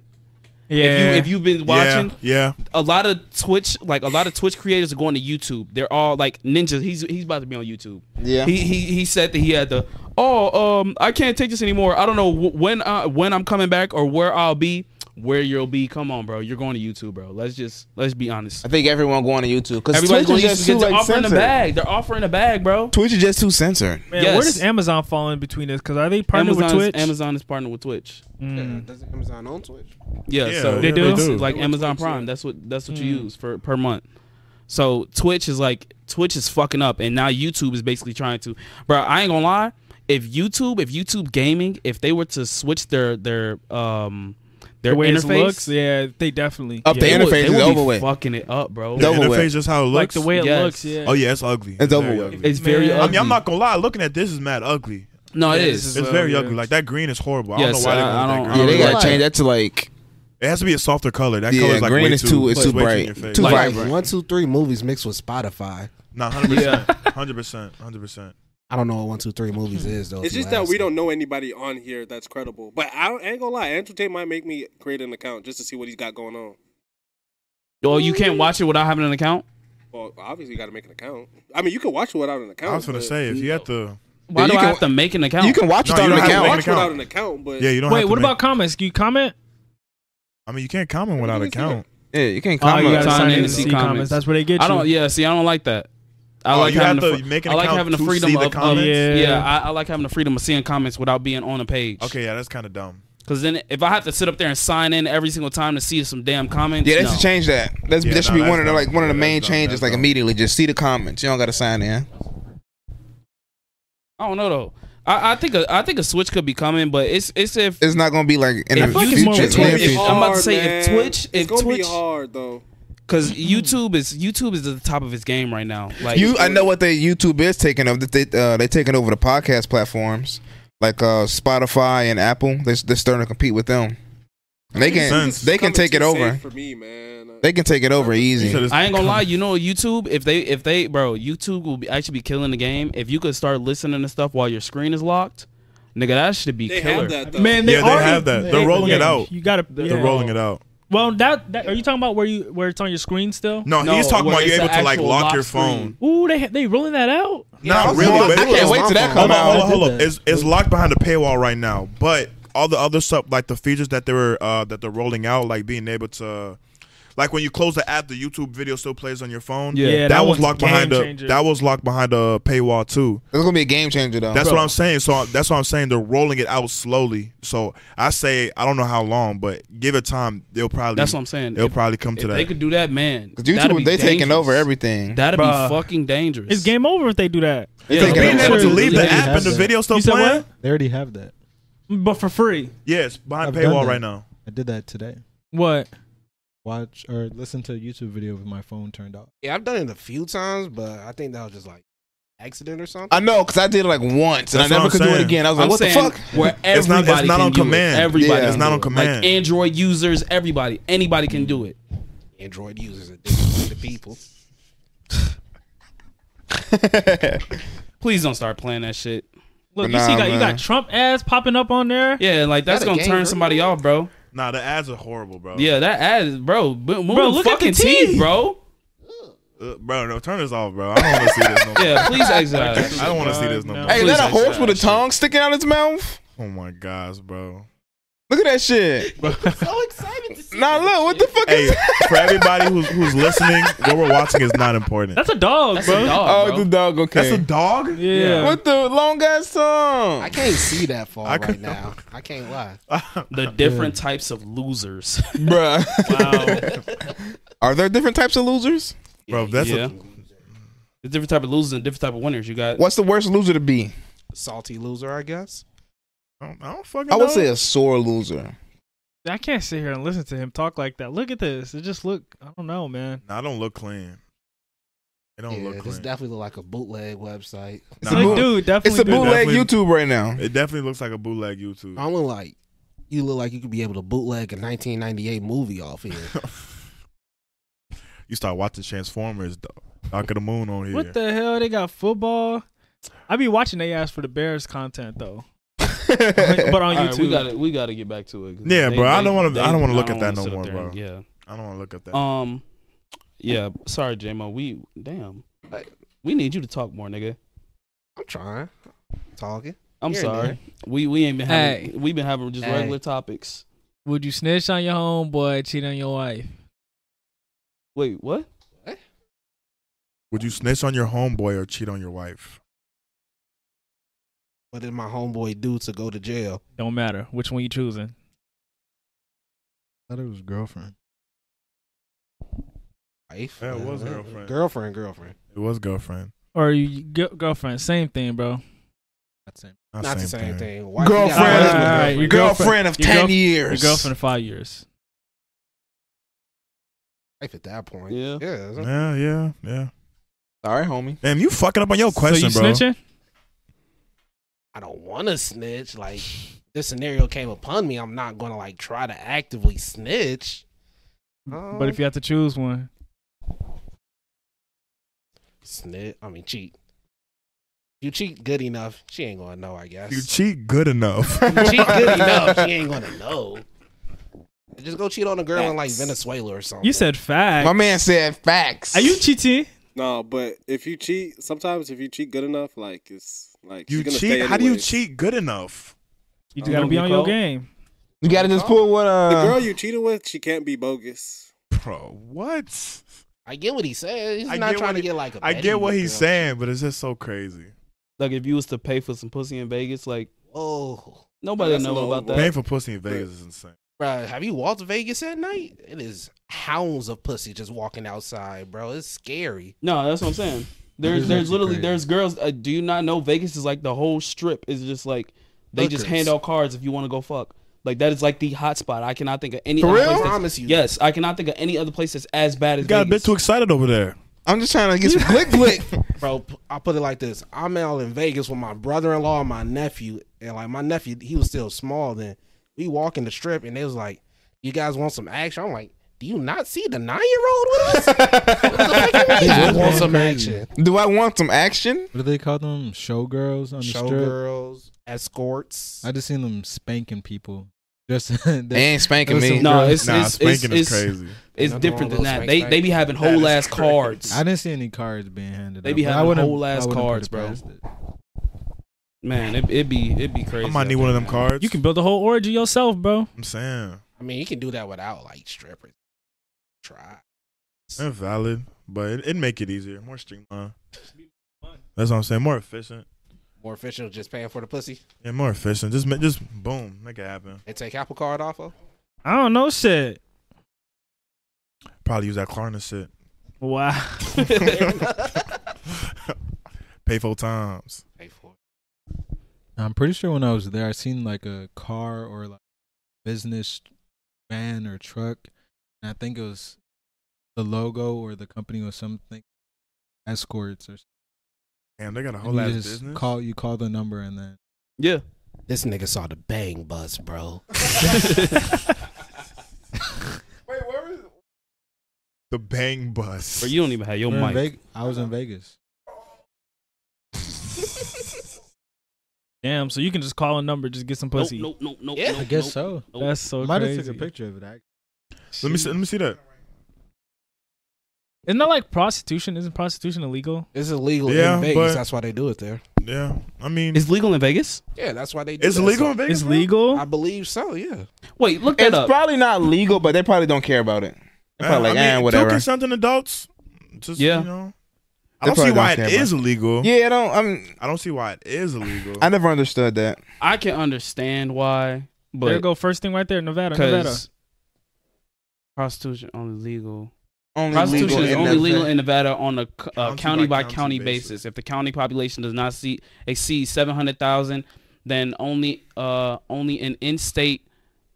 Speaker 6: Yeah.
Speaker 2: If you if you've been watching,
Speaker 4: Yeah,
Speaker 2: a lot of Twitch, like a lot of Twitch creators are going to YouTube. They're all like ninjas. He's he's about to be on YouTube.
Speaker 1: Yeah.
Speaker 2: He he, he said that he had the oh um I can't take this anymore. I don't know wh- when I, when I'm coming back or where I'll be. Where you'll be? Come on, bro. You're going to YouTube, bro. Let's just let's be honest.
Speaker 1: I think everyone going to YouTube because
Speaker 2: Everybody's
Speaker 1: Twitch
Speaker 2: going
Speaker 1: is
Speaker 2: to
Speaker 1: just
Speaker 2: YouTube
Speaker 1: too
Speaker 2: because they're
Speaker 1: like,
Speaker 2: offering a
Speaker 1: censored.
Speaker 2: bag. They're offering a bag, bro.
Speaker 1: Twitch is just too censored.
Speaker 6: Man,
Speaker 2: yes.
Speaker 6: where does Amazon fall in between this? Because are they partnered
Speaker 2: Amazon
Speaker 6: with Twitch?
Speaker 2: Amazon is partnered with Twitch.
Speaker 6: Hmm.
Speaker 7: Yeah, doesn't Amazon own Twitch?
Speaker 2: Yeah,
Speaker 4: Yeah,
Speaker 2: so
Speaker 6: they do.
Speaker 2: it's
Speaker 4: They do.
Speaker 2: like Amazon Prime. That's what that's what you use for per month. So Twitch is like Twitch is fucking up, and now YouTube is basically trying to. Bro, I ain't gonna lie. If YouTube, if YouTube gaming, if they were to switch their their um their
Speaker 6: the way
Speaker 2: interface,
Speaker 6: it looks, yeah, they definitely.
Speaker 1: Up
Speaker 6: yeah.
Speaker 1: the
Speaker 2: they
Speaker 1: interface
Speaker 2: would, they
Speaker 1: is
Speaker 2: would
Speaker 1: over
Speaker 2: be
Speaker 1: with.
Speaker 2: fucking it up,
Speaker 4: the
Speaker 2: bro.
Speaker 1: It's over with.
Speaker 4: interface just how it looks.
Speaker 6: like the way it
Speaker 2: Yes.
Speaker 6: looks. Yeah.
Speaker 4: Oh yeah, it's ugly.
Speaker 1: It's over
Speaker 4: very
Speaker 1: with.
Speaker 4: ugly.
Speaker 2: It's very.
Speaker 6: Man.
Speaker 4: I
Speaker 2: ugly.
Speaker 4: mean, I'm not gonna lie. Looking at this is mad ugly.
Speaker 2: No, it
Speaker 6: Yeah,
Speaker 2: is.
Speaker 6: this
Speaker 4: It's
Speaker 6: Well,
Speaker 4: very
Speaker 6: yeah.
Speaker 4: ugly. Like that green is horrible. I
Speaker 2: Yes,
Speaker 4: don't know why they
Speaker 2: I-
Speaker 4: went
Speaker 2: I
Speaker 4: with
Speaker 2: don't-
Speaker 4: that
Speaker 2: I
Speaker 1: Yeah,
Speaker 4: green.
Speaker 1: they gotta
Speaker 2: Like-
Speaker 1: change that to like
Speaker 4: It has to be a softer color. That
Speaker 1: Yeah,
Speaker 4: color is like
Speaker 1: green
Speaker 4: way
Speaker 1: is too- it's
Speaker 4: way
Speaker 1: too bright.
Speaker 4: in your face.
Speaker 1: Too
Speaker 2: Like-
Speaker 1: bright.
Speaker 7: Like one, two, three movies mixed with Spotify.
Speaker 4: Nah, hundred percent, hundred percent, hundred percent.
Speaker 7: I don't know what one, two, three movies
Speaker 6: Hmm.
Speaker 7: is though. if
Speaker 9: It's
Speaker 7: you
Speaker 9: just that
Speaker 7: ask
Speaker 9: we
Speaker 7: me.
Speaker 9: don't know anybody on here that's credible. But I, don't- I ain't gonna lie, Andrew Tate might make me create an account just to see what he's got going on.
Speaker 2: Well, you can't watch it without having an account.
Speaker 9: Well, obviously you got to make an account. I mean, you can watch it without an account.
Speaker 4: I was gonna
Speaker 9: but-
Speaker 4: say if you have to,
Speaker 2: Why
Speaker 1: Yeah,
Speaker 2: do
Speaker 1: you
Speaker 2: I
Speaker 1: can-
Speaker 2: have to make an account?
Speaker 1: you can watch
Speaker 4: No,
Speaker 1: it
Speaker 4: you
Speaker 1: on an
Speaker 4: don't have to
Speaker 9: watch
Speaker 4: make
Speaker 1: account.
Speaker 4: an account.
Speaker 9: without an account, but
Speaker 4: yeah, you don't.
Speaker 6: Wait,
Speaker 4: have to
Speaker 6: what
Speaker 4: make-
Speaker 6: about comments? Can you comment?
Speaker 4: I mean, you can't comment without
Speaker 9: you can
Speaker 4: a
Speaker 9: see
Speaker 4: count.
Speaker 1: Yeah, you can't
Speaker 6: Oh, you
Speaker 1: comment.
Speaker 6: gotta
Speaker 2: Sign
Speaker 6: sign
Speaker 2: in
Speaker 6: in
Speaker 2: to
Speaker 6: to
Speaker 2: see
Speaker 6: see comments.
Speaker 2: comments.
Speaker 6: That's where they get you.
Speaker 2: I don't. Yeah. See, I don't like that. I
Speaker 4: Oh,
Speaker 2: like
Speaker 4: you
Speaker 2: having
Speaker 4: have
Speaker 2: the
Speaker 4: to
Speaker 2: fr-
Speaker 4: make an
Speaker 2: I like
Speaker 4: account
Speaker 2: having the
Speaker 4: to
Speaker 2: freedom
Speaker 4: see the
Speaker 2: of, of
Speaker 4: comments?
Speaker 2: yeah.
Speaker 6: Yeah.
Speaker 2: I, I like having the freedom of seeing comments without being on a page.
Speaker 4: Okay, yeah, that's kind of dumb.
Speaker 2: Because then if I have to sit up there and sign in every single time to see some damn comments,
Speaker 1: Yeah, they
Speaker 2: no.
Speaker 1: should change that. That's,
Speaker 4: Yeah,
Speaker 1: that should
Speaker 4: no,
Speaker 1: be one of the
Speaker 4: that's
Speaker 1: like one of the
Speaker 4: dumb.
Speaker 1: main
Speaker 4: That's dumb.
Speaker 1: changes.
Speaker 4: That's
Speaker 1: Like
Speaker 4: dumb.
Speaker 1: immediately, just see the comments. You don't gotta sign in.
Speaker 2: I don't know though. I, I think a, I think a switch could be coming, but it's it's if
Speaker 1: It's not gonna be like in
Speaker 2: I
Speaker 1: the
Speaker 2: feel like it's
Speaker 1: future.
Speaker 6: more
Speaker 1: It's
Speaker 6: with
Speaker 1: near
Speaker 2: Twitch.
Speaker 1: future.
Speaker 2: I'm about to say, if
Speaker 9: Hard, man.
Speaker 2: Twitch- if
Speaker 9: it's gonna be
Speaker 2: Twitch-
Speaker 9: hard though.
Speaker 2: because YouTube is YouTube is at the top of its game right now. Like
Speaker 1: You, I know what they YouTube is taking over. They uh, they taking over the podcast platforms like uh, Spotify and Apple. They they're starting to compete with them. And they can
Speaker 4: Sense.
Speaker 1: they can
Speaker 9: Coming
Speaker 1: take it
Speaker 9: too safe
Speaker 1: over.
Speaker 9: for me, man.
Speaker 1: They can take it over
Speaker 4: You said
Speaker 1: easy.
Speaker 4: it's
Speaker 2: I ain't gonna lie,
Speaker 4: com-
Speaker 2: you know YouTube. If they if they bro, YouTube will be, actually be killing the game. If you could start listening to stuff while your screen is locked, nigga, that should be
Speaker 9: They
Speaker 2: killer.
Speaker 9: have that though.
Speaker 6: Man,
Speaker 4: Yeah, they
Speaker 6: already-
Speaker 4: have that. They're rolling it
Speaker 6: yeah,
Speaker 4: out.
Speaker 6: You gotta.
Speaker 4: They're
Speaker 6: yeah.
Speaker 4: rolling it out.
Speaker 6: Well, that, that are you talking about where you where it's on your screen still?
Speaker 4: No,
Speaker 2: No,
Speaker 4: he's talking
Speaker 2: where
Speaker 4: about you're
Speaker 2: it's
Speaker 4: able
Speaker 2: an
Speaker 4: to like
Speaker 2: actual
Speaker 4: lock
Speaker 2: lock
Speaker 4: your
Speaker 2: screen.
Speaker 4: phone.
Speaker 6: Ooh, they they rolling that out.
Speaker 4: Not
Speaker 7: really,
Speaker 4: really.
Speaker 7: but
Speaker 4: but
Speaker 1: I
Speaker 4: it was
Speaker 1: can't wait till that
Speaker 4: Hold
Speaker 1: come
Speaker 4: on, hold
Speaker 1: out.
Speaker 4: on, hold
Speaker 2: (laughs)
Speaker 4: on. It's, it's locked behind a paywall right now, but all the other stuff, like the features that they were uh, that they're rolling out, like being able to, like when you close the app, the YouTube video still plays on your phone.
Speaker 2: Yeah. Yeah,
Speaker 4: that,
Speaker 6: that
Speaker 4: was
Speaker 6: one's
Speaker 4: locked
Speaker 6: game
Speaker 4: behind a
Speaker 6: changer.
Speaker 4: that was locked behind a paywall too.
Speaker 1: It's gonna be a game changer though.
Speaker 4: That's what I'm saying. So that's what I'm saying. They're rolling it out slowly. So I say I don't know how long, but give it time. They'll probably
Speaker 2: That's what I'm saying.
Speaker 4: They'll
Speaker 2: If-
Speaker 4: probably come to
Speaker 2: If
Speaker 4: that.
Speaker 2: they could do that, man.
Speaker 1: Because
Speaker 2: that'd
Speaker 1: YouTube
Speaker 2: be
Speaker 1: they taking
Speaker 2: dangerous.
Speaker 1: over everything.
Speaker 2: That'd
Speaker 6: Bruh.
Speaker 2: be fucking dangerous.
Speaker 6: It's game over if they do that,
Speaker 4: Because
Speaker 2: Yeah,
Speaker 1: taking
Speaker 4: being
Speaker 1: over.
Speaker 4: able to leave
Speaker 2: They
Speaker 4: the
Speaker 2: already
Speaker 4: app
Speaker 3: have
Speaker 4: and the
Speaker 3: that.
Speaker 4: video still
Speaker 6: You said
Speaker 4: playing,
Speaker 6: what?
Speaker 3: They already have that.
Speaker 6: but for free.
Speaker 4: yeah, it's behind
Speaker 3: I've done
Speaker 4: paywall
Speaker 3: that.
Speaker 4: right now.
Speaker 3: I did that today.
Speaker 6: What?
Speaker 3: Watch or listen to a YouTube video with my phone turned off.
Speaker 7: Yeah, I've done it a few times, but I think that was just like accident or something.
Speaker 1: I know because I did it like once
Speaker 4: That's
Speaker 1: and I
Speaker 4: what
Speaker 1: never
Speaker 4: I'm
Speaker 1: could do it
Speaker 4: saying.
Speaker 1: again. I was
Speaker 2: I'm
Speaker 1: like, what the
Speaker 2: saying
Speaker 1: fuck?
Speaker 2: Where everybody
Speaker 4: It's not- it's not
Speaker 2: can
Speaker 4: on
Speaker 2: do it.
Speaker 4: command.
Speaker 2: Everybody,
Speaker 1: Yeah.
Speaker 4: It's not on
Speaker 2: can do it.
Speaker 4: command.
Speaker 2: Like Android users, everybody, anybody can do it.
Speaker 7: Android users are different to people.
Speaker 2: Please don't start playing that shit.
Speaker 6: Look,
Speaker 1: But
Speaker 6: you see,
Speaker 1: nah,
Speaker 6: got, you
Speaker 1: man.
Speaker 6: got Trump ads popping up on there.
Speaker 2: Yeah, like that's
Speaker 1: That a
Speaker 2: gonna
Speaker 1: game,
Speaker 2: turn
Speaker 1: bro?
Speaker 2: somebody off, bro.
Speaker 4: Nah, the ads are horrible, bro.
Speaker 2: Yeah, that ass, bro. Bro,
Speaker 6: look at the
Speaker 2: fucking
Speaker 6: teeth.
Speaker 2: teeth, bro.
Speaker 4: Uh, bro, no, turn this off, bro. I don't want to see this no more.
Speaker 2: Yeah, please exit out.
Speaker 4: I don't want to see this no
Speaker 6: No.
Speaker 4: more.
Speaker 1: Hey,
Speaker 2: Please
Speaker 1: let a
Speaker 2: exit
Speaker 1: horse
Speaker 2: out
Speaker 1: with a
Speaker 2: shit.
Speaker 1: tongue sticking out its mouth.
Speaker 4: Oh my gosh, bro.
Speaker 1: Look at that shit.
Speaker 10: so excited to see.
Speaker 1: Nah, look, what the fuck
Speaker 4: Hey,
Speaker 1: is
Speaker 4: for everybody who's who's listening, what we're watching is not important.
Speaker 6: That's a dog,
Speaker 2: That's
Speaker 6: bro.
Speaker 2: a dog,
Speaker 1: Oh,
Speaker 2: bro.
Speaker 1: the dog, okay.
Speaker 4: dog.
Speaker 6: (laughs) Yeah.
Speaker 2: Yeah.
Speaker 1: What the long ass tongue?
Speaker 7: I can't see that far
Speaker 4: I
Speaker 7: right
Speaker 4: couldn't-
Speaker 7: now. I can't lie.
Speaker 2: the different types of losers. (laughs)
Speaker 1: Bruh. Are there different types of losers?
Speaker 4: Bro, that's
Speaker 2: yeah. The different type of losers and different type of winners. You got
Speaker 1: What's the worst loser to be?
Speaker 7: Salty loser, I guess.
Speaker 4: a. (laughs) I don't, I don't fucking.
Speaker 1: I would
Speaker 4: know.
Speaker 1: say a sore loser.
Speaker 6: I can't sit here and listen to him talk like that. Look at this. It just look. I don't know, man.
Speaker 4: Nah, I don't look clean. It don't
Speaker 7: yeah,
Speaker 4: look
Speaker 7: this
Speaker 4: clean.
Speaker 7: definitely look like a bootleg website.
Speaker 4: Nah,
Speaker 1: It's a
Speaker 6: Like,
Speaker 1: boot-
Speaker 6: dude, definitely.
Speaker 1: It's a
Speaker 6: do that.
Speaker 1: bootleg
Speaker 4: Definitely.
Speaker 1: YouTube right now.
Speaker 4: it definitely looks like a bootleg YouTube.
Speaker 7: I'm like, you look like you could be able to bootleg a 1998 movie off here.
Speaker 4: you start watching Transformers, dog. Dark of the Moon on here.
Speaker 6: What the hell? They got football. I be watching they ass for the Bears content though, (laughs) but on
Speaker 2: All right,
Speaker 6: YouTube.
Speaker 2: we got to we got to get back to it. 'cause
Speaker 4: Yeah, bro, I don't wanna-
Speaker 2: they-
Speaker 4: I don't wanna
Speaker 2: I
Speaker 4: look at that no
Speaker 2: wanna sit up
Speaker 4: more,
Speaker 2: there
Speaker 4: bro.
Speaker 2: and- Yeah.
Speaker 4: I don't want to look at that.
Speaker 2: Um, yeah. Sorry, JMO. We damn. We need you to talk more, nigga.
Speaker 7: I'm trying. Talking.
Speaker 2: I'm
Speaker 7: Here,
Speaker 2: sorry. We we ain't been having
Speaker 6: Hey.
Speaker 2: we've been having just
Speaker 7: Hey.
Speaker 2: regular topics.
Speaker 6: Would you snitch on your homeboy, cheat on your wife?
Speaker 2: Wait, what?
Speaker 4: Would you snitch on your homeboy or cheat on your wife?
Speaker 7: What did my homeboy do to go to jail?
Speaker 6: Don't matter which one you choosing.
Speaker 3: thought it was girlfriend.
Speaker 7: Wife?
Speaker 4: Yeah, it was
Speaker 7: Uh,
Speaker 4: girlfriend.
Speaker 7: Girlfriend, girlfriend.
Speaker 4: It was girlfriend.
Speaker 6: Or you gi- girlfriend, same thing, bro.
Speaker 3: (laughs)
Speaker 4: Not,
Speaker 7: Not
Speaker 4: same
Speaker 7: the same thing. Wife, you gotta
Speaker 1: Girlfriend,
Speaker 6: Alright,
Speaker 7: always
Speaker 1: of-
Speaker 7: with
Speaker 6: alright, your
Speaker 1: girlfriend of
Speaker 6: your
Speaker 1: ten
Speaker 6: girlf- Your
Speaker 1: years.
Speaker 6: girlfriend five years.
Speaker 7: Wife at that point.
Speaker 2: Yeah.
Speaker 7: Yeah. that's-
Speaker 4: Yeah, yeah, yeah.
Speaker 1: All right, homie.
Speaker 4: Damn, you fucking up on your question,
Speaker 6: so you
Speaker 4: bro.
Speaker 6: snitching?
Speaker 7: I don't want to snitch. Like this scenario came upon me. I'm not gonna like try to actively snitch. Oh.
Speaker 6: but if you have to choose one,
Speaker 7: snitch, I mean cheat. You cheat good enough, she ain't gonna know. I guess.
Speaker 4: You cheat good enough. (laughs)
Speaker 7: You cheat good enough, she ain't gonna know. Just go cheat on a girl in like Venezuela or something.
Speaker 6: you said fact.
Speaker 1: Oh. My man said facts.
Speaker 6: Are you cheating?
Speaker 9: No, but if you cheat, sometimes if you cheat good enough, like it's like
Speaker 4: You
Speaker 9: she's gonna
Speaker 4: cheat.
Speaker 9: Stay
Speaker 4: How do you
Speaker 9: anyways.
Speaker 4: cheat good enough?
Speaker 6: You
Speaker 2: Um,
Speaker 6: gotta be
Speaker 2: you
Speaker 6: on your
Speaker 2: called?
Speaker 6: game.
Speaker 1: You gotta just pull what
Speaker 9: The
Speaker 1: uh.
Speaker 9: girl you cheated with, she can't be bogus.
Speaker 4: Bro, what?
Speaker 7: I get what he said. He's
Speaker 4: I
Speaker 7: not
Speaker 4: get
Speaker 7: trying
Speaker 4: what
Speaker 7: to
Speaker 4: he-
Speaker 7: get like. a
Speaker 4: I
Speaker 7: Betty
Speaker 4: get what
Speaker 7: White
Speaker 4: he's
Speaker 7: girl.
Speaker 4: saying, but it's just so crazy.
Speaker 2: Like if you was to pay for some pussy in Vegas, like
Speaker 7: Oh,
Speaker 2: nobody
Speaker 9: That's a
Speaker 2: know
Speaker 9: little
Speaker 2: about
Speaker 4: Paying
Speaker 2: that.
Speaker 4: for pussy in Vegas is insane.
Speaker 7: bro, have you walked to Vegas at night? It is hounds of pussy just walking outside, bro. It's scary.
Speaker 2: No, that's what I'm saying. There's
Speaker 3: is
Speaker 2: there's
Speaker 3: actually
Speaker 2: literally
Speaker 3: crazy.
Speaker 2: there's girls. Uh, do you not know Vegas is like the whole strip is just like they just
Speaker 7: Hookers.
Speaker 2: hand out cards if you want to go fuck. Like that is like the hot spot. I cannot think of any
Speaker 1: For
Speaker 2: other
Speaker 1: real?
Speaker 2: place.
Speaker 7: I
Speaker 2: that's-
Speaker 7: promise you.
Speaker 2: Yes, I cannot think of any other place that's as bad as
Speaker 4: You got a
Speaker 2: Vegas.
Speaker 4: bit too excited over there.
Speaker 1: I'm just trying to get some
Speaker 6: (laughs)
Speaker 1: blick blick.
Speaker 7: bro. p- I'll put it like this: I'm out in Vegas with my brother-in-law and my nephew, and like my nephew, he was still small then. We walk in the strip, and they was like, "You guys want some action?" I'm like, "Do you not see the nine-year-old with us?
Speaker 1: Do
Speaker 7: I want some
Speaker 3: Crazy.
Speaker 7: action."
Speaker 1: I want some action?
Speaker 3: What do they call them? Showgirls on the strip.
Speaker 7: Showgirls, escorts.
Speaker 3: I just seen them spanking people. Just (laughs) that-
Speaker 1: They ain't spanking
Speaker 3: Listen,
Speaker 1: me.
Speaker 3: bro,
Speaker 2: No, it's
Speaker 4: Nah,
Speaker 2: it's, it's,
Speaker 4: spanking is
Speaker 2: it's-
Speaker 4: crazy.
Speaker 2: It's
Speaker 7: Nothing wrong
Speaker 2: different than
Speaker 7: with
Speaker 2: that.
Speaker 7: those
Speaker 2: They
Speaker 7: spank
Speaker 2: they be having whole
Speaker 4: That
Speaker 2: ass
Speaker 4: is crazy.
Speaker 2: cards.
Speaker 3: I didn't see any cards being handed.
Speaker 2: They
Speaker 3: out,
Speaker 2: be
Speaker 3: but
Speaker 2: having
Speaker 3: I wouldn't-
Speaker 2: whole
Speaker 3: I
Speaker 2: ass
Speaker 3: wouldn't put
Speaker 2: cards,
Speaker 3: it
Speaker 2: bro.
Speaker 3: past it.
Speaker 2: Man, it it be it be
Speaker 4: I
Speaker 2: crazy.
Speaker 4: might
Speaker 2: out
Speaker 4: need
Speaker 2: there,
Speaker 4: one of them
Speaker 2: man.
Speaker 4: cards.
Speaker 6: You can build a whole orgy yourself, bro.
Speaker 4: I'm saying
Speaker 7: I mean, you can do that without like strippers. Try.
Speaker 4: they're valid, but it, it'd make it easier, more streamlined. That's what I'm saying. More efficient.
Speaker 7: More official, just paying for the pussy.
Speaker 4: Yeah, more efficient. Just, ma- just boom, make it happen.
Speaker 7: They take Apple Card off of.
Speaker 6: I don't know shit.
Speaker 4: Probably use that Klarna shit.
Speaker 6: Wow.
Speaker 4: Pay four times.
Speaker 7: Pay for. it.
Speaker 3: I'm pretty sure when I was there, I seen like a car or like business van or truck, and I think it was the logo or the company or something, escorts or.
Speaker 4: Damn, they got a
Speaker 3: and
Speaker 4: whole ass
Speaker 3: you just
Speaker 4: business.
Speaker 3: call you call the number and then
Speaker 2: Yeah.
Speaker 7: This nigga saw the bang bus, bro.
Speaker 1: Wait, where is
Speaker 4: the Bang Bus.
Speaker 2: Bro, you don't even have your
Speaker 3: We're
Speaker 2: mic.
Speaker 3: in Veg- I was in Vegas.
Speaker 6: Damn, so you can just call a number, just get some
Speaker 2: Nope,
Speaker 6: pussy.
Speaker 2: nope, nope, nope.
Speaker 3: I guess
Speaker 2: nope.
Speaker 3: so.
Speaker 2: nope.
Speaker 6: That's so
Speaker 3: Might have
Speaker 6: crazy.
Speaker 3: took a picture of it. Actually.
Speaker 4: Let me see, let me see that.
Speaker 6: Isn't that like prostitution? Isn't prostitution illegal?
Speaker 7: It's illegal
Speaker 4: Yeah,
Speaker 7: in Vegas.
Speaker 4: but-
Speaker 7: that's why they do it there.
Speaker 4: Yeah, I mean, it's,
Speaker 2: It's legal in Vegas.
Speaker 7: Yeah, that's why they. do that.
Speaker 4: legal in Vegas.
Speaker 6: It's
Speaker 4: bro?
Speaker 7: So,
Speaker 6: legal.
Speaker 7: I believe so. Yeah.
Speaker 2: Wait, look that
Speaker 1: It's
Speaker 2: up.
Speaker 1: probably not legal, but they probably don't care about it. They're
Speaker 4: Uh,
Speaker 1: probably like, eh,
Speaker 4: two
Speaker 1: whatever.
Speaker 4: consenting adults. Just,
Speaker 2: Yeah.
Speaker 4: you know, I
Speaker 1: They
Speaker 4: don't see
Speaker 1: probably
Speaker 4: why
Speaker 1: don't
Speaker 4: it
Speaker 1: care
Speaker 4: is illegal.
Speaker 1: Yeah, I don't. I'm.
Speaker 4: I don't see why it is illegal.
Speaker 1: I never understood that.
Speaker 2: I can understand why,
Speaker 6: there you
Speaker 2: but
Speaker 6: go. First thing right there, Nevada, Nevada.
Speaker 2: because prostitution only legal.
Speaker 1: Only
Speaker 2: Prostitution
Speaker 1: legal
Speaker 2: is
Speaker 1: in
Speaker 2: only
Speaker 1: Nevada.
Speaker 2: legal in Nevada on a c- uh,
Speaker 4: County
Speaker 2: county
Speaker 4: by
Speaker 2: by
Speaker 4: county
Speaker 2: county
Speaker 4: basis.
Speaker 2: basis. If the county population does not see exceed seven hundred thousand, then only uh only in in-state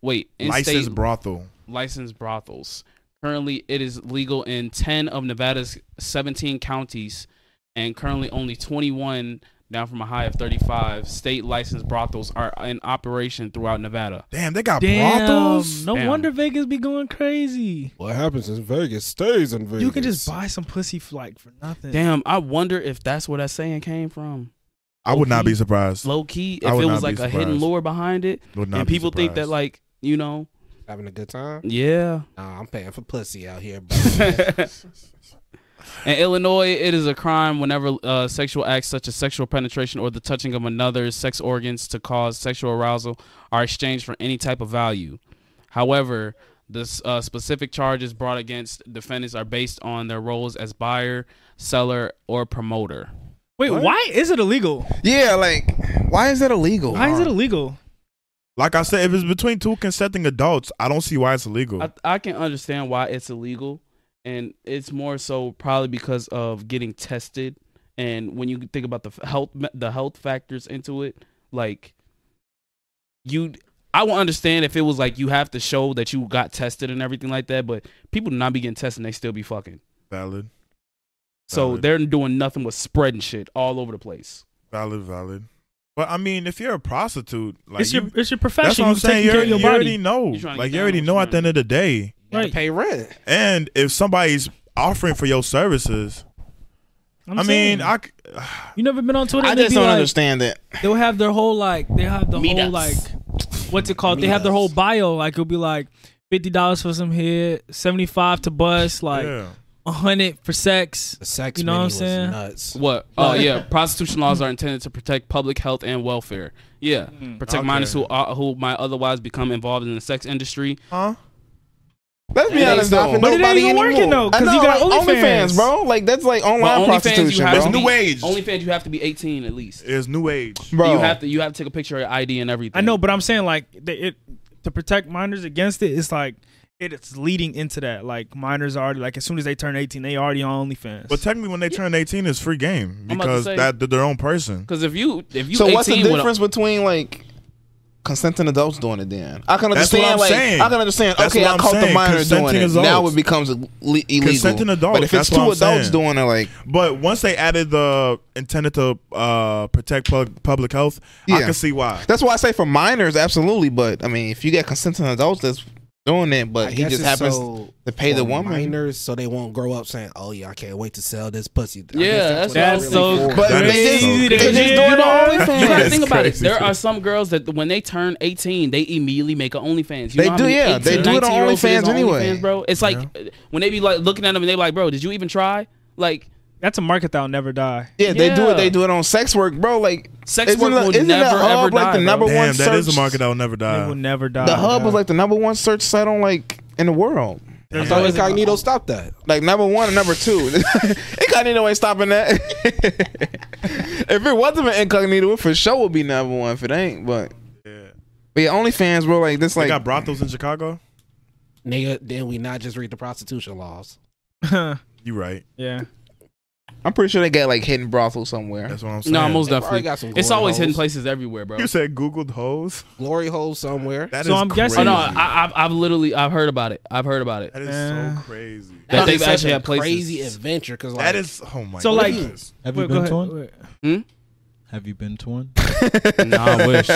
Speaker 2: wait in-state
Speaker 4: Licensed brothel.
Speaker 2: licensed brothels. Currently, it is legal in 10 of Nevada's 17 counties, and currently only 21, down from a high of 35, state licensed brothels are in operation throughout Nevada.
Speaker 4: Damn, they got
Speaker 6: Damn,
Speaker 4: brothels.
Speaker 6: no
Speaker 2: Damn.
Speaker 6: wonder Vegas be going crazy.
Speaker 7: What happens in Vegas stays in Vegas.
Speaker 6: You can just buy some pussy flight for nothing.
Speaker 2: Damn, I wonder if that's where that saying came from.
Speaker 4: I would not be surprised.
Speaker 2: Low key,
Speaker 4: I
Speaker 2: if
Speaker 4: would
Speaker 2: it
Speaker 4: not
Speaker 2: was
Speaker 4: be
Speaker 2: like a hidden
Speaker 4: surprised.
Speaker 2: lore behind it,
Speaker 4: Would not
Speaker 2: and
Speaker 4: be
Speaker 2: people think that,
Speaker 4: surprised.
Speaker 2: like, you know,
Speaker 7: having a good time.
Speaker 2: yeah.
Speaker 7: Nah, I'm paying for pussy out
Speaker 2: (laughs)
Speaker 7: here, bro.
Speaker 2: In Illinois, it is a crime whenever uh, sexual acts such as sexual penetration or the touching of another's sex organs to cause sexual arousal are exchanged for any type of value. However, the s- uh, specific charges brought against defendants are based on their roles as buyer, seller, or promoter.
Speaker 6: Wait, why is it illegal?
Speaker 1: Yeah, like, why is that illegal?
Speaker 6: Why is it illegal?
Speaker 4: like I said, if it's between two consenting adults, I don't see why it's illegal.
Speaker 2: I, I can understand why it's illegal, and it's more so probably because of getting tested, and when you think about the f- health the health factors into it, like you, I would understand if it was like you have to show that you got tested and everything like that, but people do not be getting tested, and they still be fucking.
Speaker 4: valid,
Speaker 2: So
Speaker 4: Valid.
Speaker 2: they're doing nothing but spreading shit all over the place.
Speaker 4: valid, valid. But I mean, if you're a prostitute, like
Speaker 6: it's your
Speaker 4: you-
Speaker 6: it's your
Speaker 4: that's
Speaker 6: profession.
Speaker 4: what I'm
Speaker 6: You're
Speaker 4: saying.
Speaker 6: taking
Speaker 4: You're,
Speaker 6: care of your
Speaker 4: you already
Speaker 6: body.
Speaker 4: know.
Speaker 2: You trying to
Speaker 4: Like
Speaker 2: get
Speaker 4: you already
Speaker 2: down,
Speaker 4: know.
Speaker 2: what's
Speaker 4: At the end of the day,
Speaker 7: gotta
Speaker 6: Right.
Speaker 7: pay rent.
Speaker 4: And if somebody's offering for your services,
Speaker 6: I'm
Speaker 4: i mean,
Speaker 6: saying.
Speaker 4: I c-
Speaker 6: you never been on Twitter.
Speaker 1: I
Speaker 6: and they
Speaker 1: just
Speaker 6: be
Speaker 1: don't
Speaker 6: like-
Speaker 1: understand that.
Speaker 6: They'll have their whole like they have the
Speaker 2: Meet
Speaker 6: whole
Speaker 2: us.
Speaker 6: like what's it called? they have their
Speaker 7: Meet
Speaker 6: whole
Speaker 7: us.
Speaker 6: bio. Like it'll be like fifty dollars for some head, seventy five to bus, like a
Speaker 4: yeah.
Speaker 6: hundred for sex.
Speaker 7: The sex
Speaker 6: You know what
Speaker 7: menu
Speaker 6: I'm
Speaker 7: was
Speaker 6: saying?
Speaker 2: (laughs)
Speaker 7: nuts.
Speaker 2: What? Oh yeah, prostitution laws are intended to protect public health and welfare. Yeah, protect minors who are, who might otherwise become involved in the sex industry.
Speaker 4: Huh?
Speaker 1: Let's be
Speaker 2: It ain't
Speaker 1: honest though.
Speaker 2: stopping But
Speaker 6: it ain't
Speaker 1: Nobody
Speaker 6: even working,
Speaker 1: anymore.
Speaker 6: though,
Speaker 1: I
Speaker 6: 'cause you
Speaker 1: know,
Speaker 6: got
Speaker 1: like,
Speaker 6: OnlyFans.
Speaker 1: OnlyFans, bro. Like that's like
Speaker 2: But
Speaker 1: online
Speaker 2: OnlyFans, you
Speaker 1: prostitution,
Speaker 2: have
Speaker 1: bro.
Speaker 2: to be,
Speaker 4: new age.
Speaker 2: OnlyFans, you have to be 18 at least.
Speaker 4: It's new age.
Speaker 1: bro.
Speaker 2: You have to you have to take a picture of your ID and everything.
Speaker 6: I know, but I'm saying like they, it to protect minors against it. It's like it is leading into that. Like minors are already like as soon as they turn eighteen, they already on OnlyFans.
Speaker 4: But technically, when they turn 18, it's free game
Speaker 2: about to
Speaker 4: because
Speaker 2: say-
Speaker 4: that they're their own person.
Speaker 2: because if you if you
Speaker 1: so
Speaker 2: 18
Speaker 1: what's the
Speaker 2: with a-
Speaker 1: difference between like consenting adults doing it? Then I can
Speaker 4: That's what
Speaker 1: understand.
Speaker 4: I'm
Speaker 1: like
Speaker 4: saying.
Speaker 1: I can understand.
Speaker 4: That's
Speaker 1: okay,
Speaker 4: what
Speaker 1: I
Speaker 4: I'm
Speaker 1: caught the
Speaker 4: saying.
Speaker 1: minor doing
Speaker 4: Consenting
Speaker 1: it.
Speaker 4: adults.
Speaker 1: Now it becomes le- illegal.
Speaker 4: Consenting adults,
Speaker 1: But if
Speaker 4: that's
Speaker 1: it's two
Speaker 4: what I'm
Speaker 1: adults
Speaker 4: saying.
Speaker 1: doing it, like
Speaker 4: But once they added the intended to uh, protect pub- public health, I
Speaker 1: Yeah.
Speaker 4: can see why.
Speaker 1: that's why I say for minors, absolutely. But I mean, if you got consenting adults that's doing it, but
Speaker 7: I
Speaker 1: he
Speaker 7: guess
Speaker 1: just
Speaker 7: it's
Speaker 1: happens
Speaker 7: so
Speaker 1: to pay the
Speaker 7: for
Speaker 1: woman.
Speaker 7: minors, so they won't grow up saying, "Oh yeah, I can't wait to sell this pussy." I guess
Speaker 2: Yeah,
Speaker 7: what
Speaker 2: that's-
Speaker 7: it's
Speaker 2: that's so
Speaker 7: for.
Speaker 1: But
Speaker 4: That
Speaker 1: they
Speaker 4: is so
Speaker 1: just,
Speaker 4: crazy.
Speaker 1: they just
Speaker 6: Yeah.
Speaker 1: doing
Speaker 6: (laughs)
Speaker 1: it on
Speaker 6: You
Speaker 1: OnlyFans.
Speaker 2: You gotta
Speaker 4: That's
Speaker 2: think about it.
Speaker 4: crazy.
Speaker 2: There are some girls that when they turn 18, they immediately make an OnlyFans. You
Speaker 1: They
Speaker 2: know how
Speaker 1: do,
Speaker 2: many
Speaker 1: yeah.
Speaker 2: 18,
Speaker 1: They do it on
Speaker 2: 19-year-olds is
Speaker 1: OnlyFans anyway.
Speaker 2: bro. It's like when they be like looking at them and they like, bro, did you even try? Like
Speaker 6: that's a market that'll never die.
Speaker 1: Yeah, they do
Speaker 2: Yeah.
Speaker 1: it. They do it on sex work, bro. Like
Speaker 2: Sex
Speaker 1: isn't
Speaker 2: work
Speaker 1: the-
Speaker 2: will
Speaker 1: isn't the
Speaker 2: never,
Speaker 1: hub,
Speaker 2: ever
Speaker 1: like the
Speaker 2: die,
Speaker 1: number
Speaker 2: bro.
Speaker 1: one
Speaker 4: Damn,
Speaker 1: search?
Speaker 4: that is a market that will never
Speaker 6: They
Speaker 2: Uh,
Speaker 4: die.
Speaker 6: will never die.
Speaker 1: The hub was like the number one search site on like in the world.
Speaker 7: I thought Incognito stopped that.
Speaker 1: Like number one and number two. (laughs) incognito ain't stopping that. (laughs) if it wasn't an incognito, it for sure would be number one if it ain't. But
Speaker 4: yeah.
Speaker 1: but yeah, OnlyFans, bro, like this
Speaker 4: They
Speaker 1: like
Speaker 4: got brothels in Chicago.
Speaker 7: Nigga, then we not just read the prostitution laws.
Speaker 4: You right.
Speaker 6: (laughs) yeah.
Speaker 1: I'm pretty sure they got like hidden brothel somewhere.
Speaker 4: That's what I'm saying.
Speaker 2: no, most
Speaker 7: They probably
Speaker 2: definitely.
Speaker 7: got some
Speaker 2: It's
Speaker 7: glory
Speaker 2: always
Speaker 7: holes.
Speaker 2: hidden places everywhere, bro.
Speaker 4: You said Googled hoes.
Speaker 7: Glory hole somewhere.
Speaker 4: That is
Speaker 6: So I'm guessing-
Speaker 4: crazy.
Speaker 2: Oh no, I, I've I've literally I've heard about it. I've heard about it.
Speaker 4: that is
Speaker 6: Uh,
Speaker 4: so crazy.
Speaker 2: That
Speaker 7: is
Speaker 2: they've
Speaker 7: such
Speaker 2: actually
Speaker 7: a
Speaker 2: had places.
Speaker 7: crazy adventure because like
Speaker 4: That is oh my.
Speaker 6: So, like-
Speaker 4: goodness.
Speaker 3: Have you
Speaker 6: Wait, go
Speaker 3: been
Speaker 6: ahead.
Speaker 3: to one?
Speaker 2: Hmm?
Speaker 3: (laughs) Have you been to one?
Speaker 2: Nah, I wish.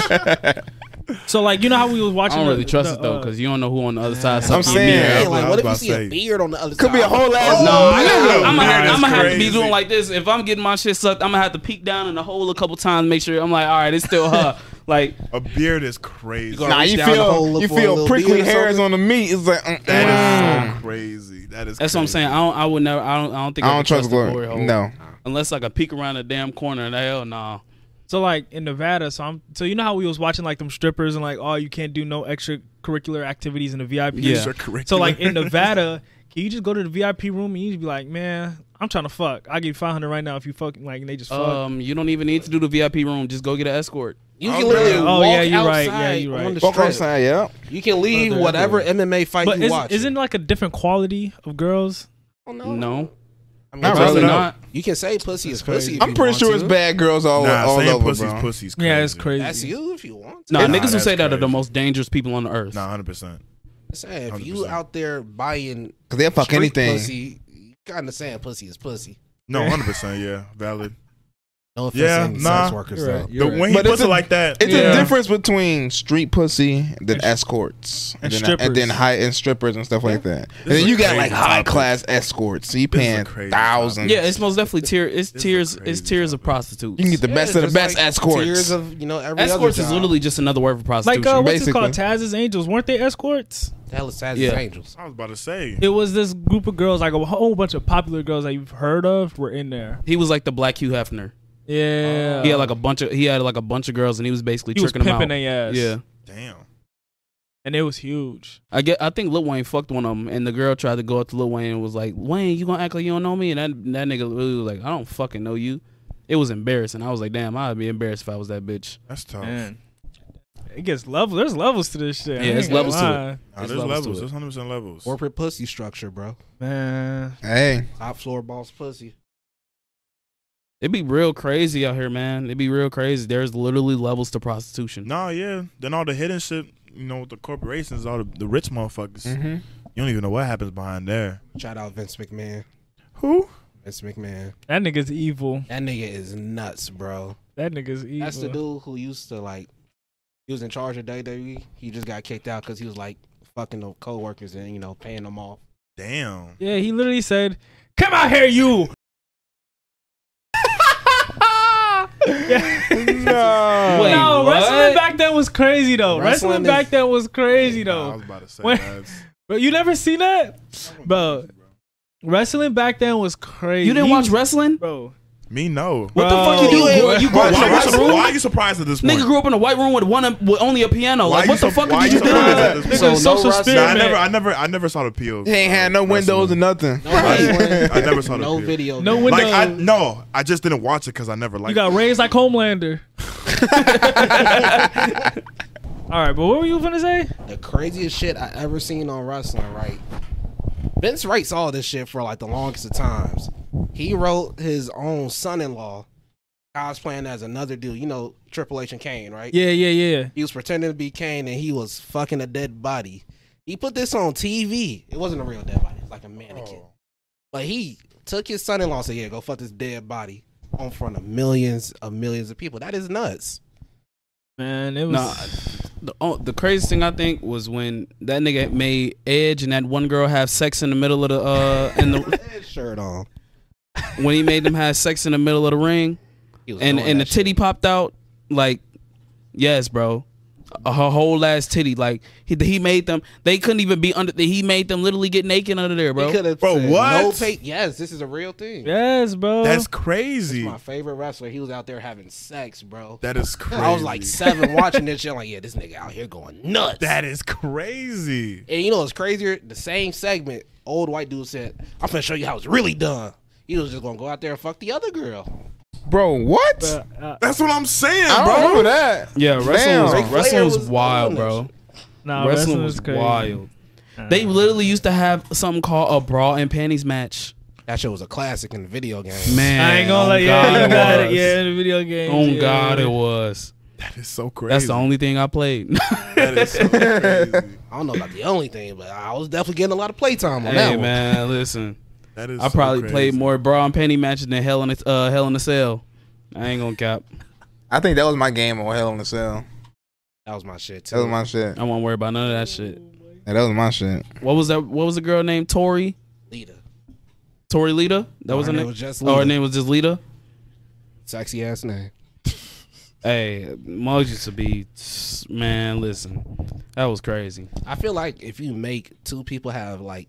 Speaker 6: So like you know how we was
Speaker 2: I
Speaker 6: watching.
Speaker 2: don't
Speaker 6: the-
Speaker 2: really trust
Speaker 6: the,
Speaker 2: it though,
Speaker 6: uh,
Speaker 2: because you don't know who on the other side.
Speaker 1: I'm
Speaker 2: sucking your
Speaker 1: saying,
Speaker 2: dick.
Speaker 1: that's
Speaker 7: Hey,
Speaker 4: what
Speaker 7: like,
Speaker 4: I
Speaker 7: what
Speaker 4: was
Speaker 7: if you
Speaker 4: about to
Speaker 7: see a
Speaker 4: say.
Speaker 7: beard on the other
Speaker 1: Could
Speaker 7: side?
Speaker 1: be a whole
Speaker 4: Oh,
Speaker 1: ass.
Speaker 2: No, I am
Speaker 1: nigga.
Speaker 2: gonna,
Speaker 4: Nah,
Speaker 2: I'm gonna
Speaker 4: that's
Speaker 2: have to be
Speaker 4: crazy.
Speaker 2: doing like this. If I'm getting my shit sucked, I'm gonna have to peek down in the hole a couple times, make sure I'm like, all right, it's
Speaker 4: (laughs)
Speaker 2: still her. Like,
Speaker 4: A beard is crazy.
Speaker 2: You gonna-
Speaker 1: Nah,
Speaker 2: reach
Speaker 1: you
Speaker 2: down the
Speaker 7: hole,
Speaker 1: feel
Speaker 7: look
Speaker 1: you
Speaker 7: for a
Speaker 1: feel
Speaker 7: little
Speaker 1: prickly
Speaker 7: beard or
Speaker 1: hairs on the meat. It's like mm,
Speaker 4: That
Speaker 1: mm.
Speaker 4: is so crazy. That is.
Speaker 2: that's what I'm
Speaker 4: crazy.
Speaker 2: saying. I don't, I would never. I don't. I don't think.
Speaker 1: I
Speaker 2: would
Speaker 1: don't trust
Speaker 2: the
Speaker 1: glory.
Speaker 2: glory hole.
Speaker 1: No,
Speaker 2: Unless I could peek around the damn corner and hell, nah.
Speaker 6: So like in Nevada, so I'm so you know how we was watching like them strippers and like oh you can't do no extracurricular activities in the VIP.
Speaker 2: Yeah.
Speaker 4: Extracurricular.
Speaker 2: (laughs)
Speaker 6: So like in Nevada, can you just go to the VIP room and you just be like, man, I'm trying to fuck. I give you 500 right now if you fucking like and they just fuck.
Speaker 2: Um, you don't even need to do the VIP room. Just go get an escort.
Speaker 7: You
Speaker 4: Okay.
Speaker 7: can literally
Speaker 6: Oh,
Speaker 7: walk
Speaker 6: yeah, you're right.
Speaker 7: outside
Speaker 6: Yeah, you're right.
Speaker 7: on the
Speaker 1: fuck
Speaker 7: strip.
Speaker 1: outside. Yeah,
Speaker 7: You can leave whatever MMA fight
Speaker 6: but
Speaker 7: you
Speaker 6: is,
Speaker 7: watch.
Speaker 6: isn't like a different quality of girls?
Speaker 2: No,
Speaker 1: not
Speaker 2: Probably
Speaker 1: really.
Speaker 2: not.
Speaker 7: You can say pussy is pussy. if
Speaker 1: I'm
Speaker 7: you
Speaker 1: pretty
Speaker 7: want
Speaker 1: sure
Speaker 7: to.
Speaker 1: it's bad girls all
Speaker 4: Nah,
Speaker 1: all
Speaker 4: saying
Speaker 1: over,
Speaker 4: pussies,
Speaker 1: bro.
Speaker 4: pussies. Crazy.
Speaker 6: Yeah, it's crazy.
Speaker 7: That's you if you want. To.
Speaker 2: Nah,
Speaker 4: Nah,
Speaker 2: niggas who
Speaker 4: that's
Speaker 2: say that are
Speaker 4: crazy.
Speaker 2: the most dangerous people on the earth.
Speaker 4: Nah, hundred percent.
Speaker 7: Say, if you
Speaker 4: 100%.
Speaker 7: out there buying
Speaker 1: Cause they'll fuck
Speaker 7: street
Speaker 1: anything.
Speaker 7: pussy, you kind of saying pussy is pussy.
Speaker 4: No, hundred percent. Yeah, valid.
Speaker 7: No offense
Speaker 4: Yeah,
Speaker 7: to any
Speaker 4: nah.
Speaker 7: sex workers
Speaker 6: You're
Speaker 7: though.
Speaker 6: right.
Speaker 4: The
Speaker 6: You're right.
Speaker 4: when he
Speaker 1: But
Speaker 4: puts
Speaker 1: it's
Speaker 4: it
Speaker 1: a-
Speaker 4: like that,
Speaker 1: It's
Speaker 6: Yeah.
Speaker 1: a difference between street pussy than escorts
Speaker 6: and
Speaker 1: then,
Speaker 6: strippers.
Speaker 1: and then high and strippers and stuff like that. And
Speaker 4: is
Speaker 1: then
Speaker 4: a
Speaker 1: you got
Speaker 4: crazy
Speaker 1: like high
Speaker 4: topic.
Speaker 1: class escorts. So you
Speaker 4: This is a
Speaker 1: paying
Speaker 4: crazy
Speaker 1: thousands.
Speaker 2: Yeah, it's most definitely tier. It's
Speaker 4: This is
Speaker 2: tiers.
Speaker 4: a
Speaker 2: It's
Speaker 4: crazy
Speaker 2: tiers of
Speaker 4: topic.
Speaker 2: prostitutes.
Speaker 1: you can get the
Speaker 7: Yeah,
Speaker 1: best
Speaker 7: it's
Speaker 1: of the
Speaker 7: just
Speaker 1: best
Speaker 7: like Tiers
Speaker 1: escorts.
Speaker 7: of you know every
Speaker 2: escorts
Speaker 7: other
Speaker 2: is
Speaker 7: job.
Speaker 2: literally just another word for prostitution.
Speaker 6: Like uh, what's it
Speaker 1: basically.
Speaker 6: called? Taz is Angels weren't they escorts?
Speaker 7: hell is
Speaker 2: Yeah.
Speaker 7: angels.
Speaker 4: I was about to say.
Speaker 6: It was this group of girls, like a whole bunch of popular girls that you've heard of, were in there.
Speaker 2: he was like the black Hugh Hefner.
Speaker 6: Yeah,
Speaker 2: He had like a bunch of he had like a bunch of girls, and he was basically
Speaker 6: he was
Speaker 2: tricking
Speaker 6: pimping
Speaker 2: them out.
Speaker 6: their ass.
Speaker 2: Yeah,
Speaker 4: Damn.
Speaker 6: and it was huge.
Speaker 2: I get. I think Lil Wayne fucked one of them, and the girl tried to go up to Lil Wayne and was like, "Wayne, you gonna act like you don't know me?" And that that nigga really was like, "I don't fucking know you." It was embarrassing. I was like, "Damn, I'd be embarrassed if I was that bitch."
Speaker 4: That's tough.
Speaker 6: Man, it gets level. There's levels to this shit. I
Speaker 2: Yeah, there's
Speaker 6: ain't gonna
Speaker 2: levels to it.
Speaker 6: lie.
Speaker 4: Nah,
Speaker 2: There's
Speaker 4: there's
Speaker 2: levels to
Speaker 4: levels.
Speaker 2: it.
Speaker 4: There's hundred percent levels.
Speaker 7: Corporate pussy structure, bro.
Speaker 6: Man,
Speaker 1: Hey,
Speaker 7: Top floor boss pussy.
Speaker 2: It'd be real crazy out here, man. It'd be real crazy. There's literally levels to prostitution.
Speaker 4: Nah, yeah. Then all the hidden shit, you know, with the corporations, all the, the rich motherfuckers. You don't even know what happens behind there.
Speaker 7: Shout out Vince McMahon.
Speaker 4: Who?
Speaker 7: Vince McMahon.
Speaker 6: that nigga's evil.
Speaker 7: That nigga is nuts, bro.
Speaker 6: That nigga's evil.
Speaker 7: That's the dude who used to like. He was in charge of WWE. He just got kicked out because he was like fucking the coworkers and you know paying them off.
Speaker 4: Damn.
Speaker 6: Yeah, he literally said, "Come out here, you."
Speaker 1: no.
Speaker 2: Wait,
Speaker 6: no,
Speaker 2: what?
Speaker 6: wrestling back then was crazy though. Wrestling,
Speaker 7: Wrestling is-
Speaker 6: back then was crazy
Speaker 4: Nah, I
Speaker 6: though.
Speaker 4: was about to say.
Speaker 6: Wait.
Speaker 4: that's-
Speaker 6: But you never seen that, bro. Wrestling back then was crazy.
Speaker 2: You didn't watch wrestling?
Speaker 6: bro.
Speaker 4: (laughs) Me no.
Speaker 2: What the fuck you do?
Speaker 6: Bro.
Speaker 2: Gro- You grew
Speaker 4: Why,
Speaker 2: up in
Speaker 4: why,
Speaker 2: a
Speaker 4: you
Speaker 2: white
Speaker 4: sur- why are
Speaker 2: room?
Speaker 4: you surprised at this point?
Speaker 2: Nigga grew up in a white room with one with only a piano.
Speaker 4: Why
Speaker 2: like
Speaker 4: you
Speaker 2: what the
Speaker 4: so-
Speaker 2: fuck
Speaker 4: why
Speaker 2: did you
Speaker 4: you
Speaker 2: do?
Speaker 4: so proud of
Speaker 6: Nigga,
Speaker 4: this?
Speaker 2: So
Speaker 6: social
Speaker 7: no
Speaker 6: spirit.
Speaker 4: Nah, I never,
Speaker 6: man.
Speaker 4: I never, I never saw the POs.
Speaker 1: They ain't had no
Speaker 4: Wrestling.
Speaker 1: windows or nothing.
Speaker 7: No (laughs)
Speaker 4: Right. I never saw that
Speaker 7: No
Speaker 4: video.
Speaker 7: video.
Speaker 6: No
Speaker 7: game.
Speaker 6: win-
Speaker 4: Like I
Speaker 6: windows.
Speaker 4: no, I just didn't watch it because I never
Speaker 6: You
Speaker 4: liked.
Speaker 6: got
Speaker 4: it.
Speaker 6: raised like Homelander. (laughs) All right, but what were you gonna say?
Speaker 7: The craziest shit I ever seen on wrestling, right? Vince writes all this shit for like the longest of times. He wrote his own son-in-law cosplaying as another dude. You know Triple H and Kane, right?
Speaker 6: Yeah, yeah, yeah.
Speaker 7: He was pretending to be Kane and he was fucking a dead body. He put this on TV. It wasn't a real dead body. It was like a mannequin.
Speaker 2: Oh.
Speaker 7: But he took his son-in-law and said, "Yeah, go fuck this dead body." On front of millions of millions of people. That is nuts.
Speaker 6: Man, it was.
Speaker 2: Nah, the oh, the craziest thing I think was when that nigga made Edge and that one girl have sex in the middle of the uh in
Speaker 7: (laughs)
Speaker 2: the
Speaker 7: Shirt on.
Speaker 2: when he made them have sex in the middle of the ring
Speaker 7: He was
Speaker 2: and
Speaker 7: doing
Speaker 2: and the
Speaker 7: that shit.
Speaker 2: titty popped out like yes bro A- her whole ass titty like he he made them they couldn't even be under he made them literally get naked under there bro
Speaker 7: He could've
Speaker 4: Bro,
Speaker 7: said,
Speaker 4: what?
Speaker 7: No pay- yes, this is a real thing.
Speaker 6: yes, bro.
Speaker 4: That's crazy.
Speaker 7: My favorite wrestler, he was out there having sex, bro.
Speaker 4: That is crazy.
Speaker 7: I was like seven watching this shit. I'm like, yeah, this nigga out here going nuts.
Speaker 4: that is crazy.
Speaker 7: And you know what's crazier? The same segment, old white dude said, I'm gonna show you how it's really done. He was just gonna go out there and fuck the other girl.
Speaker 1: Bro, what?
Speaker 6: Uh, uh,
Speaker 4: That's what I'm saying,
Speaker 1: I don't
Speaker 4: bro.
Speaker 1: remember that.
Speaker 2: yeah wrestling
Speaker 1: Damn.
Speaker 2: was,
Speaker 7: Ric
Speaker 2: wrestling
Speaker 7: Flair
Speaker 2: was
Speaker 7: was
Speaker 2: wild
Speaker 7: doing
Speaker 2: bro
Speaker 6: nah,
Speaker 2: wrestling was
Speaker 6: crazy.
Speaker 2: wild they literally used to have something called a bra and panties match
Speaker 7: That shit was a classic in the video game.
Speaker 2: man
Speaker 6: I ain't gonna
Speaker 2: on
Speaker 6: let yeah, you
Speaker 2: God,
Speaker 6: got
Speaker 2: was.
Speaker 6: it. Yeah, in the video game.
Speaker 2: Oh
Speaker 6: yeah.
Speaker 2: God, it was.
Speaker 4: That is so crazy.
Speaker 2: That's the only thing I played. (laughs)
Speaker 4: That is (laughs) so crazy.
Speaker 7: I don't know about the only thing, but I was definitely getting a lot of playtime on that
Speaker 2: hey
Speaker 7: one.
Speaker 2: man,
Speaker 7: (laughs)
Speaker 2: listen,
Speaker 4: That is.
Speaker 2: I
Speaker 4: so
Speaker 2: probably
Speaker 4: crazy.
Speaker 2: played more bra and panty matches than Hell in a, uh, Hell in a Cell. I ain't gonna cap.
Speaker 1: I think that was my game on Hell in a Cell.
Speaker 7: That was my shit too.
Speaker 1: That was my shit.
Speaker 2: I won't worry about none of that shit.
Speaker 1: Yeah, that was my shit.
Speaker 2: What was that? What was the girl named Tori?
Speaker 7: Lita.
Speaker 2: Tori Lita. That was
Speaker 7: her
Speaker 2: her name.
Speaker 7: name was just
Speaker 2: Oh, her
Speaker 7: Lita.
Speaker 2: name was just Lita.
Speaker 7: Sexy ass name.
Speaker 2: Hey, Mug used to be man. Listen, that was crazy. Oh
Speaker 7: I feel like if you make two people have like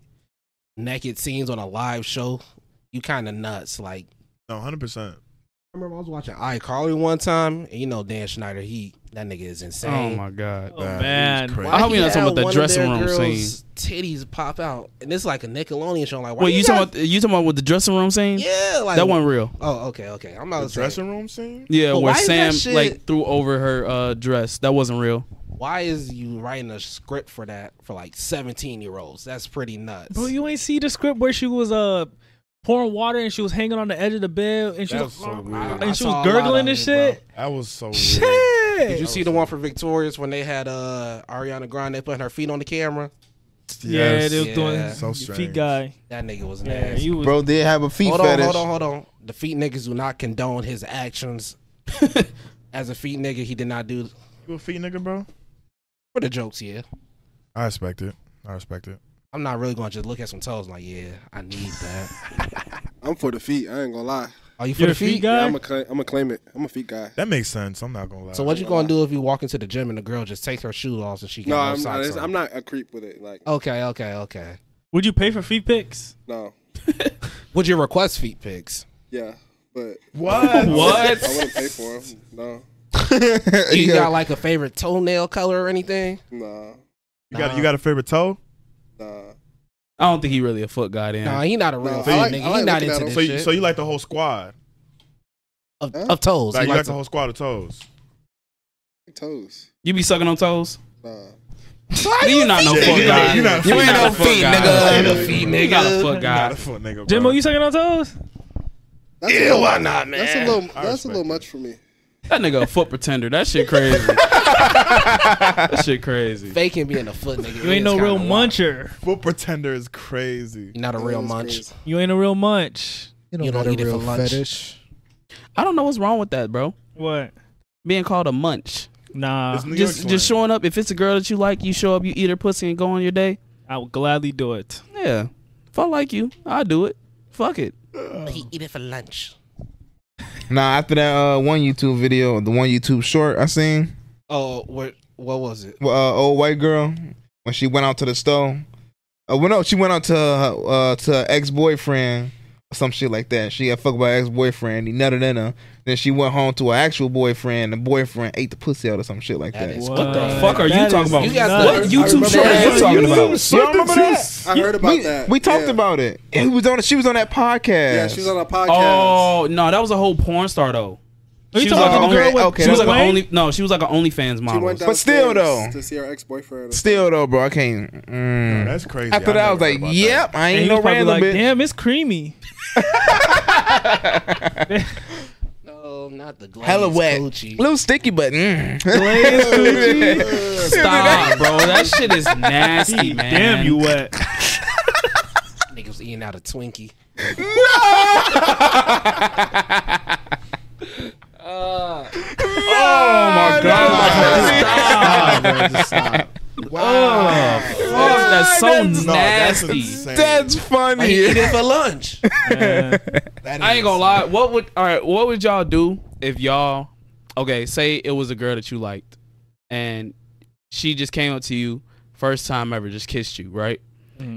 Speaker 7: naked scenes on a live show, you kind of nuts. Like
Speaker 4: No, hundred percent.
Speaker 7: I remember I was watching iCarly one time, and you know Dan Schneider, he that nigga is insane.
Speaker 2: Oh my god.
Speaker 6: Oh, man.
Speaker 4: crazy.
Speaker 2: I hope you're not talking
Speaker 7: had
Speaker 2: about that
Speaker 7: one of
Speaker 2: dressing
Speaker 7: their
Speaker 2: room
Speaker 7: girls' Titties pop out, and it's like a Nickelodeon show. Like, why
Speaker 2: Wait, you talking
Speaker 7: got-
Speaker 2: about you talking about with the dressing room scene?
Speaker 7: Yeah, like
Speaker 2: that wasn't real.
Speaker 7: Oh, okay, okay. I'm
Speaker 4: The
Speaker 7: not dressing.
Speaker 4: dressing room scene.
Speaker 2: Yeah,
Speaker 7: But
Speaker 2: where
Speaker 7: why is
Speaker 2: Sam
Speaker 7: that shit-
Speaker 2: like threw over her uh, dress. That wasn't real.
Speaker 7: Why is you writing a script for that for like 17 year olds? That's pretty nuts.
Speaker 6: Bro, you ain't see the script where she was uh pouring water and she was hanging on the edge of the bed and she was
Speaker 7: weird.
Speaker 6: and she was gurgling and shit.
Speaker 4: That was so weird.
Speaker 6: Shit.
Speaker 2: Oh,
Speaker 7: Did you see the one for Victorious when they had uh Ariana Grande putting her feet on the camera?
Speaker 6: Yeah,
Speaker 4: Yes.
Speaker 6: they was
Speaker 7: Yeah.
Speaker 6: doing
Speaker 4: So
Speaker 6: feet
Speaker 4: strange.
Speaker 6: guy.
Speaker 7: That nigga was
Speaker 6: Yeah,
Speaker 7: nasty.
Speaker 6: you was
Speaker 1: Bro did have a feet
Speaker 7: hold on,
Speaker 1: fetish.
Speaker 7: hold
Speaker 1: (laughs)
Speaker 7: on, hold on. The feet niggas do not condone his actions. (laughs) As a feet nigga, he did not do
Speaker 4: You a feet nigga, bro?
Speaker 7: for the jokes here.
Speaker 4: I respect it. I respect it.
Speaker 7: I'm not really going to just look at some toes and like, yeah, I need that.
Speaker 5: I'm for the feet. I ain't gonna lie.
Speaker 7: Are you for
Speaker 6: you're
Speaker 7: the
Speaker 6: a feet
Speaker 7: feet?
Speaker 5: Yeah,
Speaker 6: guy.
Speaker 5: I'm gonna I'm gonna claim it. I'm a feet guy.
Speaker 4: That makes sense. I'm not gonna lie.
Speaker 7: So what you going to do if you walk into the gym and the girl just takes her shoe off and she got
Speaker 5: No,
Speaker 7: no,
Speaker 5: I'm,
Speaker 7: socks
Speaker 5: not,
Speaker 7: on?
Speaker 5: I'm not a creep with it. Like,
Speaker 7: Okay, okay, okay.
Speaker 6: Would you pay for feet pics?
Speaker 5: no,
Speaker 7: Would you request feet pics?
Speaker 5: yeah, but
Speaker 2: (laughs)
Speaker 4: (laughs) What?
Speaker 5: I wouldn't pay for them. No,
Speaker 7: You
Speaker 1: Yeah.
Speaker 7: got like a favorite toenail color or anything?
Speaker 5: no,
Speaker 4: You got you got a favorite toe?
Speaker 5: no.
Speaker 2: I don't think he really a foot guy then.
Speaker 7: Nah, he not a real
Speaker 5: No,
Speaker 7: feet
Speaker 5: I like-
Speaker 7: nigga.
Speaker 5: I like
Speaker 7: he not
Speaker 5: looking
Speaker 7: into
Speaker 5: at him.
Speaker 7: this
Speaker 4: So you,
Speaker 7: shit.
Speaker 4: so you like the whole squad?
Speaker 7: of,
Speaker 5: Huh?
Speaker 7: of toes.
Speaker 4: Like
Speaker 7: He
Speaker 4: you like
Speaker 7: likes
Speaker 4: the whole squad of toes?
Speaker 5: Toes.
Speaker 2: You be sucking on toes?
Speaker 5: Nah.
Speaker 2: Then you not no
Speaker 4: nigga?
Speaker 2: foot
Speaker 4: You
Speaker 2: guy.
Speaker 4: not- you not a feet nigga.
Speaker 2: not a foot
Speaker 1: Feet
Speaker 2: guy. You
Speaker 1: nigga. Ain't
Speaker 2: not a
Speaker 1: a
Speaker 2: You not a foot
Speaker 4: Not
Speaker 2: guy.
Speaker 4: a foot nigga, bro.
Speaker 6: Jimbo, you sucking on toes?
Speaker 5: That's Ew,
Speaker 7: why not, man?
Speaker 5: That's a little.
Speaker 4: I
Speaker 5: That's a little
Speaker 4: respect
Speaker 5: much for me.
Speaker 2: That nigga a foot pretender. That shit (laughs) crazy. that shit crazy.
Speaker 7: faking being a foot nigga.
Speaker 6: You ain't no real muncher.
Speaker 4: foot pretender is crazy.
Speaker 7: You're not a
Speaker 5: That
Speaker 7: real
Speaker 5: is
Speaker 7: munch.
Speaker 5: crazy.
Speaker 6: You ain't a real munch.
Speaker 7: You don't
Speaker 3: got a
Speaker 7: eat it for
Speaker 3: real
Speaker 7: lunch.
Speaker 3: fetish.
Speaker 2: I don't know what's wrong with that, bro.
Speaker 6: What?
Speaker 2: Being called a munch.
Speaker 6: Nah,
Speaker 4: It's New
Speaker 2: just
Speaker 4: York
Speaker 2: just
Speaker 4: slang.
Speaker 2: showing up. If it's a girl that you like, you show up, you eat her pussy and go on your day.
Speaker 6: I would gladly do it.
Speaker 2: Yeah. If I like you, I do it. Fuck it.
Speaker 7: He eat it for lunch.
Speaker 1: Nah, after that uh, one YouTube video, the one YouTube short I seen,
Speaker 7: Oh, what? What was it?
Speaker 1: uh, old white girl when she went out to the store. Uh, well, no, she went out to her, uh, to her ex boyfriend or some shit like that. She got fucked by her ex boyfriend. He nutted in her. Then she went home to her actual boyfriend. The boyfriend ate the pussy out or some shit like
Speaker 7: That
Speaker 1: that.
Speaker 7: is-
Speaker 1: What?
Speaker 7: What the
Speaker 2: fuck are you
Speaker 6: That
Speaker 2: talking
Speaker 6: is
Speaker 2: about?
Speaker 7: You guys
Speaker 6: nuts.
Speaker 7: What
Speaker 2: What
Speaker 7: I
Speaker 2: YouTube
Speaker 7: remember
Speaker 2: short
Speaker 7: that.
Speaker 2: are you talking about?
Speaker 1: You don't remember that?
Speaker 5: I heard about
Speaker 1: we,
Speaker 5: that.
Speaker 1: We talked
Speaker 5: Yeah.
Speaker 1: about it. It was on. She was on that podcast.
Speaker 5: Yeah, she's on a podcast.
Speaker 2: Oh no, that was a whole porn star though.
Speaker 6: Are you
Speaker 2: She was
Speaker 6: talking
Speaker 2: like,
Speaker 6: about the
Speaker 1: okay,
Speaker 6: girl with
Speaker 1: okay,
Speaker 2: She was
Speaker 1: Lil
Speaker 2: like
Speaker 6: Wayne?
Speaker 2: an only no, she was like an OnlyFans
Speaker 5: She
Speaker 2: model.
Speaker 5: went
Speaker 1: But still,
Speaker 5: downstairs
Speaker 1: though.
Speaker 5: to see her ex boyfriend.
Speaker 1: Still though, bro, I can't. mm.
Speaker 4: That's crazy.
Speaker 1: After
Speaker 4: I
Speaker 1: that, I
Speaker 4: never heard
Speaker 1: was like,
Speaker 4: about that.
Speaker 1: "Yep, I
Speaker 6: And
Speaker 1: ain't
Speaker 6: he
Speaker 1: no
Speaker 6: was probably
Speaker 1: random
Speaker 6: like,
Speaker 1: bitch."
Speaker 6: damn, it's creamy.
Speaker 7: No, not the glaze.
Speaker 1: Hella wet,
Speaker 7: coochie.
Speaker 1: little sticky, but mm.
Speaker 6: Glazed coochie.
Speaker 5: (laughs)
Speaker 2: Stop, bro. That shit is nasty, man.
Speaker 6: Damn, you wet.
Speaker 7: Nigga was eating out a Twinkie.
Speaker 2: my
Speaker 6: (laughs) Stop, bro. Just
Speaker 2: that's
Speaker 6: stop.
Speaker 5: (laughs)
Speaker 2: so
Speaker 4: No, that's
Speaker 2: nasty.
Speaker 4: insane.
Speaker 1: That's
Speaker 7: Like, he
Speaker 1: funny.
Speaker 7: eat it for lunch.
Speaker 6: Yeah.
Speaker 2: I ain't gonna lie. What would all right? What would y'all do if y'all okay? Say it was a girl that you liked, and she just came up to you first time ever, just kissed you, right?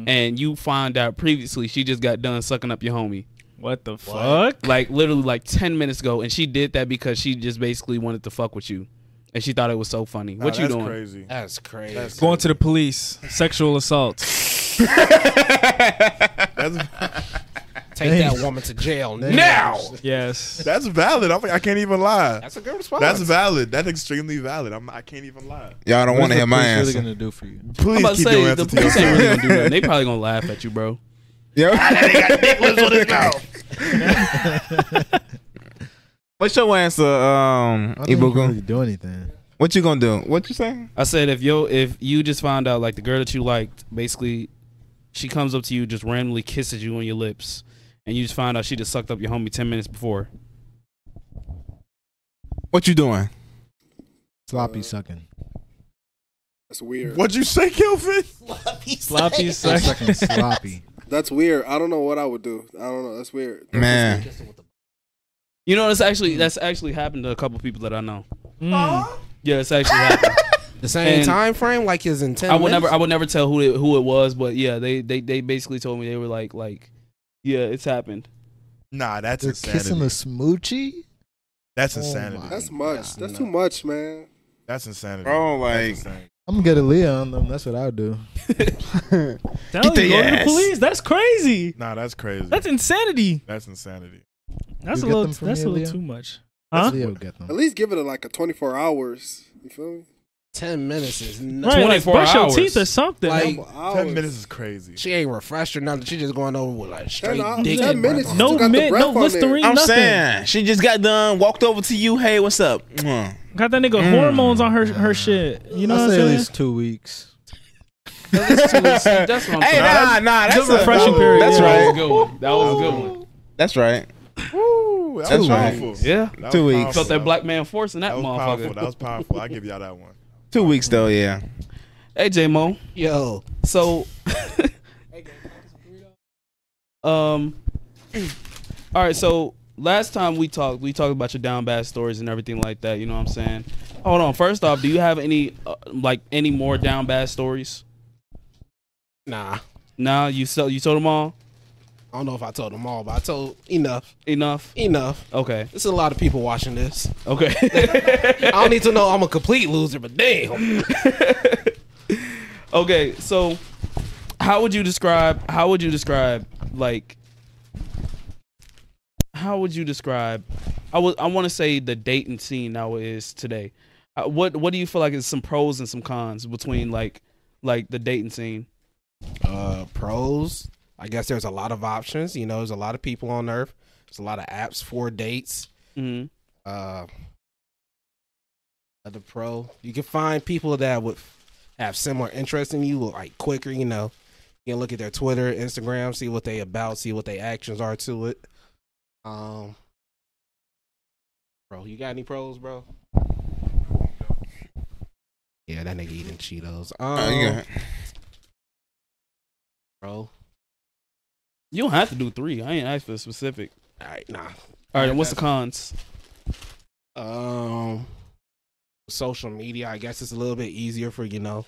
Speaker 2: And you find out previously she just got done sucking up your homie,
Speaker 6: What the fuck?
Speaker 2: like literally like ten minutes ago, and she did that because she just basically wanted to fuck with you, and she thought it was so funny.
Speaker 4: Nah,
Speaker 2: what you
Speaker 4: that's
Speaker 2: doing?
Speaker 4: Crazy.
Speaker 7: That's crazy.
Speaker 6: Going to the police. Sexual assault.
Speaker 4: That's
Speaker 7: Take that woman to jail nigga.
Speaker 2: Now!
Speaker 6: Yes.
Speaker 4: that's valid. I'm, I can't even lie.
Speaker 7: That's a good response.
Speaker 4: That's valid. That's extremely valid. I'm, I can't even lie.
Speaker 1: Y'all don't
Speaker 3: What
Speaker 1: want
Speaker 3: is
Speaker 1: to
Speaker 3: the
Speaker 1: hear my
Speaker 3: police really
Speaker 1: answer.
Speaker 3: gonna do for you?
Speaker 4: Please
Speaker 2: I'm about to
Speaker 4: keep your
Speaker 2: say the
Speaker 4: answer to
Speaker 2: police ain't
Speaker 4: yourself.
Speaker 2: really gonna do
Speaker 4: (laughs)
Speaker 2: nothing. They probably gonna laugh at you, bro.
Speaker 1: Yeah. (laughs) What's your answer, um,
Speaker 3: I don't think you can
Speaker 1: Ibuku?
Speaker 3: really do anything.
Speaker 1: What you gonna do? What you say?
Speaker 2: I said if yo if you just found out like the girl that you liked basically she comes up to you just randomly kisses you on your lips and you just find out she just sucked up your homie 10 minutes before.
Speaker 1: What you
Speaker 3: Uh,
Speaker 1: doing?
Speaker 3: (laughs) Sloppy sucking.
Speaker 5: That's weird.
Speaker 4: What'd you say, Kelvin?
Speaker 10: Sloppy,
Speaker 6: Sloppy
Speaker 10: seconds.
Speaker 3: That
Speaker 6: seconds.
Speaker 3: (laughs) second sloppy.
Speaker 5: That's weird. I don't know what I would do. I don't know. That's weird.
Speaker 1: Man.
Speaker 2: You know, that's actually that's actually happened to a couple people that I know.
Speaker 6: Mm.
Speaker 2: Yeah,
Speaker 4: (laughs)
Speaker 2: it's actually happened.
Speaker 7: The same
Speaker 2: And-
Speaker 7: time frame, like his intent.
Speaker 2: I would never I would never tell who it, who it was, but yeah, they, they they basically told me they were like like, yeah,
Speaker 4: (laughs)
Speaker 2: it's happened.
Speaker 4: Nah, that's
Speaker 10: They're kissing
Speaker 4: insanity.
Speaker 10: the smoochie.
Speaker 4: That's
Speaker 10: Oh
Speaker 4: insanity.
Speaker 10: my
Speaker 5: That's much.
Speaker 10: God.
Speaker 5: That's too much, man.
Speaker 4: That's insanity.
Speaker 1: Bro,
Speaker 4: That's
Speaker 1: like
Speaker 4: insanity.
Speaker 10: I'm gonna get a Leah on them. That's what I would do.
Speaker 6: Tell you,
Speaker 1: their
Speaker 6: go to the
Speaker 1: ass.
Speaker 6: police. That's crazy.
Speaker 4: Nah, that's crazy.
Speaker 6: That's insanity.
Speaker 4: That's insanity.
Speaker 6: That's
Speaker 10: You get
Speaker 6: a little.
Speaker 10: them from
Speaker 6: That's
Speaker 10: me,
Speaker 6: a little
Speaker 10: Leo?
Speaker 6: too much. Huh?
Speaker 10: Leah would get them.
Speaker 5: At least give it a, like a 24 hours. You feel me?
Speaker 7: Ten minutes is
Speaker 6: Right,
Speaker 7: nothing.
Speaker 2: Right.
Speaker 6: like
Speaker 2: 24
Speaker 6: brush
Speaker 2: hours.
Speaker 6: your teeth or something.
Speaker 7: Like,
Speaker 5: Ten
Speaker 4: Ten minutes is crazy.
Speaker 7: She ain't refreshed or nothing. She just going over with like straight
Speaker 5: hours.
Speaker 7: dick.
Speaker 5: Ten
Speaker 7: and
Speaker 5: minutes.
Speaker 7: breath on
Speaker 5: Still
Speaker 6: no
Speaker 5: got the
Speaker 6: mint,
Speaker 5: breath
Speaker 6: no
Speaker 5: on there.
Speaker 6: listerine,
Speaker 1: I'm
Speaker 6: nothing.
Speaker 1: saying, she just got done, walked over to you. Hey, what's up? Mwah.
Speaker 6: Got that nigga hormones on her her shit. You know
Speaker 3: I
Speaker 6: what I'm
Speaker 3: say at
Speaker 6: saying?
Speaker 3: least two weeks.
Speaker 1: (laughs)
Speaker 2: that's what I'm
Speaker 1: Hey,
Speaker 2: saying.
Speaker 1: nah, nah, that's
Speaker 6: Good
Speaker 1: a-
Speaker 6: refreshing period.
Speaker 1: That's
Speaker 6: yeah.
Speaker 2: That was a
Speaker 1: right.
Speaker 2: good one. That was a good one.
Speaker 1: That's right.
Speaker 4: Woo, that was
Speaker 1: Two weeks.
Speaker 4: powerful.
Speaker 2: Yeah.
Speaker 4: That was
Speaker 1: Two weeks.
Speaker 4: powerful.
Speaker 2: Felt that black man force in that,
Speaker 4: That was powerful.
Speaker 2: motherfucker.
Speaker 4: That was powerful. I give y'all that one.
Speaker 1: Two weeks though, yeah.
Speaker 2: Hey J Mo.
Speaker 7: it. Yo,
Speaker 2: So (laughs) Um All right, so last time we talked, we talked about your down bad stories and everything like that, you know what I'm saying? Hold on. First off, do you have any uh, like any more down bad stories?
Speaker 7: nah.
Speaker 2: Nah, you sell you told them all?
Speaker 7: I don't know if I told them all, but I told enough.
Speaker 2: Enough.
Speaker 7: Enough.
Speaker 2: Okay.
Speaker 7: There's a lot of people watching this.
Speaker 2: Okay. (laughs)
Speaker 7: I don't need to know I'm a complete loser, but damn.
Speaker 2: okay, so how would you describe how would you describe like how would you describe I would I want to say the dating scene now is today. Uh, what what do you feel like is some pros and some cons between like like the dating scene?
Speaker 7: Uh, pros. I guess there's a lot of options. You know, there's a lot of people on Earth. There's a lot of apps for dates.
Speaker 2: Mhm.
Speaker 7: Uh, other pro. You can find people that would have similar interests in you, like quicker. You know, you can look at their Twitter, Instagram, see what they about, see what their actions are to it. Um, bro, you got any pros, bro? Yeah, that nigga eating Cheetos. Um,
Speaker 1: Uh, you got-
Speaker 7: bro.
Speaker 2: You don't have to do 3. I ain't asked for specific.
Speaker 7: All right, nah.
Speaker 2: All right, and what's the cons?
Speaker 7: Um, social media. I guess it's a little bit easier for you know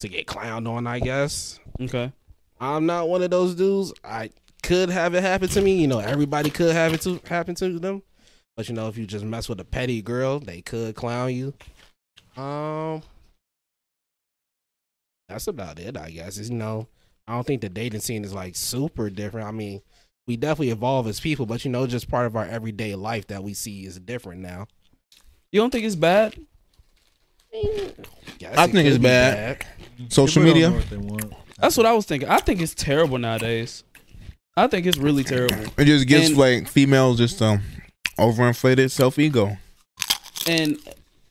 Speaker 7: to get clowned on. I guess
Speaker 2: Okay.
Speaker 7: I'm not one of those dudes. I could have it happen to me. You know, everybody could have it to happen to them. But you know, if you just mess with a petty girl, they could clown you. Um, that's about it. I guess is you know, I don't think the dating scene is like super different. I mean. We definitely evolve as people, but you know, just part of our everyday life that we see is different now.
Speaker 2: You don't think it's bad?
Speaker 7: Guess
Speaker 1: I
Speaker 7: it
Speaker 1: think
Speaker 7: could
Speaker 1: it's
Speaker 7: be
Speaker 1: bad. Social
Speaker 3: People don't know
Speaker 1: media.
Speaker 3: what they want.
Speaker 2: That's what I was thinking. I think it's terrible nowadays. I think it's really terrible.
Speaker 1: It just gives
Speaker 2: And-
Speaker 1: like females just um overinflated self ego.
Speaker 2: and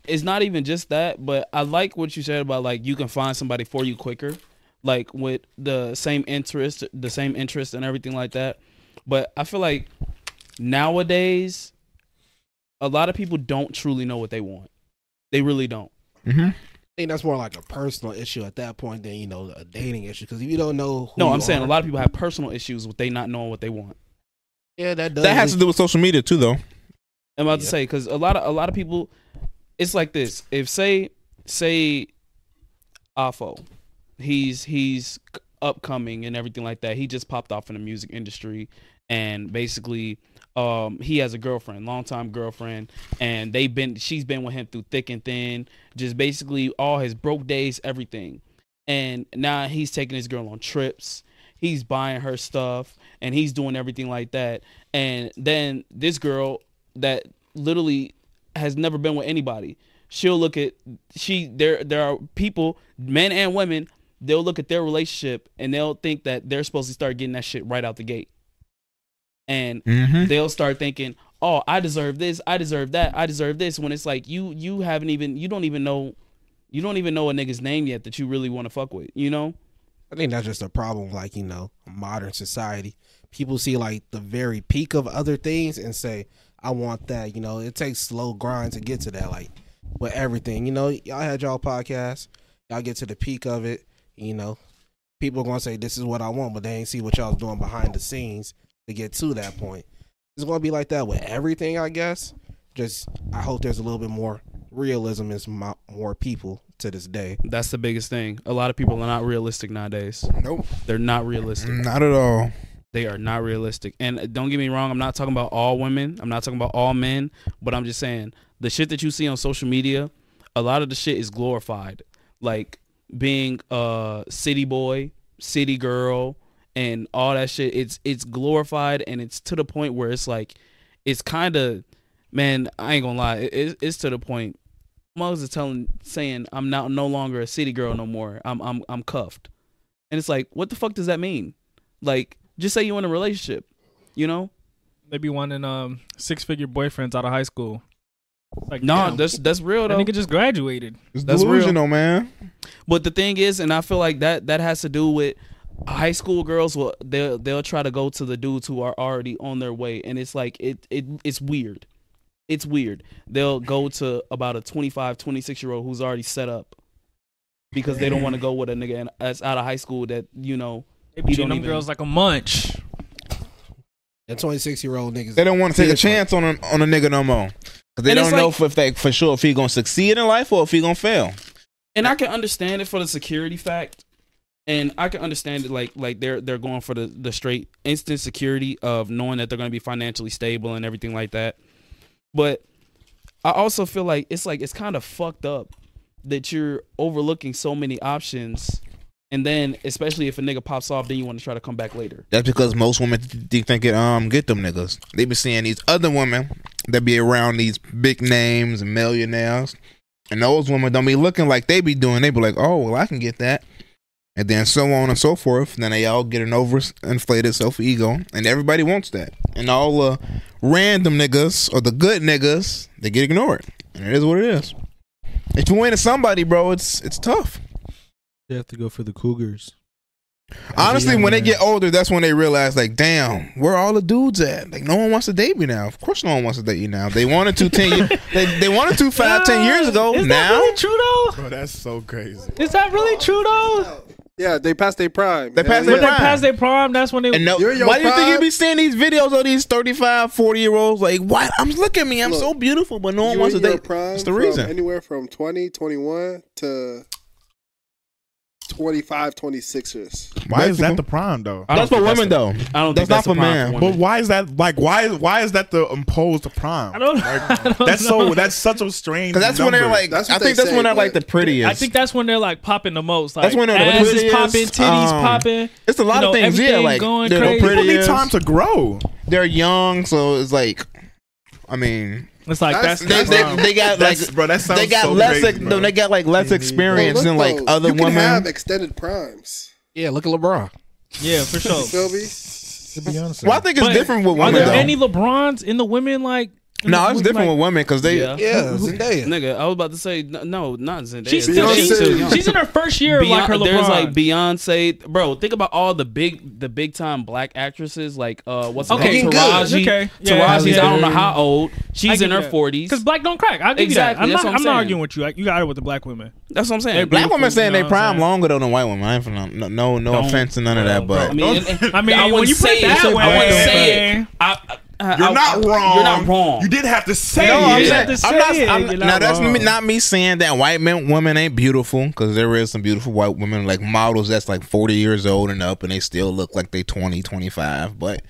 Speaker 2: it's not even just that but i like what you said about like you can find somebody for you quicker like with the same interest the same interest and everything like that but i feel like nowadays a lot of people don't truly know what they want they really don't
Speaker 1: Mm-hmm.
Speaker 7: I think that's more like a personal issue at that point than you know a dating issue because if you don't know, who
Speaker 2: no
Speaker 7: you
Speaker 2: i'm saying
Speaker 7: are-
Speaker 2: a lot of people have personal issues with they not knowing what they want
Speaker 7: Yeah, that does.
Speaker 1: That has to do with social media too, though.
Speaker 2: I'm about
Speaker 7: Yeah.
Speaker 2: to say because a lot of a lot of people, it's like this. If say say, Afo, he's he's c- upcoming and everything like that. He just popped off in the music industry, and basically, um, he has a girlfriend, longtime girlfriend, and they've been she's been with him through thick and thin. Just basically all his broke days, everything, and now he's taking his girl on trips. He's buying her stuff and he's doing everything like that. And then this girl that literally has never been with anybody. She'll look at she there there are people, men and women, they'll look at their relationship and they'll think that they're supposed to start getting that shit right out the gate. And
Speaker 1: Mm-hmm.
Speaker 2: they'll start thinking, "Oh, I deserve this. I deserve that. I deserve this." When it's like you you haven't even you don't even know you don't even know a nigga's name yet that you really want to fuck with, you know?
Speaker 7: I think that's just a problem. Like you know, modern society, people see like the very peak of other things and say, "I want that." You know, it takes slow grind to get to that. Like with everything, you know, y'all had y'all podcast. Y'all get to the peak of it, you know. People are gonna say this is what I want, but they ain't see what y'all was doing behind the scenes to get to that point. It's gonna be like that with everything, I guess. Just I hope there's a little bit more realism in some mo- more people to this day.
Speaker 2: That's the biggest thing. A lot of people are not realistic nowadays.
Speaker 1: Nope.
Speaker 2: They're not realistic.
Speaker 1: Not at all.
Speaker 2: They are not realistic. And don't get me wrong, I'm not talking about all women. I'm not talking about all men, but I'm just saying the shit that you see on social media, a lot of the shit is glorified. Like being a city boy, city girl, and all that shit. It's it's glorified and it's to the point where it's like it's kind of man, I ain't going to lie. It, it- it's to the point Mugs is telling saying I'm not no longer a city girl no more. I'm I'm I'm cuffed. And it's like, what the fuck does that mean? Like, just say you're in a relationship, you know?
Speaker 6: They be wanting um six figure boyfriends out of high school. Like
Speaker 2: No,
Speaker 6: damn,
Speaker 2: that's that's real
Speaker 6: that
Speaker 2: though.
Speaker 6: nigga just graduated.
Speaker 1: It's
Speaker 2: That's real.
Speaker 1: delusional, man.
Speaker 2: But the thing is, and I feel like that that has to do with high school girls will they'll they'll try to go to the dudes who are already on their way and it's like it, it it's weird it's weird they'll go to about a 25 26 year old who's already set up because they don't want to go with a nigga and- that's out of high school that you know
Speaker 6: They be
Speaker 2: You don't
Speaker 6: treating them
Speaker 2: even-
Speaker 6: girls like a munch.
Speaker 7: And 26 year old niggas,
Speaker 1: They don't want to take a
Speaker 7: Seriously.
Speaker 1: chance on a, on a nigga no more. 'Cause they
Speaker 2: And it's
Speaker 1: don't know
Speaker 2: like-
Speaker 1: for if they for sure if he gonna succeed in life or if he gonna fail.
Speaker 2: and I can understand it for the security fact, and I can understand it like like they're they're going for the the straight instant security of knowing that they're going to be financially stable and everything like that. But I also feel like it's like it's kind of fucked up that you're overlooking so many options, and then especially if a nigga pops off, then you want to try to come back later.
Speaker 1: That's because most women th- th- think it um get them niggas. They be seeing these other women that be around these big names and millionaires, and those women don't be looking like they be doing. They be like, oh well, I can get that, and then so on and so forth. Then they all get an overinflated self ego, and everybody wants that. And all the random niggas or the good niggas they get ignored, and it is what it is. If you ain't somebody, bro, it's it's tough.
Speaker 3: They have to go for the Cougars.
Speaker 1: Honestly,
Speaker 3: Yeah,
Speaker 1: when they
Speaker 3: man.
Speaker 1: get older, that's when they realize, like, damn, where all the dudes at? Like, no one wants to date me now. Of course, no one wants to date you now. They wanted to ten, years, they, they wanted to five, ten years ago.
Speaker 6: Is that
Speaker 1: Now
Speaker 6: really true though?
Speaker 4: Bro, that's so crazy.
Speaker 6: Is that really true though?
Speaker 5: Yeah, they passed their prime.
Speaker 1: They
Speaker 5: Hell
Speaker 1: passed
Speaker 5: yeah.
Speaker 1: their
Speaker 6: When they
Speaker 1: prime.
Speaker 6: pass their prom, that's when they.
Speaker 1: and no,
Speaker 5: You're your
Speaker 1: why do you think you
Speaker 5: prime.
Speaker 1: be seeing these videos of these 35, 40 year olds? Like, why? I'm look at me, I'm so beautiful, but no one
Speaker 5: You
Speaker 1: wants to
Speaker 5: in your
Speaker 1: date.
Speaker 5: prime
Speaker 1: That's the
Speaker 5: from
Speaker 1: reason.
Speaker 5: Anywhere from 20, 21 to 25, 26ers.
Speaker 4: Why is that
Speaker 1: Basically.
Speaker 4: the prime though?
Speaker 2: I don't
Speaker 1: That's for
Speaker 2: think
Speaker 1: women,
Speaker 2: a-
Speaker 1: though.
Speaker 2: I don't. think
Speaker 1: That's not
Speaker 2: that's a
Speaker 1: for
Speaker 2: prime
Speaker 1: men.
Speaker 2: for
Speaker 4: But
Speaker 2: women.
Speaker 4: why is that like why why is that the imposed prime? (laughs)
Speaker 6: I don't. (laughs) I don't
Speaker 4: that's
Speaker 2: (laughs)
Speaker 6: know.
Speaker 4: so that's such a strange.
Speaker 1: Because that's when they're like,
Speaker 5: That's what
Speaker 1: I think
Speaker 5: they
Speaker 1: that's when
Speaker 5: say,
Speaker 1: they're like the
Speaker 5: but-
Speaker 1: prettiest.
Speaker 6: I think that's when they're like popping the most. Like,
Speaker 1: That's when they're the
Speaker 6: ass is
Speaker 1: prettiest,
Speaker 6: popping, titties
Speaker 1: um,
Speaker 6: popping.
Speaker 1: it's a lot
Speaker 6: you
Speaker 1: of
Speaker 6: know,
Speaker 1: things. Yeah,
Speaker 6: everything
Speaker 1: like
Speaker 6: going
Speaker 1: they're the
Speaker 6: crazy.
Speaker 4: people need
Speaker 1: prettiest.
Speaker 4: time to grow.
Speaker 1: They're young, so it's like, I mean.
Speaker 6: It's like
Speaker 5: That's-
Speaker 6: that's,
Speaker 1: they,
Speaker 5: that's
Speaker 1: they,
Speaker 5: wrong.
Speaker 1: they got like
Speaker 4: That's- bro, that sounds
Speaker 1: they got
Speaker 4: so
Speaker 1: less
Speaker 4: crazy,
Speaker 1: no,
Speaker 4: bro.
Speaker 1: they got like less experience
Speaker 5: Look,
Speaker 1: than like
Speaker 5: though,
Speaker 1: other
Speaker 5: you can
Speaker 1: women.
Speaker 5: have extended primes.
Speaker 7: yeah, look at LeBron.
Speaker 6: yeah for
Speaker 5: You
Speaker 6: sure.
Speaker 5: feel me?
Speaker 10: To be honest,
Speaker 1: well, I think it's
Speaker 6: But
Speaker 1: different with
Speaker 6: Are
Speaker 1: (laughs) women
Speaker 6: there
Speaker 1: though.
Speaker 6: any LeBrons in the women like? in
Speaker 1: no,
Speaker 6: the-
Speaker 1: it's different
Speaker 6: like-
Speaker 1: with women because they.
Speaker 2: Yeah.
Speaker 1: (laughs)
Speaker 7: Yeah, Zendaya.
Speaker 2: Nigga, I was about to say n- no, not Zendaya.
Speaker 6: She's still,
Speaker 5: Beyonce.
Speaker 6: she's,
Speaker 2: too young.
Speaker 6: she's in her first year of
Speaker 2: Beyonce,
Speaker 6: like her LeBron.
Speaker 2: There's like Beyonce, bro. Think about all the big, the big time black actresses. Like, uh, what's okay,
Speaker 6: Okay, good.
Speaker 2: Taraji.
Speaker 6: Okay, yeah.
Speaker 2: Taraji's I don't know how old. She's in her forties.
Speaker 6: Because black don't crack. I'll give
Speaker 2: Exactly,
Speaker 6: you
Speaker 2: that's
Speaker 6: that. I'm,
Speaker 2: what I'm
Speaker 6: not, I'm not
Speaker 2: saying.
Speaker 6: arguing with you. Like, you got it with the black women.
Speaker 2: That's what I'm saying.
Speaker 1: Black women saying
Speaker 6: you know
Speaker 1: they
Speaker 6: what I'm
Speaker 1: prime
Speaker 6: saying?
Speaker 1: longer than the white women. I ain't finna- no, no, no
Speaker 2: Don't-
Speaker 1: offense to none of that, but
Speaker 2: I mean,
Speaker 6: I mean,
Speaker 2: I
Speaker 6: when
Speaker 2: wouldn't
Speaker 6: you put
Speaker 2: say
Speaker 6: it that
Speaker 2: it.
Speaker 6: way,
Speaker 2: I wouldn't say it. I, I, I-
Speaker 4: You're not
Speaker 2: I-
Speaker 4: wrong.
Speaker 2: You're not wrong.
Speaker 4: You did have to say
Speaker 1: No,
Speaker 4: it.
Speaker 1: Oh, I'm
Speaker 6: You
Speaker 1: saying,
Speaker 6: have to
Speaker 1: I'm not,
Speaker 6: say it,
Speaker 1: I'm-
Speaker 6: you're
Speaker 1: now
Speaker 6: not
Speaker 1: that's
Speaker 6: wrong.
Speaker 1: me, not me saying that white men, women ain't beautiful because there is some beautiful white women like models that's like 40 years old and up and they still look like they 20, 25. But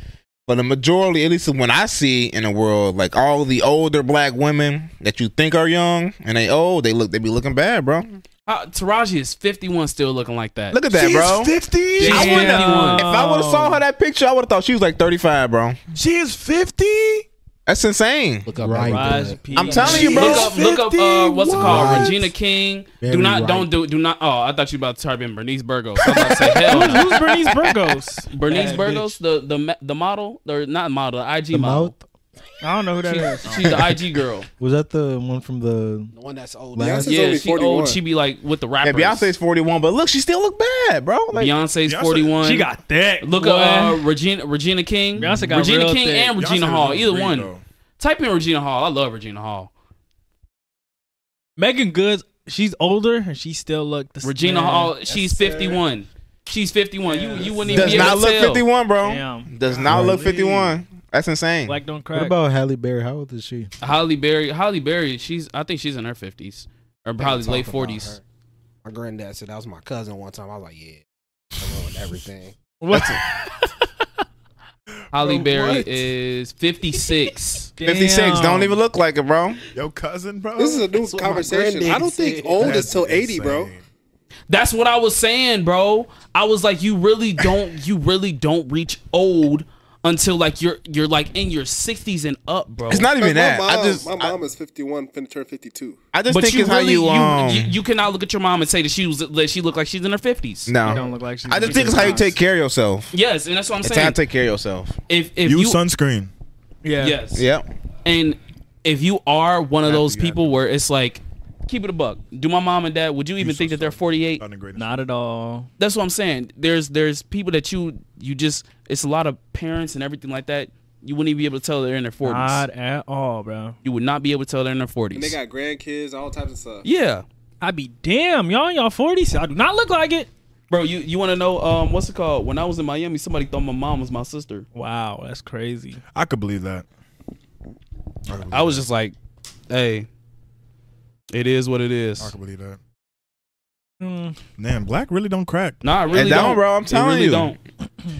Speaker 1: for the majority, at least when I see in the world, like all the older black women that you think are young and they old, they look they be looking bad, bro.
Speaker 2: Uh, Taraji is 51, still looking like that.
Speaker 1: Look at that,
Speaker 4: She's
Speaker 1: bro.
Speaker 4: 50.
Speaker 2: She's
Speaker 1: I would've-
Speaker 2: 51.
Speaker 1: If I would have saw her that picture, I would have thought she was like 35, bro.
Speaker 4: She is 50.
Speaker 1: That's insane.
Speaker 7: Look up
Speaker 10: Right.
Speaker 7: LeBron.
Speaker 6: Rise, P.
Speaker 1: I'm telling you, bro.
Speaker 2: Look up, look up, uh, what's it called?
Speaker 10: What?
Speaker 2: Regina King.
Speaker 10: Very
Speaker 2: do not,
Speaker 10: right.
Speaker 2: don't do, do not. Oh, I thought you were about to type in Bernice Burgos. I was about to say, hell no.
Speaker 6: Who's Bernice Burgos?
Speaker 2: Bernice
Speaker 6: Bad
Speaker 2: Burgos, the the ma- the model or not model, the IG
Speaker 10: the
Speaker 2: model.
Speaker 10: mouth
Speaker 6: I don't know who that is.
Speaker 2: She's the IG girl.
Speaker 10: was that the one from the
Speaker 7: The one that's old.
Speaker 10: Last-
Speaker 5: Beyonce's
Speaker 2: yeah,
Speaker 5: only
Speaker 2: she old.
Speaker 5: 41.
Speaker 2: She be like with the
Speaker 1: Yeah,
Speaker 2: rappers.
Speaker 1: Beyonce's 41, but look, she still look bad, bro. Like,
Speaker 2: Beyonce's
Speaker 4: Beyonce-
Speaker 2: forty one.
Speaker 6: She got that.
Speaker 2: Look
Speaker 6: boy.
Speaker 2: at uh, Regina Regina King.
Speaker 6: Beyonce got
Speaker 2: Regina
Speaker 6: real
Speaker 2: King
Speaker 6: thick.
Speaker 2: and Regina
Speaker 4: Beyonce
Speaker 2: Hall.
Speaker 4: was
Speaker 2: Either
Speaker 4: green,
Speaker 2: one.
Speaker 4: though.
Speaker 2: Type in Regina Hall. I love Regina Hall.
Speaker 6: Megan Goods she's older and she still look the
Speaker 2: Regina
Speaker 6: same.
Speaker 2: Hall, she's 51. She's 51. You you wouldn't even
Speaker 1: Does
Speaker 2: be able
Speaker 1: not
Speaker 2: to
Speaker 1: look
Speaker 2: tell.
Speaker 1: 51, bro.
Speaker 6: Damn.
Speaker 1: Does not look 51. That's insane.
Speaker 6: Black don't crack.
Speaker 10: What about Halle Berry? How old is she?
Speaker 2: Holly Berry, Holly Berry, she's I think she's in her 50s or probably
Speaker 7: Talk
Speaker 2: late
Speaker 7: about
Speaker 2: 40s.
Speaker 7: her. My granddad said that was my cousin one time. I was like, yeah, I ruined everything.
Speaker 6: what?
Speaker 2: Holly
Speaker 4: Bro,
Speaker 2: Berry
Speaker 4: what?
Speaker 2: is 56.
Speaker 1: 56. Don't even look like it, bro.
Speaker 4: Your cousin, bro.
Speaker 5: This is a new
Speaker 7: what my
Speaker 5: conversation.
Speaker 7: granddaddy
Speaker 5: I don't think
Speaker 7: said.
Speaker 5: old
Speaker 4: That's
Speaker 5: is till 80, bro.
Speaker 4: insane.
Speaker 2: That's what I was saying, bro. I was like, you really don't, you really don't reach old until like you're you're like in your 60s and up, bro.
Speaker 1: It's not even
Speaker 5: my
Speaker 1: that.
Speaker 5: mom,
Speaker 1: I just,
Speaker 5: my
Speaker 1: I,
Speaker 5: mom is 51, finna turn 52.
Speaker 1: I just
Speaker 2: but
Speaker 1: think
Speaker 2: you
Speaker 1: it's
Speaker 2: really,
Speaker 1: how you, um,
Speaker 2: you, you cannot look at your mom and say that she was that she looked like she's in her 50s.
Speaker 1: no.
Speaker 6: Don't look like she's.
Speaker 1: I just think it's how you take care of yourself.
Speaker 2: Yes, and that's what I'm
Speaker 1: It's how
Speaker 2: saying.
Speaker 1: to take care of yourself.
Speaker 2: if if you,
Speaker 4: Use sunscreen.
Speaker 6: Yeah.
Speaker 2: yes,
Speaker 1: Yep.
Speaker 2: and if you are one of those
Speaker 4: you have
Speaker 2: people where it's like, keep it a buck. Do my mom and dad? Would you even
Speaker 4: so
Speaker 2: think that they're
Speaker 4: sorry.
Speaker 2: 48?
Speaker 4: Not the greatest.
Speaker 6: Not at all.
Speaker 2: that's what I'm saying. There's there's people that you you just it's a lot of parents and everything like that. You wouldn't even be able to tell they're in their forties.
Speaker 6: Not at all, bro.
Speaker 2: You would not be able to tell they're in their
Speaker 5: And they
Speaker 2: forties.
Speaker 5: got grandkids, all types of stuff.
Speaker 2: Yeah,
Speaker 6: I be damn y'all in y'all forties. I do not look like it.
Speaker 2: bro. You you want to know um what's it called? When I was in Miami, somebody thought my mom was my sister.
Speaker 6: Wow, that's crazy.
Speaker 4: I could believe that.
Speaker 2: I was just like, hey, it is what it
Speaker 4: I
Speaker 2: is.
Speaker 4: could believe that.
Speaker 2: Hmm.
Speaker 6: Mm.
Speaker 4: Man, black really don't crack.
Speaker 2: Nah, I really
Speaker 1: It don't,
Speaker 2: don't,
Speaker 1: bro. I'm
Speaker 2: It
Speaker 1: telling
Speaker 2: really
Speaker 1: you.
Speaker 2: don't.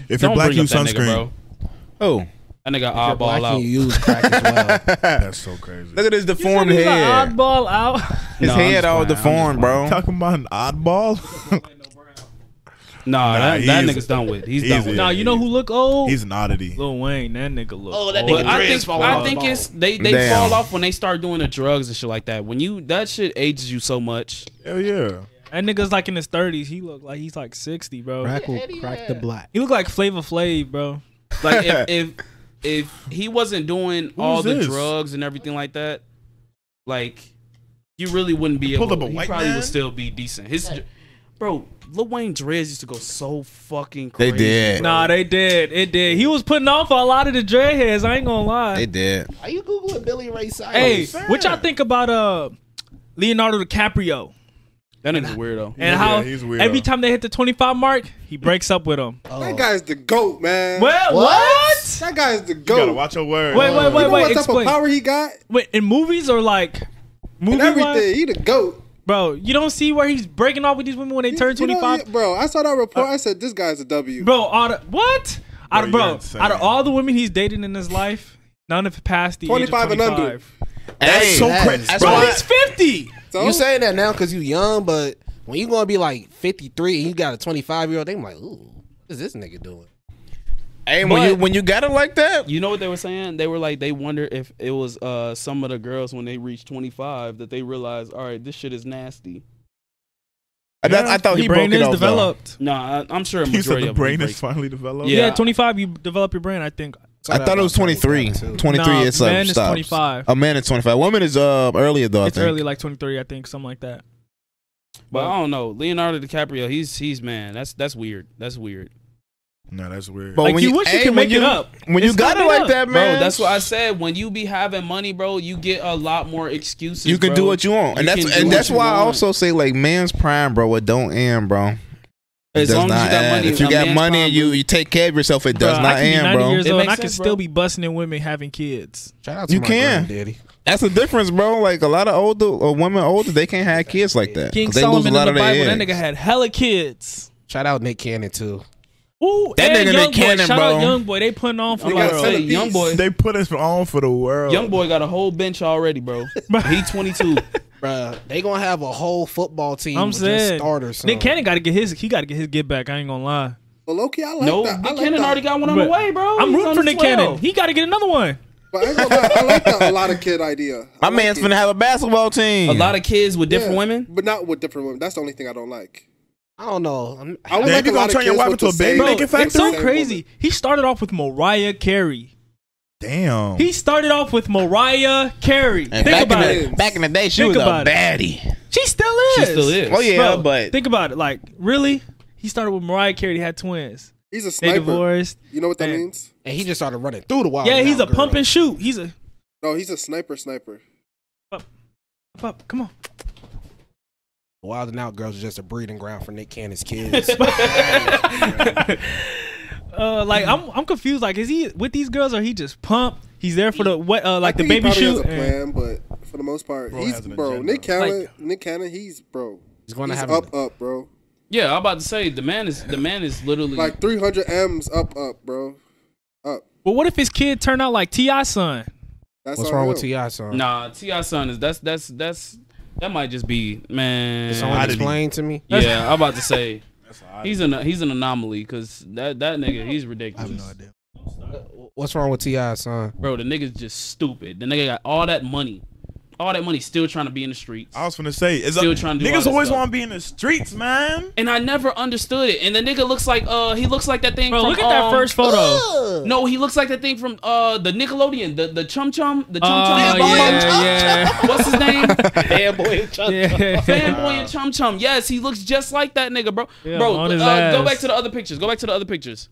Speaker 4: If
Speaker 2: Don't
Speaker 4: you're black,
Speaker 2: bring up
Speaker 4: use
Speaker 2: that nigga,
Speaker 4: sunscreen.
Speaker 2: bro.
Speaker 1: Oh.
Speaker 2: That nigga
Speaker 7: If you're black
Speaker 2: eyeball out.
Speaker 7: and you use crack as well.
Speaker 4: That's so crazy.
Speaker 1: Look at his
Speaker 6: You said
Speaker 1: deformed
Speaker 6: he's a
Speaker 1: head.
Speaker 6: oddball out.
Speaker 1: His
Speaker 2: No, I'm
Speaker 1: head
Speaker 2: just
Speaker 1: all
Speaker 2: playing. I'm just
Speaker 1: deformed, bro.
Speaker 4: Talking about an oddball. (laughs)
Speaker 2: Nah,
Speaker 4: Nah,
Speaker 2: that, that
Speaker 4: he's-
Speaker 2: nigga's done with. He's
Speaker 4: he's
Speaker 2: done with.
Speaker 4: Yeah,
Speaker 6: nah, you know
Speaker 4: he-
Speaker 6: who look
Speaker 2: Oh.
Speaker 6: old?
Speaker 4: He's an oddity.
Speaker 6: Lil Wayne. That nigga look. Oh,
Speaker 2: But I think, I think it's they, they
Speaker 1: Damn.
Speaker 2: fall off when they start doing the drugs and shit like that. When you that shit ages you so much.
Speaker 4: Hell yeah.
Speaker 6: That nigga's like in his thirties. He look like he's like sixty, bro.
Speaker 10: Crack will crack the black.
Speaker 6: He look like Flavor Flav, bro.
Speaker 4: (laughs)
Speaker 2: Like if if, if he wasn't doing all the
Speaker 4: this?
Speaker 2: drugs and everything like that, like you really wouldn't be
Speaker 4: Pull
Speaker 2: able.
Speaker 4: up a
Speaker 2: he
Speaker 4: white
Speaker 2: probably
Speaker 4: man?
Speaker 2: would still be decent. His bro, Lil Wayne dreads used to go so fucking.
Speaker 1: They
Speaker 2: Crazy.
Speaker 1: did.
Speaker 6: Nah, they did. It did. He was putting on for a lot of the dreadheads. I ain't gonna lie.
Speaker 1: They did.
Speaker 7: Are you googling Billy Ray Cyrus?
Speaker 6: Hey, what y'all think about uh Leonardo DiCaprio
Speaker 2: That nigga's a weirdo.
Speaker 6: and
Speaker 4: Yeah,
Speaker 6: how
Speaker 4: he's weirdo.
Speaker 6: every time they hit the 25 mark, he breaks up with
Speaker 5: (laughs)
Speaker 6: him.
Speaker 7: Oh.
Speaker 5: That guy's the GOAT, man.
Speaker 6: Well, what?
Speaker 5: That guy's the
Speaker 4: You gotta
Speaker 5: GOAT.
Speaker 4: watch your words.
Speaker 6: Wait, wait,
Speaker 5: You
Speaker 6: wait, wait.
Speaker 5: know what type of
Speaker 6: Explain.
Speaker 5: power he got?
Speaker 6: Wait, in movies or like movie
Speaker 5: And
Speaker 6: wise?
Speaker 5: everything. He the GOAT.
Speaker 6: Bro, you don't see where he's breaking off with these women when they turn
Speaker 5: You know,
Speaker 6: 25?
Speaker 5: yeah, bro, I saw that report.
Speaker 1: Uh,
Speaker 5: I said, this guy's a W.
Speaker 6: Bro, all the, what? Out of,
Speaker 4: Bro, you're
Speaker 6: bro,
Speaker 4: insane.
Speaker 6: out of all the women he's dated in his life, none have passed the age
Speaker 5: 25
Speaker 6: of
Speaker 5: and under.
Speaker 6: 25.
Speaker 1: That's
Speaker 7: so that crazy. is-
Speaker 1: That's
Speaker 7: Bro,
Speaker 1: why-
Speaker 6: He's 50.
Speaker 5: So,
Speaker 7: You saying that now because you young, but when you gonna be like 53 and you got a 25 year old, they be like, ooh, what is this nigga doing?
Speaker 1: Hey, when
Speaker 2: But-
Speaker 1: you when you got it like that,
Speaker 2: You know what they were saying? They were like they wonder if it was uh some of the girls when they reached 25 that they realized, all right, this shit is nasty.
Speaker 1: I, thought- I thought
Speaker 6: Your
Speaker 1: he
Speaker 6: brain
Speaker 1: broke it
Speaker 6: is
Speaker 1: off. though.
Speaker 6: developed.
Speaker 2: Nah, I, I'm sure a
Speaker 4: He said
Speaker 2: majority
Speaker 4: the
Speaker 2: of them
Speaker 4: brain
Speaker 2: break
Speaker 4: is finally developed.
Speaker 2: Yeah.
Speaker 6: Yeah. 25, you develop your brain, I think.
Speaker 7: So
Speaker 1: I thought it was
Speaker 7: about
Speaker 1: 23.
Speaker 7: 25 too.
Speaker 1: 23
Speaker 6: Nah,
Speaker 1: is like
Speaker 6: man is
Speaker 1: stops.
Speaker 6: 25.
Speaker 1: A man is 25. Woman is uh earlier though. I
Speaker 6: it's
Speaker 1: think.
Speaker 6: early, like 23, I think, something like that.
Speaker 2: But I don't know. Leonardo DiCaprio, he's he's man. That's that's weird. That's weird.
Speaker 4: No, that's weird.
Speaker 1: But
Speaker 6: Like, you wish you could
Speaker 1: when
Speaker 6: make it up.
Speaker 1: When you
Speaker 6: It's
Speaker 1: got
Speaker 6: not
Speaker 1: it
Speaker 6: made
Speaker 1: like
Speaker 6: up.
Speaker 1: that,
Speaker 2: Bro,
Speaker 1: man,
Speaker 2: that's what I said. When you be having money, bro, you get a lot more excuses.
Speaker 1: you can
Speaker 2: bro.
Speaker 1: do what you want, and
Speaker 2: You
Speaker 1: that's
Speaker 2: can do
Speaker 1: and
Speaker 2: what
Speaker 1: that's
Speaker 2: you
Speaker 1: why I
Speaker 2: want.
Speaker 1: also say like man's prime, bro. It don't end, bro. It
Speaker 2: As
Speaker 1: does
Speaker 2: long as
Speaker 1: not
Speaker 2: you got
Speaker 1: end.
Speaker 2: money,
Speaker 1: if you
Speaker 2: a
Speaker 1: got
Speaker 2: man's
Speaker 1: money
Speaker 2: prime,
Speaker 1: and you
Speaker 2: bro.
Speaker 1: you take care of yourself, it does
Speaker 6: Bro,
Speaker 1: not
Speaker 6: I could be
Speaker 1: end,
Speaker 6: 90
Speaker 1: bro.
Speaker 6: years
Speaker 2: It
Speaker 6: old
Speaker 2: makes
Speaker 6: and I could
Speaker 2: sense, bro.
Speaker 6: still be busting in women having kids.
Speaker 7: Shout out to
Speaker 1: You
Speaker 7: my
Speaker 1: can.
Speaker 7: granddaddy.
Speaker 1: That's the difference, bro. Like a lot of older uh, women, older they can't have kids like that. 'cause
Speaker 6: King
Speaker 1: they
Speaker 6: Solomon in the
Speaker 1: their
Speaker 6: Bible, that
Speaker 1: eggs.
Speaker 6: nigga had hella kids.
Speaker 7: Shout out Nick Cannon too.
Speaker 6: Ooh,
Speaker 1: That
Speaker 6: and
Speaker 1: nigga
Speaker 6: young
Speaker 1: Nick Cannon,
Speaker 6: Shout
Speaker 1: bro.
Speaker 6: out young boy, they putting on for
Speaker 2: I'm
Speaker 6: the
Speaker 2: about to say,
Speaker 6: world.
Speaker 2: young boy,
Speaker 4: They put us on for the world.
Speaker 2: young boy got a whole bench already, bro. he 22.
Speaker 7: Bruh, they gonna have a whole football team
Speaker 6: I'm
Speaker 7: with just
Speaker 6: saying,
Speaker 7: starters. son.
Speaker 6: Nick Cannon got to get his. He got to get his get back. I ain't gonna lie.
Speaker 5: but Loki, I like
Speaker 2: no,
Speaker 5: that. I
Speaker 2: Nick
Speaker 5: like
Speaker 2: Cannon
Speaker 5: that.
Speaker 2: already got one on
Speaker 6: But
Speaker 2: the way, bro.
Speaker 6: I'm
Speaker 2: Oh, He's
Speaker 6: rooting
Speaker 2: on
Speaker 6: for
Speaker 2: his
Speaker 6: Nick
Speaker 2: 12.
Speaker 6: Cannon. He got to get another one.
Speaker 5: But I, ain't gonna lie, I like that a lot of kid idea.
Speaker 1: My man's
Speaker 5: for
Speaker 1: finna have a basketball team.
Speaker 2: A lot of kids with different women.
Speaker 5: But not with different women. That's the only thing I don't like.
Speaker 7: I don't know. I'm-
Speaker 5: I would
Speaker 4: Damn,
Speaker 5: like
Speaker 4: you gonna
Speaker 5: a lot of
Speaker 4: turn your
Speaker 5: kids
Speaker 4: wife
Speaker 5: with
Speaker 4: into a
Speaker 5: the
Speaker 4: baby
Speaker 5: same-
Speaker 6: Bro,
Speaker 4: Nick and
Speaker 6: it's
Speaker 4: Factor?
Speaker 6: so
Speaker 5: same
Speaker 6: crazy. He started off with Mariah Carey.
Speaker 4: Damn.
Speaker 6: He started off with Mariah Carey.
Speaker 1: And
Speaker 6: Think
Speaker 1: back
Speaker 6: about
Speaker 1: in
Speaker 6: it.
Speaker 1: the, back in the day, she
Speaker 6: Think
Speaker 1: was a
Speaker 6: about it.
Speaker 1: baddie.
Speaker 6: She still
Speaker 2: She
Speaker 6: is.
Speaker 2: still is.
Speaker 1: Oh yeah,
Speaker 6: Bro,
Speaker 1: but
Speaker 6: think about it. Like, really? He started with Mariah Carey. He had twins.
Speaker 5: He's a
Speaker 6: They
Speaker 5: sniper. Oh,
Speaker 6: divorced.
Speaker 5: You know what that
Speaker 6: Man.
Speaker 5: means?
Speaker 7: and he just started running through the wild.
Speaker 6: yeah, he's a
Speaker 7: Now, girl.
Speaker 6: pump and shoot. He's a
Speaker 5: No, he's a sniper. Sniper.
Speaker 6: pump. Come on.
Speaker 7: Wild and Out Girls is just a breeding ground for Nick Cannon's kids.
Speaker 6: (laughs) Uh, like I'm, I'm confused. Like, is he with these girls or he just pumped? He's there for the what? Uh, like
Speaker 5: I
Speaker 6: the
Speaker 5: think
Speaker 6: baby
Speaker 5: he probably has
Speaker 6: shoot.
Speaker 5: a plan, but for the most part,
Speaker 4: Bro
Speaker 5: he's
Speaker 4: has an
Speaker 5: bro.
Speaker 4: agenda.
Speaker 5: Nick Cannon, Nick Cannon, he's bro.
Speaker 7: He's going to
Speaker 5: he's
Speaker 7: have
Speaker 5: up, up, bro.
Speaker 2: Yeah, I'm about to say the man is the man is literally
Speaker 5: Like 300 M's up, up, bro.
Speaker 6: But what if his kid turned out like Ti son?
Speaker 5: That's
Speaker 7: what's
Speaker 5: on
Speaker 7: wrong
Speaker 5: him.
Speaker 7: with Ti song?
Speaker 2: nah. Ti son is that's that's that's that might just be man.
Speaker 4: How
Speaker 7: Someone
Speaker 4: did he-
Speaker 7: explain to me.
Speaker 2: Yeah, I'm about to say
Speaker 4: That's odd.
Speaker 2: he's an he's an anomaly because that that nigga he's
Speaker 3: I have no
Speaker 2: ridiculous,
Speaker 3: idea.
Speaker 7: What's wrong with Ti song?
Speaker 2: bro. The nigga's just stupid. The nigga got all that money, all that money, still trying to be in the streets.
Speaker 4: I was finna say, is
Speaker 2: Still trying to do all
Speaker 4: niggas
Speaker 2: this
Speaker 4: always
Speaker 2: stuff.
Speaker 4: want to be in the streets, man.
Speaker 2: and I never understood it. And the nigga looks like uh he looks like that thing.
Speaker 6: Bro,
Speaker 2: from,
Speaker 6: look at that
Speaker 2: um,
Speaker 6: first photo.
Speaker 2: No, he looks like that thing from uh the Nickelodeon, the the chum chum, the chum
Speaker 6: Oh,
Speaker 2: chum.
Speaker 6: yeah,
Speaker 2: What's his
Speaker 6: (laughs)
Speaker 2: name? Fanboy and chum (laughs)
Speaker 6: Yeah.
Speaker 2: Fanboy and chum chum. Yes, he looks just like that nigga, bro.
Speaker 6: Yeah,
Speaker 2: bro,
Speaker 6: on his
Speaker 2: uh, go
Speaker 6: ass.
Speaker 2: back to the other pictures. Go back to the other pictures.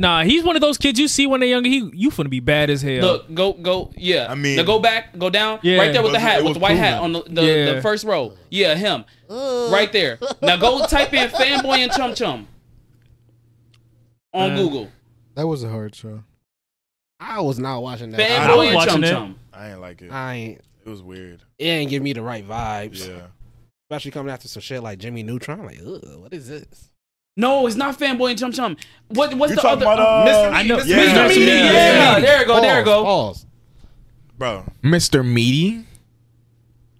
Speaker 6: Nah, he's one of those kids you see when they're younger. He, you finna be bad as hell.
Speaker 2: Look, go go. Yeah,
Speaker 4: I mean-
Speaker 2: now go back, go down.
Speaker 6: Yeah.
Speaker 2: right there with the
Speaker 4: It
Speaker 2: hat, with
Speaker 4: was
Speaker 2: the white hat on
Speaker 4: proven.
Speaker 2: the the,
Speaker 6: Yeah.
Speaker 2: the first row. Yeah, him. Right there. Now (laughs) go type in fanboy and chum chum on
Speaker 6: Uh,
Speaker 2: Google.
Speaker 3: That was a hard show.
Speaker 7: I was not watching that.
Speaker 4: I was
Speaker 2: Fanboy and
Speaker 6: watching
Speaker 2: chum
Speaker 6: it.
Speaker 2: chum.
Speaker 4: I ain't like it.
Speaker 7: I ain't.
Speaker 4: It was weird.
Speaker 7: It ain't give me the right vibes.
Speaker 4: Yeah.
Speaker 7: Especially coming after some shit like Jimmy Neutron. Like, ugh, what is this?
Speaker 2: No, it's not fanboy and chum chum. What what's
Speaker 4: You
Speaker 2: the
Speaker 4: talking
Speaker 2: other um,
Speaker 4: about, uh,
Speaker 2: Mr.
Speaker 4: I know-
Speaker 2: Mr.
Speaker 4: yeah.
Speaker 2: Mr. Meaty,
Speaker 6: Yeah.
Speaker 2: Yeah.
Speaker 6: Yeah.
Speaker 2: there you go, there you go.
Speaker 7: Pause.
Speaker 4: Bro,
Speaker 1: Mr. Meaty.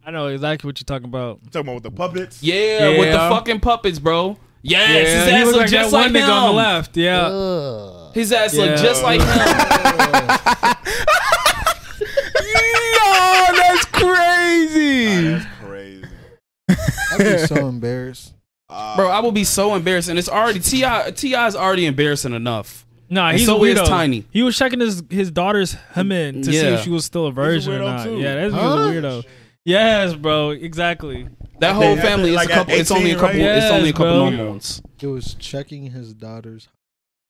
Speaker 6: I know exactly what you're talking about.
Speaker 4: you talking about with the puppets?
Speaker 2: Yeah, with the
Speaker 6: Yeah.
Speaker 2: fucking puppets, bro. Yes, his
Speaker 6: he
Speaker 2: ass
Speaker 6: look
Speaker 2: look
Speaker 6: like that
Speaker 2: just
Speaker 6: one
Speaker 2: like
Speaker 6: nigga
Speaker 2: him.
Speaker 6: on the left. Yeah,
Speaker 7: Ugh.
Speaker 2: His ass
Speaker 6: Yeah.
Speaker 2: look just like
Speaker 4: (laughs)
Speaker 2: him.
Speaker 1: no, Oh, that's crazy.
Speaker 4: That's crazy.
Speaker 3: I'd be so embarrassed.
Speaker 4: Uh,
Speaker 2: Bro, I would be so embarrassed, and it's already Ti. Ti is already embarrassing enough.
Speaker 6: nah,
Speaker 2: And
Speaker 6: he's
Speaker 2: so
Speaker 6: a weirdo.
Speaker 2: is Tiny.
Speaker 6: He was checking his his daughter's hymen to see
Speaker 2: Yeah.
Speaker 6: if she was still a virgin or
Speaker 4: weirdo
Speaker 6: not.
Speaker 4: too.
Speaker 6: Yeah, that's he was a weirdo. Yes, bro, exactly.
Speaker 2: That whole
Speaker 4: think-
Speaker 2: family is
Speaker 4: like
Speaker 2: a
Speaker 4: at
Speaker 2: couple. It's only a
Speaker 4: 18, right?
Speaker 2: couple. It's only a
Speaker 6: Yes,
Speaker 2: couple
Speaker 6: bro.
Speaker 2: hormones.
Speaker 3: It was checking his daughter's.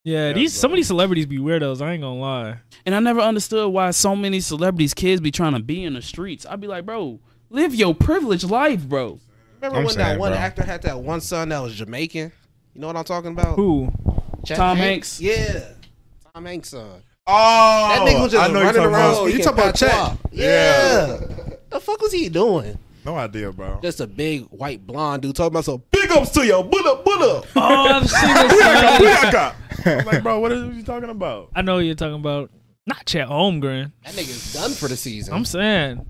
Speaker 6: Yeah, these some of these celebrities be weirdos. I ain't gonna lie.
Speaker 2: And I never understood why so many celebrities' kids be trying to be in the streets. I'd be like, bro, live your privileged life, bro.
Speaker 7: Remember
Speaker 1: I'm
Speaker 7: when that
Speaker 1: sad,
Speaker 7: one
Speaker 1: bro.
Speaker 7: actor had that one son that was Jamaican? You know what I'm talking about?
Speaker 6: Who?
Speaker 7: Chet
Speaker 2: Tom Hanks?
Speaker 7: Yeah. Tom Hanks' son.
Speaker 4: oh,
Speaker 7: That nigga was just
Speaker 4: I know you're
Speaker 7: running
Speaker 4: talking
Speaker 7: around.
Speaker 4: about-
Speaker 5: you
Speaker 7: speaking
Speaker 5: talking about Chet?
Speaker 7: patois. Yeah. The fuck was he doing?
Speaker 4: No idea, bro.
Speaker 7: Just a big white blonde dude talking about some big ups to your butt up, butt up.
Speaker 6: Oh,
Speaker 2: (laughs)
Speaker 6: I've seen this.
Speaker 4: Booyaka, booyaka. I'm like, bro, what are you talking about?
Speaker 6: I know what you're talking about. Not Chet Holmgren.
Speaker 7: That nigga's done for the season.
Speaker 6: I'm saying.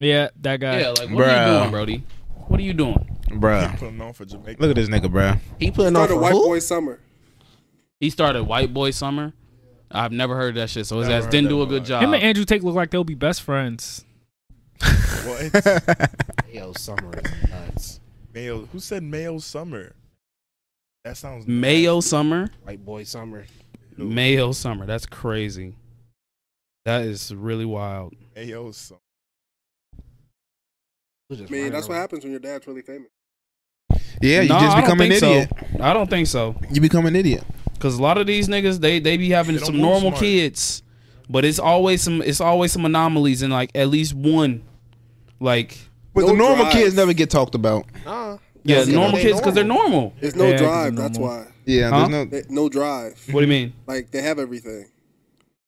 Speaker 6: Yeah, that guy.
Speaker 2: Yeah, like what are you
Speaker 1: Bruh.
Speaker 2: doing, Brody? What are you doing?
Speaker 1: Bruh.
Speaker 4: Put him on for Jamaica.
Speaker 1: Look at this nigga, bruh.
Speaker 7: he putting on
Speaker 5: Started
Speaker 7: for
Speaker 5: White
Speaker 7: who?
Speaker 5: Boy Summer.
Speaker 2: He started White Boy Summer. I've never heard that shit, so his
Speaker 4: Never
Speaker 2: ass
Speaker 4: heard
Speaker 2: didn't
Speaker 4: that
Speaker 2: do a
Speaker 4: in my
Speaker 2: good
Speaker 4: life.
Speaker 2: job.
Speaker 6: Him and Andrew Tate look like they'll be best friends.
Speaker 1: (laughs)
Speaker 4: What?
Speaker 7: Yo, summer is nuts.
Speaker 4: Mayo. Who said Mayo Summer? That sounds
Speaker 2: Mayo Summer.
Speaker 7: White boy summer.
Speaker 2: Mayo Summer. That's crazy. That is really wild.
Speaker 4: Mayo Summer.
Speaker 7: Who's just
Speaker 5: Man,
Speaker 7: running
Speaker 5: that's what
Speaker 7: around.
Speaker 5: happens when your dad's really famous.
Speaker 1: Yeah, you
Speaker 2: No,
Speaker 1: just
Speaker 2: I
Speaker 1: become
Speaker 2: don't
Speaker 1: an
Speaker 2: think so.
Speaker 1: idiot.
Speaker 2: I don't think so.
Speaker 1: You become an idiot.
Speaker 2: Cause a lot of these niggas, they they be having
Speaker 4: They don't
Speaker 2: some
Speaker 4: move
Speaker 2: normal
Speaker 4: smart.
Speaker 2: kids, but it's always some it's always some anomalies and like at least one, like
Speaker 1: But
Speaker 5: No
Speaker 1: the normal
Speaker 5: drive.
Speaker 1: kids never get talked about.
Speaker 7: Nah.
Speaker 2: yeah,
Speaker 7: That's 'cause
Speaker 2: normal
Speaker 7: they
Speaker 2: kids because they're normal.
Speaker 5: There's no
Speaker 6: Yeah, 'cause
Speaker 5: drive.
Speaker 6: they're
Speaker 5: That's
Speaker 6: normal.
Speaker 5: why.
Speaker 1: Yeah,
Speaker 2: Huh?
Speaker 1: there's no.
Speaker 5: They- No drive.
Speaker 2: What do you mean?
Speaker 5: Like they have everything.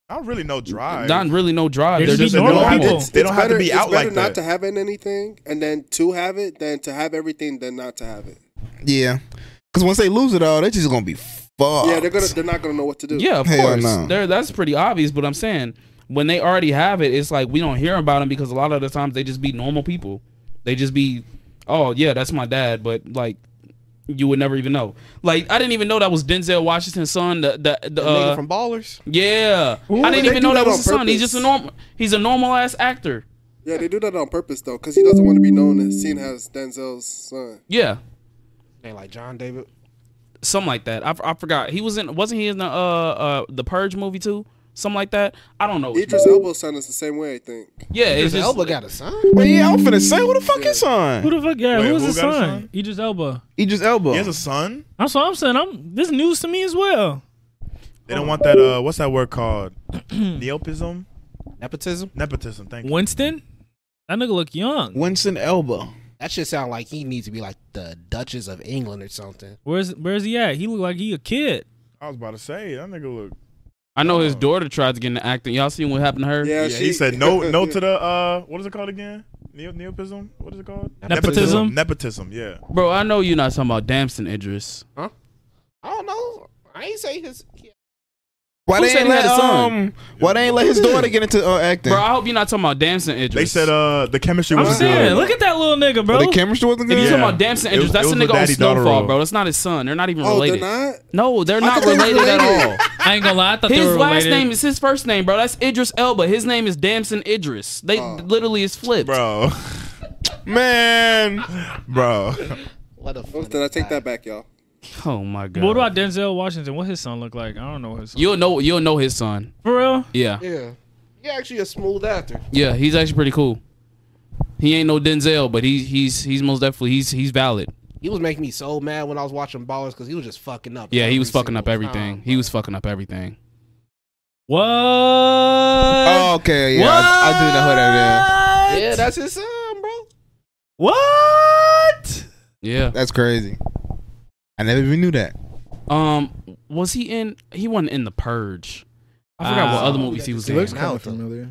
Speaker 4: I don't really know drive.
Speaker 2: Not really no drive.
Speaker 6: They
Speaker 2: They're just
Speaker 6: just be
Speaker 4: they
Speaker 2: normal.
Speaker 4: don't,
Speaker 6: normal
Speaker 4: have,
Speaker 6: people.
Speaker 4: to, they don't
Speaker 5: It's
Speaker 4: have to
Speaker 5: better-
Speaker 4: be
Speaker 5: it's
Speaker 4: out
Speaker 5: better
Speaker 4: like
Speaker 5: not
Speaker 4: that.
Speaker 5: to have it anything, and then to have it, than to have everything, than not to have it.
Speaker 1: Yeah. Because once they lose it all, they're just going to be fucked.
Speaker 5: Yeah, they're gonna. They're not gonna know what to do.
Speaker 2: Yeah, of
Speaker 1: Hell
Speaker 2: course.
Speaker 1: no.
Speaker 2: They're- That's pretty obvious. But I'm saying when they already have it, it's like we don't hear about them because a lot of the times they just be normal people. They just be, oh yeah, that's my dad, but like you would never even know. Like I didn't even know that was Denzel Washington's son. The the, the
Speaker 7: The nigga
Speaker 2: uh,
Speaker 7: from Ballers.
Speaker 2: yeah, I
Speaker 5: but
Speaker 2: didn't
Speaker 5: they
Speaker 2: even
Speaker 5: do
Speaker 2: know
Speaker 5: that
Speaker 2: that was
Speaker 5: on
Speaker 2: his son. He's
Speaker 5: purpose.
Speaker 2: just a normal. He's a normal ass actor.
Speaker 5: Yeah, they do that on purpose though, because he doesn't want to be known as seen as Denzel's son.
Speaker 2: Yeah,
Speaker 7: They like John David.
Speaker 2: something like that. I, I forgot. He was in. Wasn't he in the uh uh the Purge movie too? Something like that. I don't know. which
Speaker 5: Idris
Speaker 2: movie.
Speaker 5: Elba's son is the same way, I think.
Speaker 2: Yeah, it's
Speaker 7: Idris
Speaker 2: just
Speaker 7: Elba got a son.
Speaker 1: Well, yeah, I'm finna say, who the fuck is
Speaker 6: Who
Speaker 1: on?
Speaker 6: the fuck? Yeah,
Speaker 4: Wait,
Speaker 6: who is
Speaker 4: who
Speaker 6: his
Speaker 4: got a
Speaker 6: son?
Speaker 4: son?
Speaker 6: Idris Elba.
Speaker 1: Idris Elba.
Speaker 4: He has a son.
Speaker 6: That's what I'm saying. I'm this news to me as well.
Speaker 4: They don't want that. Uh, what's that word called? (clears throat) Neopism,
Speaker 7: Nepotism.
Speaker 4: nepotism. Thank you.
Speaker 6: Winston. That nigga look young.
Speaker 1: Winston Elba.
Speaker 7: That should sound like he needs to be like the Duchess of England or something.
Speaker 6: Where's where's he at? He look like he a kid.
Speaker 4: I was about to say that nigga look.
Speaker 2: I know his
Speaker 4: Oh.
Speaker 2: daughter tried to get into acting. Y'all seen what happened to her?
Speaker 4: Yeah,
Speaker 5: Yeah,
Speaker 4: he
Speaker 5: she-
Speaker 4: said no,
Speaker 5: (laughs)
Speaker 4: no to the uh, what is it called again? Neo, neopism? What is it called?
Speaker 6: Nepotism?
Speaker 4: Nepotism. Yeah.
Speaker 2: Bro, I know you're not talking about Damson Idris.
Speaker 7: I don't know. I ain't say his.
Speaker 1: Why
Speaker 2: Who
Speaker 1: they
Speaker 2: said
Speaker 1: ain't
Speaker 2: he had
Speaker 1: let
Speaker 2: a son?
Speaker 1: um? Why they ain't let his daughter get into uh, acting?
Speaker 2: Bro, I hope you're not talking about Damson Idris.
Speaker 4: They said uh, the chemistry
Speaker 6: I'm
Speaker 4: was
Speaker 6: saying,
Speaker 4: good.
Speaker 6: look at that little nigga, bro.
Speaker 1: But the chemistry wasn't
Speaker 2: If
Speaker 1: good.
Speaker 2: you're
Speaker 4: Yeah.
Speaker 2: talking about Damson
Speaker 4: It
Speaker 2: Idris,
Speaker 4: was-
Speaker 2: that's
Speaker 4: it
Speaker 2: a
Speaker 4: was the
Speaker 2: nigga on
Speaker 4: daddy-daughter
Speaker 2: Snowfall,
Speaker 4: role.
Speaker 2: bro. That's not his son. They're not even
Speaker 5: Oh, they're
Speaker 2: related.
Speaker 5: not.
Speaker 2: No, they're not
Speaker 5: thought they were
Speaker 2: related at all.
Speaker 5: related.
Speaker 6: I ain't gonna lie. I thought they
Speaker 2: His
Speaker 6: were
Speaker 2: last
Speaker 6: related.
Speaker 2: name is his first name, bro. That's Idris Elba. His name is Damson Idris. They
Speaker 7: Oh.
Speaker 2: literally is flipped.
Speaker 4: bro. (laughs) Man, bro,
Speaker 7: What the
Speaker 5: Oh, Then I take that back, y'all.
Speaker 2: Oh my god.
Speaker 6: But what about Denzel Washington? What his son look like? I don't know his son.
Speaker 2: You'll know. You'll know his son.
Speaker 6: For real?
Speaker 2: Yeah.
Speaker 7: Yeah, he actually a smooth actor.
Speaker 2: Yeah. He's actually pretty cool. He ain't no Denzel, but he's he's he's most definitely he's he's valid.
Speaker 7: He was making me so mad when I was watching Ballers because he was just fucking up.
Speaker 2: Yeah, he
Speaker 7: every
Speaker 2: was fucking up
Speaker 7: single
Speaker 2: everything.
Speaker 7: time.
Speaker 2: he was fucking up everything.
Speaker 6: What?
Speaker 1: Oh, okay, yeah, I, I do know
Speaker 7: Yeah,
Speaker 6: What?
Speaker 1: who that
Speaker 7: that's his son, bro.
Speaker 6: What?
Speaker 2: Yeah.
Speaker 1: is. That's crazy. I never even knew that.
Speaker 2: Um. Was he in? He wasn't in The Purge. I forgot what
Speaker 6: Wow.
Speaker 2: other movies he was
Speaker 7: He
Speaker 2: in.
Speaker 7: looks
Speaker 10: Kinda
Speaker 7: Now, though.
Speaker 10: familiar.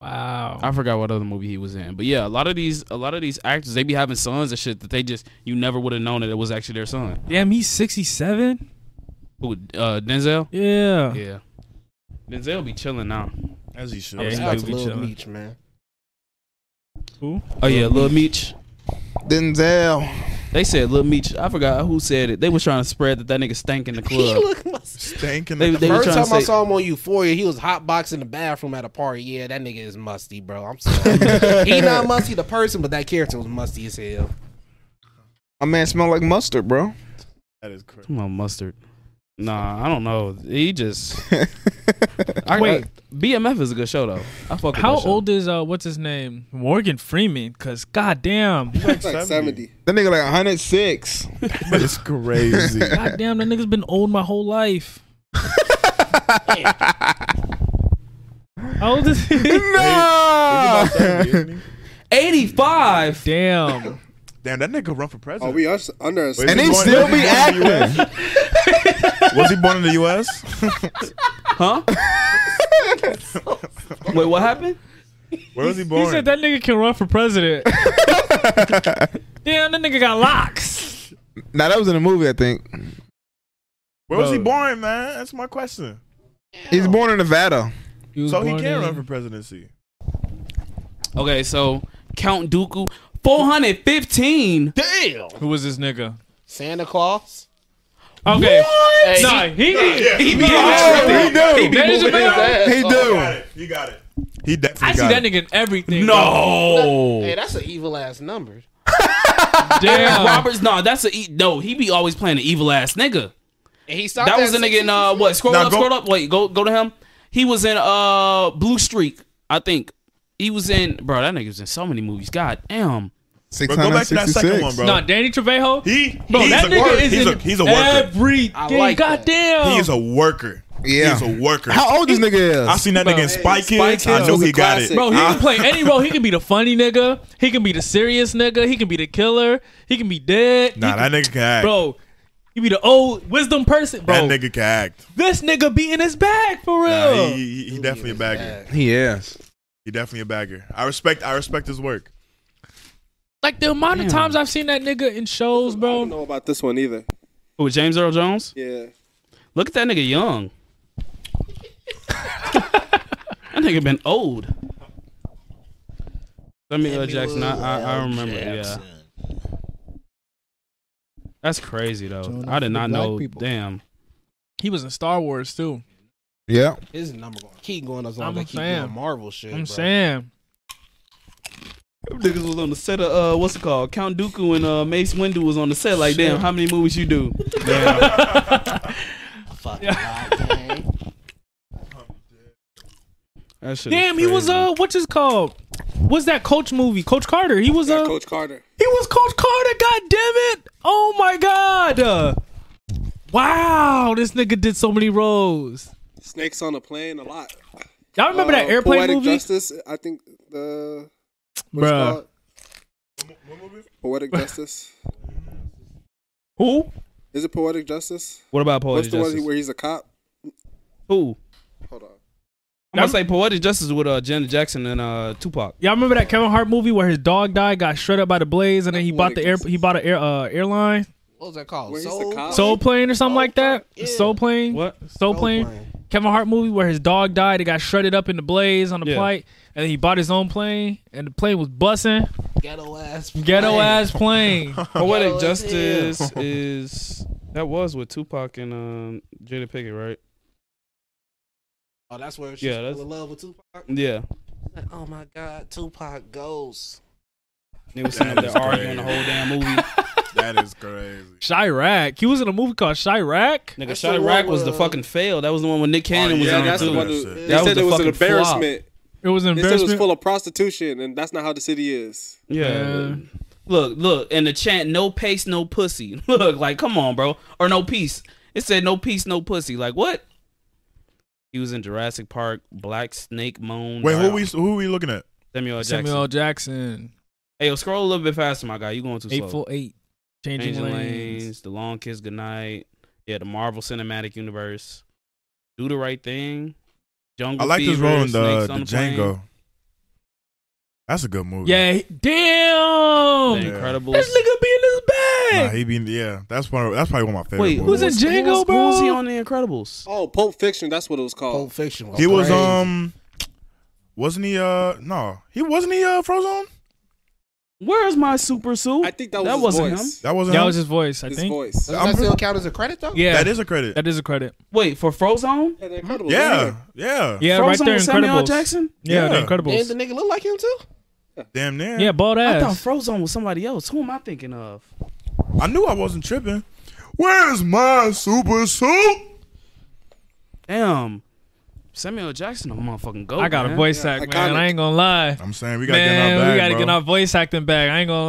Speaker 6: Wow.
Speaker 2: I forgot what other movie he was in, but yeah, a lot of these, a lot of these actors, they be having sons and shit that they just you never would have known that it was actually their son.
Speaker 6: Damn, he's 67?
Speaker 2: Who? Uh, Denzel.
Speaker 6: Yeah.
Speaker 2: Yeah. Denzel be chilling now.
Speaker 4: as he should.
Speaker 6: Yeah, he
Speaker 7: Shout out
Speaker 6: do
Speaker 7: to
Speaker 6: be
Speaker 7: Lil
Speaker 2: uh,
Speaker 6: chilling.
Speaker 7: Meech, man.
Speaker 2: Oh yeah, Lil Meech.
Speaker 1: Denzel.
Speaker 2: They said Lil Meech. I forgot who said it. They was trying to spread that that nigga stank in the
Speaker 7: (laughs) He
Speaker 2: club.
Speaker 7: look must.
Speaker 4: Stinking.
Speaker 2: They-
Speaker 4: the
Speaker 2: they- were
Speaker 7: First
Speaker 2: trying to
Speaker 7: time I
Speaker 2: say-
Speaker 7: saw him on Euphoria, he was hotboxing the bathroom at a party. Yeah, that nigga is musty, bro. I'm
Speaker 2: (laughs)
Speaker 7: sorry. he not musty the person, but that character was musty as hell.
Speaker 1: My man smell like mustard, bro.
Speaker 4: that is crazy.
Speaker 2: Come on, mustard. Nah, I don't know. He
Speaker 7: (laughs)
Speaker 2: just I,
Speaker 6: Wait.
Speaker 2: I- BMF is a good show though. I fuck. With
Speaker 6: How
Speaker 2: that show.
Speaker 6: old is uh what's his name? Morgan Freeman. Cause goddamn.
Speaker 5: It's like 70.
Speaker 1: That nigga like 106.
Speaker 4: It's (laughs) crazy.
Speaker 6: goddamn, that nigga's been old my
Speaker 4: (laughs)
Speaker 6: whole life. How old is he?
Speaker 1: no.
Speaker 2: Eighty-five.
Speaker 6: Damn.
Speaker 4: Damn, that nigga run for
Speaker 5: Oh,
Speaker 4: president.
Speaker 5: we us- underestimated.
Speaker 1: And he
Speaker 4: Was he
Speaker 1: still
Speaker 4: born-
Speaker 1: be acting.
Speaker 4: Was he born in the U.S.?
Speaker 2: Huh? Wait, what happened?
Speaker 4: Where was he born?
Speaker 6: he said that nigga can run
Speaker 4: (laughs)
Speaker 6: for president. Damn, that nigga got locks.
Speaker 1: now that was in a movie, I think.
Speaker 4: Where was he born, man? That's my question.
Speaker 1: He's born in Nevada.
Speaker 6: was
Speaker 4: So he
Speaker 6: born
Speaker 4: can
Speaker 6: in-
Speaker 4: run for presidency.
Speaker 2: Okay, so Count Dooku, four hundred fifteen.
Speaker 7: Damn.
Speaker 6: Who was this nigga?
Speaker 7: Santa Claus.
Speaker 6: Okay.
Speaker 7: Hey,
Speaker 6: Nah, he,
Speaker 2: He be
Speaker 1: he
Speaker 2: He
Speaker 1: do.
Speaker 2: be
Speaker 6: That
Speaker 2: moving his
Speaker 6: is amazing.
Speaker 2: ass.
Speaker 1: He do.
Speaker 4: You got it. He definitely
Speaker 6: I see
Speaker 4: got
Speaker 6: that
Speaker 4: it.
Speaker 6: nigga in everything.
Speaker 7: Hey,
Speaker 2: No.
Speaker 7: that's an evil ass number.
Speaker 6: bro.
Speaker 4: (laughs)
Speaker 6: Damn.
Speaker 2: Roberts, no, that's a e- no. He be always playing the evil ass nigga.
Speaker 7: And he stopped
Speaker 2: That was the
Speaker 7: at
Speaker 2: nigga in uh
Speaker 7: 66.
Speaker 2: what? Scroll
Speaker 4: Nah,
Speaker 2: up,
Speaker 4: go-
Speaker 2: scroll up. Wait, go go to him. He was in uh Blue Streak, I think. He was in bro. That nigga was in so many movies. God damn.
Speaker 4: Bro, go back to that second one,
Speaker 1: 666.
Speaker 4: bro.
Speaker 6: Nah, Danny Trevejo.
Speaker 4: He,
Speaker 6: Bro,
Speaker 4: he's
Speaker 6: that
Speaker 4: a
Speaker 6: nigga
Speaker 4: worker.
Speaker 6: is
Speaker 4: he's,
Speaker 6: in
Speaker 4: a, he's a worker.
Speaker 6: everything.
Speaker 7: I like that.
Speaker 6: Goddamn.
Speaker 4: He is a worker.
Speaker 1: Yeah.
Speaker 4: He's a worker.
Speaker 1: How old this nigga
Speaker 4: I
Speaker 1: is?
Speaker 4: seen that nigga in Spy Kids.
Speaker 5: Kids
Speaker 4: I knew
Speaker 5: was
Speaker 4: he
Speaker 5: a
Speaker 4: got it.
Speaker 5: classic.
Speaker 6: Bro, he can play any role. He can
Speaker 4: (laughs)
Speaker 6: be the funny nigga. He can be the serious nigga. He can be the killer. He can be dead. He
Speaker 4: Nah,
Speaker 6: can-
Speaker 4: that nigga can act.
Speaker 6: bro. He be the old wisdom person, bro.
Speaker 4: That nigga can act.
Speaker 6: this nigga be in his bag for real.
Speaker 4: Nah, he, he, he definitely a bagger.
Speaker 1: He is.
Speaker 4: He definitely a bagger. I respect. I respect his work.
Speaker 6: like the amount of times I've seen that nigga in shows,
Speaker 5: I don't
Speaker 6: bro.
Speaker 5: know about this one either.
Speaker 2: Who James Earl Jones?
Speaker 5: Yeah.
Speaker 2: Look at that nigga (laughs) young. that nigga been old. Samuel L. Jackson, I, I, I remember. Yeah, that's crazy though.
Speaker 10: Showing
Speaker 2: I
Speaker 10: off
Speaker 2: did
Speaker 10: the
Speaker 2: not
Speaker 10: black
Speaker 2: know.
Speaker 10: people.
Speaker 2: Damn.
Speaker 6: He was in Star Wars too.
Speaker 1: Yeah.
Speaker 7: His number gonna keep going as long
Speaker 6: I'm
Speaker 7: as they keep
Speaker 6: saying.
Speaker 7: doing Marvel shit.
Speaker 6: I'm
Speaker 7: bro.
Speaker 6: saying.
Speaker 2: Niggas was on the set of uh, what's it called? Count Dooku and uh, Mace Windu was on the set. Like, damn, how many movies you do?
Speaker 6: (laughs)
Speaker 7: Fuck God, dang.
Speaker 2: That shit is
Speaker 6: Damn, he was
Speaker 2: crazy.
Speaker 6: uh, what's his called? What's that Coach movie? Coach Carter. He was
Speaker 5: Yeah,
Speaker 6: uh,
Speaker 5: Coach Carter.
Speaker 6: he was Coach Carter. God damn it! Oh my god! Uh, wow, this nigga did so many roles.
Speaker 5: Snakes on a plane a lot.
Speaker 6: Y'all remember that
Speaker 5: uh,
Speaker 6: airplane
Speaker 5: Poetic
Speaker 6: movie?
Speaker 5: Justice, I think the what it's
Speaker 6: Bruh.
Speaker 5: called? Poetic Justice.
Speaker 6: Who?
Speaker 5: Is it Poetic Justice?
Speaker 2: What about
Speaker 5: What's
Speaker 2: poetic
Speaker 5: the
Speaker 2: justice?
Speaker 5: one where he's a cop?
Speaker 2: Who?
Speaker 5: Hold on.
Speaker 2: I'm gonna say poetic justice with uh, Janet Jackson and uh, Tupac.
Speaker 6: Y'all remember that Kevin Hart movie where his dog died, got shredded by the blaze, and then he
Speaker 5: Poetic
Speaker 6: bought the air
Speaker 5: Justice. Uh,
Speaker 6: he bought an air uh, airline
Speaker 7: What was that called?
Speaker 5: Where he's
Speaker 7: Soul
Speaker 5: the cop?
Speaker 6: soul plane or something like that.
Speaker 7: Yeah.
Speaker 6: Soul plane.
Speaker 2: What?
Speaker 4: (laughs)
Speaker 6: Soul plane. Kevin Hart movie where his dog died, it got shredded up in the blaze on the
Speaker 2: Yeah.
Speaker 6: flight, and then he bought his own plane, and the plane was bussing.
Speaker 7: Ghetto ass.
Speaker 6: Ghetto ass
Speaker 5: (laughs)
Speaker 6: plane.
Speaker 2: Poetic
Speaker 7: Yo, it's him.
Speaker 2: justice
Speaker 4: (laughs)
Speaker 2: is that was with Tupac and um, Jada Pickett, right?
Speaker 7: Oh, that's where she's
Speaker 2: Yeah,
Speaker 7: yeah,
Speaker 2: that's-
Speaker 7: in love with Tupac.
Speaker 2: Yeah,
Speaker 7: Like, oh my God, Tupac goes.
Speaker 2: they was sitting up there
Speaker 4: That is
Speaker 2: arguing the whole
Speaker 4: crazy.
Speaker 2: damn movie.
Speaker 4: That is crazy.
Speaker 6: (laughs) Chirac. He was in a movie called Chirac.
Speaker 2: Nigga,
Speaker 7: That's the one
Speaker 2: Chirac was the
Speaker 7: with-
Speaker 2: fucking fail. That was the one with Nick Cannon
Speaker 4: Oh,
Speaker 2: was
Speaker 4: yeah,
Speaker 2: on
Speaker 4: that's
Speaker 2: too.
Speaker 4: the one-
Speaker 5: who-
Speaker 4: That
Speaker 5: They
Speaker 2: was
Speaker 5: said
Speaker 2: the
Speaker 5: it was an
Speaker 2: fucking flop.
Speaker 5: embarrassment.
Speaker 6: It was an
Speaker 5: They said it was
Speaker 6: embarrassment.
Speaker 5: full of prostitution, and that's not how the city is.
Speaker 2: Yeah. Look, look, and the chant, no pace, no pussy. (laughs) Look, like, come on, bro. Or no peace. It said no peace, no pussy. Like, what? He was in Jurassic Park, Black Snake Moan.
Speaker 4: Wait, who
Speaker 2: Brown,
Speaker 4: we who we looking at?
Speaker 2: Samuel L. Jackson.
Speaker 6: Samuel L. Jackson.
Speaker 2: Hey, yo, scroll a little bit faster, my guy. You going too
Speaker 6: Eight
Speaker 2: slow.
Speaker 6: four eight. Changing,
Speaker 2: Changing
Speaker 6: lanes.
Speaker 2: Lanes, The Long Kiss Goodnight. Yeah, the Marvel Cinematic Universe. Do the Right Thing. Jungle
Speaker 4: I like his
Speaker 2: Fever,
Speaker 4: role in the,
Speaker 2: Snakes
Speaker 4: the
Speaker 2: on the Plane,
Speaker 4: Django. That's a good movie.
Speaker 6: Yeah. he- Damn.
Speaker 2: The
Speaker 4: Yeah.
Speaker 2: Incredibles.
Speaker 6: Oh, This nigga be in his bag.
Speaker 4: Nah, he be yeah. That's one. Of, that's probably one of my favorite.
Speaker 2: Wait,
Speaker 4: movies.
Speaker 6: who's in Django,
Speaker 2: Who was he
Speaker 6: bro?
Speaker 2: on The Incredibles?
Speaker 5: Oh, Pulp Fiction. That's what it was
Speaker 7: Pulp
Speaker 5: called.
Speaker 7: Fiction.
Speaker 4: He was
Speaker 7: crazy.
Speaker 4: um, wasn't he uh no he wasn't he uh Frozone?
Speaker 2: Where's my super suit?
Speaker 5: I think that was
Speaker 2: That
Speaker 5: his
Speaker 2: wasn't
Speaker 5: voice.
Speaker 4: That wasn't
Speaker 6: That
Speaker 4: him?
Speaker 6: was his voice, I
Speaker 5: His
Speaker 6: think.
Speaker 5: voice.
Speaker 7: Does
Speaker 4: I'm
Speaker 7: that
Speaker 4: pre-
Speaker 7: still count as a credit though?
Speaker 6: Yeah.
Speaker 4: That is a credit.
Speaker 6: that is a credit.
Speaker 2: Wait for Frozone.
Speaker 5: Yeah, the Incredibles.
Speaker 4: yeah, yeah,
Speaker 6: Yeah,
Speaker 2: Frozone
Speaker 6: right there.
Speaker 2: with Samuel L.
Speaker 6: Incredibles.
Speaker 2: Jackson.
Speaker 6: Yeah,
Speaker 4: Yeah.
Speaker 6: the Incredibles.
Speaker 7: And the nigga look like him too.
Speaker 4: Damn near.
Speaker 6: yeah, bald
Speaker 2: I thought
Speaker 6: ass.
Speaker 2: Frozone was somebody else. Who am I thinking of?
Speaker 4: I knew I wasn't tripping. Where's my super suit?
Speaker 2: Damn, Samuel L. Jackson, a motherfucking goat.
Speaker 6: I got
Speaker 2: man.
Speaker 6: a voice
Speaker 5: Yeah,
Speaker 6: act,
Speaker 5: iconic.
Speaker 6: man. I ain't gonna lie.
Speaker 4: I'm saying we gotta
Speaker 6: Man,
Speaker 4: get in our bag,
Speaker 6: we gotta
Speaker 4: bro.
Speaker 6: get our voice acting back. I ain't gonna
Speaker 7: I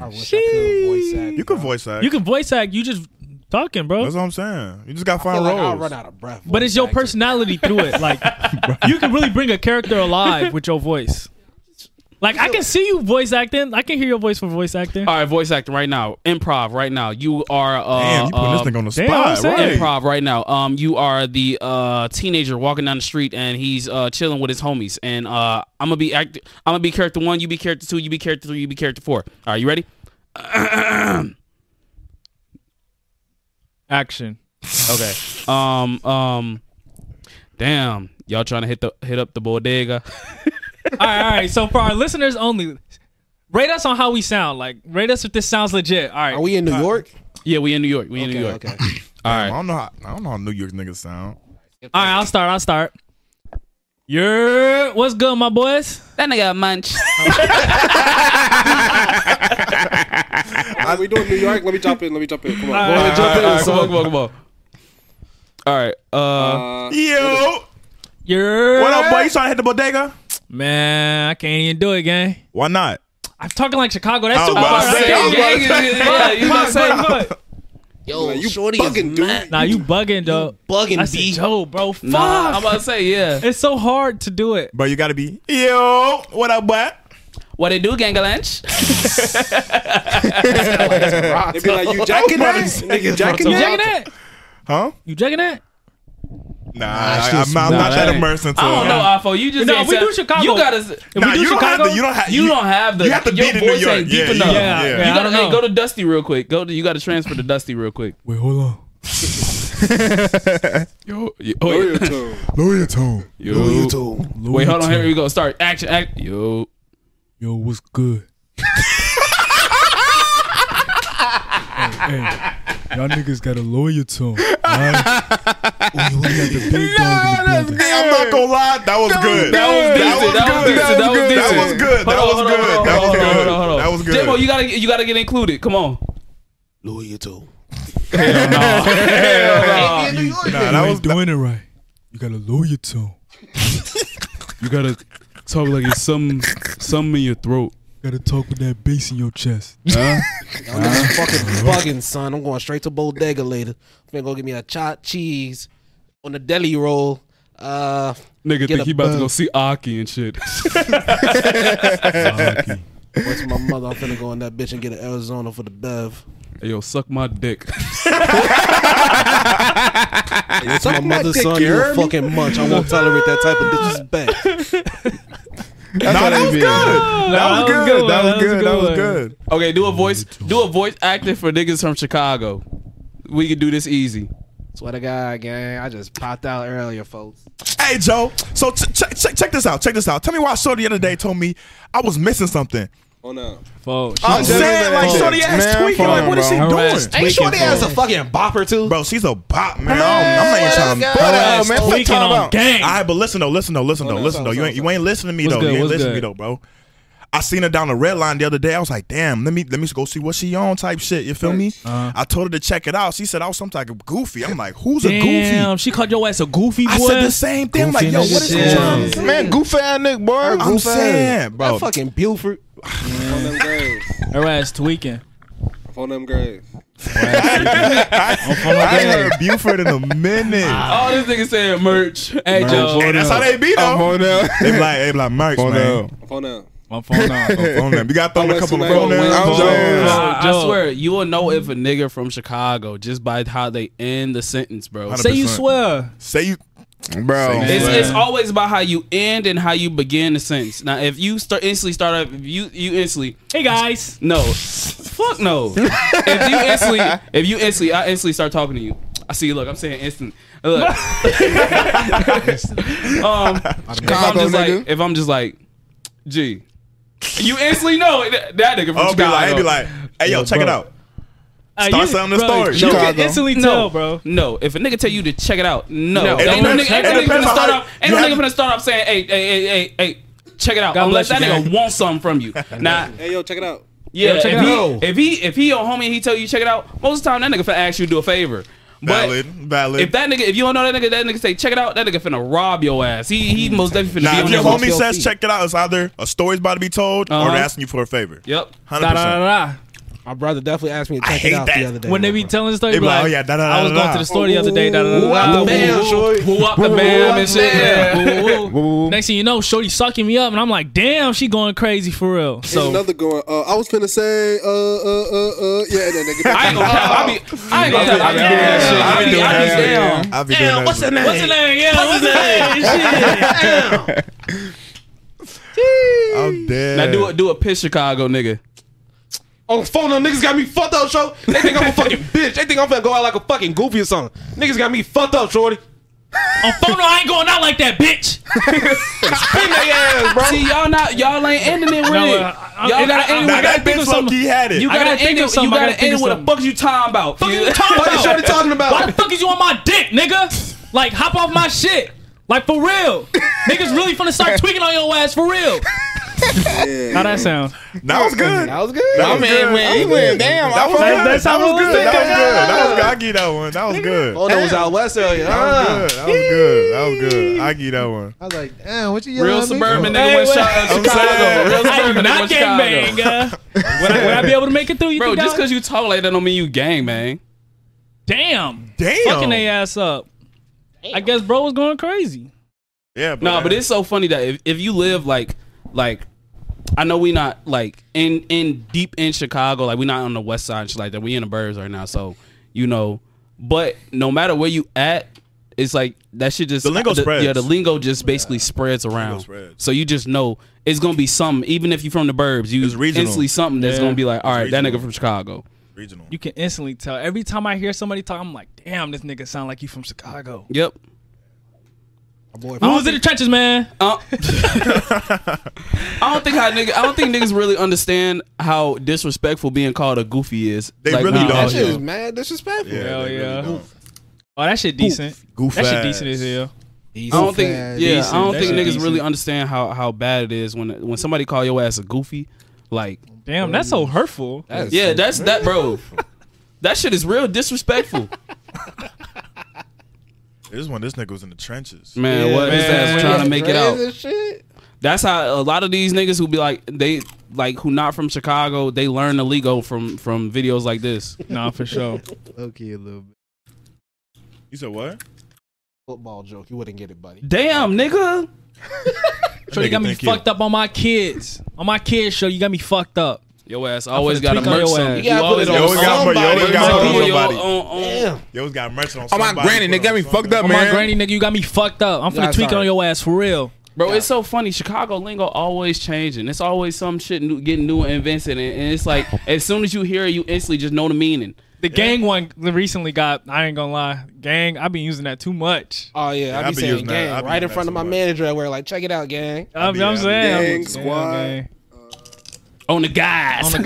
Speaker 6: lie.
Speaker 7: wish I could voice act.
Speaker 4: You can voice act.
Speaker 6: You can voice act. You just talking, bro.
Speaker 4: That's what I'm saying. You just got to
Speaker 7: I
Speaker 4: find
Speaker 7: feel like I'll
Speaker 4: roles.
Speaker 7: run out of breath.
Speaker 6: But it's your
Speaker 7: voice acting.
Speaker 6: personality through
Speaker 4: (laughs)
Speaker 6: it. Like you can really bring a character alive with your voice. Like I can see you voice acting. I can hear your voice for voice acting.
Speaker 2: All right, voice acting right now. Improv right now. You are uh,
Speaker 4: Damn, you putting
Speaker 2: uh,
Speaker 4: this thing on the
Speaker 6: um, damn, I'm
Speaker 4: spot, right?
Speaker 6: saying.
Speaker 2: improv right now. Um, you are the uh teenager walking down the street and he's uh chilling with his homies. And uh, I'm gonna be act. I'm gonna be character one. You be character two. You be character three. You be character four. All right, you ready?
Speaker 6: Action.
Speaker 2: Okay. Um. Um. Damn, y'all trying to hit the hit up the bodega? (laughs)
Speaker 6: All right, all right. So for our listeners only, rate us on how we sound. Like rate us if this sounds legit. All right.
Speaker 7: Are we in New York?
Speaker 2: yeah, we in New York. We in New
Speaker 7: Okay,
Speaker 2: York.
Speaker 7: okay.
Speaker 2: All
Speaker 4: I
Speaker 2: right.
Speaker 4: don't know how I don't know how New York niggas sound.
Speaker 6: All right, I'll start. I'll start. You're what's good, my boys?
Speaker 2: That nigga (laughs) munch.
Speaker 5: Are we doing New York? Let me jump in. Let me jump in. Come on.
Speaker 6: All right.
Speaker 2: All right, come on, come on, come on. All right. Uh,
Speaker 5: Uh,
Speaker 4: Yo,
Speaker 6: You're
Speaker 4: what up, boy? You trying to hit the bodega?
Speaker 6: Man, I can't even do it, gang.
Speaker 4: Why not?
Speaker 6: I'm talking like Chicago. That's
Speaker 4: I
Speaker 6: too
Speaker 4: was about
Speaker 6: far.
Speaker 4: to
Speaker 6: I
Speaker 4: say, I was
Speaker 6: can't-
Speaker 4: about to (laughs)
Speaker 2: yeah, you know what I'm saying?
Speaker 6: Fuck, fuck.
Speaker 7: Yo,
Speaker 5: you
Speaker 7: shorty
Speaker 5: bugging,
Speaker 7: is
Speaker 5: dude.
Speaker 7: mad.
Speaker 6: Nah, you bugging, though.
Speaker 7: bugging,
Speaker 6: I said,
Speaker 7: B.
Speaker 6: yo, bro, fuck.
Speaker 2: Nah, Ah. I'm about to say yeah.
Speaker 6: it's so hard to do it.
Speaker 4: Bro, you gotta be. Yo, what up, boy?
Speaker 2: What it do, Ganga Lynch?
Speaker 5: They'd be like, you jacking that? Nigga, jacking
Speaker 6: You jacking
Speaker 5: that?
Speaker 6: that?
Speaker 4: Huh?
Speaker 6: You jacking that?
Speaker 4: Nah, I, I'm, I'm not
Speaker 2: that
Speaker 4: that
Speaker 2: ain't-
Speaker 4: immersed into.
Speaker 2: I don't know, uh,
Speaker 4: Nah,
Speaker 2: Afo. You just
Speaker 6: No,
Speaker 2: ain't
Speaker 6: we
Speaker 2: tell-
Speaker 6: do Chicago.
Speaker 2: You gotta.
Speaker 6: If
Speaker 4: you
Speaker 6: we do
Speaker 4: don't have
Speaker 6: Chicago,
Speaker 4: to. You don't have.
Speaker 2: You don't have the.
Speaker 4: You have to
Speaker 2: your
Speaker 4: be in New
Speaker 2: voice
Speaker 4: York.
Speaker 2: ain't deep
Speaker 4: Yeah,
Speaker 2: enough.
Speaker 4: yeah, yeah.
Speaker 6: Yeah,
Speaker 2: You
Speaker 6: I
Speaker 2: gotta
Speaker 6: don't
Speaker 2: hey, go
Speaker 6: know.
Speaker 2: to Dusty real quick. Go to you gotta transfer to Dusty real quick.
Speaker 3: Wait, hold on.
Speaker 2: (laughs) Yo, yo,
Speaker 5: Lower your tone.
Speaker 3: Lower your tone.
Speaker 2: yo.
Speaker 7: Dude,
Speaker 3: Lower
Speaker 2: Wait,
Speaker 3: your
Speaker 2: hold on. Here
Speaker 3: tone.
Speaker 2: we go. Start action. Act. Yo,
Speaker 3: Yo, what's good? hey, hey, y'all niggas gotta lower your tone. Alright?
Speaker 2: (laughs)
Speaker 3: Ooh, we Oh, got the big dog in the building.
Speaker 4: Hey, I'm not gonna lie. That was good.
Speaker 2: that was decent. That was decent. That was decent.
Speaker 4: That was good. That
Speaker 2: Hold on,
Speaker 4: was
Speaker 2: hold on,
Speaker 4: good.
Speaker 2: hold
Speaker 4: That
Speaker 2: on,
Speaker 4: was
Speaker 2: hold on,
Speaker 4: good.
Speaker 2: hold on, hold on.
Speaker 4: That was good.
Speaker 2: Jimbo, you gotta you gotta get included. Come on.
Speaker 7: Lower your tone.
Speaker 2: Hell
Speaker 4: Nah,
Speaker 2: no.
Speaker 3: you
Speaker 4: that
Speaker 3: ain't
Speaker 4: was
Speaker 3: doing it right. You gotta lower your tone.
Speaker 2: You gotta talk like it's some some in your throat.
Speaker 3: You gotta talk with that bass in your chest.
Speaker 7: Y'all niggas (laughs) fucking bugging, son. I'm going straight to bodega later. I'm gonna go get me a chopped cheese on the deli roll, Uh,
Speaker 2: Nigga
Speaker 7: Get
Speaker 2: think
Speaker 7: a
Speaker 2: he about to go
Speaker 7: bug.
Speaker 2: see Aki and shit.
Speaker 4: Aki.
Speaker 7: what's my mother? I'm finna go in that bitch and get an Arizona for the bev.
Speaker 2: Hey, yo, suck my dick.
Speaker 7: It's my mother's son. You a fucking munch. I won't tolerate that type (laughs) of disrespect.
Speaker 1: That's how they be.
Speaker 6: Nah,
Speaker 1: That was good. That was good. That was
Speaker 6: one.
Speaker 1: good.
Speaker 2: okay, do a voice do a voice acting for niggas from Chicago. We can do this easy.
Speaker 7: Swear to God, gang. I just popped out earlier, folks.
Speaker 4: Hey Joe, so ch- ch- ch- check this out. Check this out. Tell me why Shorty the other day told me I was missing something.
Speaker 9: Oh no.
Speaker 6: Full.
Speaker 4: I'm
Speaker 1: just-
Speaker 4: saying like
Speaker 1: Oh,
Speaker 4: Shorty ass
Speaker 1: man,
Speaker 4: tweaking. Like
Speaker 1: fine,
Speaker 4: what is she
Speaker 1: bro.
Speaker 2: Her ass
Speaker 4: doing?
Speaker 7: Ain't Shorty
Speaker 2: tweaking,
Speaker 7: as
Speaker 2: fool.
Speaker 7: a fucking bopper too?
Speaker 4: Bro, she's a bop, man. I don't, I'm not even trying to.
Speaker 1: Hold
Speaker 7: Her
Speaker 1: on,
Speaker 7: ass
Speaker 1: man. What you
Speaker 6: tweaking
Speaker 1: talking
Speaker 6: on
Speaker 1: about?
Speaker 6: gang.
Speaker 4: All right, but listen though, listen though, listen though,
Speaker 1: no,
Speaker 4: listen
Speaker 1: sorry,
Speaker 4: though. You
Speaker 1: sorry,
Speaker 4: ain't you ain't listening to me
Speaker 6: What's
Speaker 4: though.
Speaker 6: good,
Speaker 4: You ain't
Speaker 6: what's
Speaker 4: listening to me
Speaker 6: good?
Speaker 4: though, bro. I seen her down the red line the other day. I was like, damn, let me let me go see what she on type shit. You feel me? I told her to check it out. She said I was some type of goofy. I'm like, who's a
Speaker 6: Damn,
Speaker 4: goofy?
Speaker 6: she called your ass a goofy boy.
Speaker 4: I said the same thing. I'm like,
Speaker 6: Goofy
Speaker 4: yo, what
Speaker 6: nigga
Speaker 4: is she
Speaker 6: shit.
Speaker 4: trying to say?
Speaker 1: Man, goofy ass nigga, boy.
Speaker 4: I'm saying,
Speaker 7: That
Speaker 4: bro.
Speaker 7: fucking Buford.
Speaker 9: Phone them graves.
Speaker 6: Her ass tweaking.
Speaker 9: Phone them graves.
Speaker 4: I ain't heard Buford in a minute.
Speaker 2: Oh, this nigga said merch. Hey, Joe.
Speaker 4: Hey, that's how they be
Speaker 1: I'm
Speaker 4: though.
Speaker 1: on now.
Speaker 4: They be like, they be like, Merch,
Speaker 1: Hold
Speaker 4: man.
Speaker 1: up.
Speaker 9: Phone them.
Speaker 6: My
Speaker 10: (laughs)
Speaker 6: phone on.
Speaker 4: Oh, phone them. You got to throw in a
Speaker 9: Unless
Speaker 4: couple of
Speaker 9: you
Speaker 4: phone
Speaker 9: like
Speaker 4: names.
Speaker 1: Wayne Jones.
Speaker 4: Joe.
Speaker 2: Bro, I
Speaker 6: Joe.
Speaker 2: swear, you will know if a nigga from Chicago just by how they end the sentence, bro.
Speaker 4: Hundred
Speaker 6: Say you
Speaker 4: 100%.
Speaker 6: swear.
Speaker 4: Say you.
Speaker 1: Bro.
Speaker 2: It's,
Speaker 4: Yeah.
Speaker 2: it's always about how you end and how you begin the sentence. Now, if you start instantly start up, if you you instantly
Speaker 6: Hey guys.
Speaker 2: no,
Speaker 4: (laughs)
Speaker 2: fuck no. if you instantly, if you instantly, I instantly start talking to you. I see. Look, I'm saying instant. Look.
Speaker 4: (laughs)
Speaker 2: um, if I'm
Speaker 1: Chicago
Speaker 2: just like,
Speaker 1: nigga.
Speaker 2: if I'm just like, gee, you instantly know that, that nigga from
Speaker 4: I'll oh, be
Speaker 2: Chicago.
Speaker 4: like, I'll be like, hey yo, check it out.
Speaker 6: Uh,
Speaker 4: Start
Speaker 6: you-
Speaker 4: selling the
Speaker 6: bro,
Speaker 4: story.
Speaker 6: You can
Speaker 1: Chicago.
Speaker 6: instantly
Speaker 2: No,
Speaker 6: tell, bro.
Speaker 2: No, if a nigga tell you to check it out, no. Ain't
Speaker 6: No. It
Speaker 2: no
Speaker 6: depends-
Speaker 2: nigga, ain't no
Speaker 6: it
Speaker 2: nigga
Speaker 4: depends
Speaker 2: gonna
Speaker 4: on
Speaker 2: start
Speaker 4: how-
Speaker 2: off.
Speaker 4: you
Speaker 2: Ain't no
Speaker 4: have
Speaker 2: nigga
Speaker 4: to-
Speaker 2: gonna start off saying, hey, hey, hey, hey, hey, check it out.
Speaker 6: God
Speaker 2: Unless
Speaker 6: bless
Speaker 2: that
Speaker 6: you,
Speaker 2: nigga
Speaker 6: gang.
Speaker 2: wants something from
Speaker 6: (laughs)
Speaker 2: you. Nah,
Speaker 9: Hey yo, check it out.
Speaker 2: yeah.
Speaker 6: check
Speaker 2: if,
Speaker 6: it
Speaker 2: he,
Speaker 7: out.
Speaker 2: if he if he your homie and he tell you check it out, most of the time that nigga finna ask you to do a favor. But
Speaker 4: Valid, valid.
Speaker 2: if that nigga, if you don't know that nigga, that nigga say check it out. That nigga finna rob your ass. He he most definitely finna
Speaker 4: Now,
Speaker 2: be
Speaker 4: if
Speaker 2: on
Speaker 4: your
Speaker 2: your
Speaker 7: Off
Speaker 4: homie
Speaker 7: your
Speaker 4: says
Speaker 7: feet.
Speaker 4: check it out, it's either a story's about to be told or
Speaker 2: Uh-huh.
Speaker 4: they're asking you for a favor.
Speaker 2: Yep.
Speaker 4: Hundred
Speaker 6: Da da da
Speaker 4: percent.
Speaker 6: da.
Speaker 7: My brother definitely asked me to
Speaker 4: I
Speaker 7: check
Speaker 4: hate
Speaker 7: it out
Speaker 4: that.
Speaker 7: the other day.
Speaker 6: When they be telling the story,
Speaker 4: They oh,
Speaker 6: be like,
Speaker 4: yeah, da da da.
Speaker 6: I was
Speaker 4: da,
Speaker 6: going to the store the other day. Da da
Speaker 7: Ooh,
Speaker 6: da da.
Speaker 7: out the bam, shorty.
Speaker 2: Who up the
Speaker 7: Woo,
Speaker 2: bam
Speaker 7: woo,
Speaker 2: and shit?
Speaker 7: bam.
Speaker 2: Yeah. Woo, woo, woo.
Speaker 1: Woo, woo.
Speaker 6: Next thing you know, Shorty sucking me up, and I'm like, damn, she going crazy for real.
Speaker 9: There's
Speaker 6: So
Speaker 9: another going. Uh, I was finna say. Uh, uh, uh, uh. Yeah, and then
Speaker 5: (laughs)
Speaker 9: they get
Speaker 2: I
Speaker 9: (laughs)
Speaker 2: ain't gonna cap. I be, I ain't gonna cap. I be doing that shit. I be, I be down.
Speaker 4: I'll be doing that. shit.
Speaker 6: what's the name? Yeah, what's the name? Shit.
Speaker 4: I'm dead.
Speaker 2: Now do a do a piss Chicago nigga.
Speaker 7: on the Oh, phone, them niggas got me fucked up, show. They think I'm a (laughs) fucking bitch. They think I'm finna go out like a fucking goofy or something. Niggas got me fucked up, shorty.
Speaker 6: On phone, no, I ain't going out like that, bitch.
Speaker 7: Pin they ass, bro.
Speaker 2: See y'all not y'all ain't ending it with
Speaker 6: No,
Speaker 2: it.
Speaker 6: uh, I-
Speaker 2: y'all
Speaker 6: I-
Speaker 2: gotta
Speaker 6: I-
Speaker 2: end
Speaker 4: Now
Speaker 2: it
Speaker 6: I
Speaker 2: with.
Speaker 6: gotta
Speaker 4: that
Speaker 6: think of
Speaker 4: bitch low
Speaker 6: something.
Speaker 4: key had it.
Speaker 2: You
Speaker 6: I gotta
Speaker 2: gotta
Speaker 6: think
Speaker 2: end
Speaker 6: of
Speaker 2: it.
Speaker 6: something.
Speaker 2: You
Speaker 6: I gotta
Speaker 2: gotta
Speaker 6: think
Speaker 2: end
Speaker 6: of
Speaker 2: it with a
Speaker 6: something.
Speaker 2: fuck you talking about.
Speaker 6: Fuck is you talking
Speaker 7: What is
Speaker 6: about?
Speaker 7: shorty talking about?
Speaker 6: Why the fuck is you on my dick, nigga? Like, hop off my shit. Like, for real. Niggas really finna start tweaking on your ass for real. How that sound?
Speaker 4: That was good. That was
Speaker 7: good.
Speaker 4: That was
Speaker 1: Man,
Speaker 4: good.
Speaker 1: man, he went down. I was
Speaker 6: That- that's
Speaker 4: That
Speaker 6: how
Speaker 4: was
Speaker 6: it was.
Speaker 4: good. That was
Speaker 6: thinking.
Speaker 4: good. That was good. I give that one. That was good.
Speaker 7: Oh, that was out west earlier.
Speaker 4: That
Speaker 7: Ah.
Speaker 4: was good. That was good. That was good. I give that one.
Speaker 10: I was like, damn, what you yelling
Speaker 2: Real
Speaker 10: at me
Speaker 2: suburban
Speaker 10: for?
Speaker 2: nigga went
Speaker 6: wait.
Speaker 2: shot at
Speaker 4: I'm
Speaker 2: Chicago.
Speaker 4: saying.
Speaker 2: Real
Speaker 6: I am
Speaker 2: suburban nigga
Speaker 6: not
Speaker 2: went Chicago.
Speaker 6: gangbang. Uh, would, I, would I be able to make it through? You
Speaker 2: Bro,
Speaker 6: think
Speaker 2: just
Speaker 6: I-
Speaker 2: cause you talk like that don't mean you gang, man.
Speaker 6: Damn.
Speaker 4: Damn.
Speaker 6: Fucking they ass up. I guess bro was going crazy.
Speaker 4: Yeah,
Speaker 2: No, but it's so funny that if, if you live like like I know we not like in in deep in Chicago, like we not on the west side and shit like that. We in the burbs right now, so you know. But no matter where you at, it's like that shit just
Speaker 4: The lingo spreads.
Speaker 2: Yeah, the lingo just basically spreads around.
Speaker 4: spreads.
Speaker 2: So you just know it's gonna be something, even if you from the burbs, you
Speaker 4: It's regional.
Speaker 2: instantly something that's
Speaker 6: Yeah.
Speaker 2: gonna be like, all right, that
Speaker 4: regional.
Speaker 2: nigga from Chicago.
Speaker 4: regional.
Speaker 6: You can instantly tell. Every time I hear somebody talk, I'm like, damn, this nigga sound like you from Chicago.
Speaker 2: Yep.
Speaker 6: Who was in the trenches, man?
Speaker 2: Uh, I don't think how nigga, I don't think niggas really understand how disrespectful being called a goofy is.
Speaker 4: They really
Speaker 2: nah,
Speaker 4: don't.
Speaker 7: That
Speaker 2: that's
Speaker 7: shit
Speaker 2: just-
Speaker 7: is mad disrespectful.
Speaker 4: Yeah,
Speaker 6: Hell
Speaker 4: they really
Speaker 6: yeah.
Speaker 4: don't.
Speaker 6: Oh, that shit decent.
Speaker 4: Goof
Speaker 6: That shit
Speaker 4: ass.
Speaker 6: decent as hell.
Speaker 7: He's
Speaker 2: I don't think,
Speaker 7: fast.
Speaker 2: yeah,
Speaker 6: Decent.
Speaker 2: I don't
Speaker 6: That
Speaker 2: think
Speaker 6: shit
Speaker 2: niggas
Speaker 6: decent.
Speaker 2: really understand how how bad it is when when somebody call your ass a goofy. Like,
Speaker 6: Damn, that's so hurtful.
Speaker 7: That's-
Speaker 2: yeah, that's that, bro. That shit is real disrespectful,
Speaker 4: This one, this nigga was in the trenches.
Speaker 2: man.
Speaker 7: Yeah,
Speaker 2: what his
Speaker 7: man.
Speaker 2: ass trying to make it out?
Speaker 7: Crazy shit.
Speaker 2: That's how a lot of these niggas who be like they like who not from Chicago, they learn the lingo from from videos like this.
Speaker 6: nah, for sure.
Speaker 10: Okay, a little bit.
Speaker 4: You said what?
Speaker 7: football joke, you wouldn't get it, buddy.
Speaker 2: Damn, nigga.
Speaker 6: Show you got me
Speaker 4: Thank you.
Speaker 6: fucked up on my kids. On my kids show, you got me fucked up.
Speaker 2: Your ass always
Speaker 6: finna
Speaker 2: got a
Speaker 6: tweak on
Speaker 2: merch
Speaker 6: your
Speaker 2: something.
Speaker 6: ass.
Speaker 7: You gotta put it
Speaker 4: Yo,
Speaker 7: on
Speaker 4: it got- yo, it
Speaker 7: somebody.
Speaker 4: got-
Speaker 7: bro.
Speaker 4: put it on somebody.
Speaker 2: on, on.
Speaker 4: Yo, it's got merch on
Speaker 1: Oh my
Speaker 4: somebody.
Speaker 1: granny, they got me fucked up,
Speaker 6: On my
Speaker 1: man.
Speaker 6: granny, nigga, you got me fucked up. I'm finna
Speaker 7: Nah,
Speaker 6: tweak
Speaker 7: sorry.
Speaker 6: on your ass for real.
Speaker 2: Bro, it's so funny. Chicago lingo always changing. It's always some shit new, getting new and invented, and, and it's (laughs) like as soon as you hear it, you instantly just know the meaning.
Speaker 6: The gang one recently got. I ain't gonna lie, gang. I've been using that too much.
Speaker 7: Oh yeah,
Speaker 4: I
Speaker 7: I be
Speaker 4: be
Speaker 7: saying
Speaker 4: using that. I
Speaker 7: gang
Speaker 4: be
Speaker 7: right in
Speaker 4: using
Speaker 7: front
Speaker 4: that
Speaker 7: of my
Speaker 4: so much.
Speaker 7: manager at work. Like, check it out, gang.
Speaker 6: I'm,
Speaker 4: be- I
Speaker 6: I'm
Speaker 4: be
Speaker 6: saying,
Speaker 5: gang, squad.
Speaker 2: On the guys,
Speaker 6: On the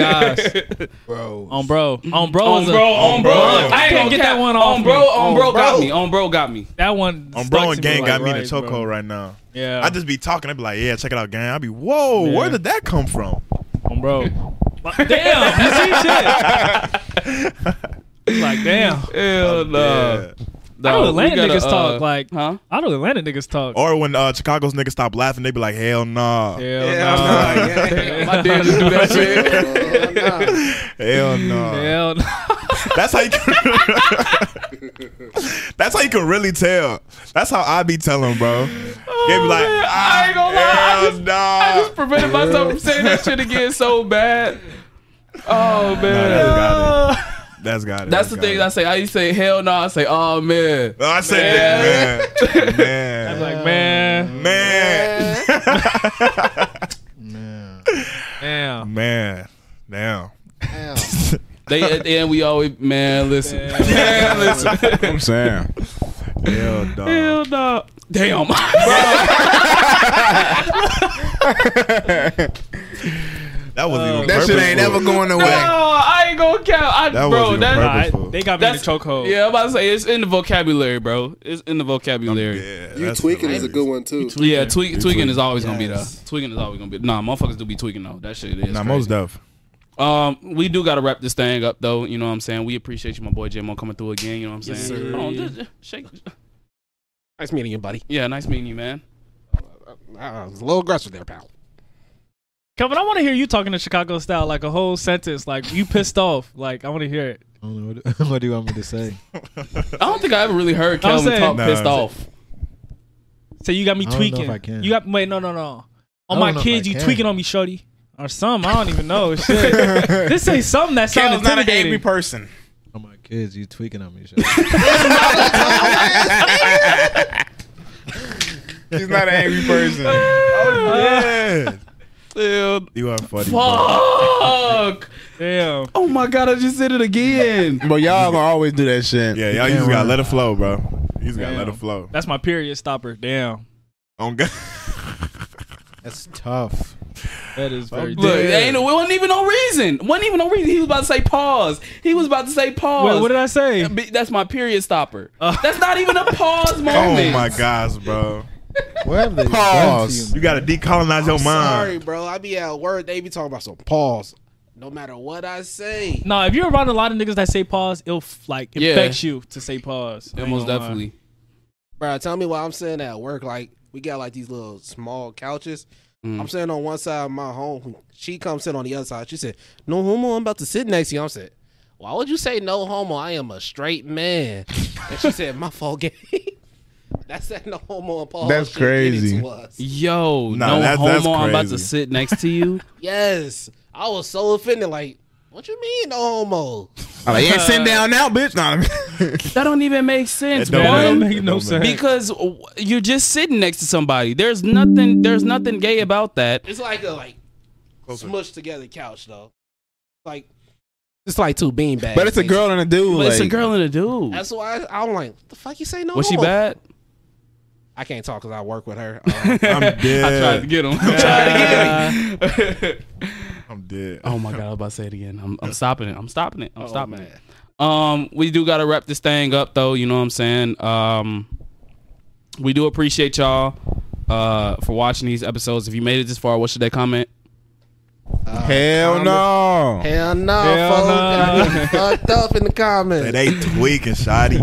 Speaker 2: (laughs)
Speaker 6: guys.
Speaker 4: (laughs)
Speaker 7: Bro,
Speaker 6: on bro, on bro,
Speaker 2: on
Speaker 6: is a-
Speaker 2: bro, on bro.
Speaker 6: I can't get that one off
Speaker 2: On bro,
Speaker 6: me.
Speaker 2: on bro,
Speaker 7: On
Speaker 2: got
Speaker 7: bro.
Speaker 2: me. On bro, got me.
Speaker 6: That one.
Speaker 4: On
Speaker 6: stuck
Speaker 4: bro
Speaker 6: to
Speaker 4: and gang
Speaker 6: like
Speaker 4: got me in the
Speaker 6: rice, bro.
Speaker 4: chokehold right now.
Speaker 6: Yeah,
Speaker 4: I just be talking. I be like, yeah, check it out, gang. I be, whoa,
Speaker 6: Yeah.
Speaker 4: where did that come from?
Speaker 6: on (laughs) bro. Like, damn, you see shit.
Speaker 4: (laughs)
Speaker 6: Like damn,
Speaker 2: Hell no.
Speaker 6: uh,
Speaker 4: Yeah.
Speaker 6: I
Speaker 2: No,
Speaker 6: don't
Speaker 2: we
Speaker 6: Atlanta
Speaker 2: gotta,
Speaker 6: niggas
Speaker 2: uh,
Speaker 6: talk like
Speaker 2: huh?
Speaker 6: I don't Atlanta niggas
Speaker 3: Oh,
Speaker 6: talk.
Speaker 4: Or when uh, Chicago's niggas stop laughing, they be like, hell nah.
Speaker 6: Hell
Speaker 7: Yeah,
Speaker 6: nah.
Speaker 7: I'm not, (laughs) gang.
Speaker 2: My dad just do that
Speaker 5: (laughs)
Speaker 2: shit.
Speaker 4: (laughs)
Speaker 9: Uh,
Speaker 4: Hell no.
Speaker 6: (laughs) Hell
Speaker 3: (laughs)
Speaker 6: nah.
Speaker 4: That's how you can (laughs) That's how you can really tell. That's how I be telling, bro. they be like,
Speaker 2: Oh, man,
Speaker 4: ah,
Speaker 2: I ain't gonna lie, I
Speaker 4: hell
Speaker 2: just-
Speaker 4: nah.
Speaker 2: I just (laughs) prevented myself from saying that shit again so bad. Oh man.
Speaker 4: that's got it. That's got it.
Speaker 2: That's the
Speaker 4: got
Speaker 2: thing
Speaker 4: it.
Speaker 2: I say. I used to say hell no. I say oh man.
Speaker 4: I said, man,
Speaker 2: (laughs)
Speaker 4: man,
Speaker 6: Like man,
Speaker 4: man,
Speaker 6: damn.
Speaker 4: man. Now,
Speaker 2: They at the end we always man listen. (laughs) Man, listen. (laughs)
Speaker 1: I'm saying.
Speaker 4: hell dog.
Speaker 2: Hell no. Damn.
Speaker 6: (laughs)
Speaker 4: That wasn't
Speaker 2: Uh,
Speaker 4: even
Speaker 1: That shit ain't
Speaker 4: purposeful.
Speaker 1: ever going
Speaker 2: no,
Speaker 1: away.
Speaker 2: I ain't gonna count. I,
Speaker 4: That wasn't
Speaker 2: bro,
Speaker 4: even
Speaker 2: that
Speaker 6: All right,
Speaker 4: Purposeful.
Speaker 6: they got me
Speaker 2: that's
Speaker 6: in the chokehold.
Speaker 2: Yeah, I'm about to say it's in the vocabulary, bro. It's in the vocabulary.
Speaker 4: Yeah,
Speaker 5: You
Speaker 4: that's
Speaker 5: tweaking is
Speaker 4: hilarious.
Speaker 5: a good one too.
Speaker 2: Yeah, tweak, tweaking is always gonna be there.
Speaker 7: Yes.
Speaker 2: Tweaking is always gonna be. Nah, motherfuckers do be tweaking though. That shit is.
Speaker 4: Nah,
Speaker 2: crazy.
Speaker 4: most deaf.
Speaker 2: Um, we do gotta wrap this thing up though. You know what I'm saying? We appreciate you, my boy JMO, coming through again. You know what I'm saying?
Speaker 7: sir.
Speaker 2: Hold on, just- just shake.
Speaker 7: Nice meeting you, buddy. Uh,
Speaker 2: Yeah, nice meeting you, man.
Speaker 7: I was a little aggressive there, pal.
Speaker 6: Kevin, I want to hear you talking to Chicago style, like a whole sentence, like you pissed off. Like I want to hear it.
Speaker 3: I don't know what, (laughs) what do you want me
Speaker 10: (laughs)
Speaker 3: to say.
Speaker 2: I don't think I ever really heard
Speaker 6: I'm
Speaker 2: Calvin
Speaker 6: saying-
Speaker 2: talk
Speaker 4: Nah.
Speaker 2: pissed off.
Speaker 6: So you got me
Speaker 3: I don't know if
Speaker 6: tweaking.
Speaker 3: I can.
Speaker 6: You got wait, no, no, no.
Speaker 3: I
Speaker 6: On my
Speaker 3: don't know if
Speaker 6: kids,
Speaker 3: I
Speaker 6: you
Speaker 3: can.
Speaker 6: tweaking on me, shorty, or some. I don't even
Speaker 3: (laughs)
Speaker 6: know. Shit. this ain't something that sounds
Speaker 1: Cal's not an
Speaker 6: intimidating.
Speaker 1: angry person.
Speaker 3: Oh my kids, you tweaking on me. Shit.
Speaker 1: He's not an angry person.
Speaker 4: (laughs) Yeah.
Speaker 2: Dude,
Speaker 4: You are funny. bro.
Speaker 2: fuck!
Speaker 6: Damn.
Speaker 2: Oh my god, I just did it again.
Speaker 1: But y'all gonna always do that shit.
Speaker 4: Yeah, y'all just gotta let it flow, bro. You just gotta let it flow.
Speaker 6: That's my period stopper. Damn.
Speaker 4: On God.
Speaker 3: That's tough.
Speaker 6: That is
Speaker 3: Oh,
Speaker 6: very.
Speaker 2: Look, there ain't no, it wasn't even no reason. wasn't even no reason. He was about to say pause. He was about to say pause.
Speaker 6: Wait, what did I say?
Speaker 2: Be- That's my period stopper.
Speaker 6: Uh.
Speaker 2: That's not even a
Speaker 4: (laughs)
Speaker 2: pause moment.
Speaker 4: Oh my gosh, bro.
Speaker 3: What have they
Speaker 1: Pause.
Speaker 3: done to
Speaker 4: You gotta decolonize your
Speaker 7: Sorry,
Speaker 4: mind.
Speaker 7: bro. I be at work. They be talking about some pause. No matter what I say.
Speaker 6: No, if you're around a lot of niggas that say pause, it'll f- like
Speaker 2: Yeah.
Speaker 6: infect you to say pause. I
Speaker 2: Yeah,
Speaker 6: ain't
Speaker 2: most
Speaker 6: gonna lie.
Speaker 2: definitely.
Speaker 7: Bro, tell me why I'm sitting at work. Like, we got like these little small couches.
Speaker 2: Mm.
Speaker 7: I'm sitting on one side of my home. She comes in on the other side. She said, No homo, I'm about to sit next to you. I'm saying, Why would you say no homo? I am a straight man. and she said, My fault game. (laughs) That's that no homo and Paul.
Speaker 1: That's
Speaker 7: shit getting
Speaker 1: crazy.
Speaker 7: to us.
Speaker 2: Yo,
Speaker 4: Nah,
Speaker 2: no
Speaker 4: that-
Speaker 2: homo.
Speaker 4: that's
Speaker 2: I'm about to
Speaker 4: crazy.
Speaker 2: sit next
Speaker 4: (laughs)
Speaker 2: to you.
Speaker 7: Yes. I was so offended. Like, what you mean no homo?
Speaker 1: I'm like, you ain't sitting
Speaker 2: Uh-huh.
Speaker 1: down now, bitch.
Speaker 2: (laughs)
Speaker 1: Nah,
Speaker 2: that don't even make sense,
Speaker 4: It don't
Speaker 2: man.
Speaker 4: make-
Speaker 6: Make no
Speaker 4: Don't
Speaker 6: sense.
Speaker 2: Because w- you're just sitting next to somebody. There's nothing. There's nothing gay about that.
Speaker 7: It's like a like
Speaker 4: Closer.
Speaker 7: smushed together couch though. Like it's like two bean bags.
Speaker 1: But it's a girl and a dude.
Speaker 2: But it's a
Speaker 1: like-
Speaker 2: girl and a dude.
Speaker 7: That's why I, I'm like, what the fuck you say no?
Speaker 2: Was she
Speaker 7: homo?"
Speaker 2: bad?
Speaker 7: I can't talk because (laughs) I work with her. Um,
Speaker 4: I'm
Speaker 2: I tried to
Speaker 4: dead.
Speaker 2: get him. (laughs) I
Speaker 4: (laughs)
Speaker 2: tried to get him.
Speaker 4: I'm dead.
Speaker 2: oh my god! I'm about to say it again. I'm, I'm stopping it. I'm stopping it. I'm stopping it. Um, we do gotta wrap this thing up though. You know what I'm saying? Um, we do appreciate y'all uh for watching these episodes. If you made it this far, what should they comment?
Speaker 1: Hell no.
Speaker 7: Hell no,
Speaker 6: Hell
Speaker 7: folks.
Speaker 6: nah.
Speaker 7: Y'all getting fucked up in the comments.
Speaker 4: Hey, they tweaking, shoddy.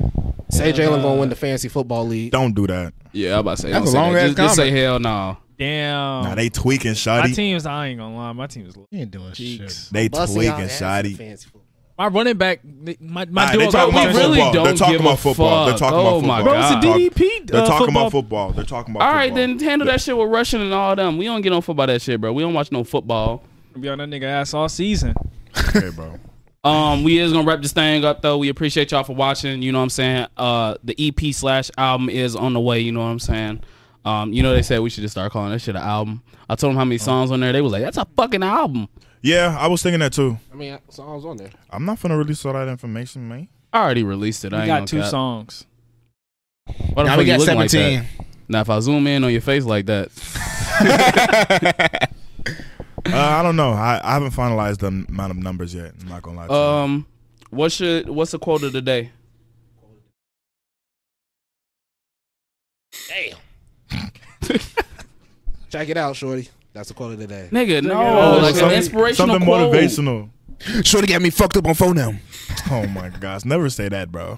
Speaker 7: Say Jalen gonna win the fantasy football league.
Speaker 4: Don't do that.
Speaker 2: Yeah, I'm about to say. don't
Speaker 1: That's a
Speaker 2: say that.
Speaker 1: long-ass
Speaker 2: just, just say
Speaker 1: comment.
Speaker 2: hell no.
Speaker 6: Damn.
Speaker 4: Nah, they tweaking,
Speaker 6: Oh. my
Speaker 4: shoddy.
Speaker 6: team's. I ain't gonna lie. My team is.
Speaker 3: You ain't doing shit.
Speaker 4: They
Speaker 7: Busting y'all
Speaker 4: tweaking,
Speaker 7: ass in
Speaker 4: shoddy.
Speaker 7: fantasy football.
Speaker 6: My running back, my my
Speaker 4: Nah,
Speaker 6: dude.
Speaker 4: they talking
Speaker 2: we
Speaker 4: about
Speaker 2: really
Speaker 4: football.
Speaker 2: don't
Speaker 4: They're talking
Speaker 2: give a
Speaker 4: about football. They're
Speaker 2: fuck.
Speaker 4: talking
Speaker 2: Oh
Speaker 4: about
Speaker 2: my
Speaker 4: football.
Speaker 2: Bro, it's a
Speaker 4: They're talk-
Speaker 6: DDP.
Speaker 4: They're
Speaker 6: uh,
Speaker 4: talking
Speaker 6: football.
Speaker 4: about football. They're talking about.
Speaker 2: All right,
Speaker 4: football.
Speaker 2: then handle that shit with Russian and all them. We don't get on football that shit, bro. We don't watch no football.
Speaker 6: Be on that nigga ass all season.
Speaker 4: Okay, bro.
Speaker 2: Um, we is gonna wrap this thing up though. We appreciate y'all for watching. You know what I'm saying? Uh, the EP slash album is on the way. You know what I'm saying? Um, you know they said we should just start calling that shit an album. I told them how many songs on there. They was like, "That's a fucking album."
Speaker 4: Yeah, I was thinking that too.
Speaker 7: I mean, songs on there.
Speaker 4: I'm not gonna release all that information, man.
Speaker 2: I already released it. I
Speaker 6: We
Speaker 2: ain't
Speaker 6: got two
Speaker 2: gonna cap.
Speaker 6: songs.
Speaker 2: Why the
Speaker 1: Now
Speaker 2: fuck
Speaker 1: we
Speaker 2: you
Speaker 1: got
Speaker 2: looking like that?
Speaker 1: seventeen.
Speaker 2: Now if I zoom in on your face like that,
Speaker 4: Uh, I don't know. I, I haven't finalized the amount of numbers yet. I'm not gonna lie. To you.
Speaker 2: um, what's your what's the quote of the day?
Speaker 7: Check it out, shorty. That's the quote of the day.
Speaker 2: Nigga, no,
Speaker 4: Oh,
Speaker 2: like
Speaker 4: something-
Speaker 2: an inspirational
Speaker 4: something
Speaker 2: quote.
Speaker 4: motivational.
Speaker 1: (laughs) Shorty got me fucked up on phone now.
Speaker 4: Oh my gosh, never say that, bro.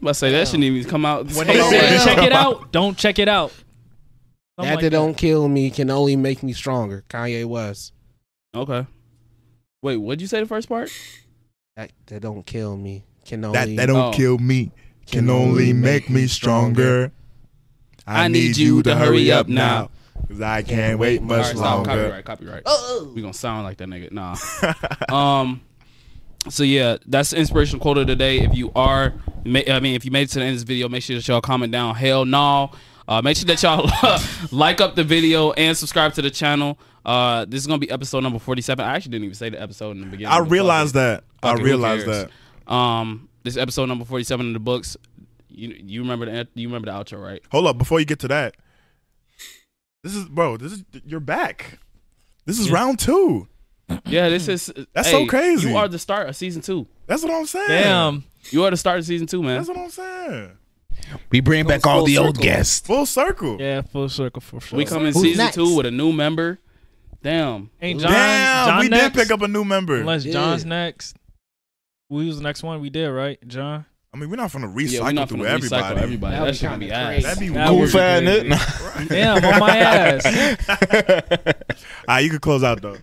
Speaker 2: Let's say that shouldn't even come out.
Speaker 6: When they say
Speaker 4: out.
Speaker 6: check (laughs) it out, don't check it out.
Speaker 7: That
Speaker 6: Something
Speaker 7: that
Speaker 6: like
Speaker 7: don't kill me can only make me stronger. Kanye West.
Speaker 2: Okay. Wait, what'd you say the first part?
Speaker 7: That that don't kill me can only
Speaker 4: That that don't
Speaker 2: Oh.
Speaker 4: kill me. Can only make me stronger.
Speaker 2: I need you to hurry up now.
Speaker 4: Cause I can't wait
Speaker 2: All
Speaker 4: much
Speaker 2: right, stop.
Speaker 4: longer.
Speaker 2: Copyright, copyright. We gonna sound like that nigga. Nah. (laughs) um. So yeah, that's the inspirational quote of the day. If you are, ma- I mean, if you made it to the end of this video, make sure that y'all comment down. Hell no. Uh, make sure that y'all (laughs) like up the video and subscribe to the channel. Uh, this is gonna be episode number forty-seven. I actually didn't even say the episode in the beginning.
Speaker 4: I realized that. I realized
Speaker 2: realized
Speaker 4: that.
Speaker 2: Um, this is episode number forty-seven in the books. You you remember the you remember the outro right?
Speaker 4: Hold up, before you get to that. This is bro, this is you're back. This is round two.
Speaker 2: Yeah, this is
Speaker 4: That's so crazy.
Speaker 2: You are the start of season two.
Speaker 4: That's what I'm saying.
Speaker 6: that. Damn.
Speaker 2: You are the start of season two, man.
Speaker 4: That's what I'm saying.
Speaker 1: We bring back all the old
Speaker 2: (laughs)
Speaker 1: guests.
Speaker 4: Full circle.
Speaker 6: Yeah, full circle for sure.
Speaker 2: We come in
Speaker 7: Who's
Speaker 2: season
Speaker 7: next?
Speaker 2: two with a new member. Damn.
Speaker 6: Ain't John,
Speaker 4: Damn,
Speaker 6: John
Speaker 4: we
Speaker 6: next?
Speaker 4: did pick up a new member.
Speaker 6: Unless
Speaker 7: Yeah.
Speaker 6: John's next. Who was the next one? We did right, John.
Speaker 4: I mean, we're not gonna
Speaker 2: Yeah,
Speaker 4: recycle
Speaker 2: we're not
Speaker 4: through
Speaker 2: gonna
Speaker 4: everybody.
Speaker 2: recycle everybody.
Speaker 7: That'd
Speaker 2: That
Speaker 7: be
Speaker 2: shit gonna be
Speaker 7: kinda
Speaker 2: ass.
Speaker 7: crazy.
Speaker 4: That'd be
Speaker 6: That
Speaker 4: cool.
Speaker 6: would
Speaker 1: Cool
Speaker 6: be
Speaker 1: fat
Speaker 6: crazy. (laughs) Damn, on
Speaker 4: (laughs)
Speaker 6: my ass.
Speaker 4: Ah, you can close out though.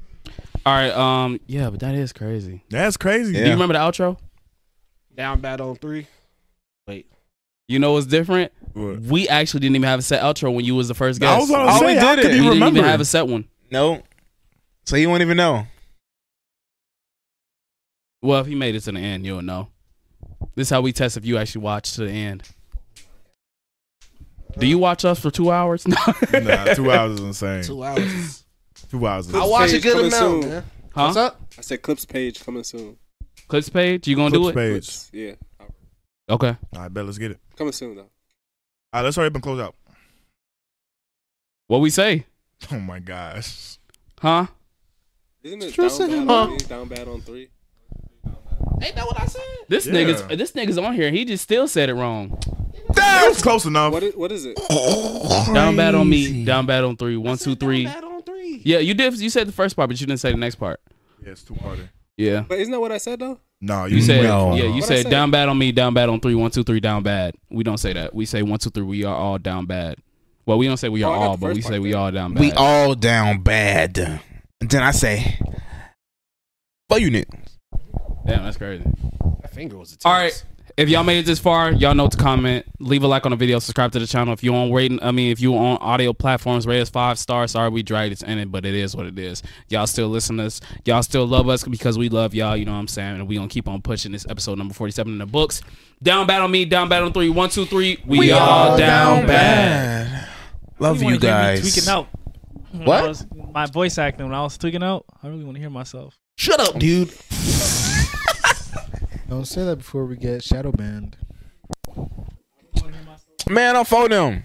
Speaker 2: All right. Um. Yeah, but that is crazy.
Speaker 4: That's crazy.
Speaker 2: Do you
Speaker 1: Yeah.
Speaker 2: remember the outro?
Speaker 7: down bad on three.
Speaker 2: You know what's different?
Speaker 4: What?
Speaker 2: We actually didn't even have a set outro when you was the first
Speaker 4: That
Speaker 2: guest.
Speaker 4: was what I
Speaker 1: Oh,
Speaker 4: was
Speaker 1: we
Speaker 4: saying. How
Speaker 1: did
Speaker 4: could
Speaker 1: it.
Speaker 4: you
Speaker 2: we didn't
Speaker 4: remember?
Speaker 2: even have a set one.
Speaker 1: No. So you won't even know.
Speaker 2: Well, if he made it to the end, you'll know. This is how we test if you actually watch to the end. Do you watch us for two hours? (laughs)
Speaker 4: nah, two hours is insane.
Speaker 7: Two hours.
Speaker 4: Two hours is
Speaker 7: I
Speaker 4: insane.
Speaker 7: watch a
Speaker 5: Page
Speaker 7: good
Speaker 5: coming
Speaker 7: amount,
Speaker 5: soon.
Speaker 7: man. What's
Speaker 2: huh?
Speaker 7: up?
Speaker 5: I said clips page coming soon.
Speaker 2: Clips page? You gonna
Speaker 4: Clips
Speaker 2: do it?
Speaker 4: page.
Speaker 5: Clips, yeah,
Speaker 2: Okay.
Speaker 4: All right, bet. Let's get it.
Speaker 5: coming soon though.
Speaker 4: All right, let's hurry up and close out.
Speaker 2: What we say?
Speaker 4: Oh my gosh.
Speaker 2: Huh?
Speaker 5: Isn't it
Speaker 7: True
Speaker 5: down bad,
Speaker 7: cinema.
Speaker 5: on three, down bad on three?
Speaker 7: Ain't that what I said?
Speaker 2: This
Speaker 4: Yeah.
Speaker 2: nigga's this nigga's on here. He just still said it wrong.
Speaker 4: That was close enough.
Speaker 5: What is, what is it?
Speaker 2: Down bad on me. Down bad on three. One, two,
Speaker 7: Down
Speaker 2: three.
Speaker 7: bad on three.
Speaker 2: Yeah, you did. You said the first part, but you didn't say the next part.
Speaker 4: Yeah, it's two parter.
Speaker 2: Yeah,
Speaker 5: But isn't that what I said though?
Speaker 4: No,
Speaker 2: you said.
Speaker 1: Mm, No.
Speaker 2: Yeah, you
Speaker 5: What'd I
Speaker 2: said
Speaker 5: say?
Speaker 2: down bad on me. Down bad on three. One, two, three. Down bad. We don't say that. We say one, two, three. We are all down bad. Well, we don't say we
Speaker 5: Oh,
Speaker 2: are
Speaker 5: I got
Speaker 2: all,
Speaker 5: the
Speaker 2: but
Speaker 5: first
Speaker 2: we
Speaker 5: part
Speaker 2: say we
Speaker 5: there.
Speaker 2: all down bad.
Speaker 1: We all down bad. And then I say, "Fuck you, Nick."
Speaker 2: Damn, that's crazy.
Speaker 7: That finger was a tease.
Speaker 2: All right. If y'all made it this far, y'all know what to comment. Leave a like on the video. Subscribe to the channel. If you on rating, I mean, if you on audio platforms, rate us five stars. Sorry, we dragged it's in it, but it is what it is. Y'all still listen to us. Y'all still love us because we love y'all. You know what I'm saying? And we gonna keep on pushing this episode number 47 in the books. Down battle me. Down battle three. One, two, three. We, all down, bad.
Speaker 1: Love you
Speaker 6: wanna hear me
Speaker 1: guys.
Speaker 6: Tweaking out. When I
Speaker 1: What?
Speaker 6: was- my voice acting when I was tweaking out. I really want to hear myself.
Speaker 1: Shut up, dude.
Speaker 10: Don't say that before we get shadow banned.
Speaker 1: Man, I'll phone them.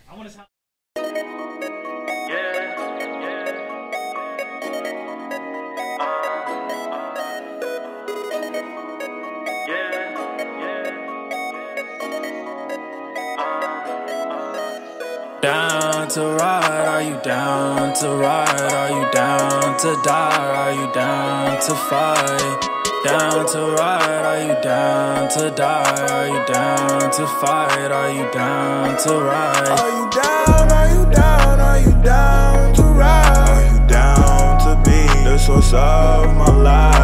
Speaker 11: Down to ride, are you down to ride? Are you down to die? Are you down to fight? Down to ride, are you down to die? Are you down to fight? Are you down to ride?
Speaker 8: Are you down? Are you down? Are you down to ride? Are you down to be the source of my life?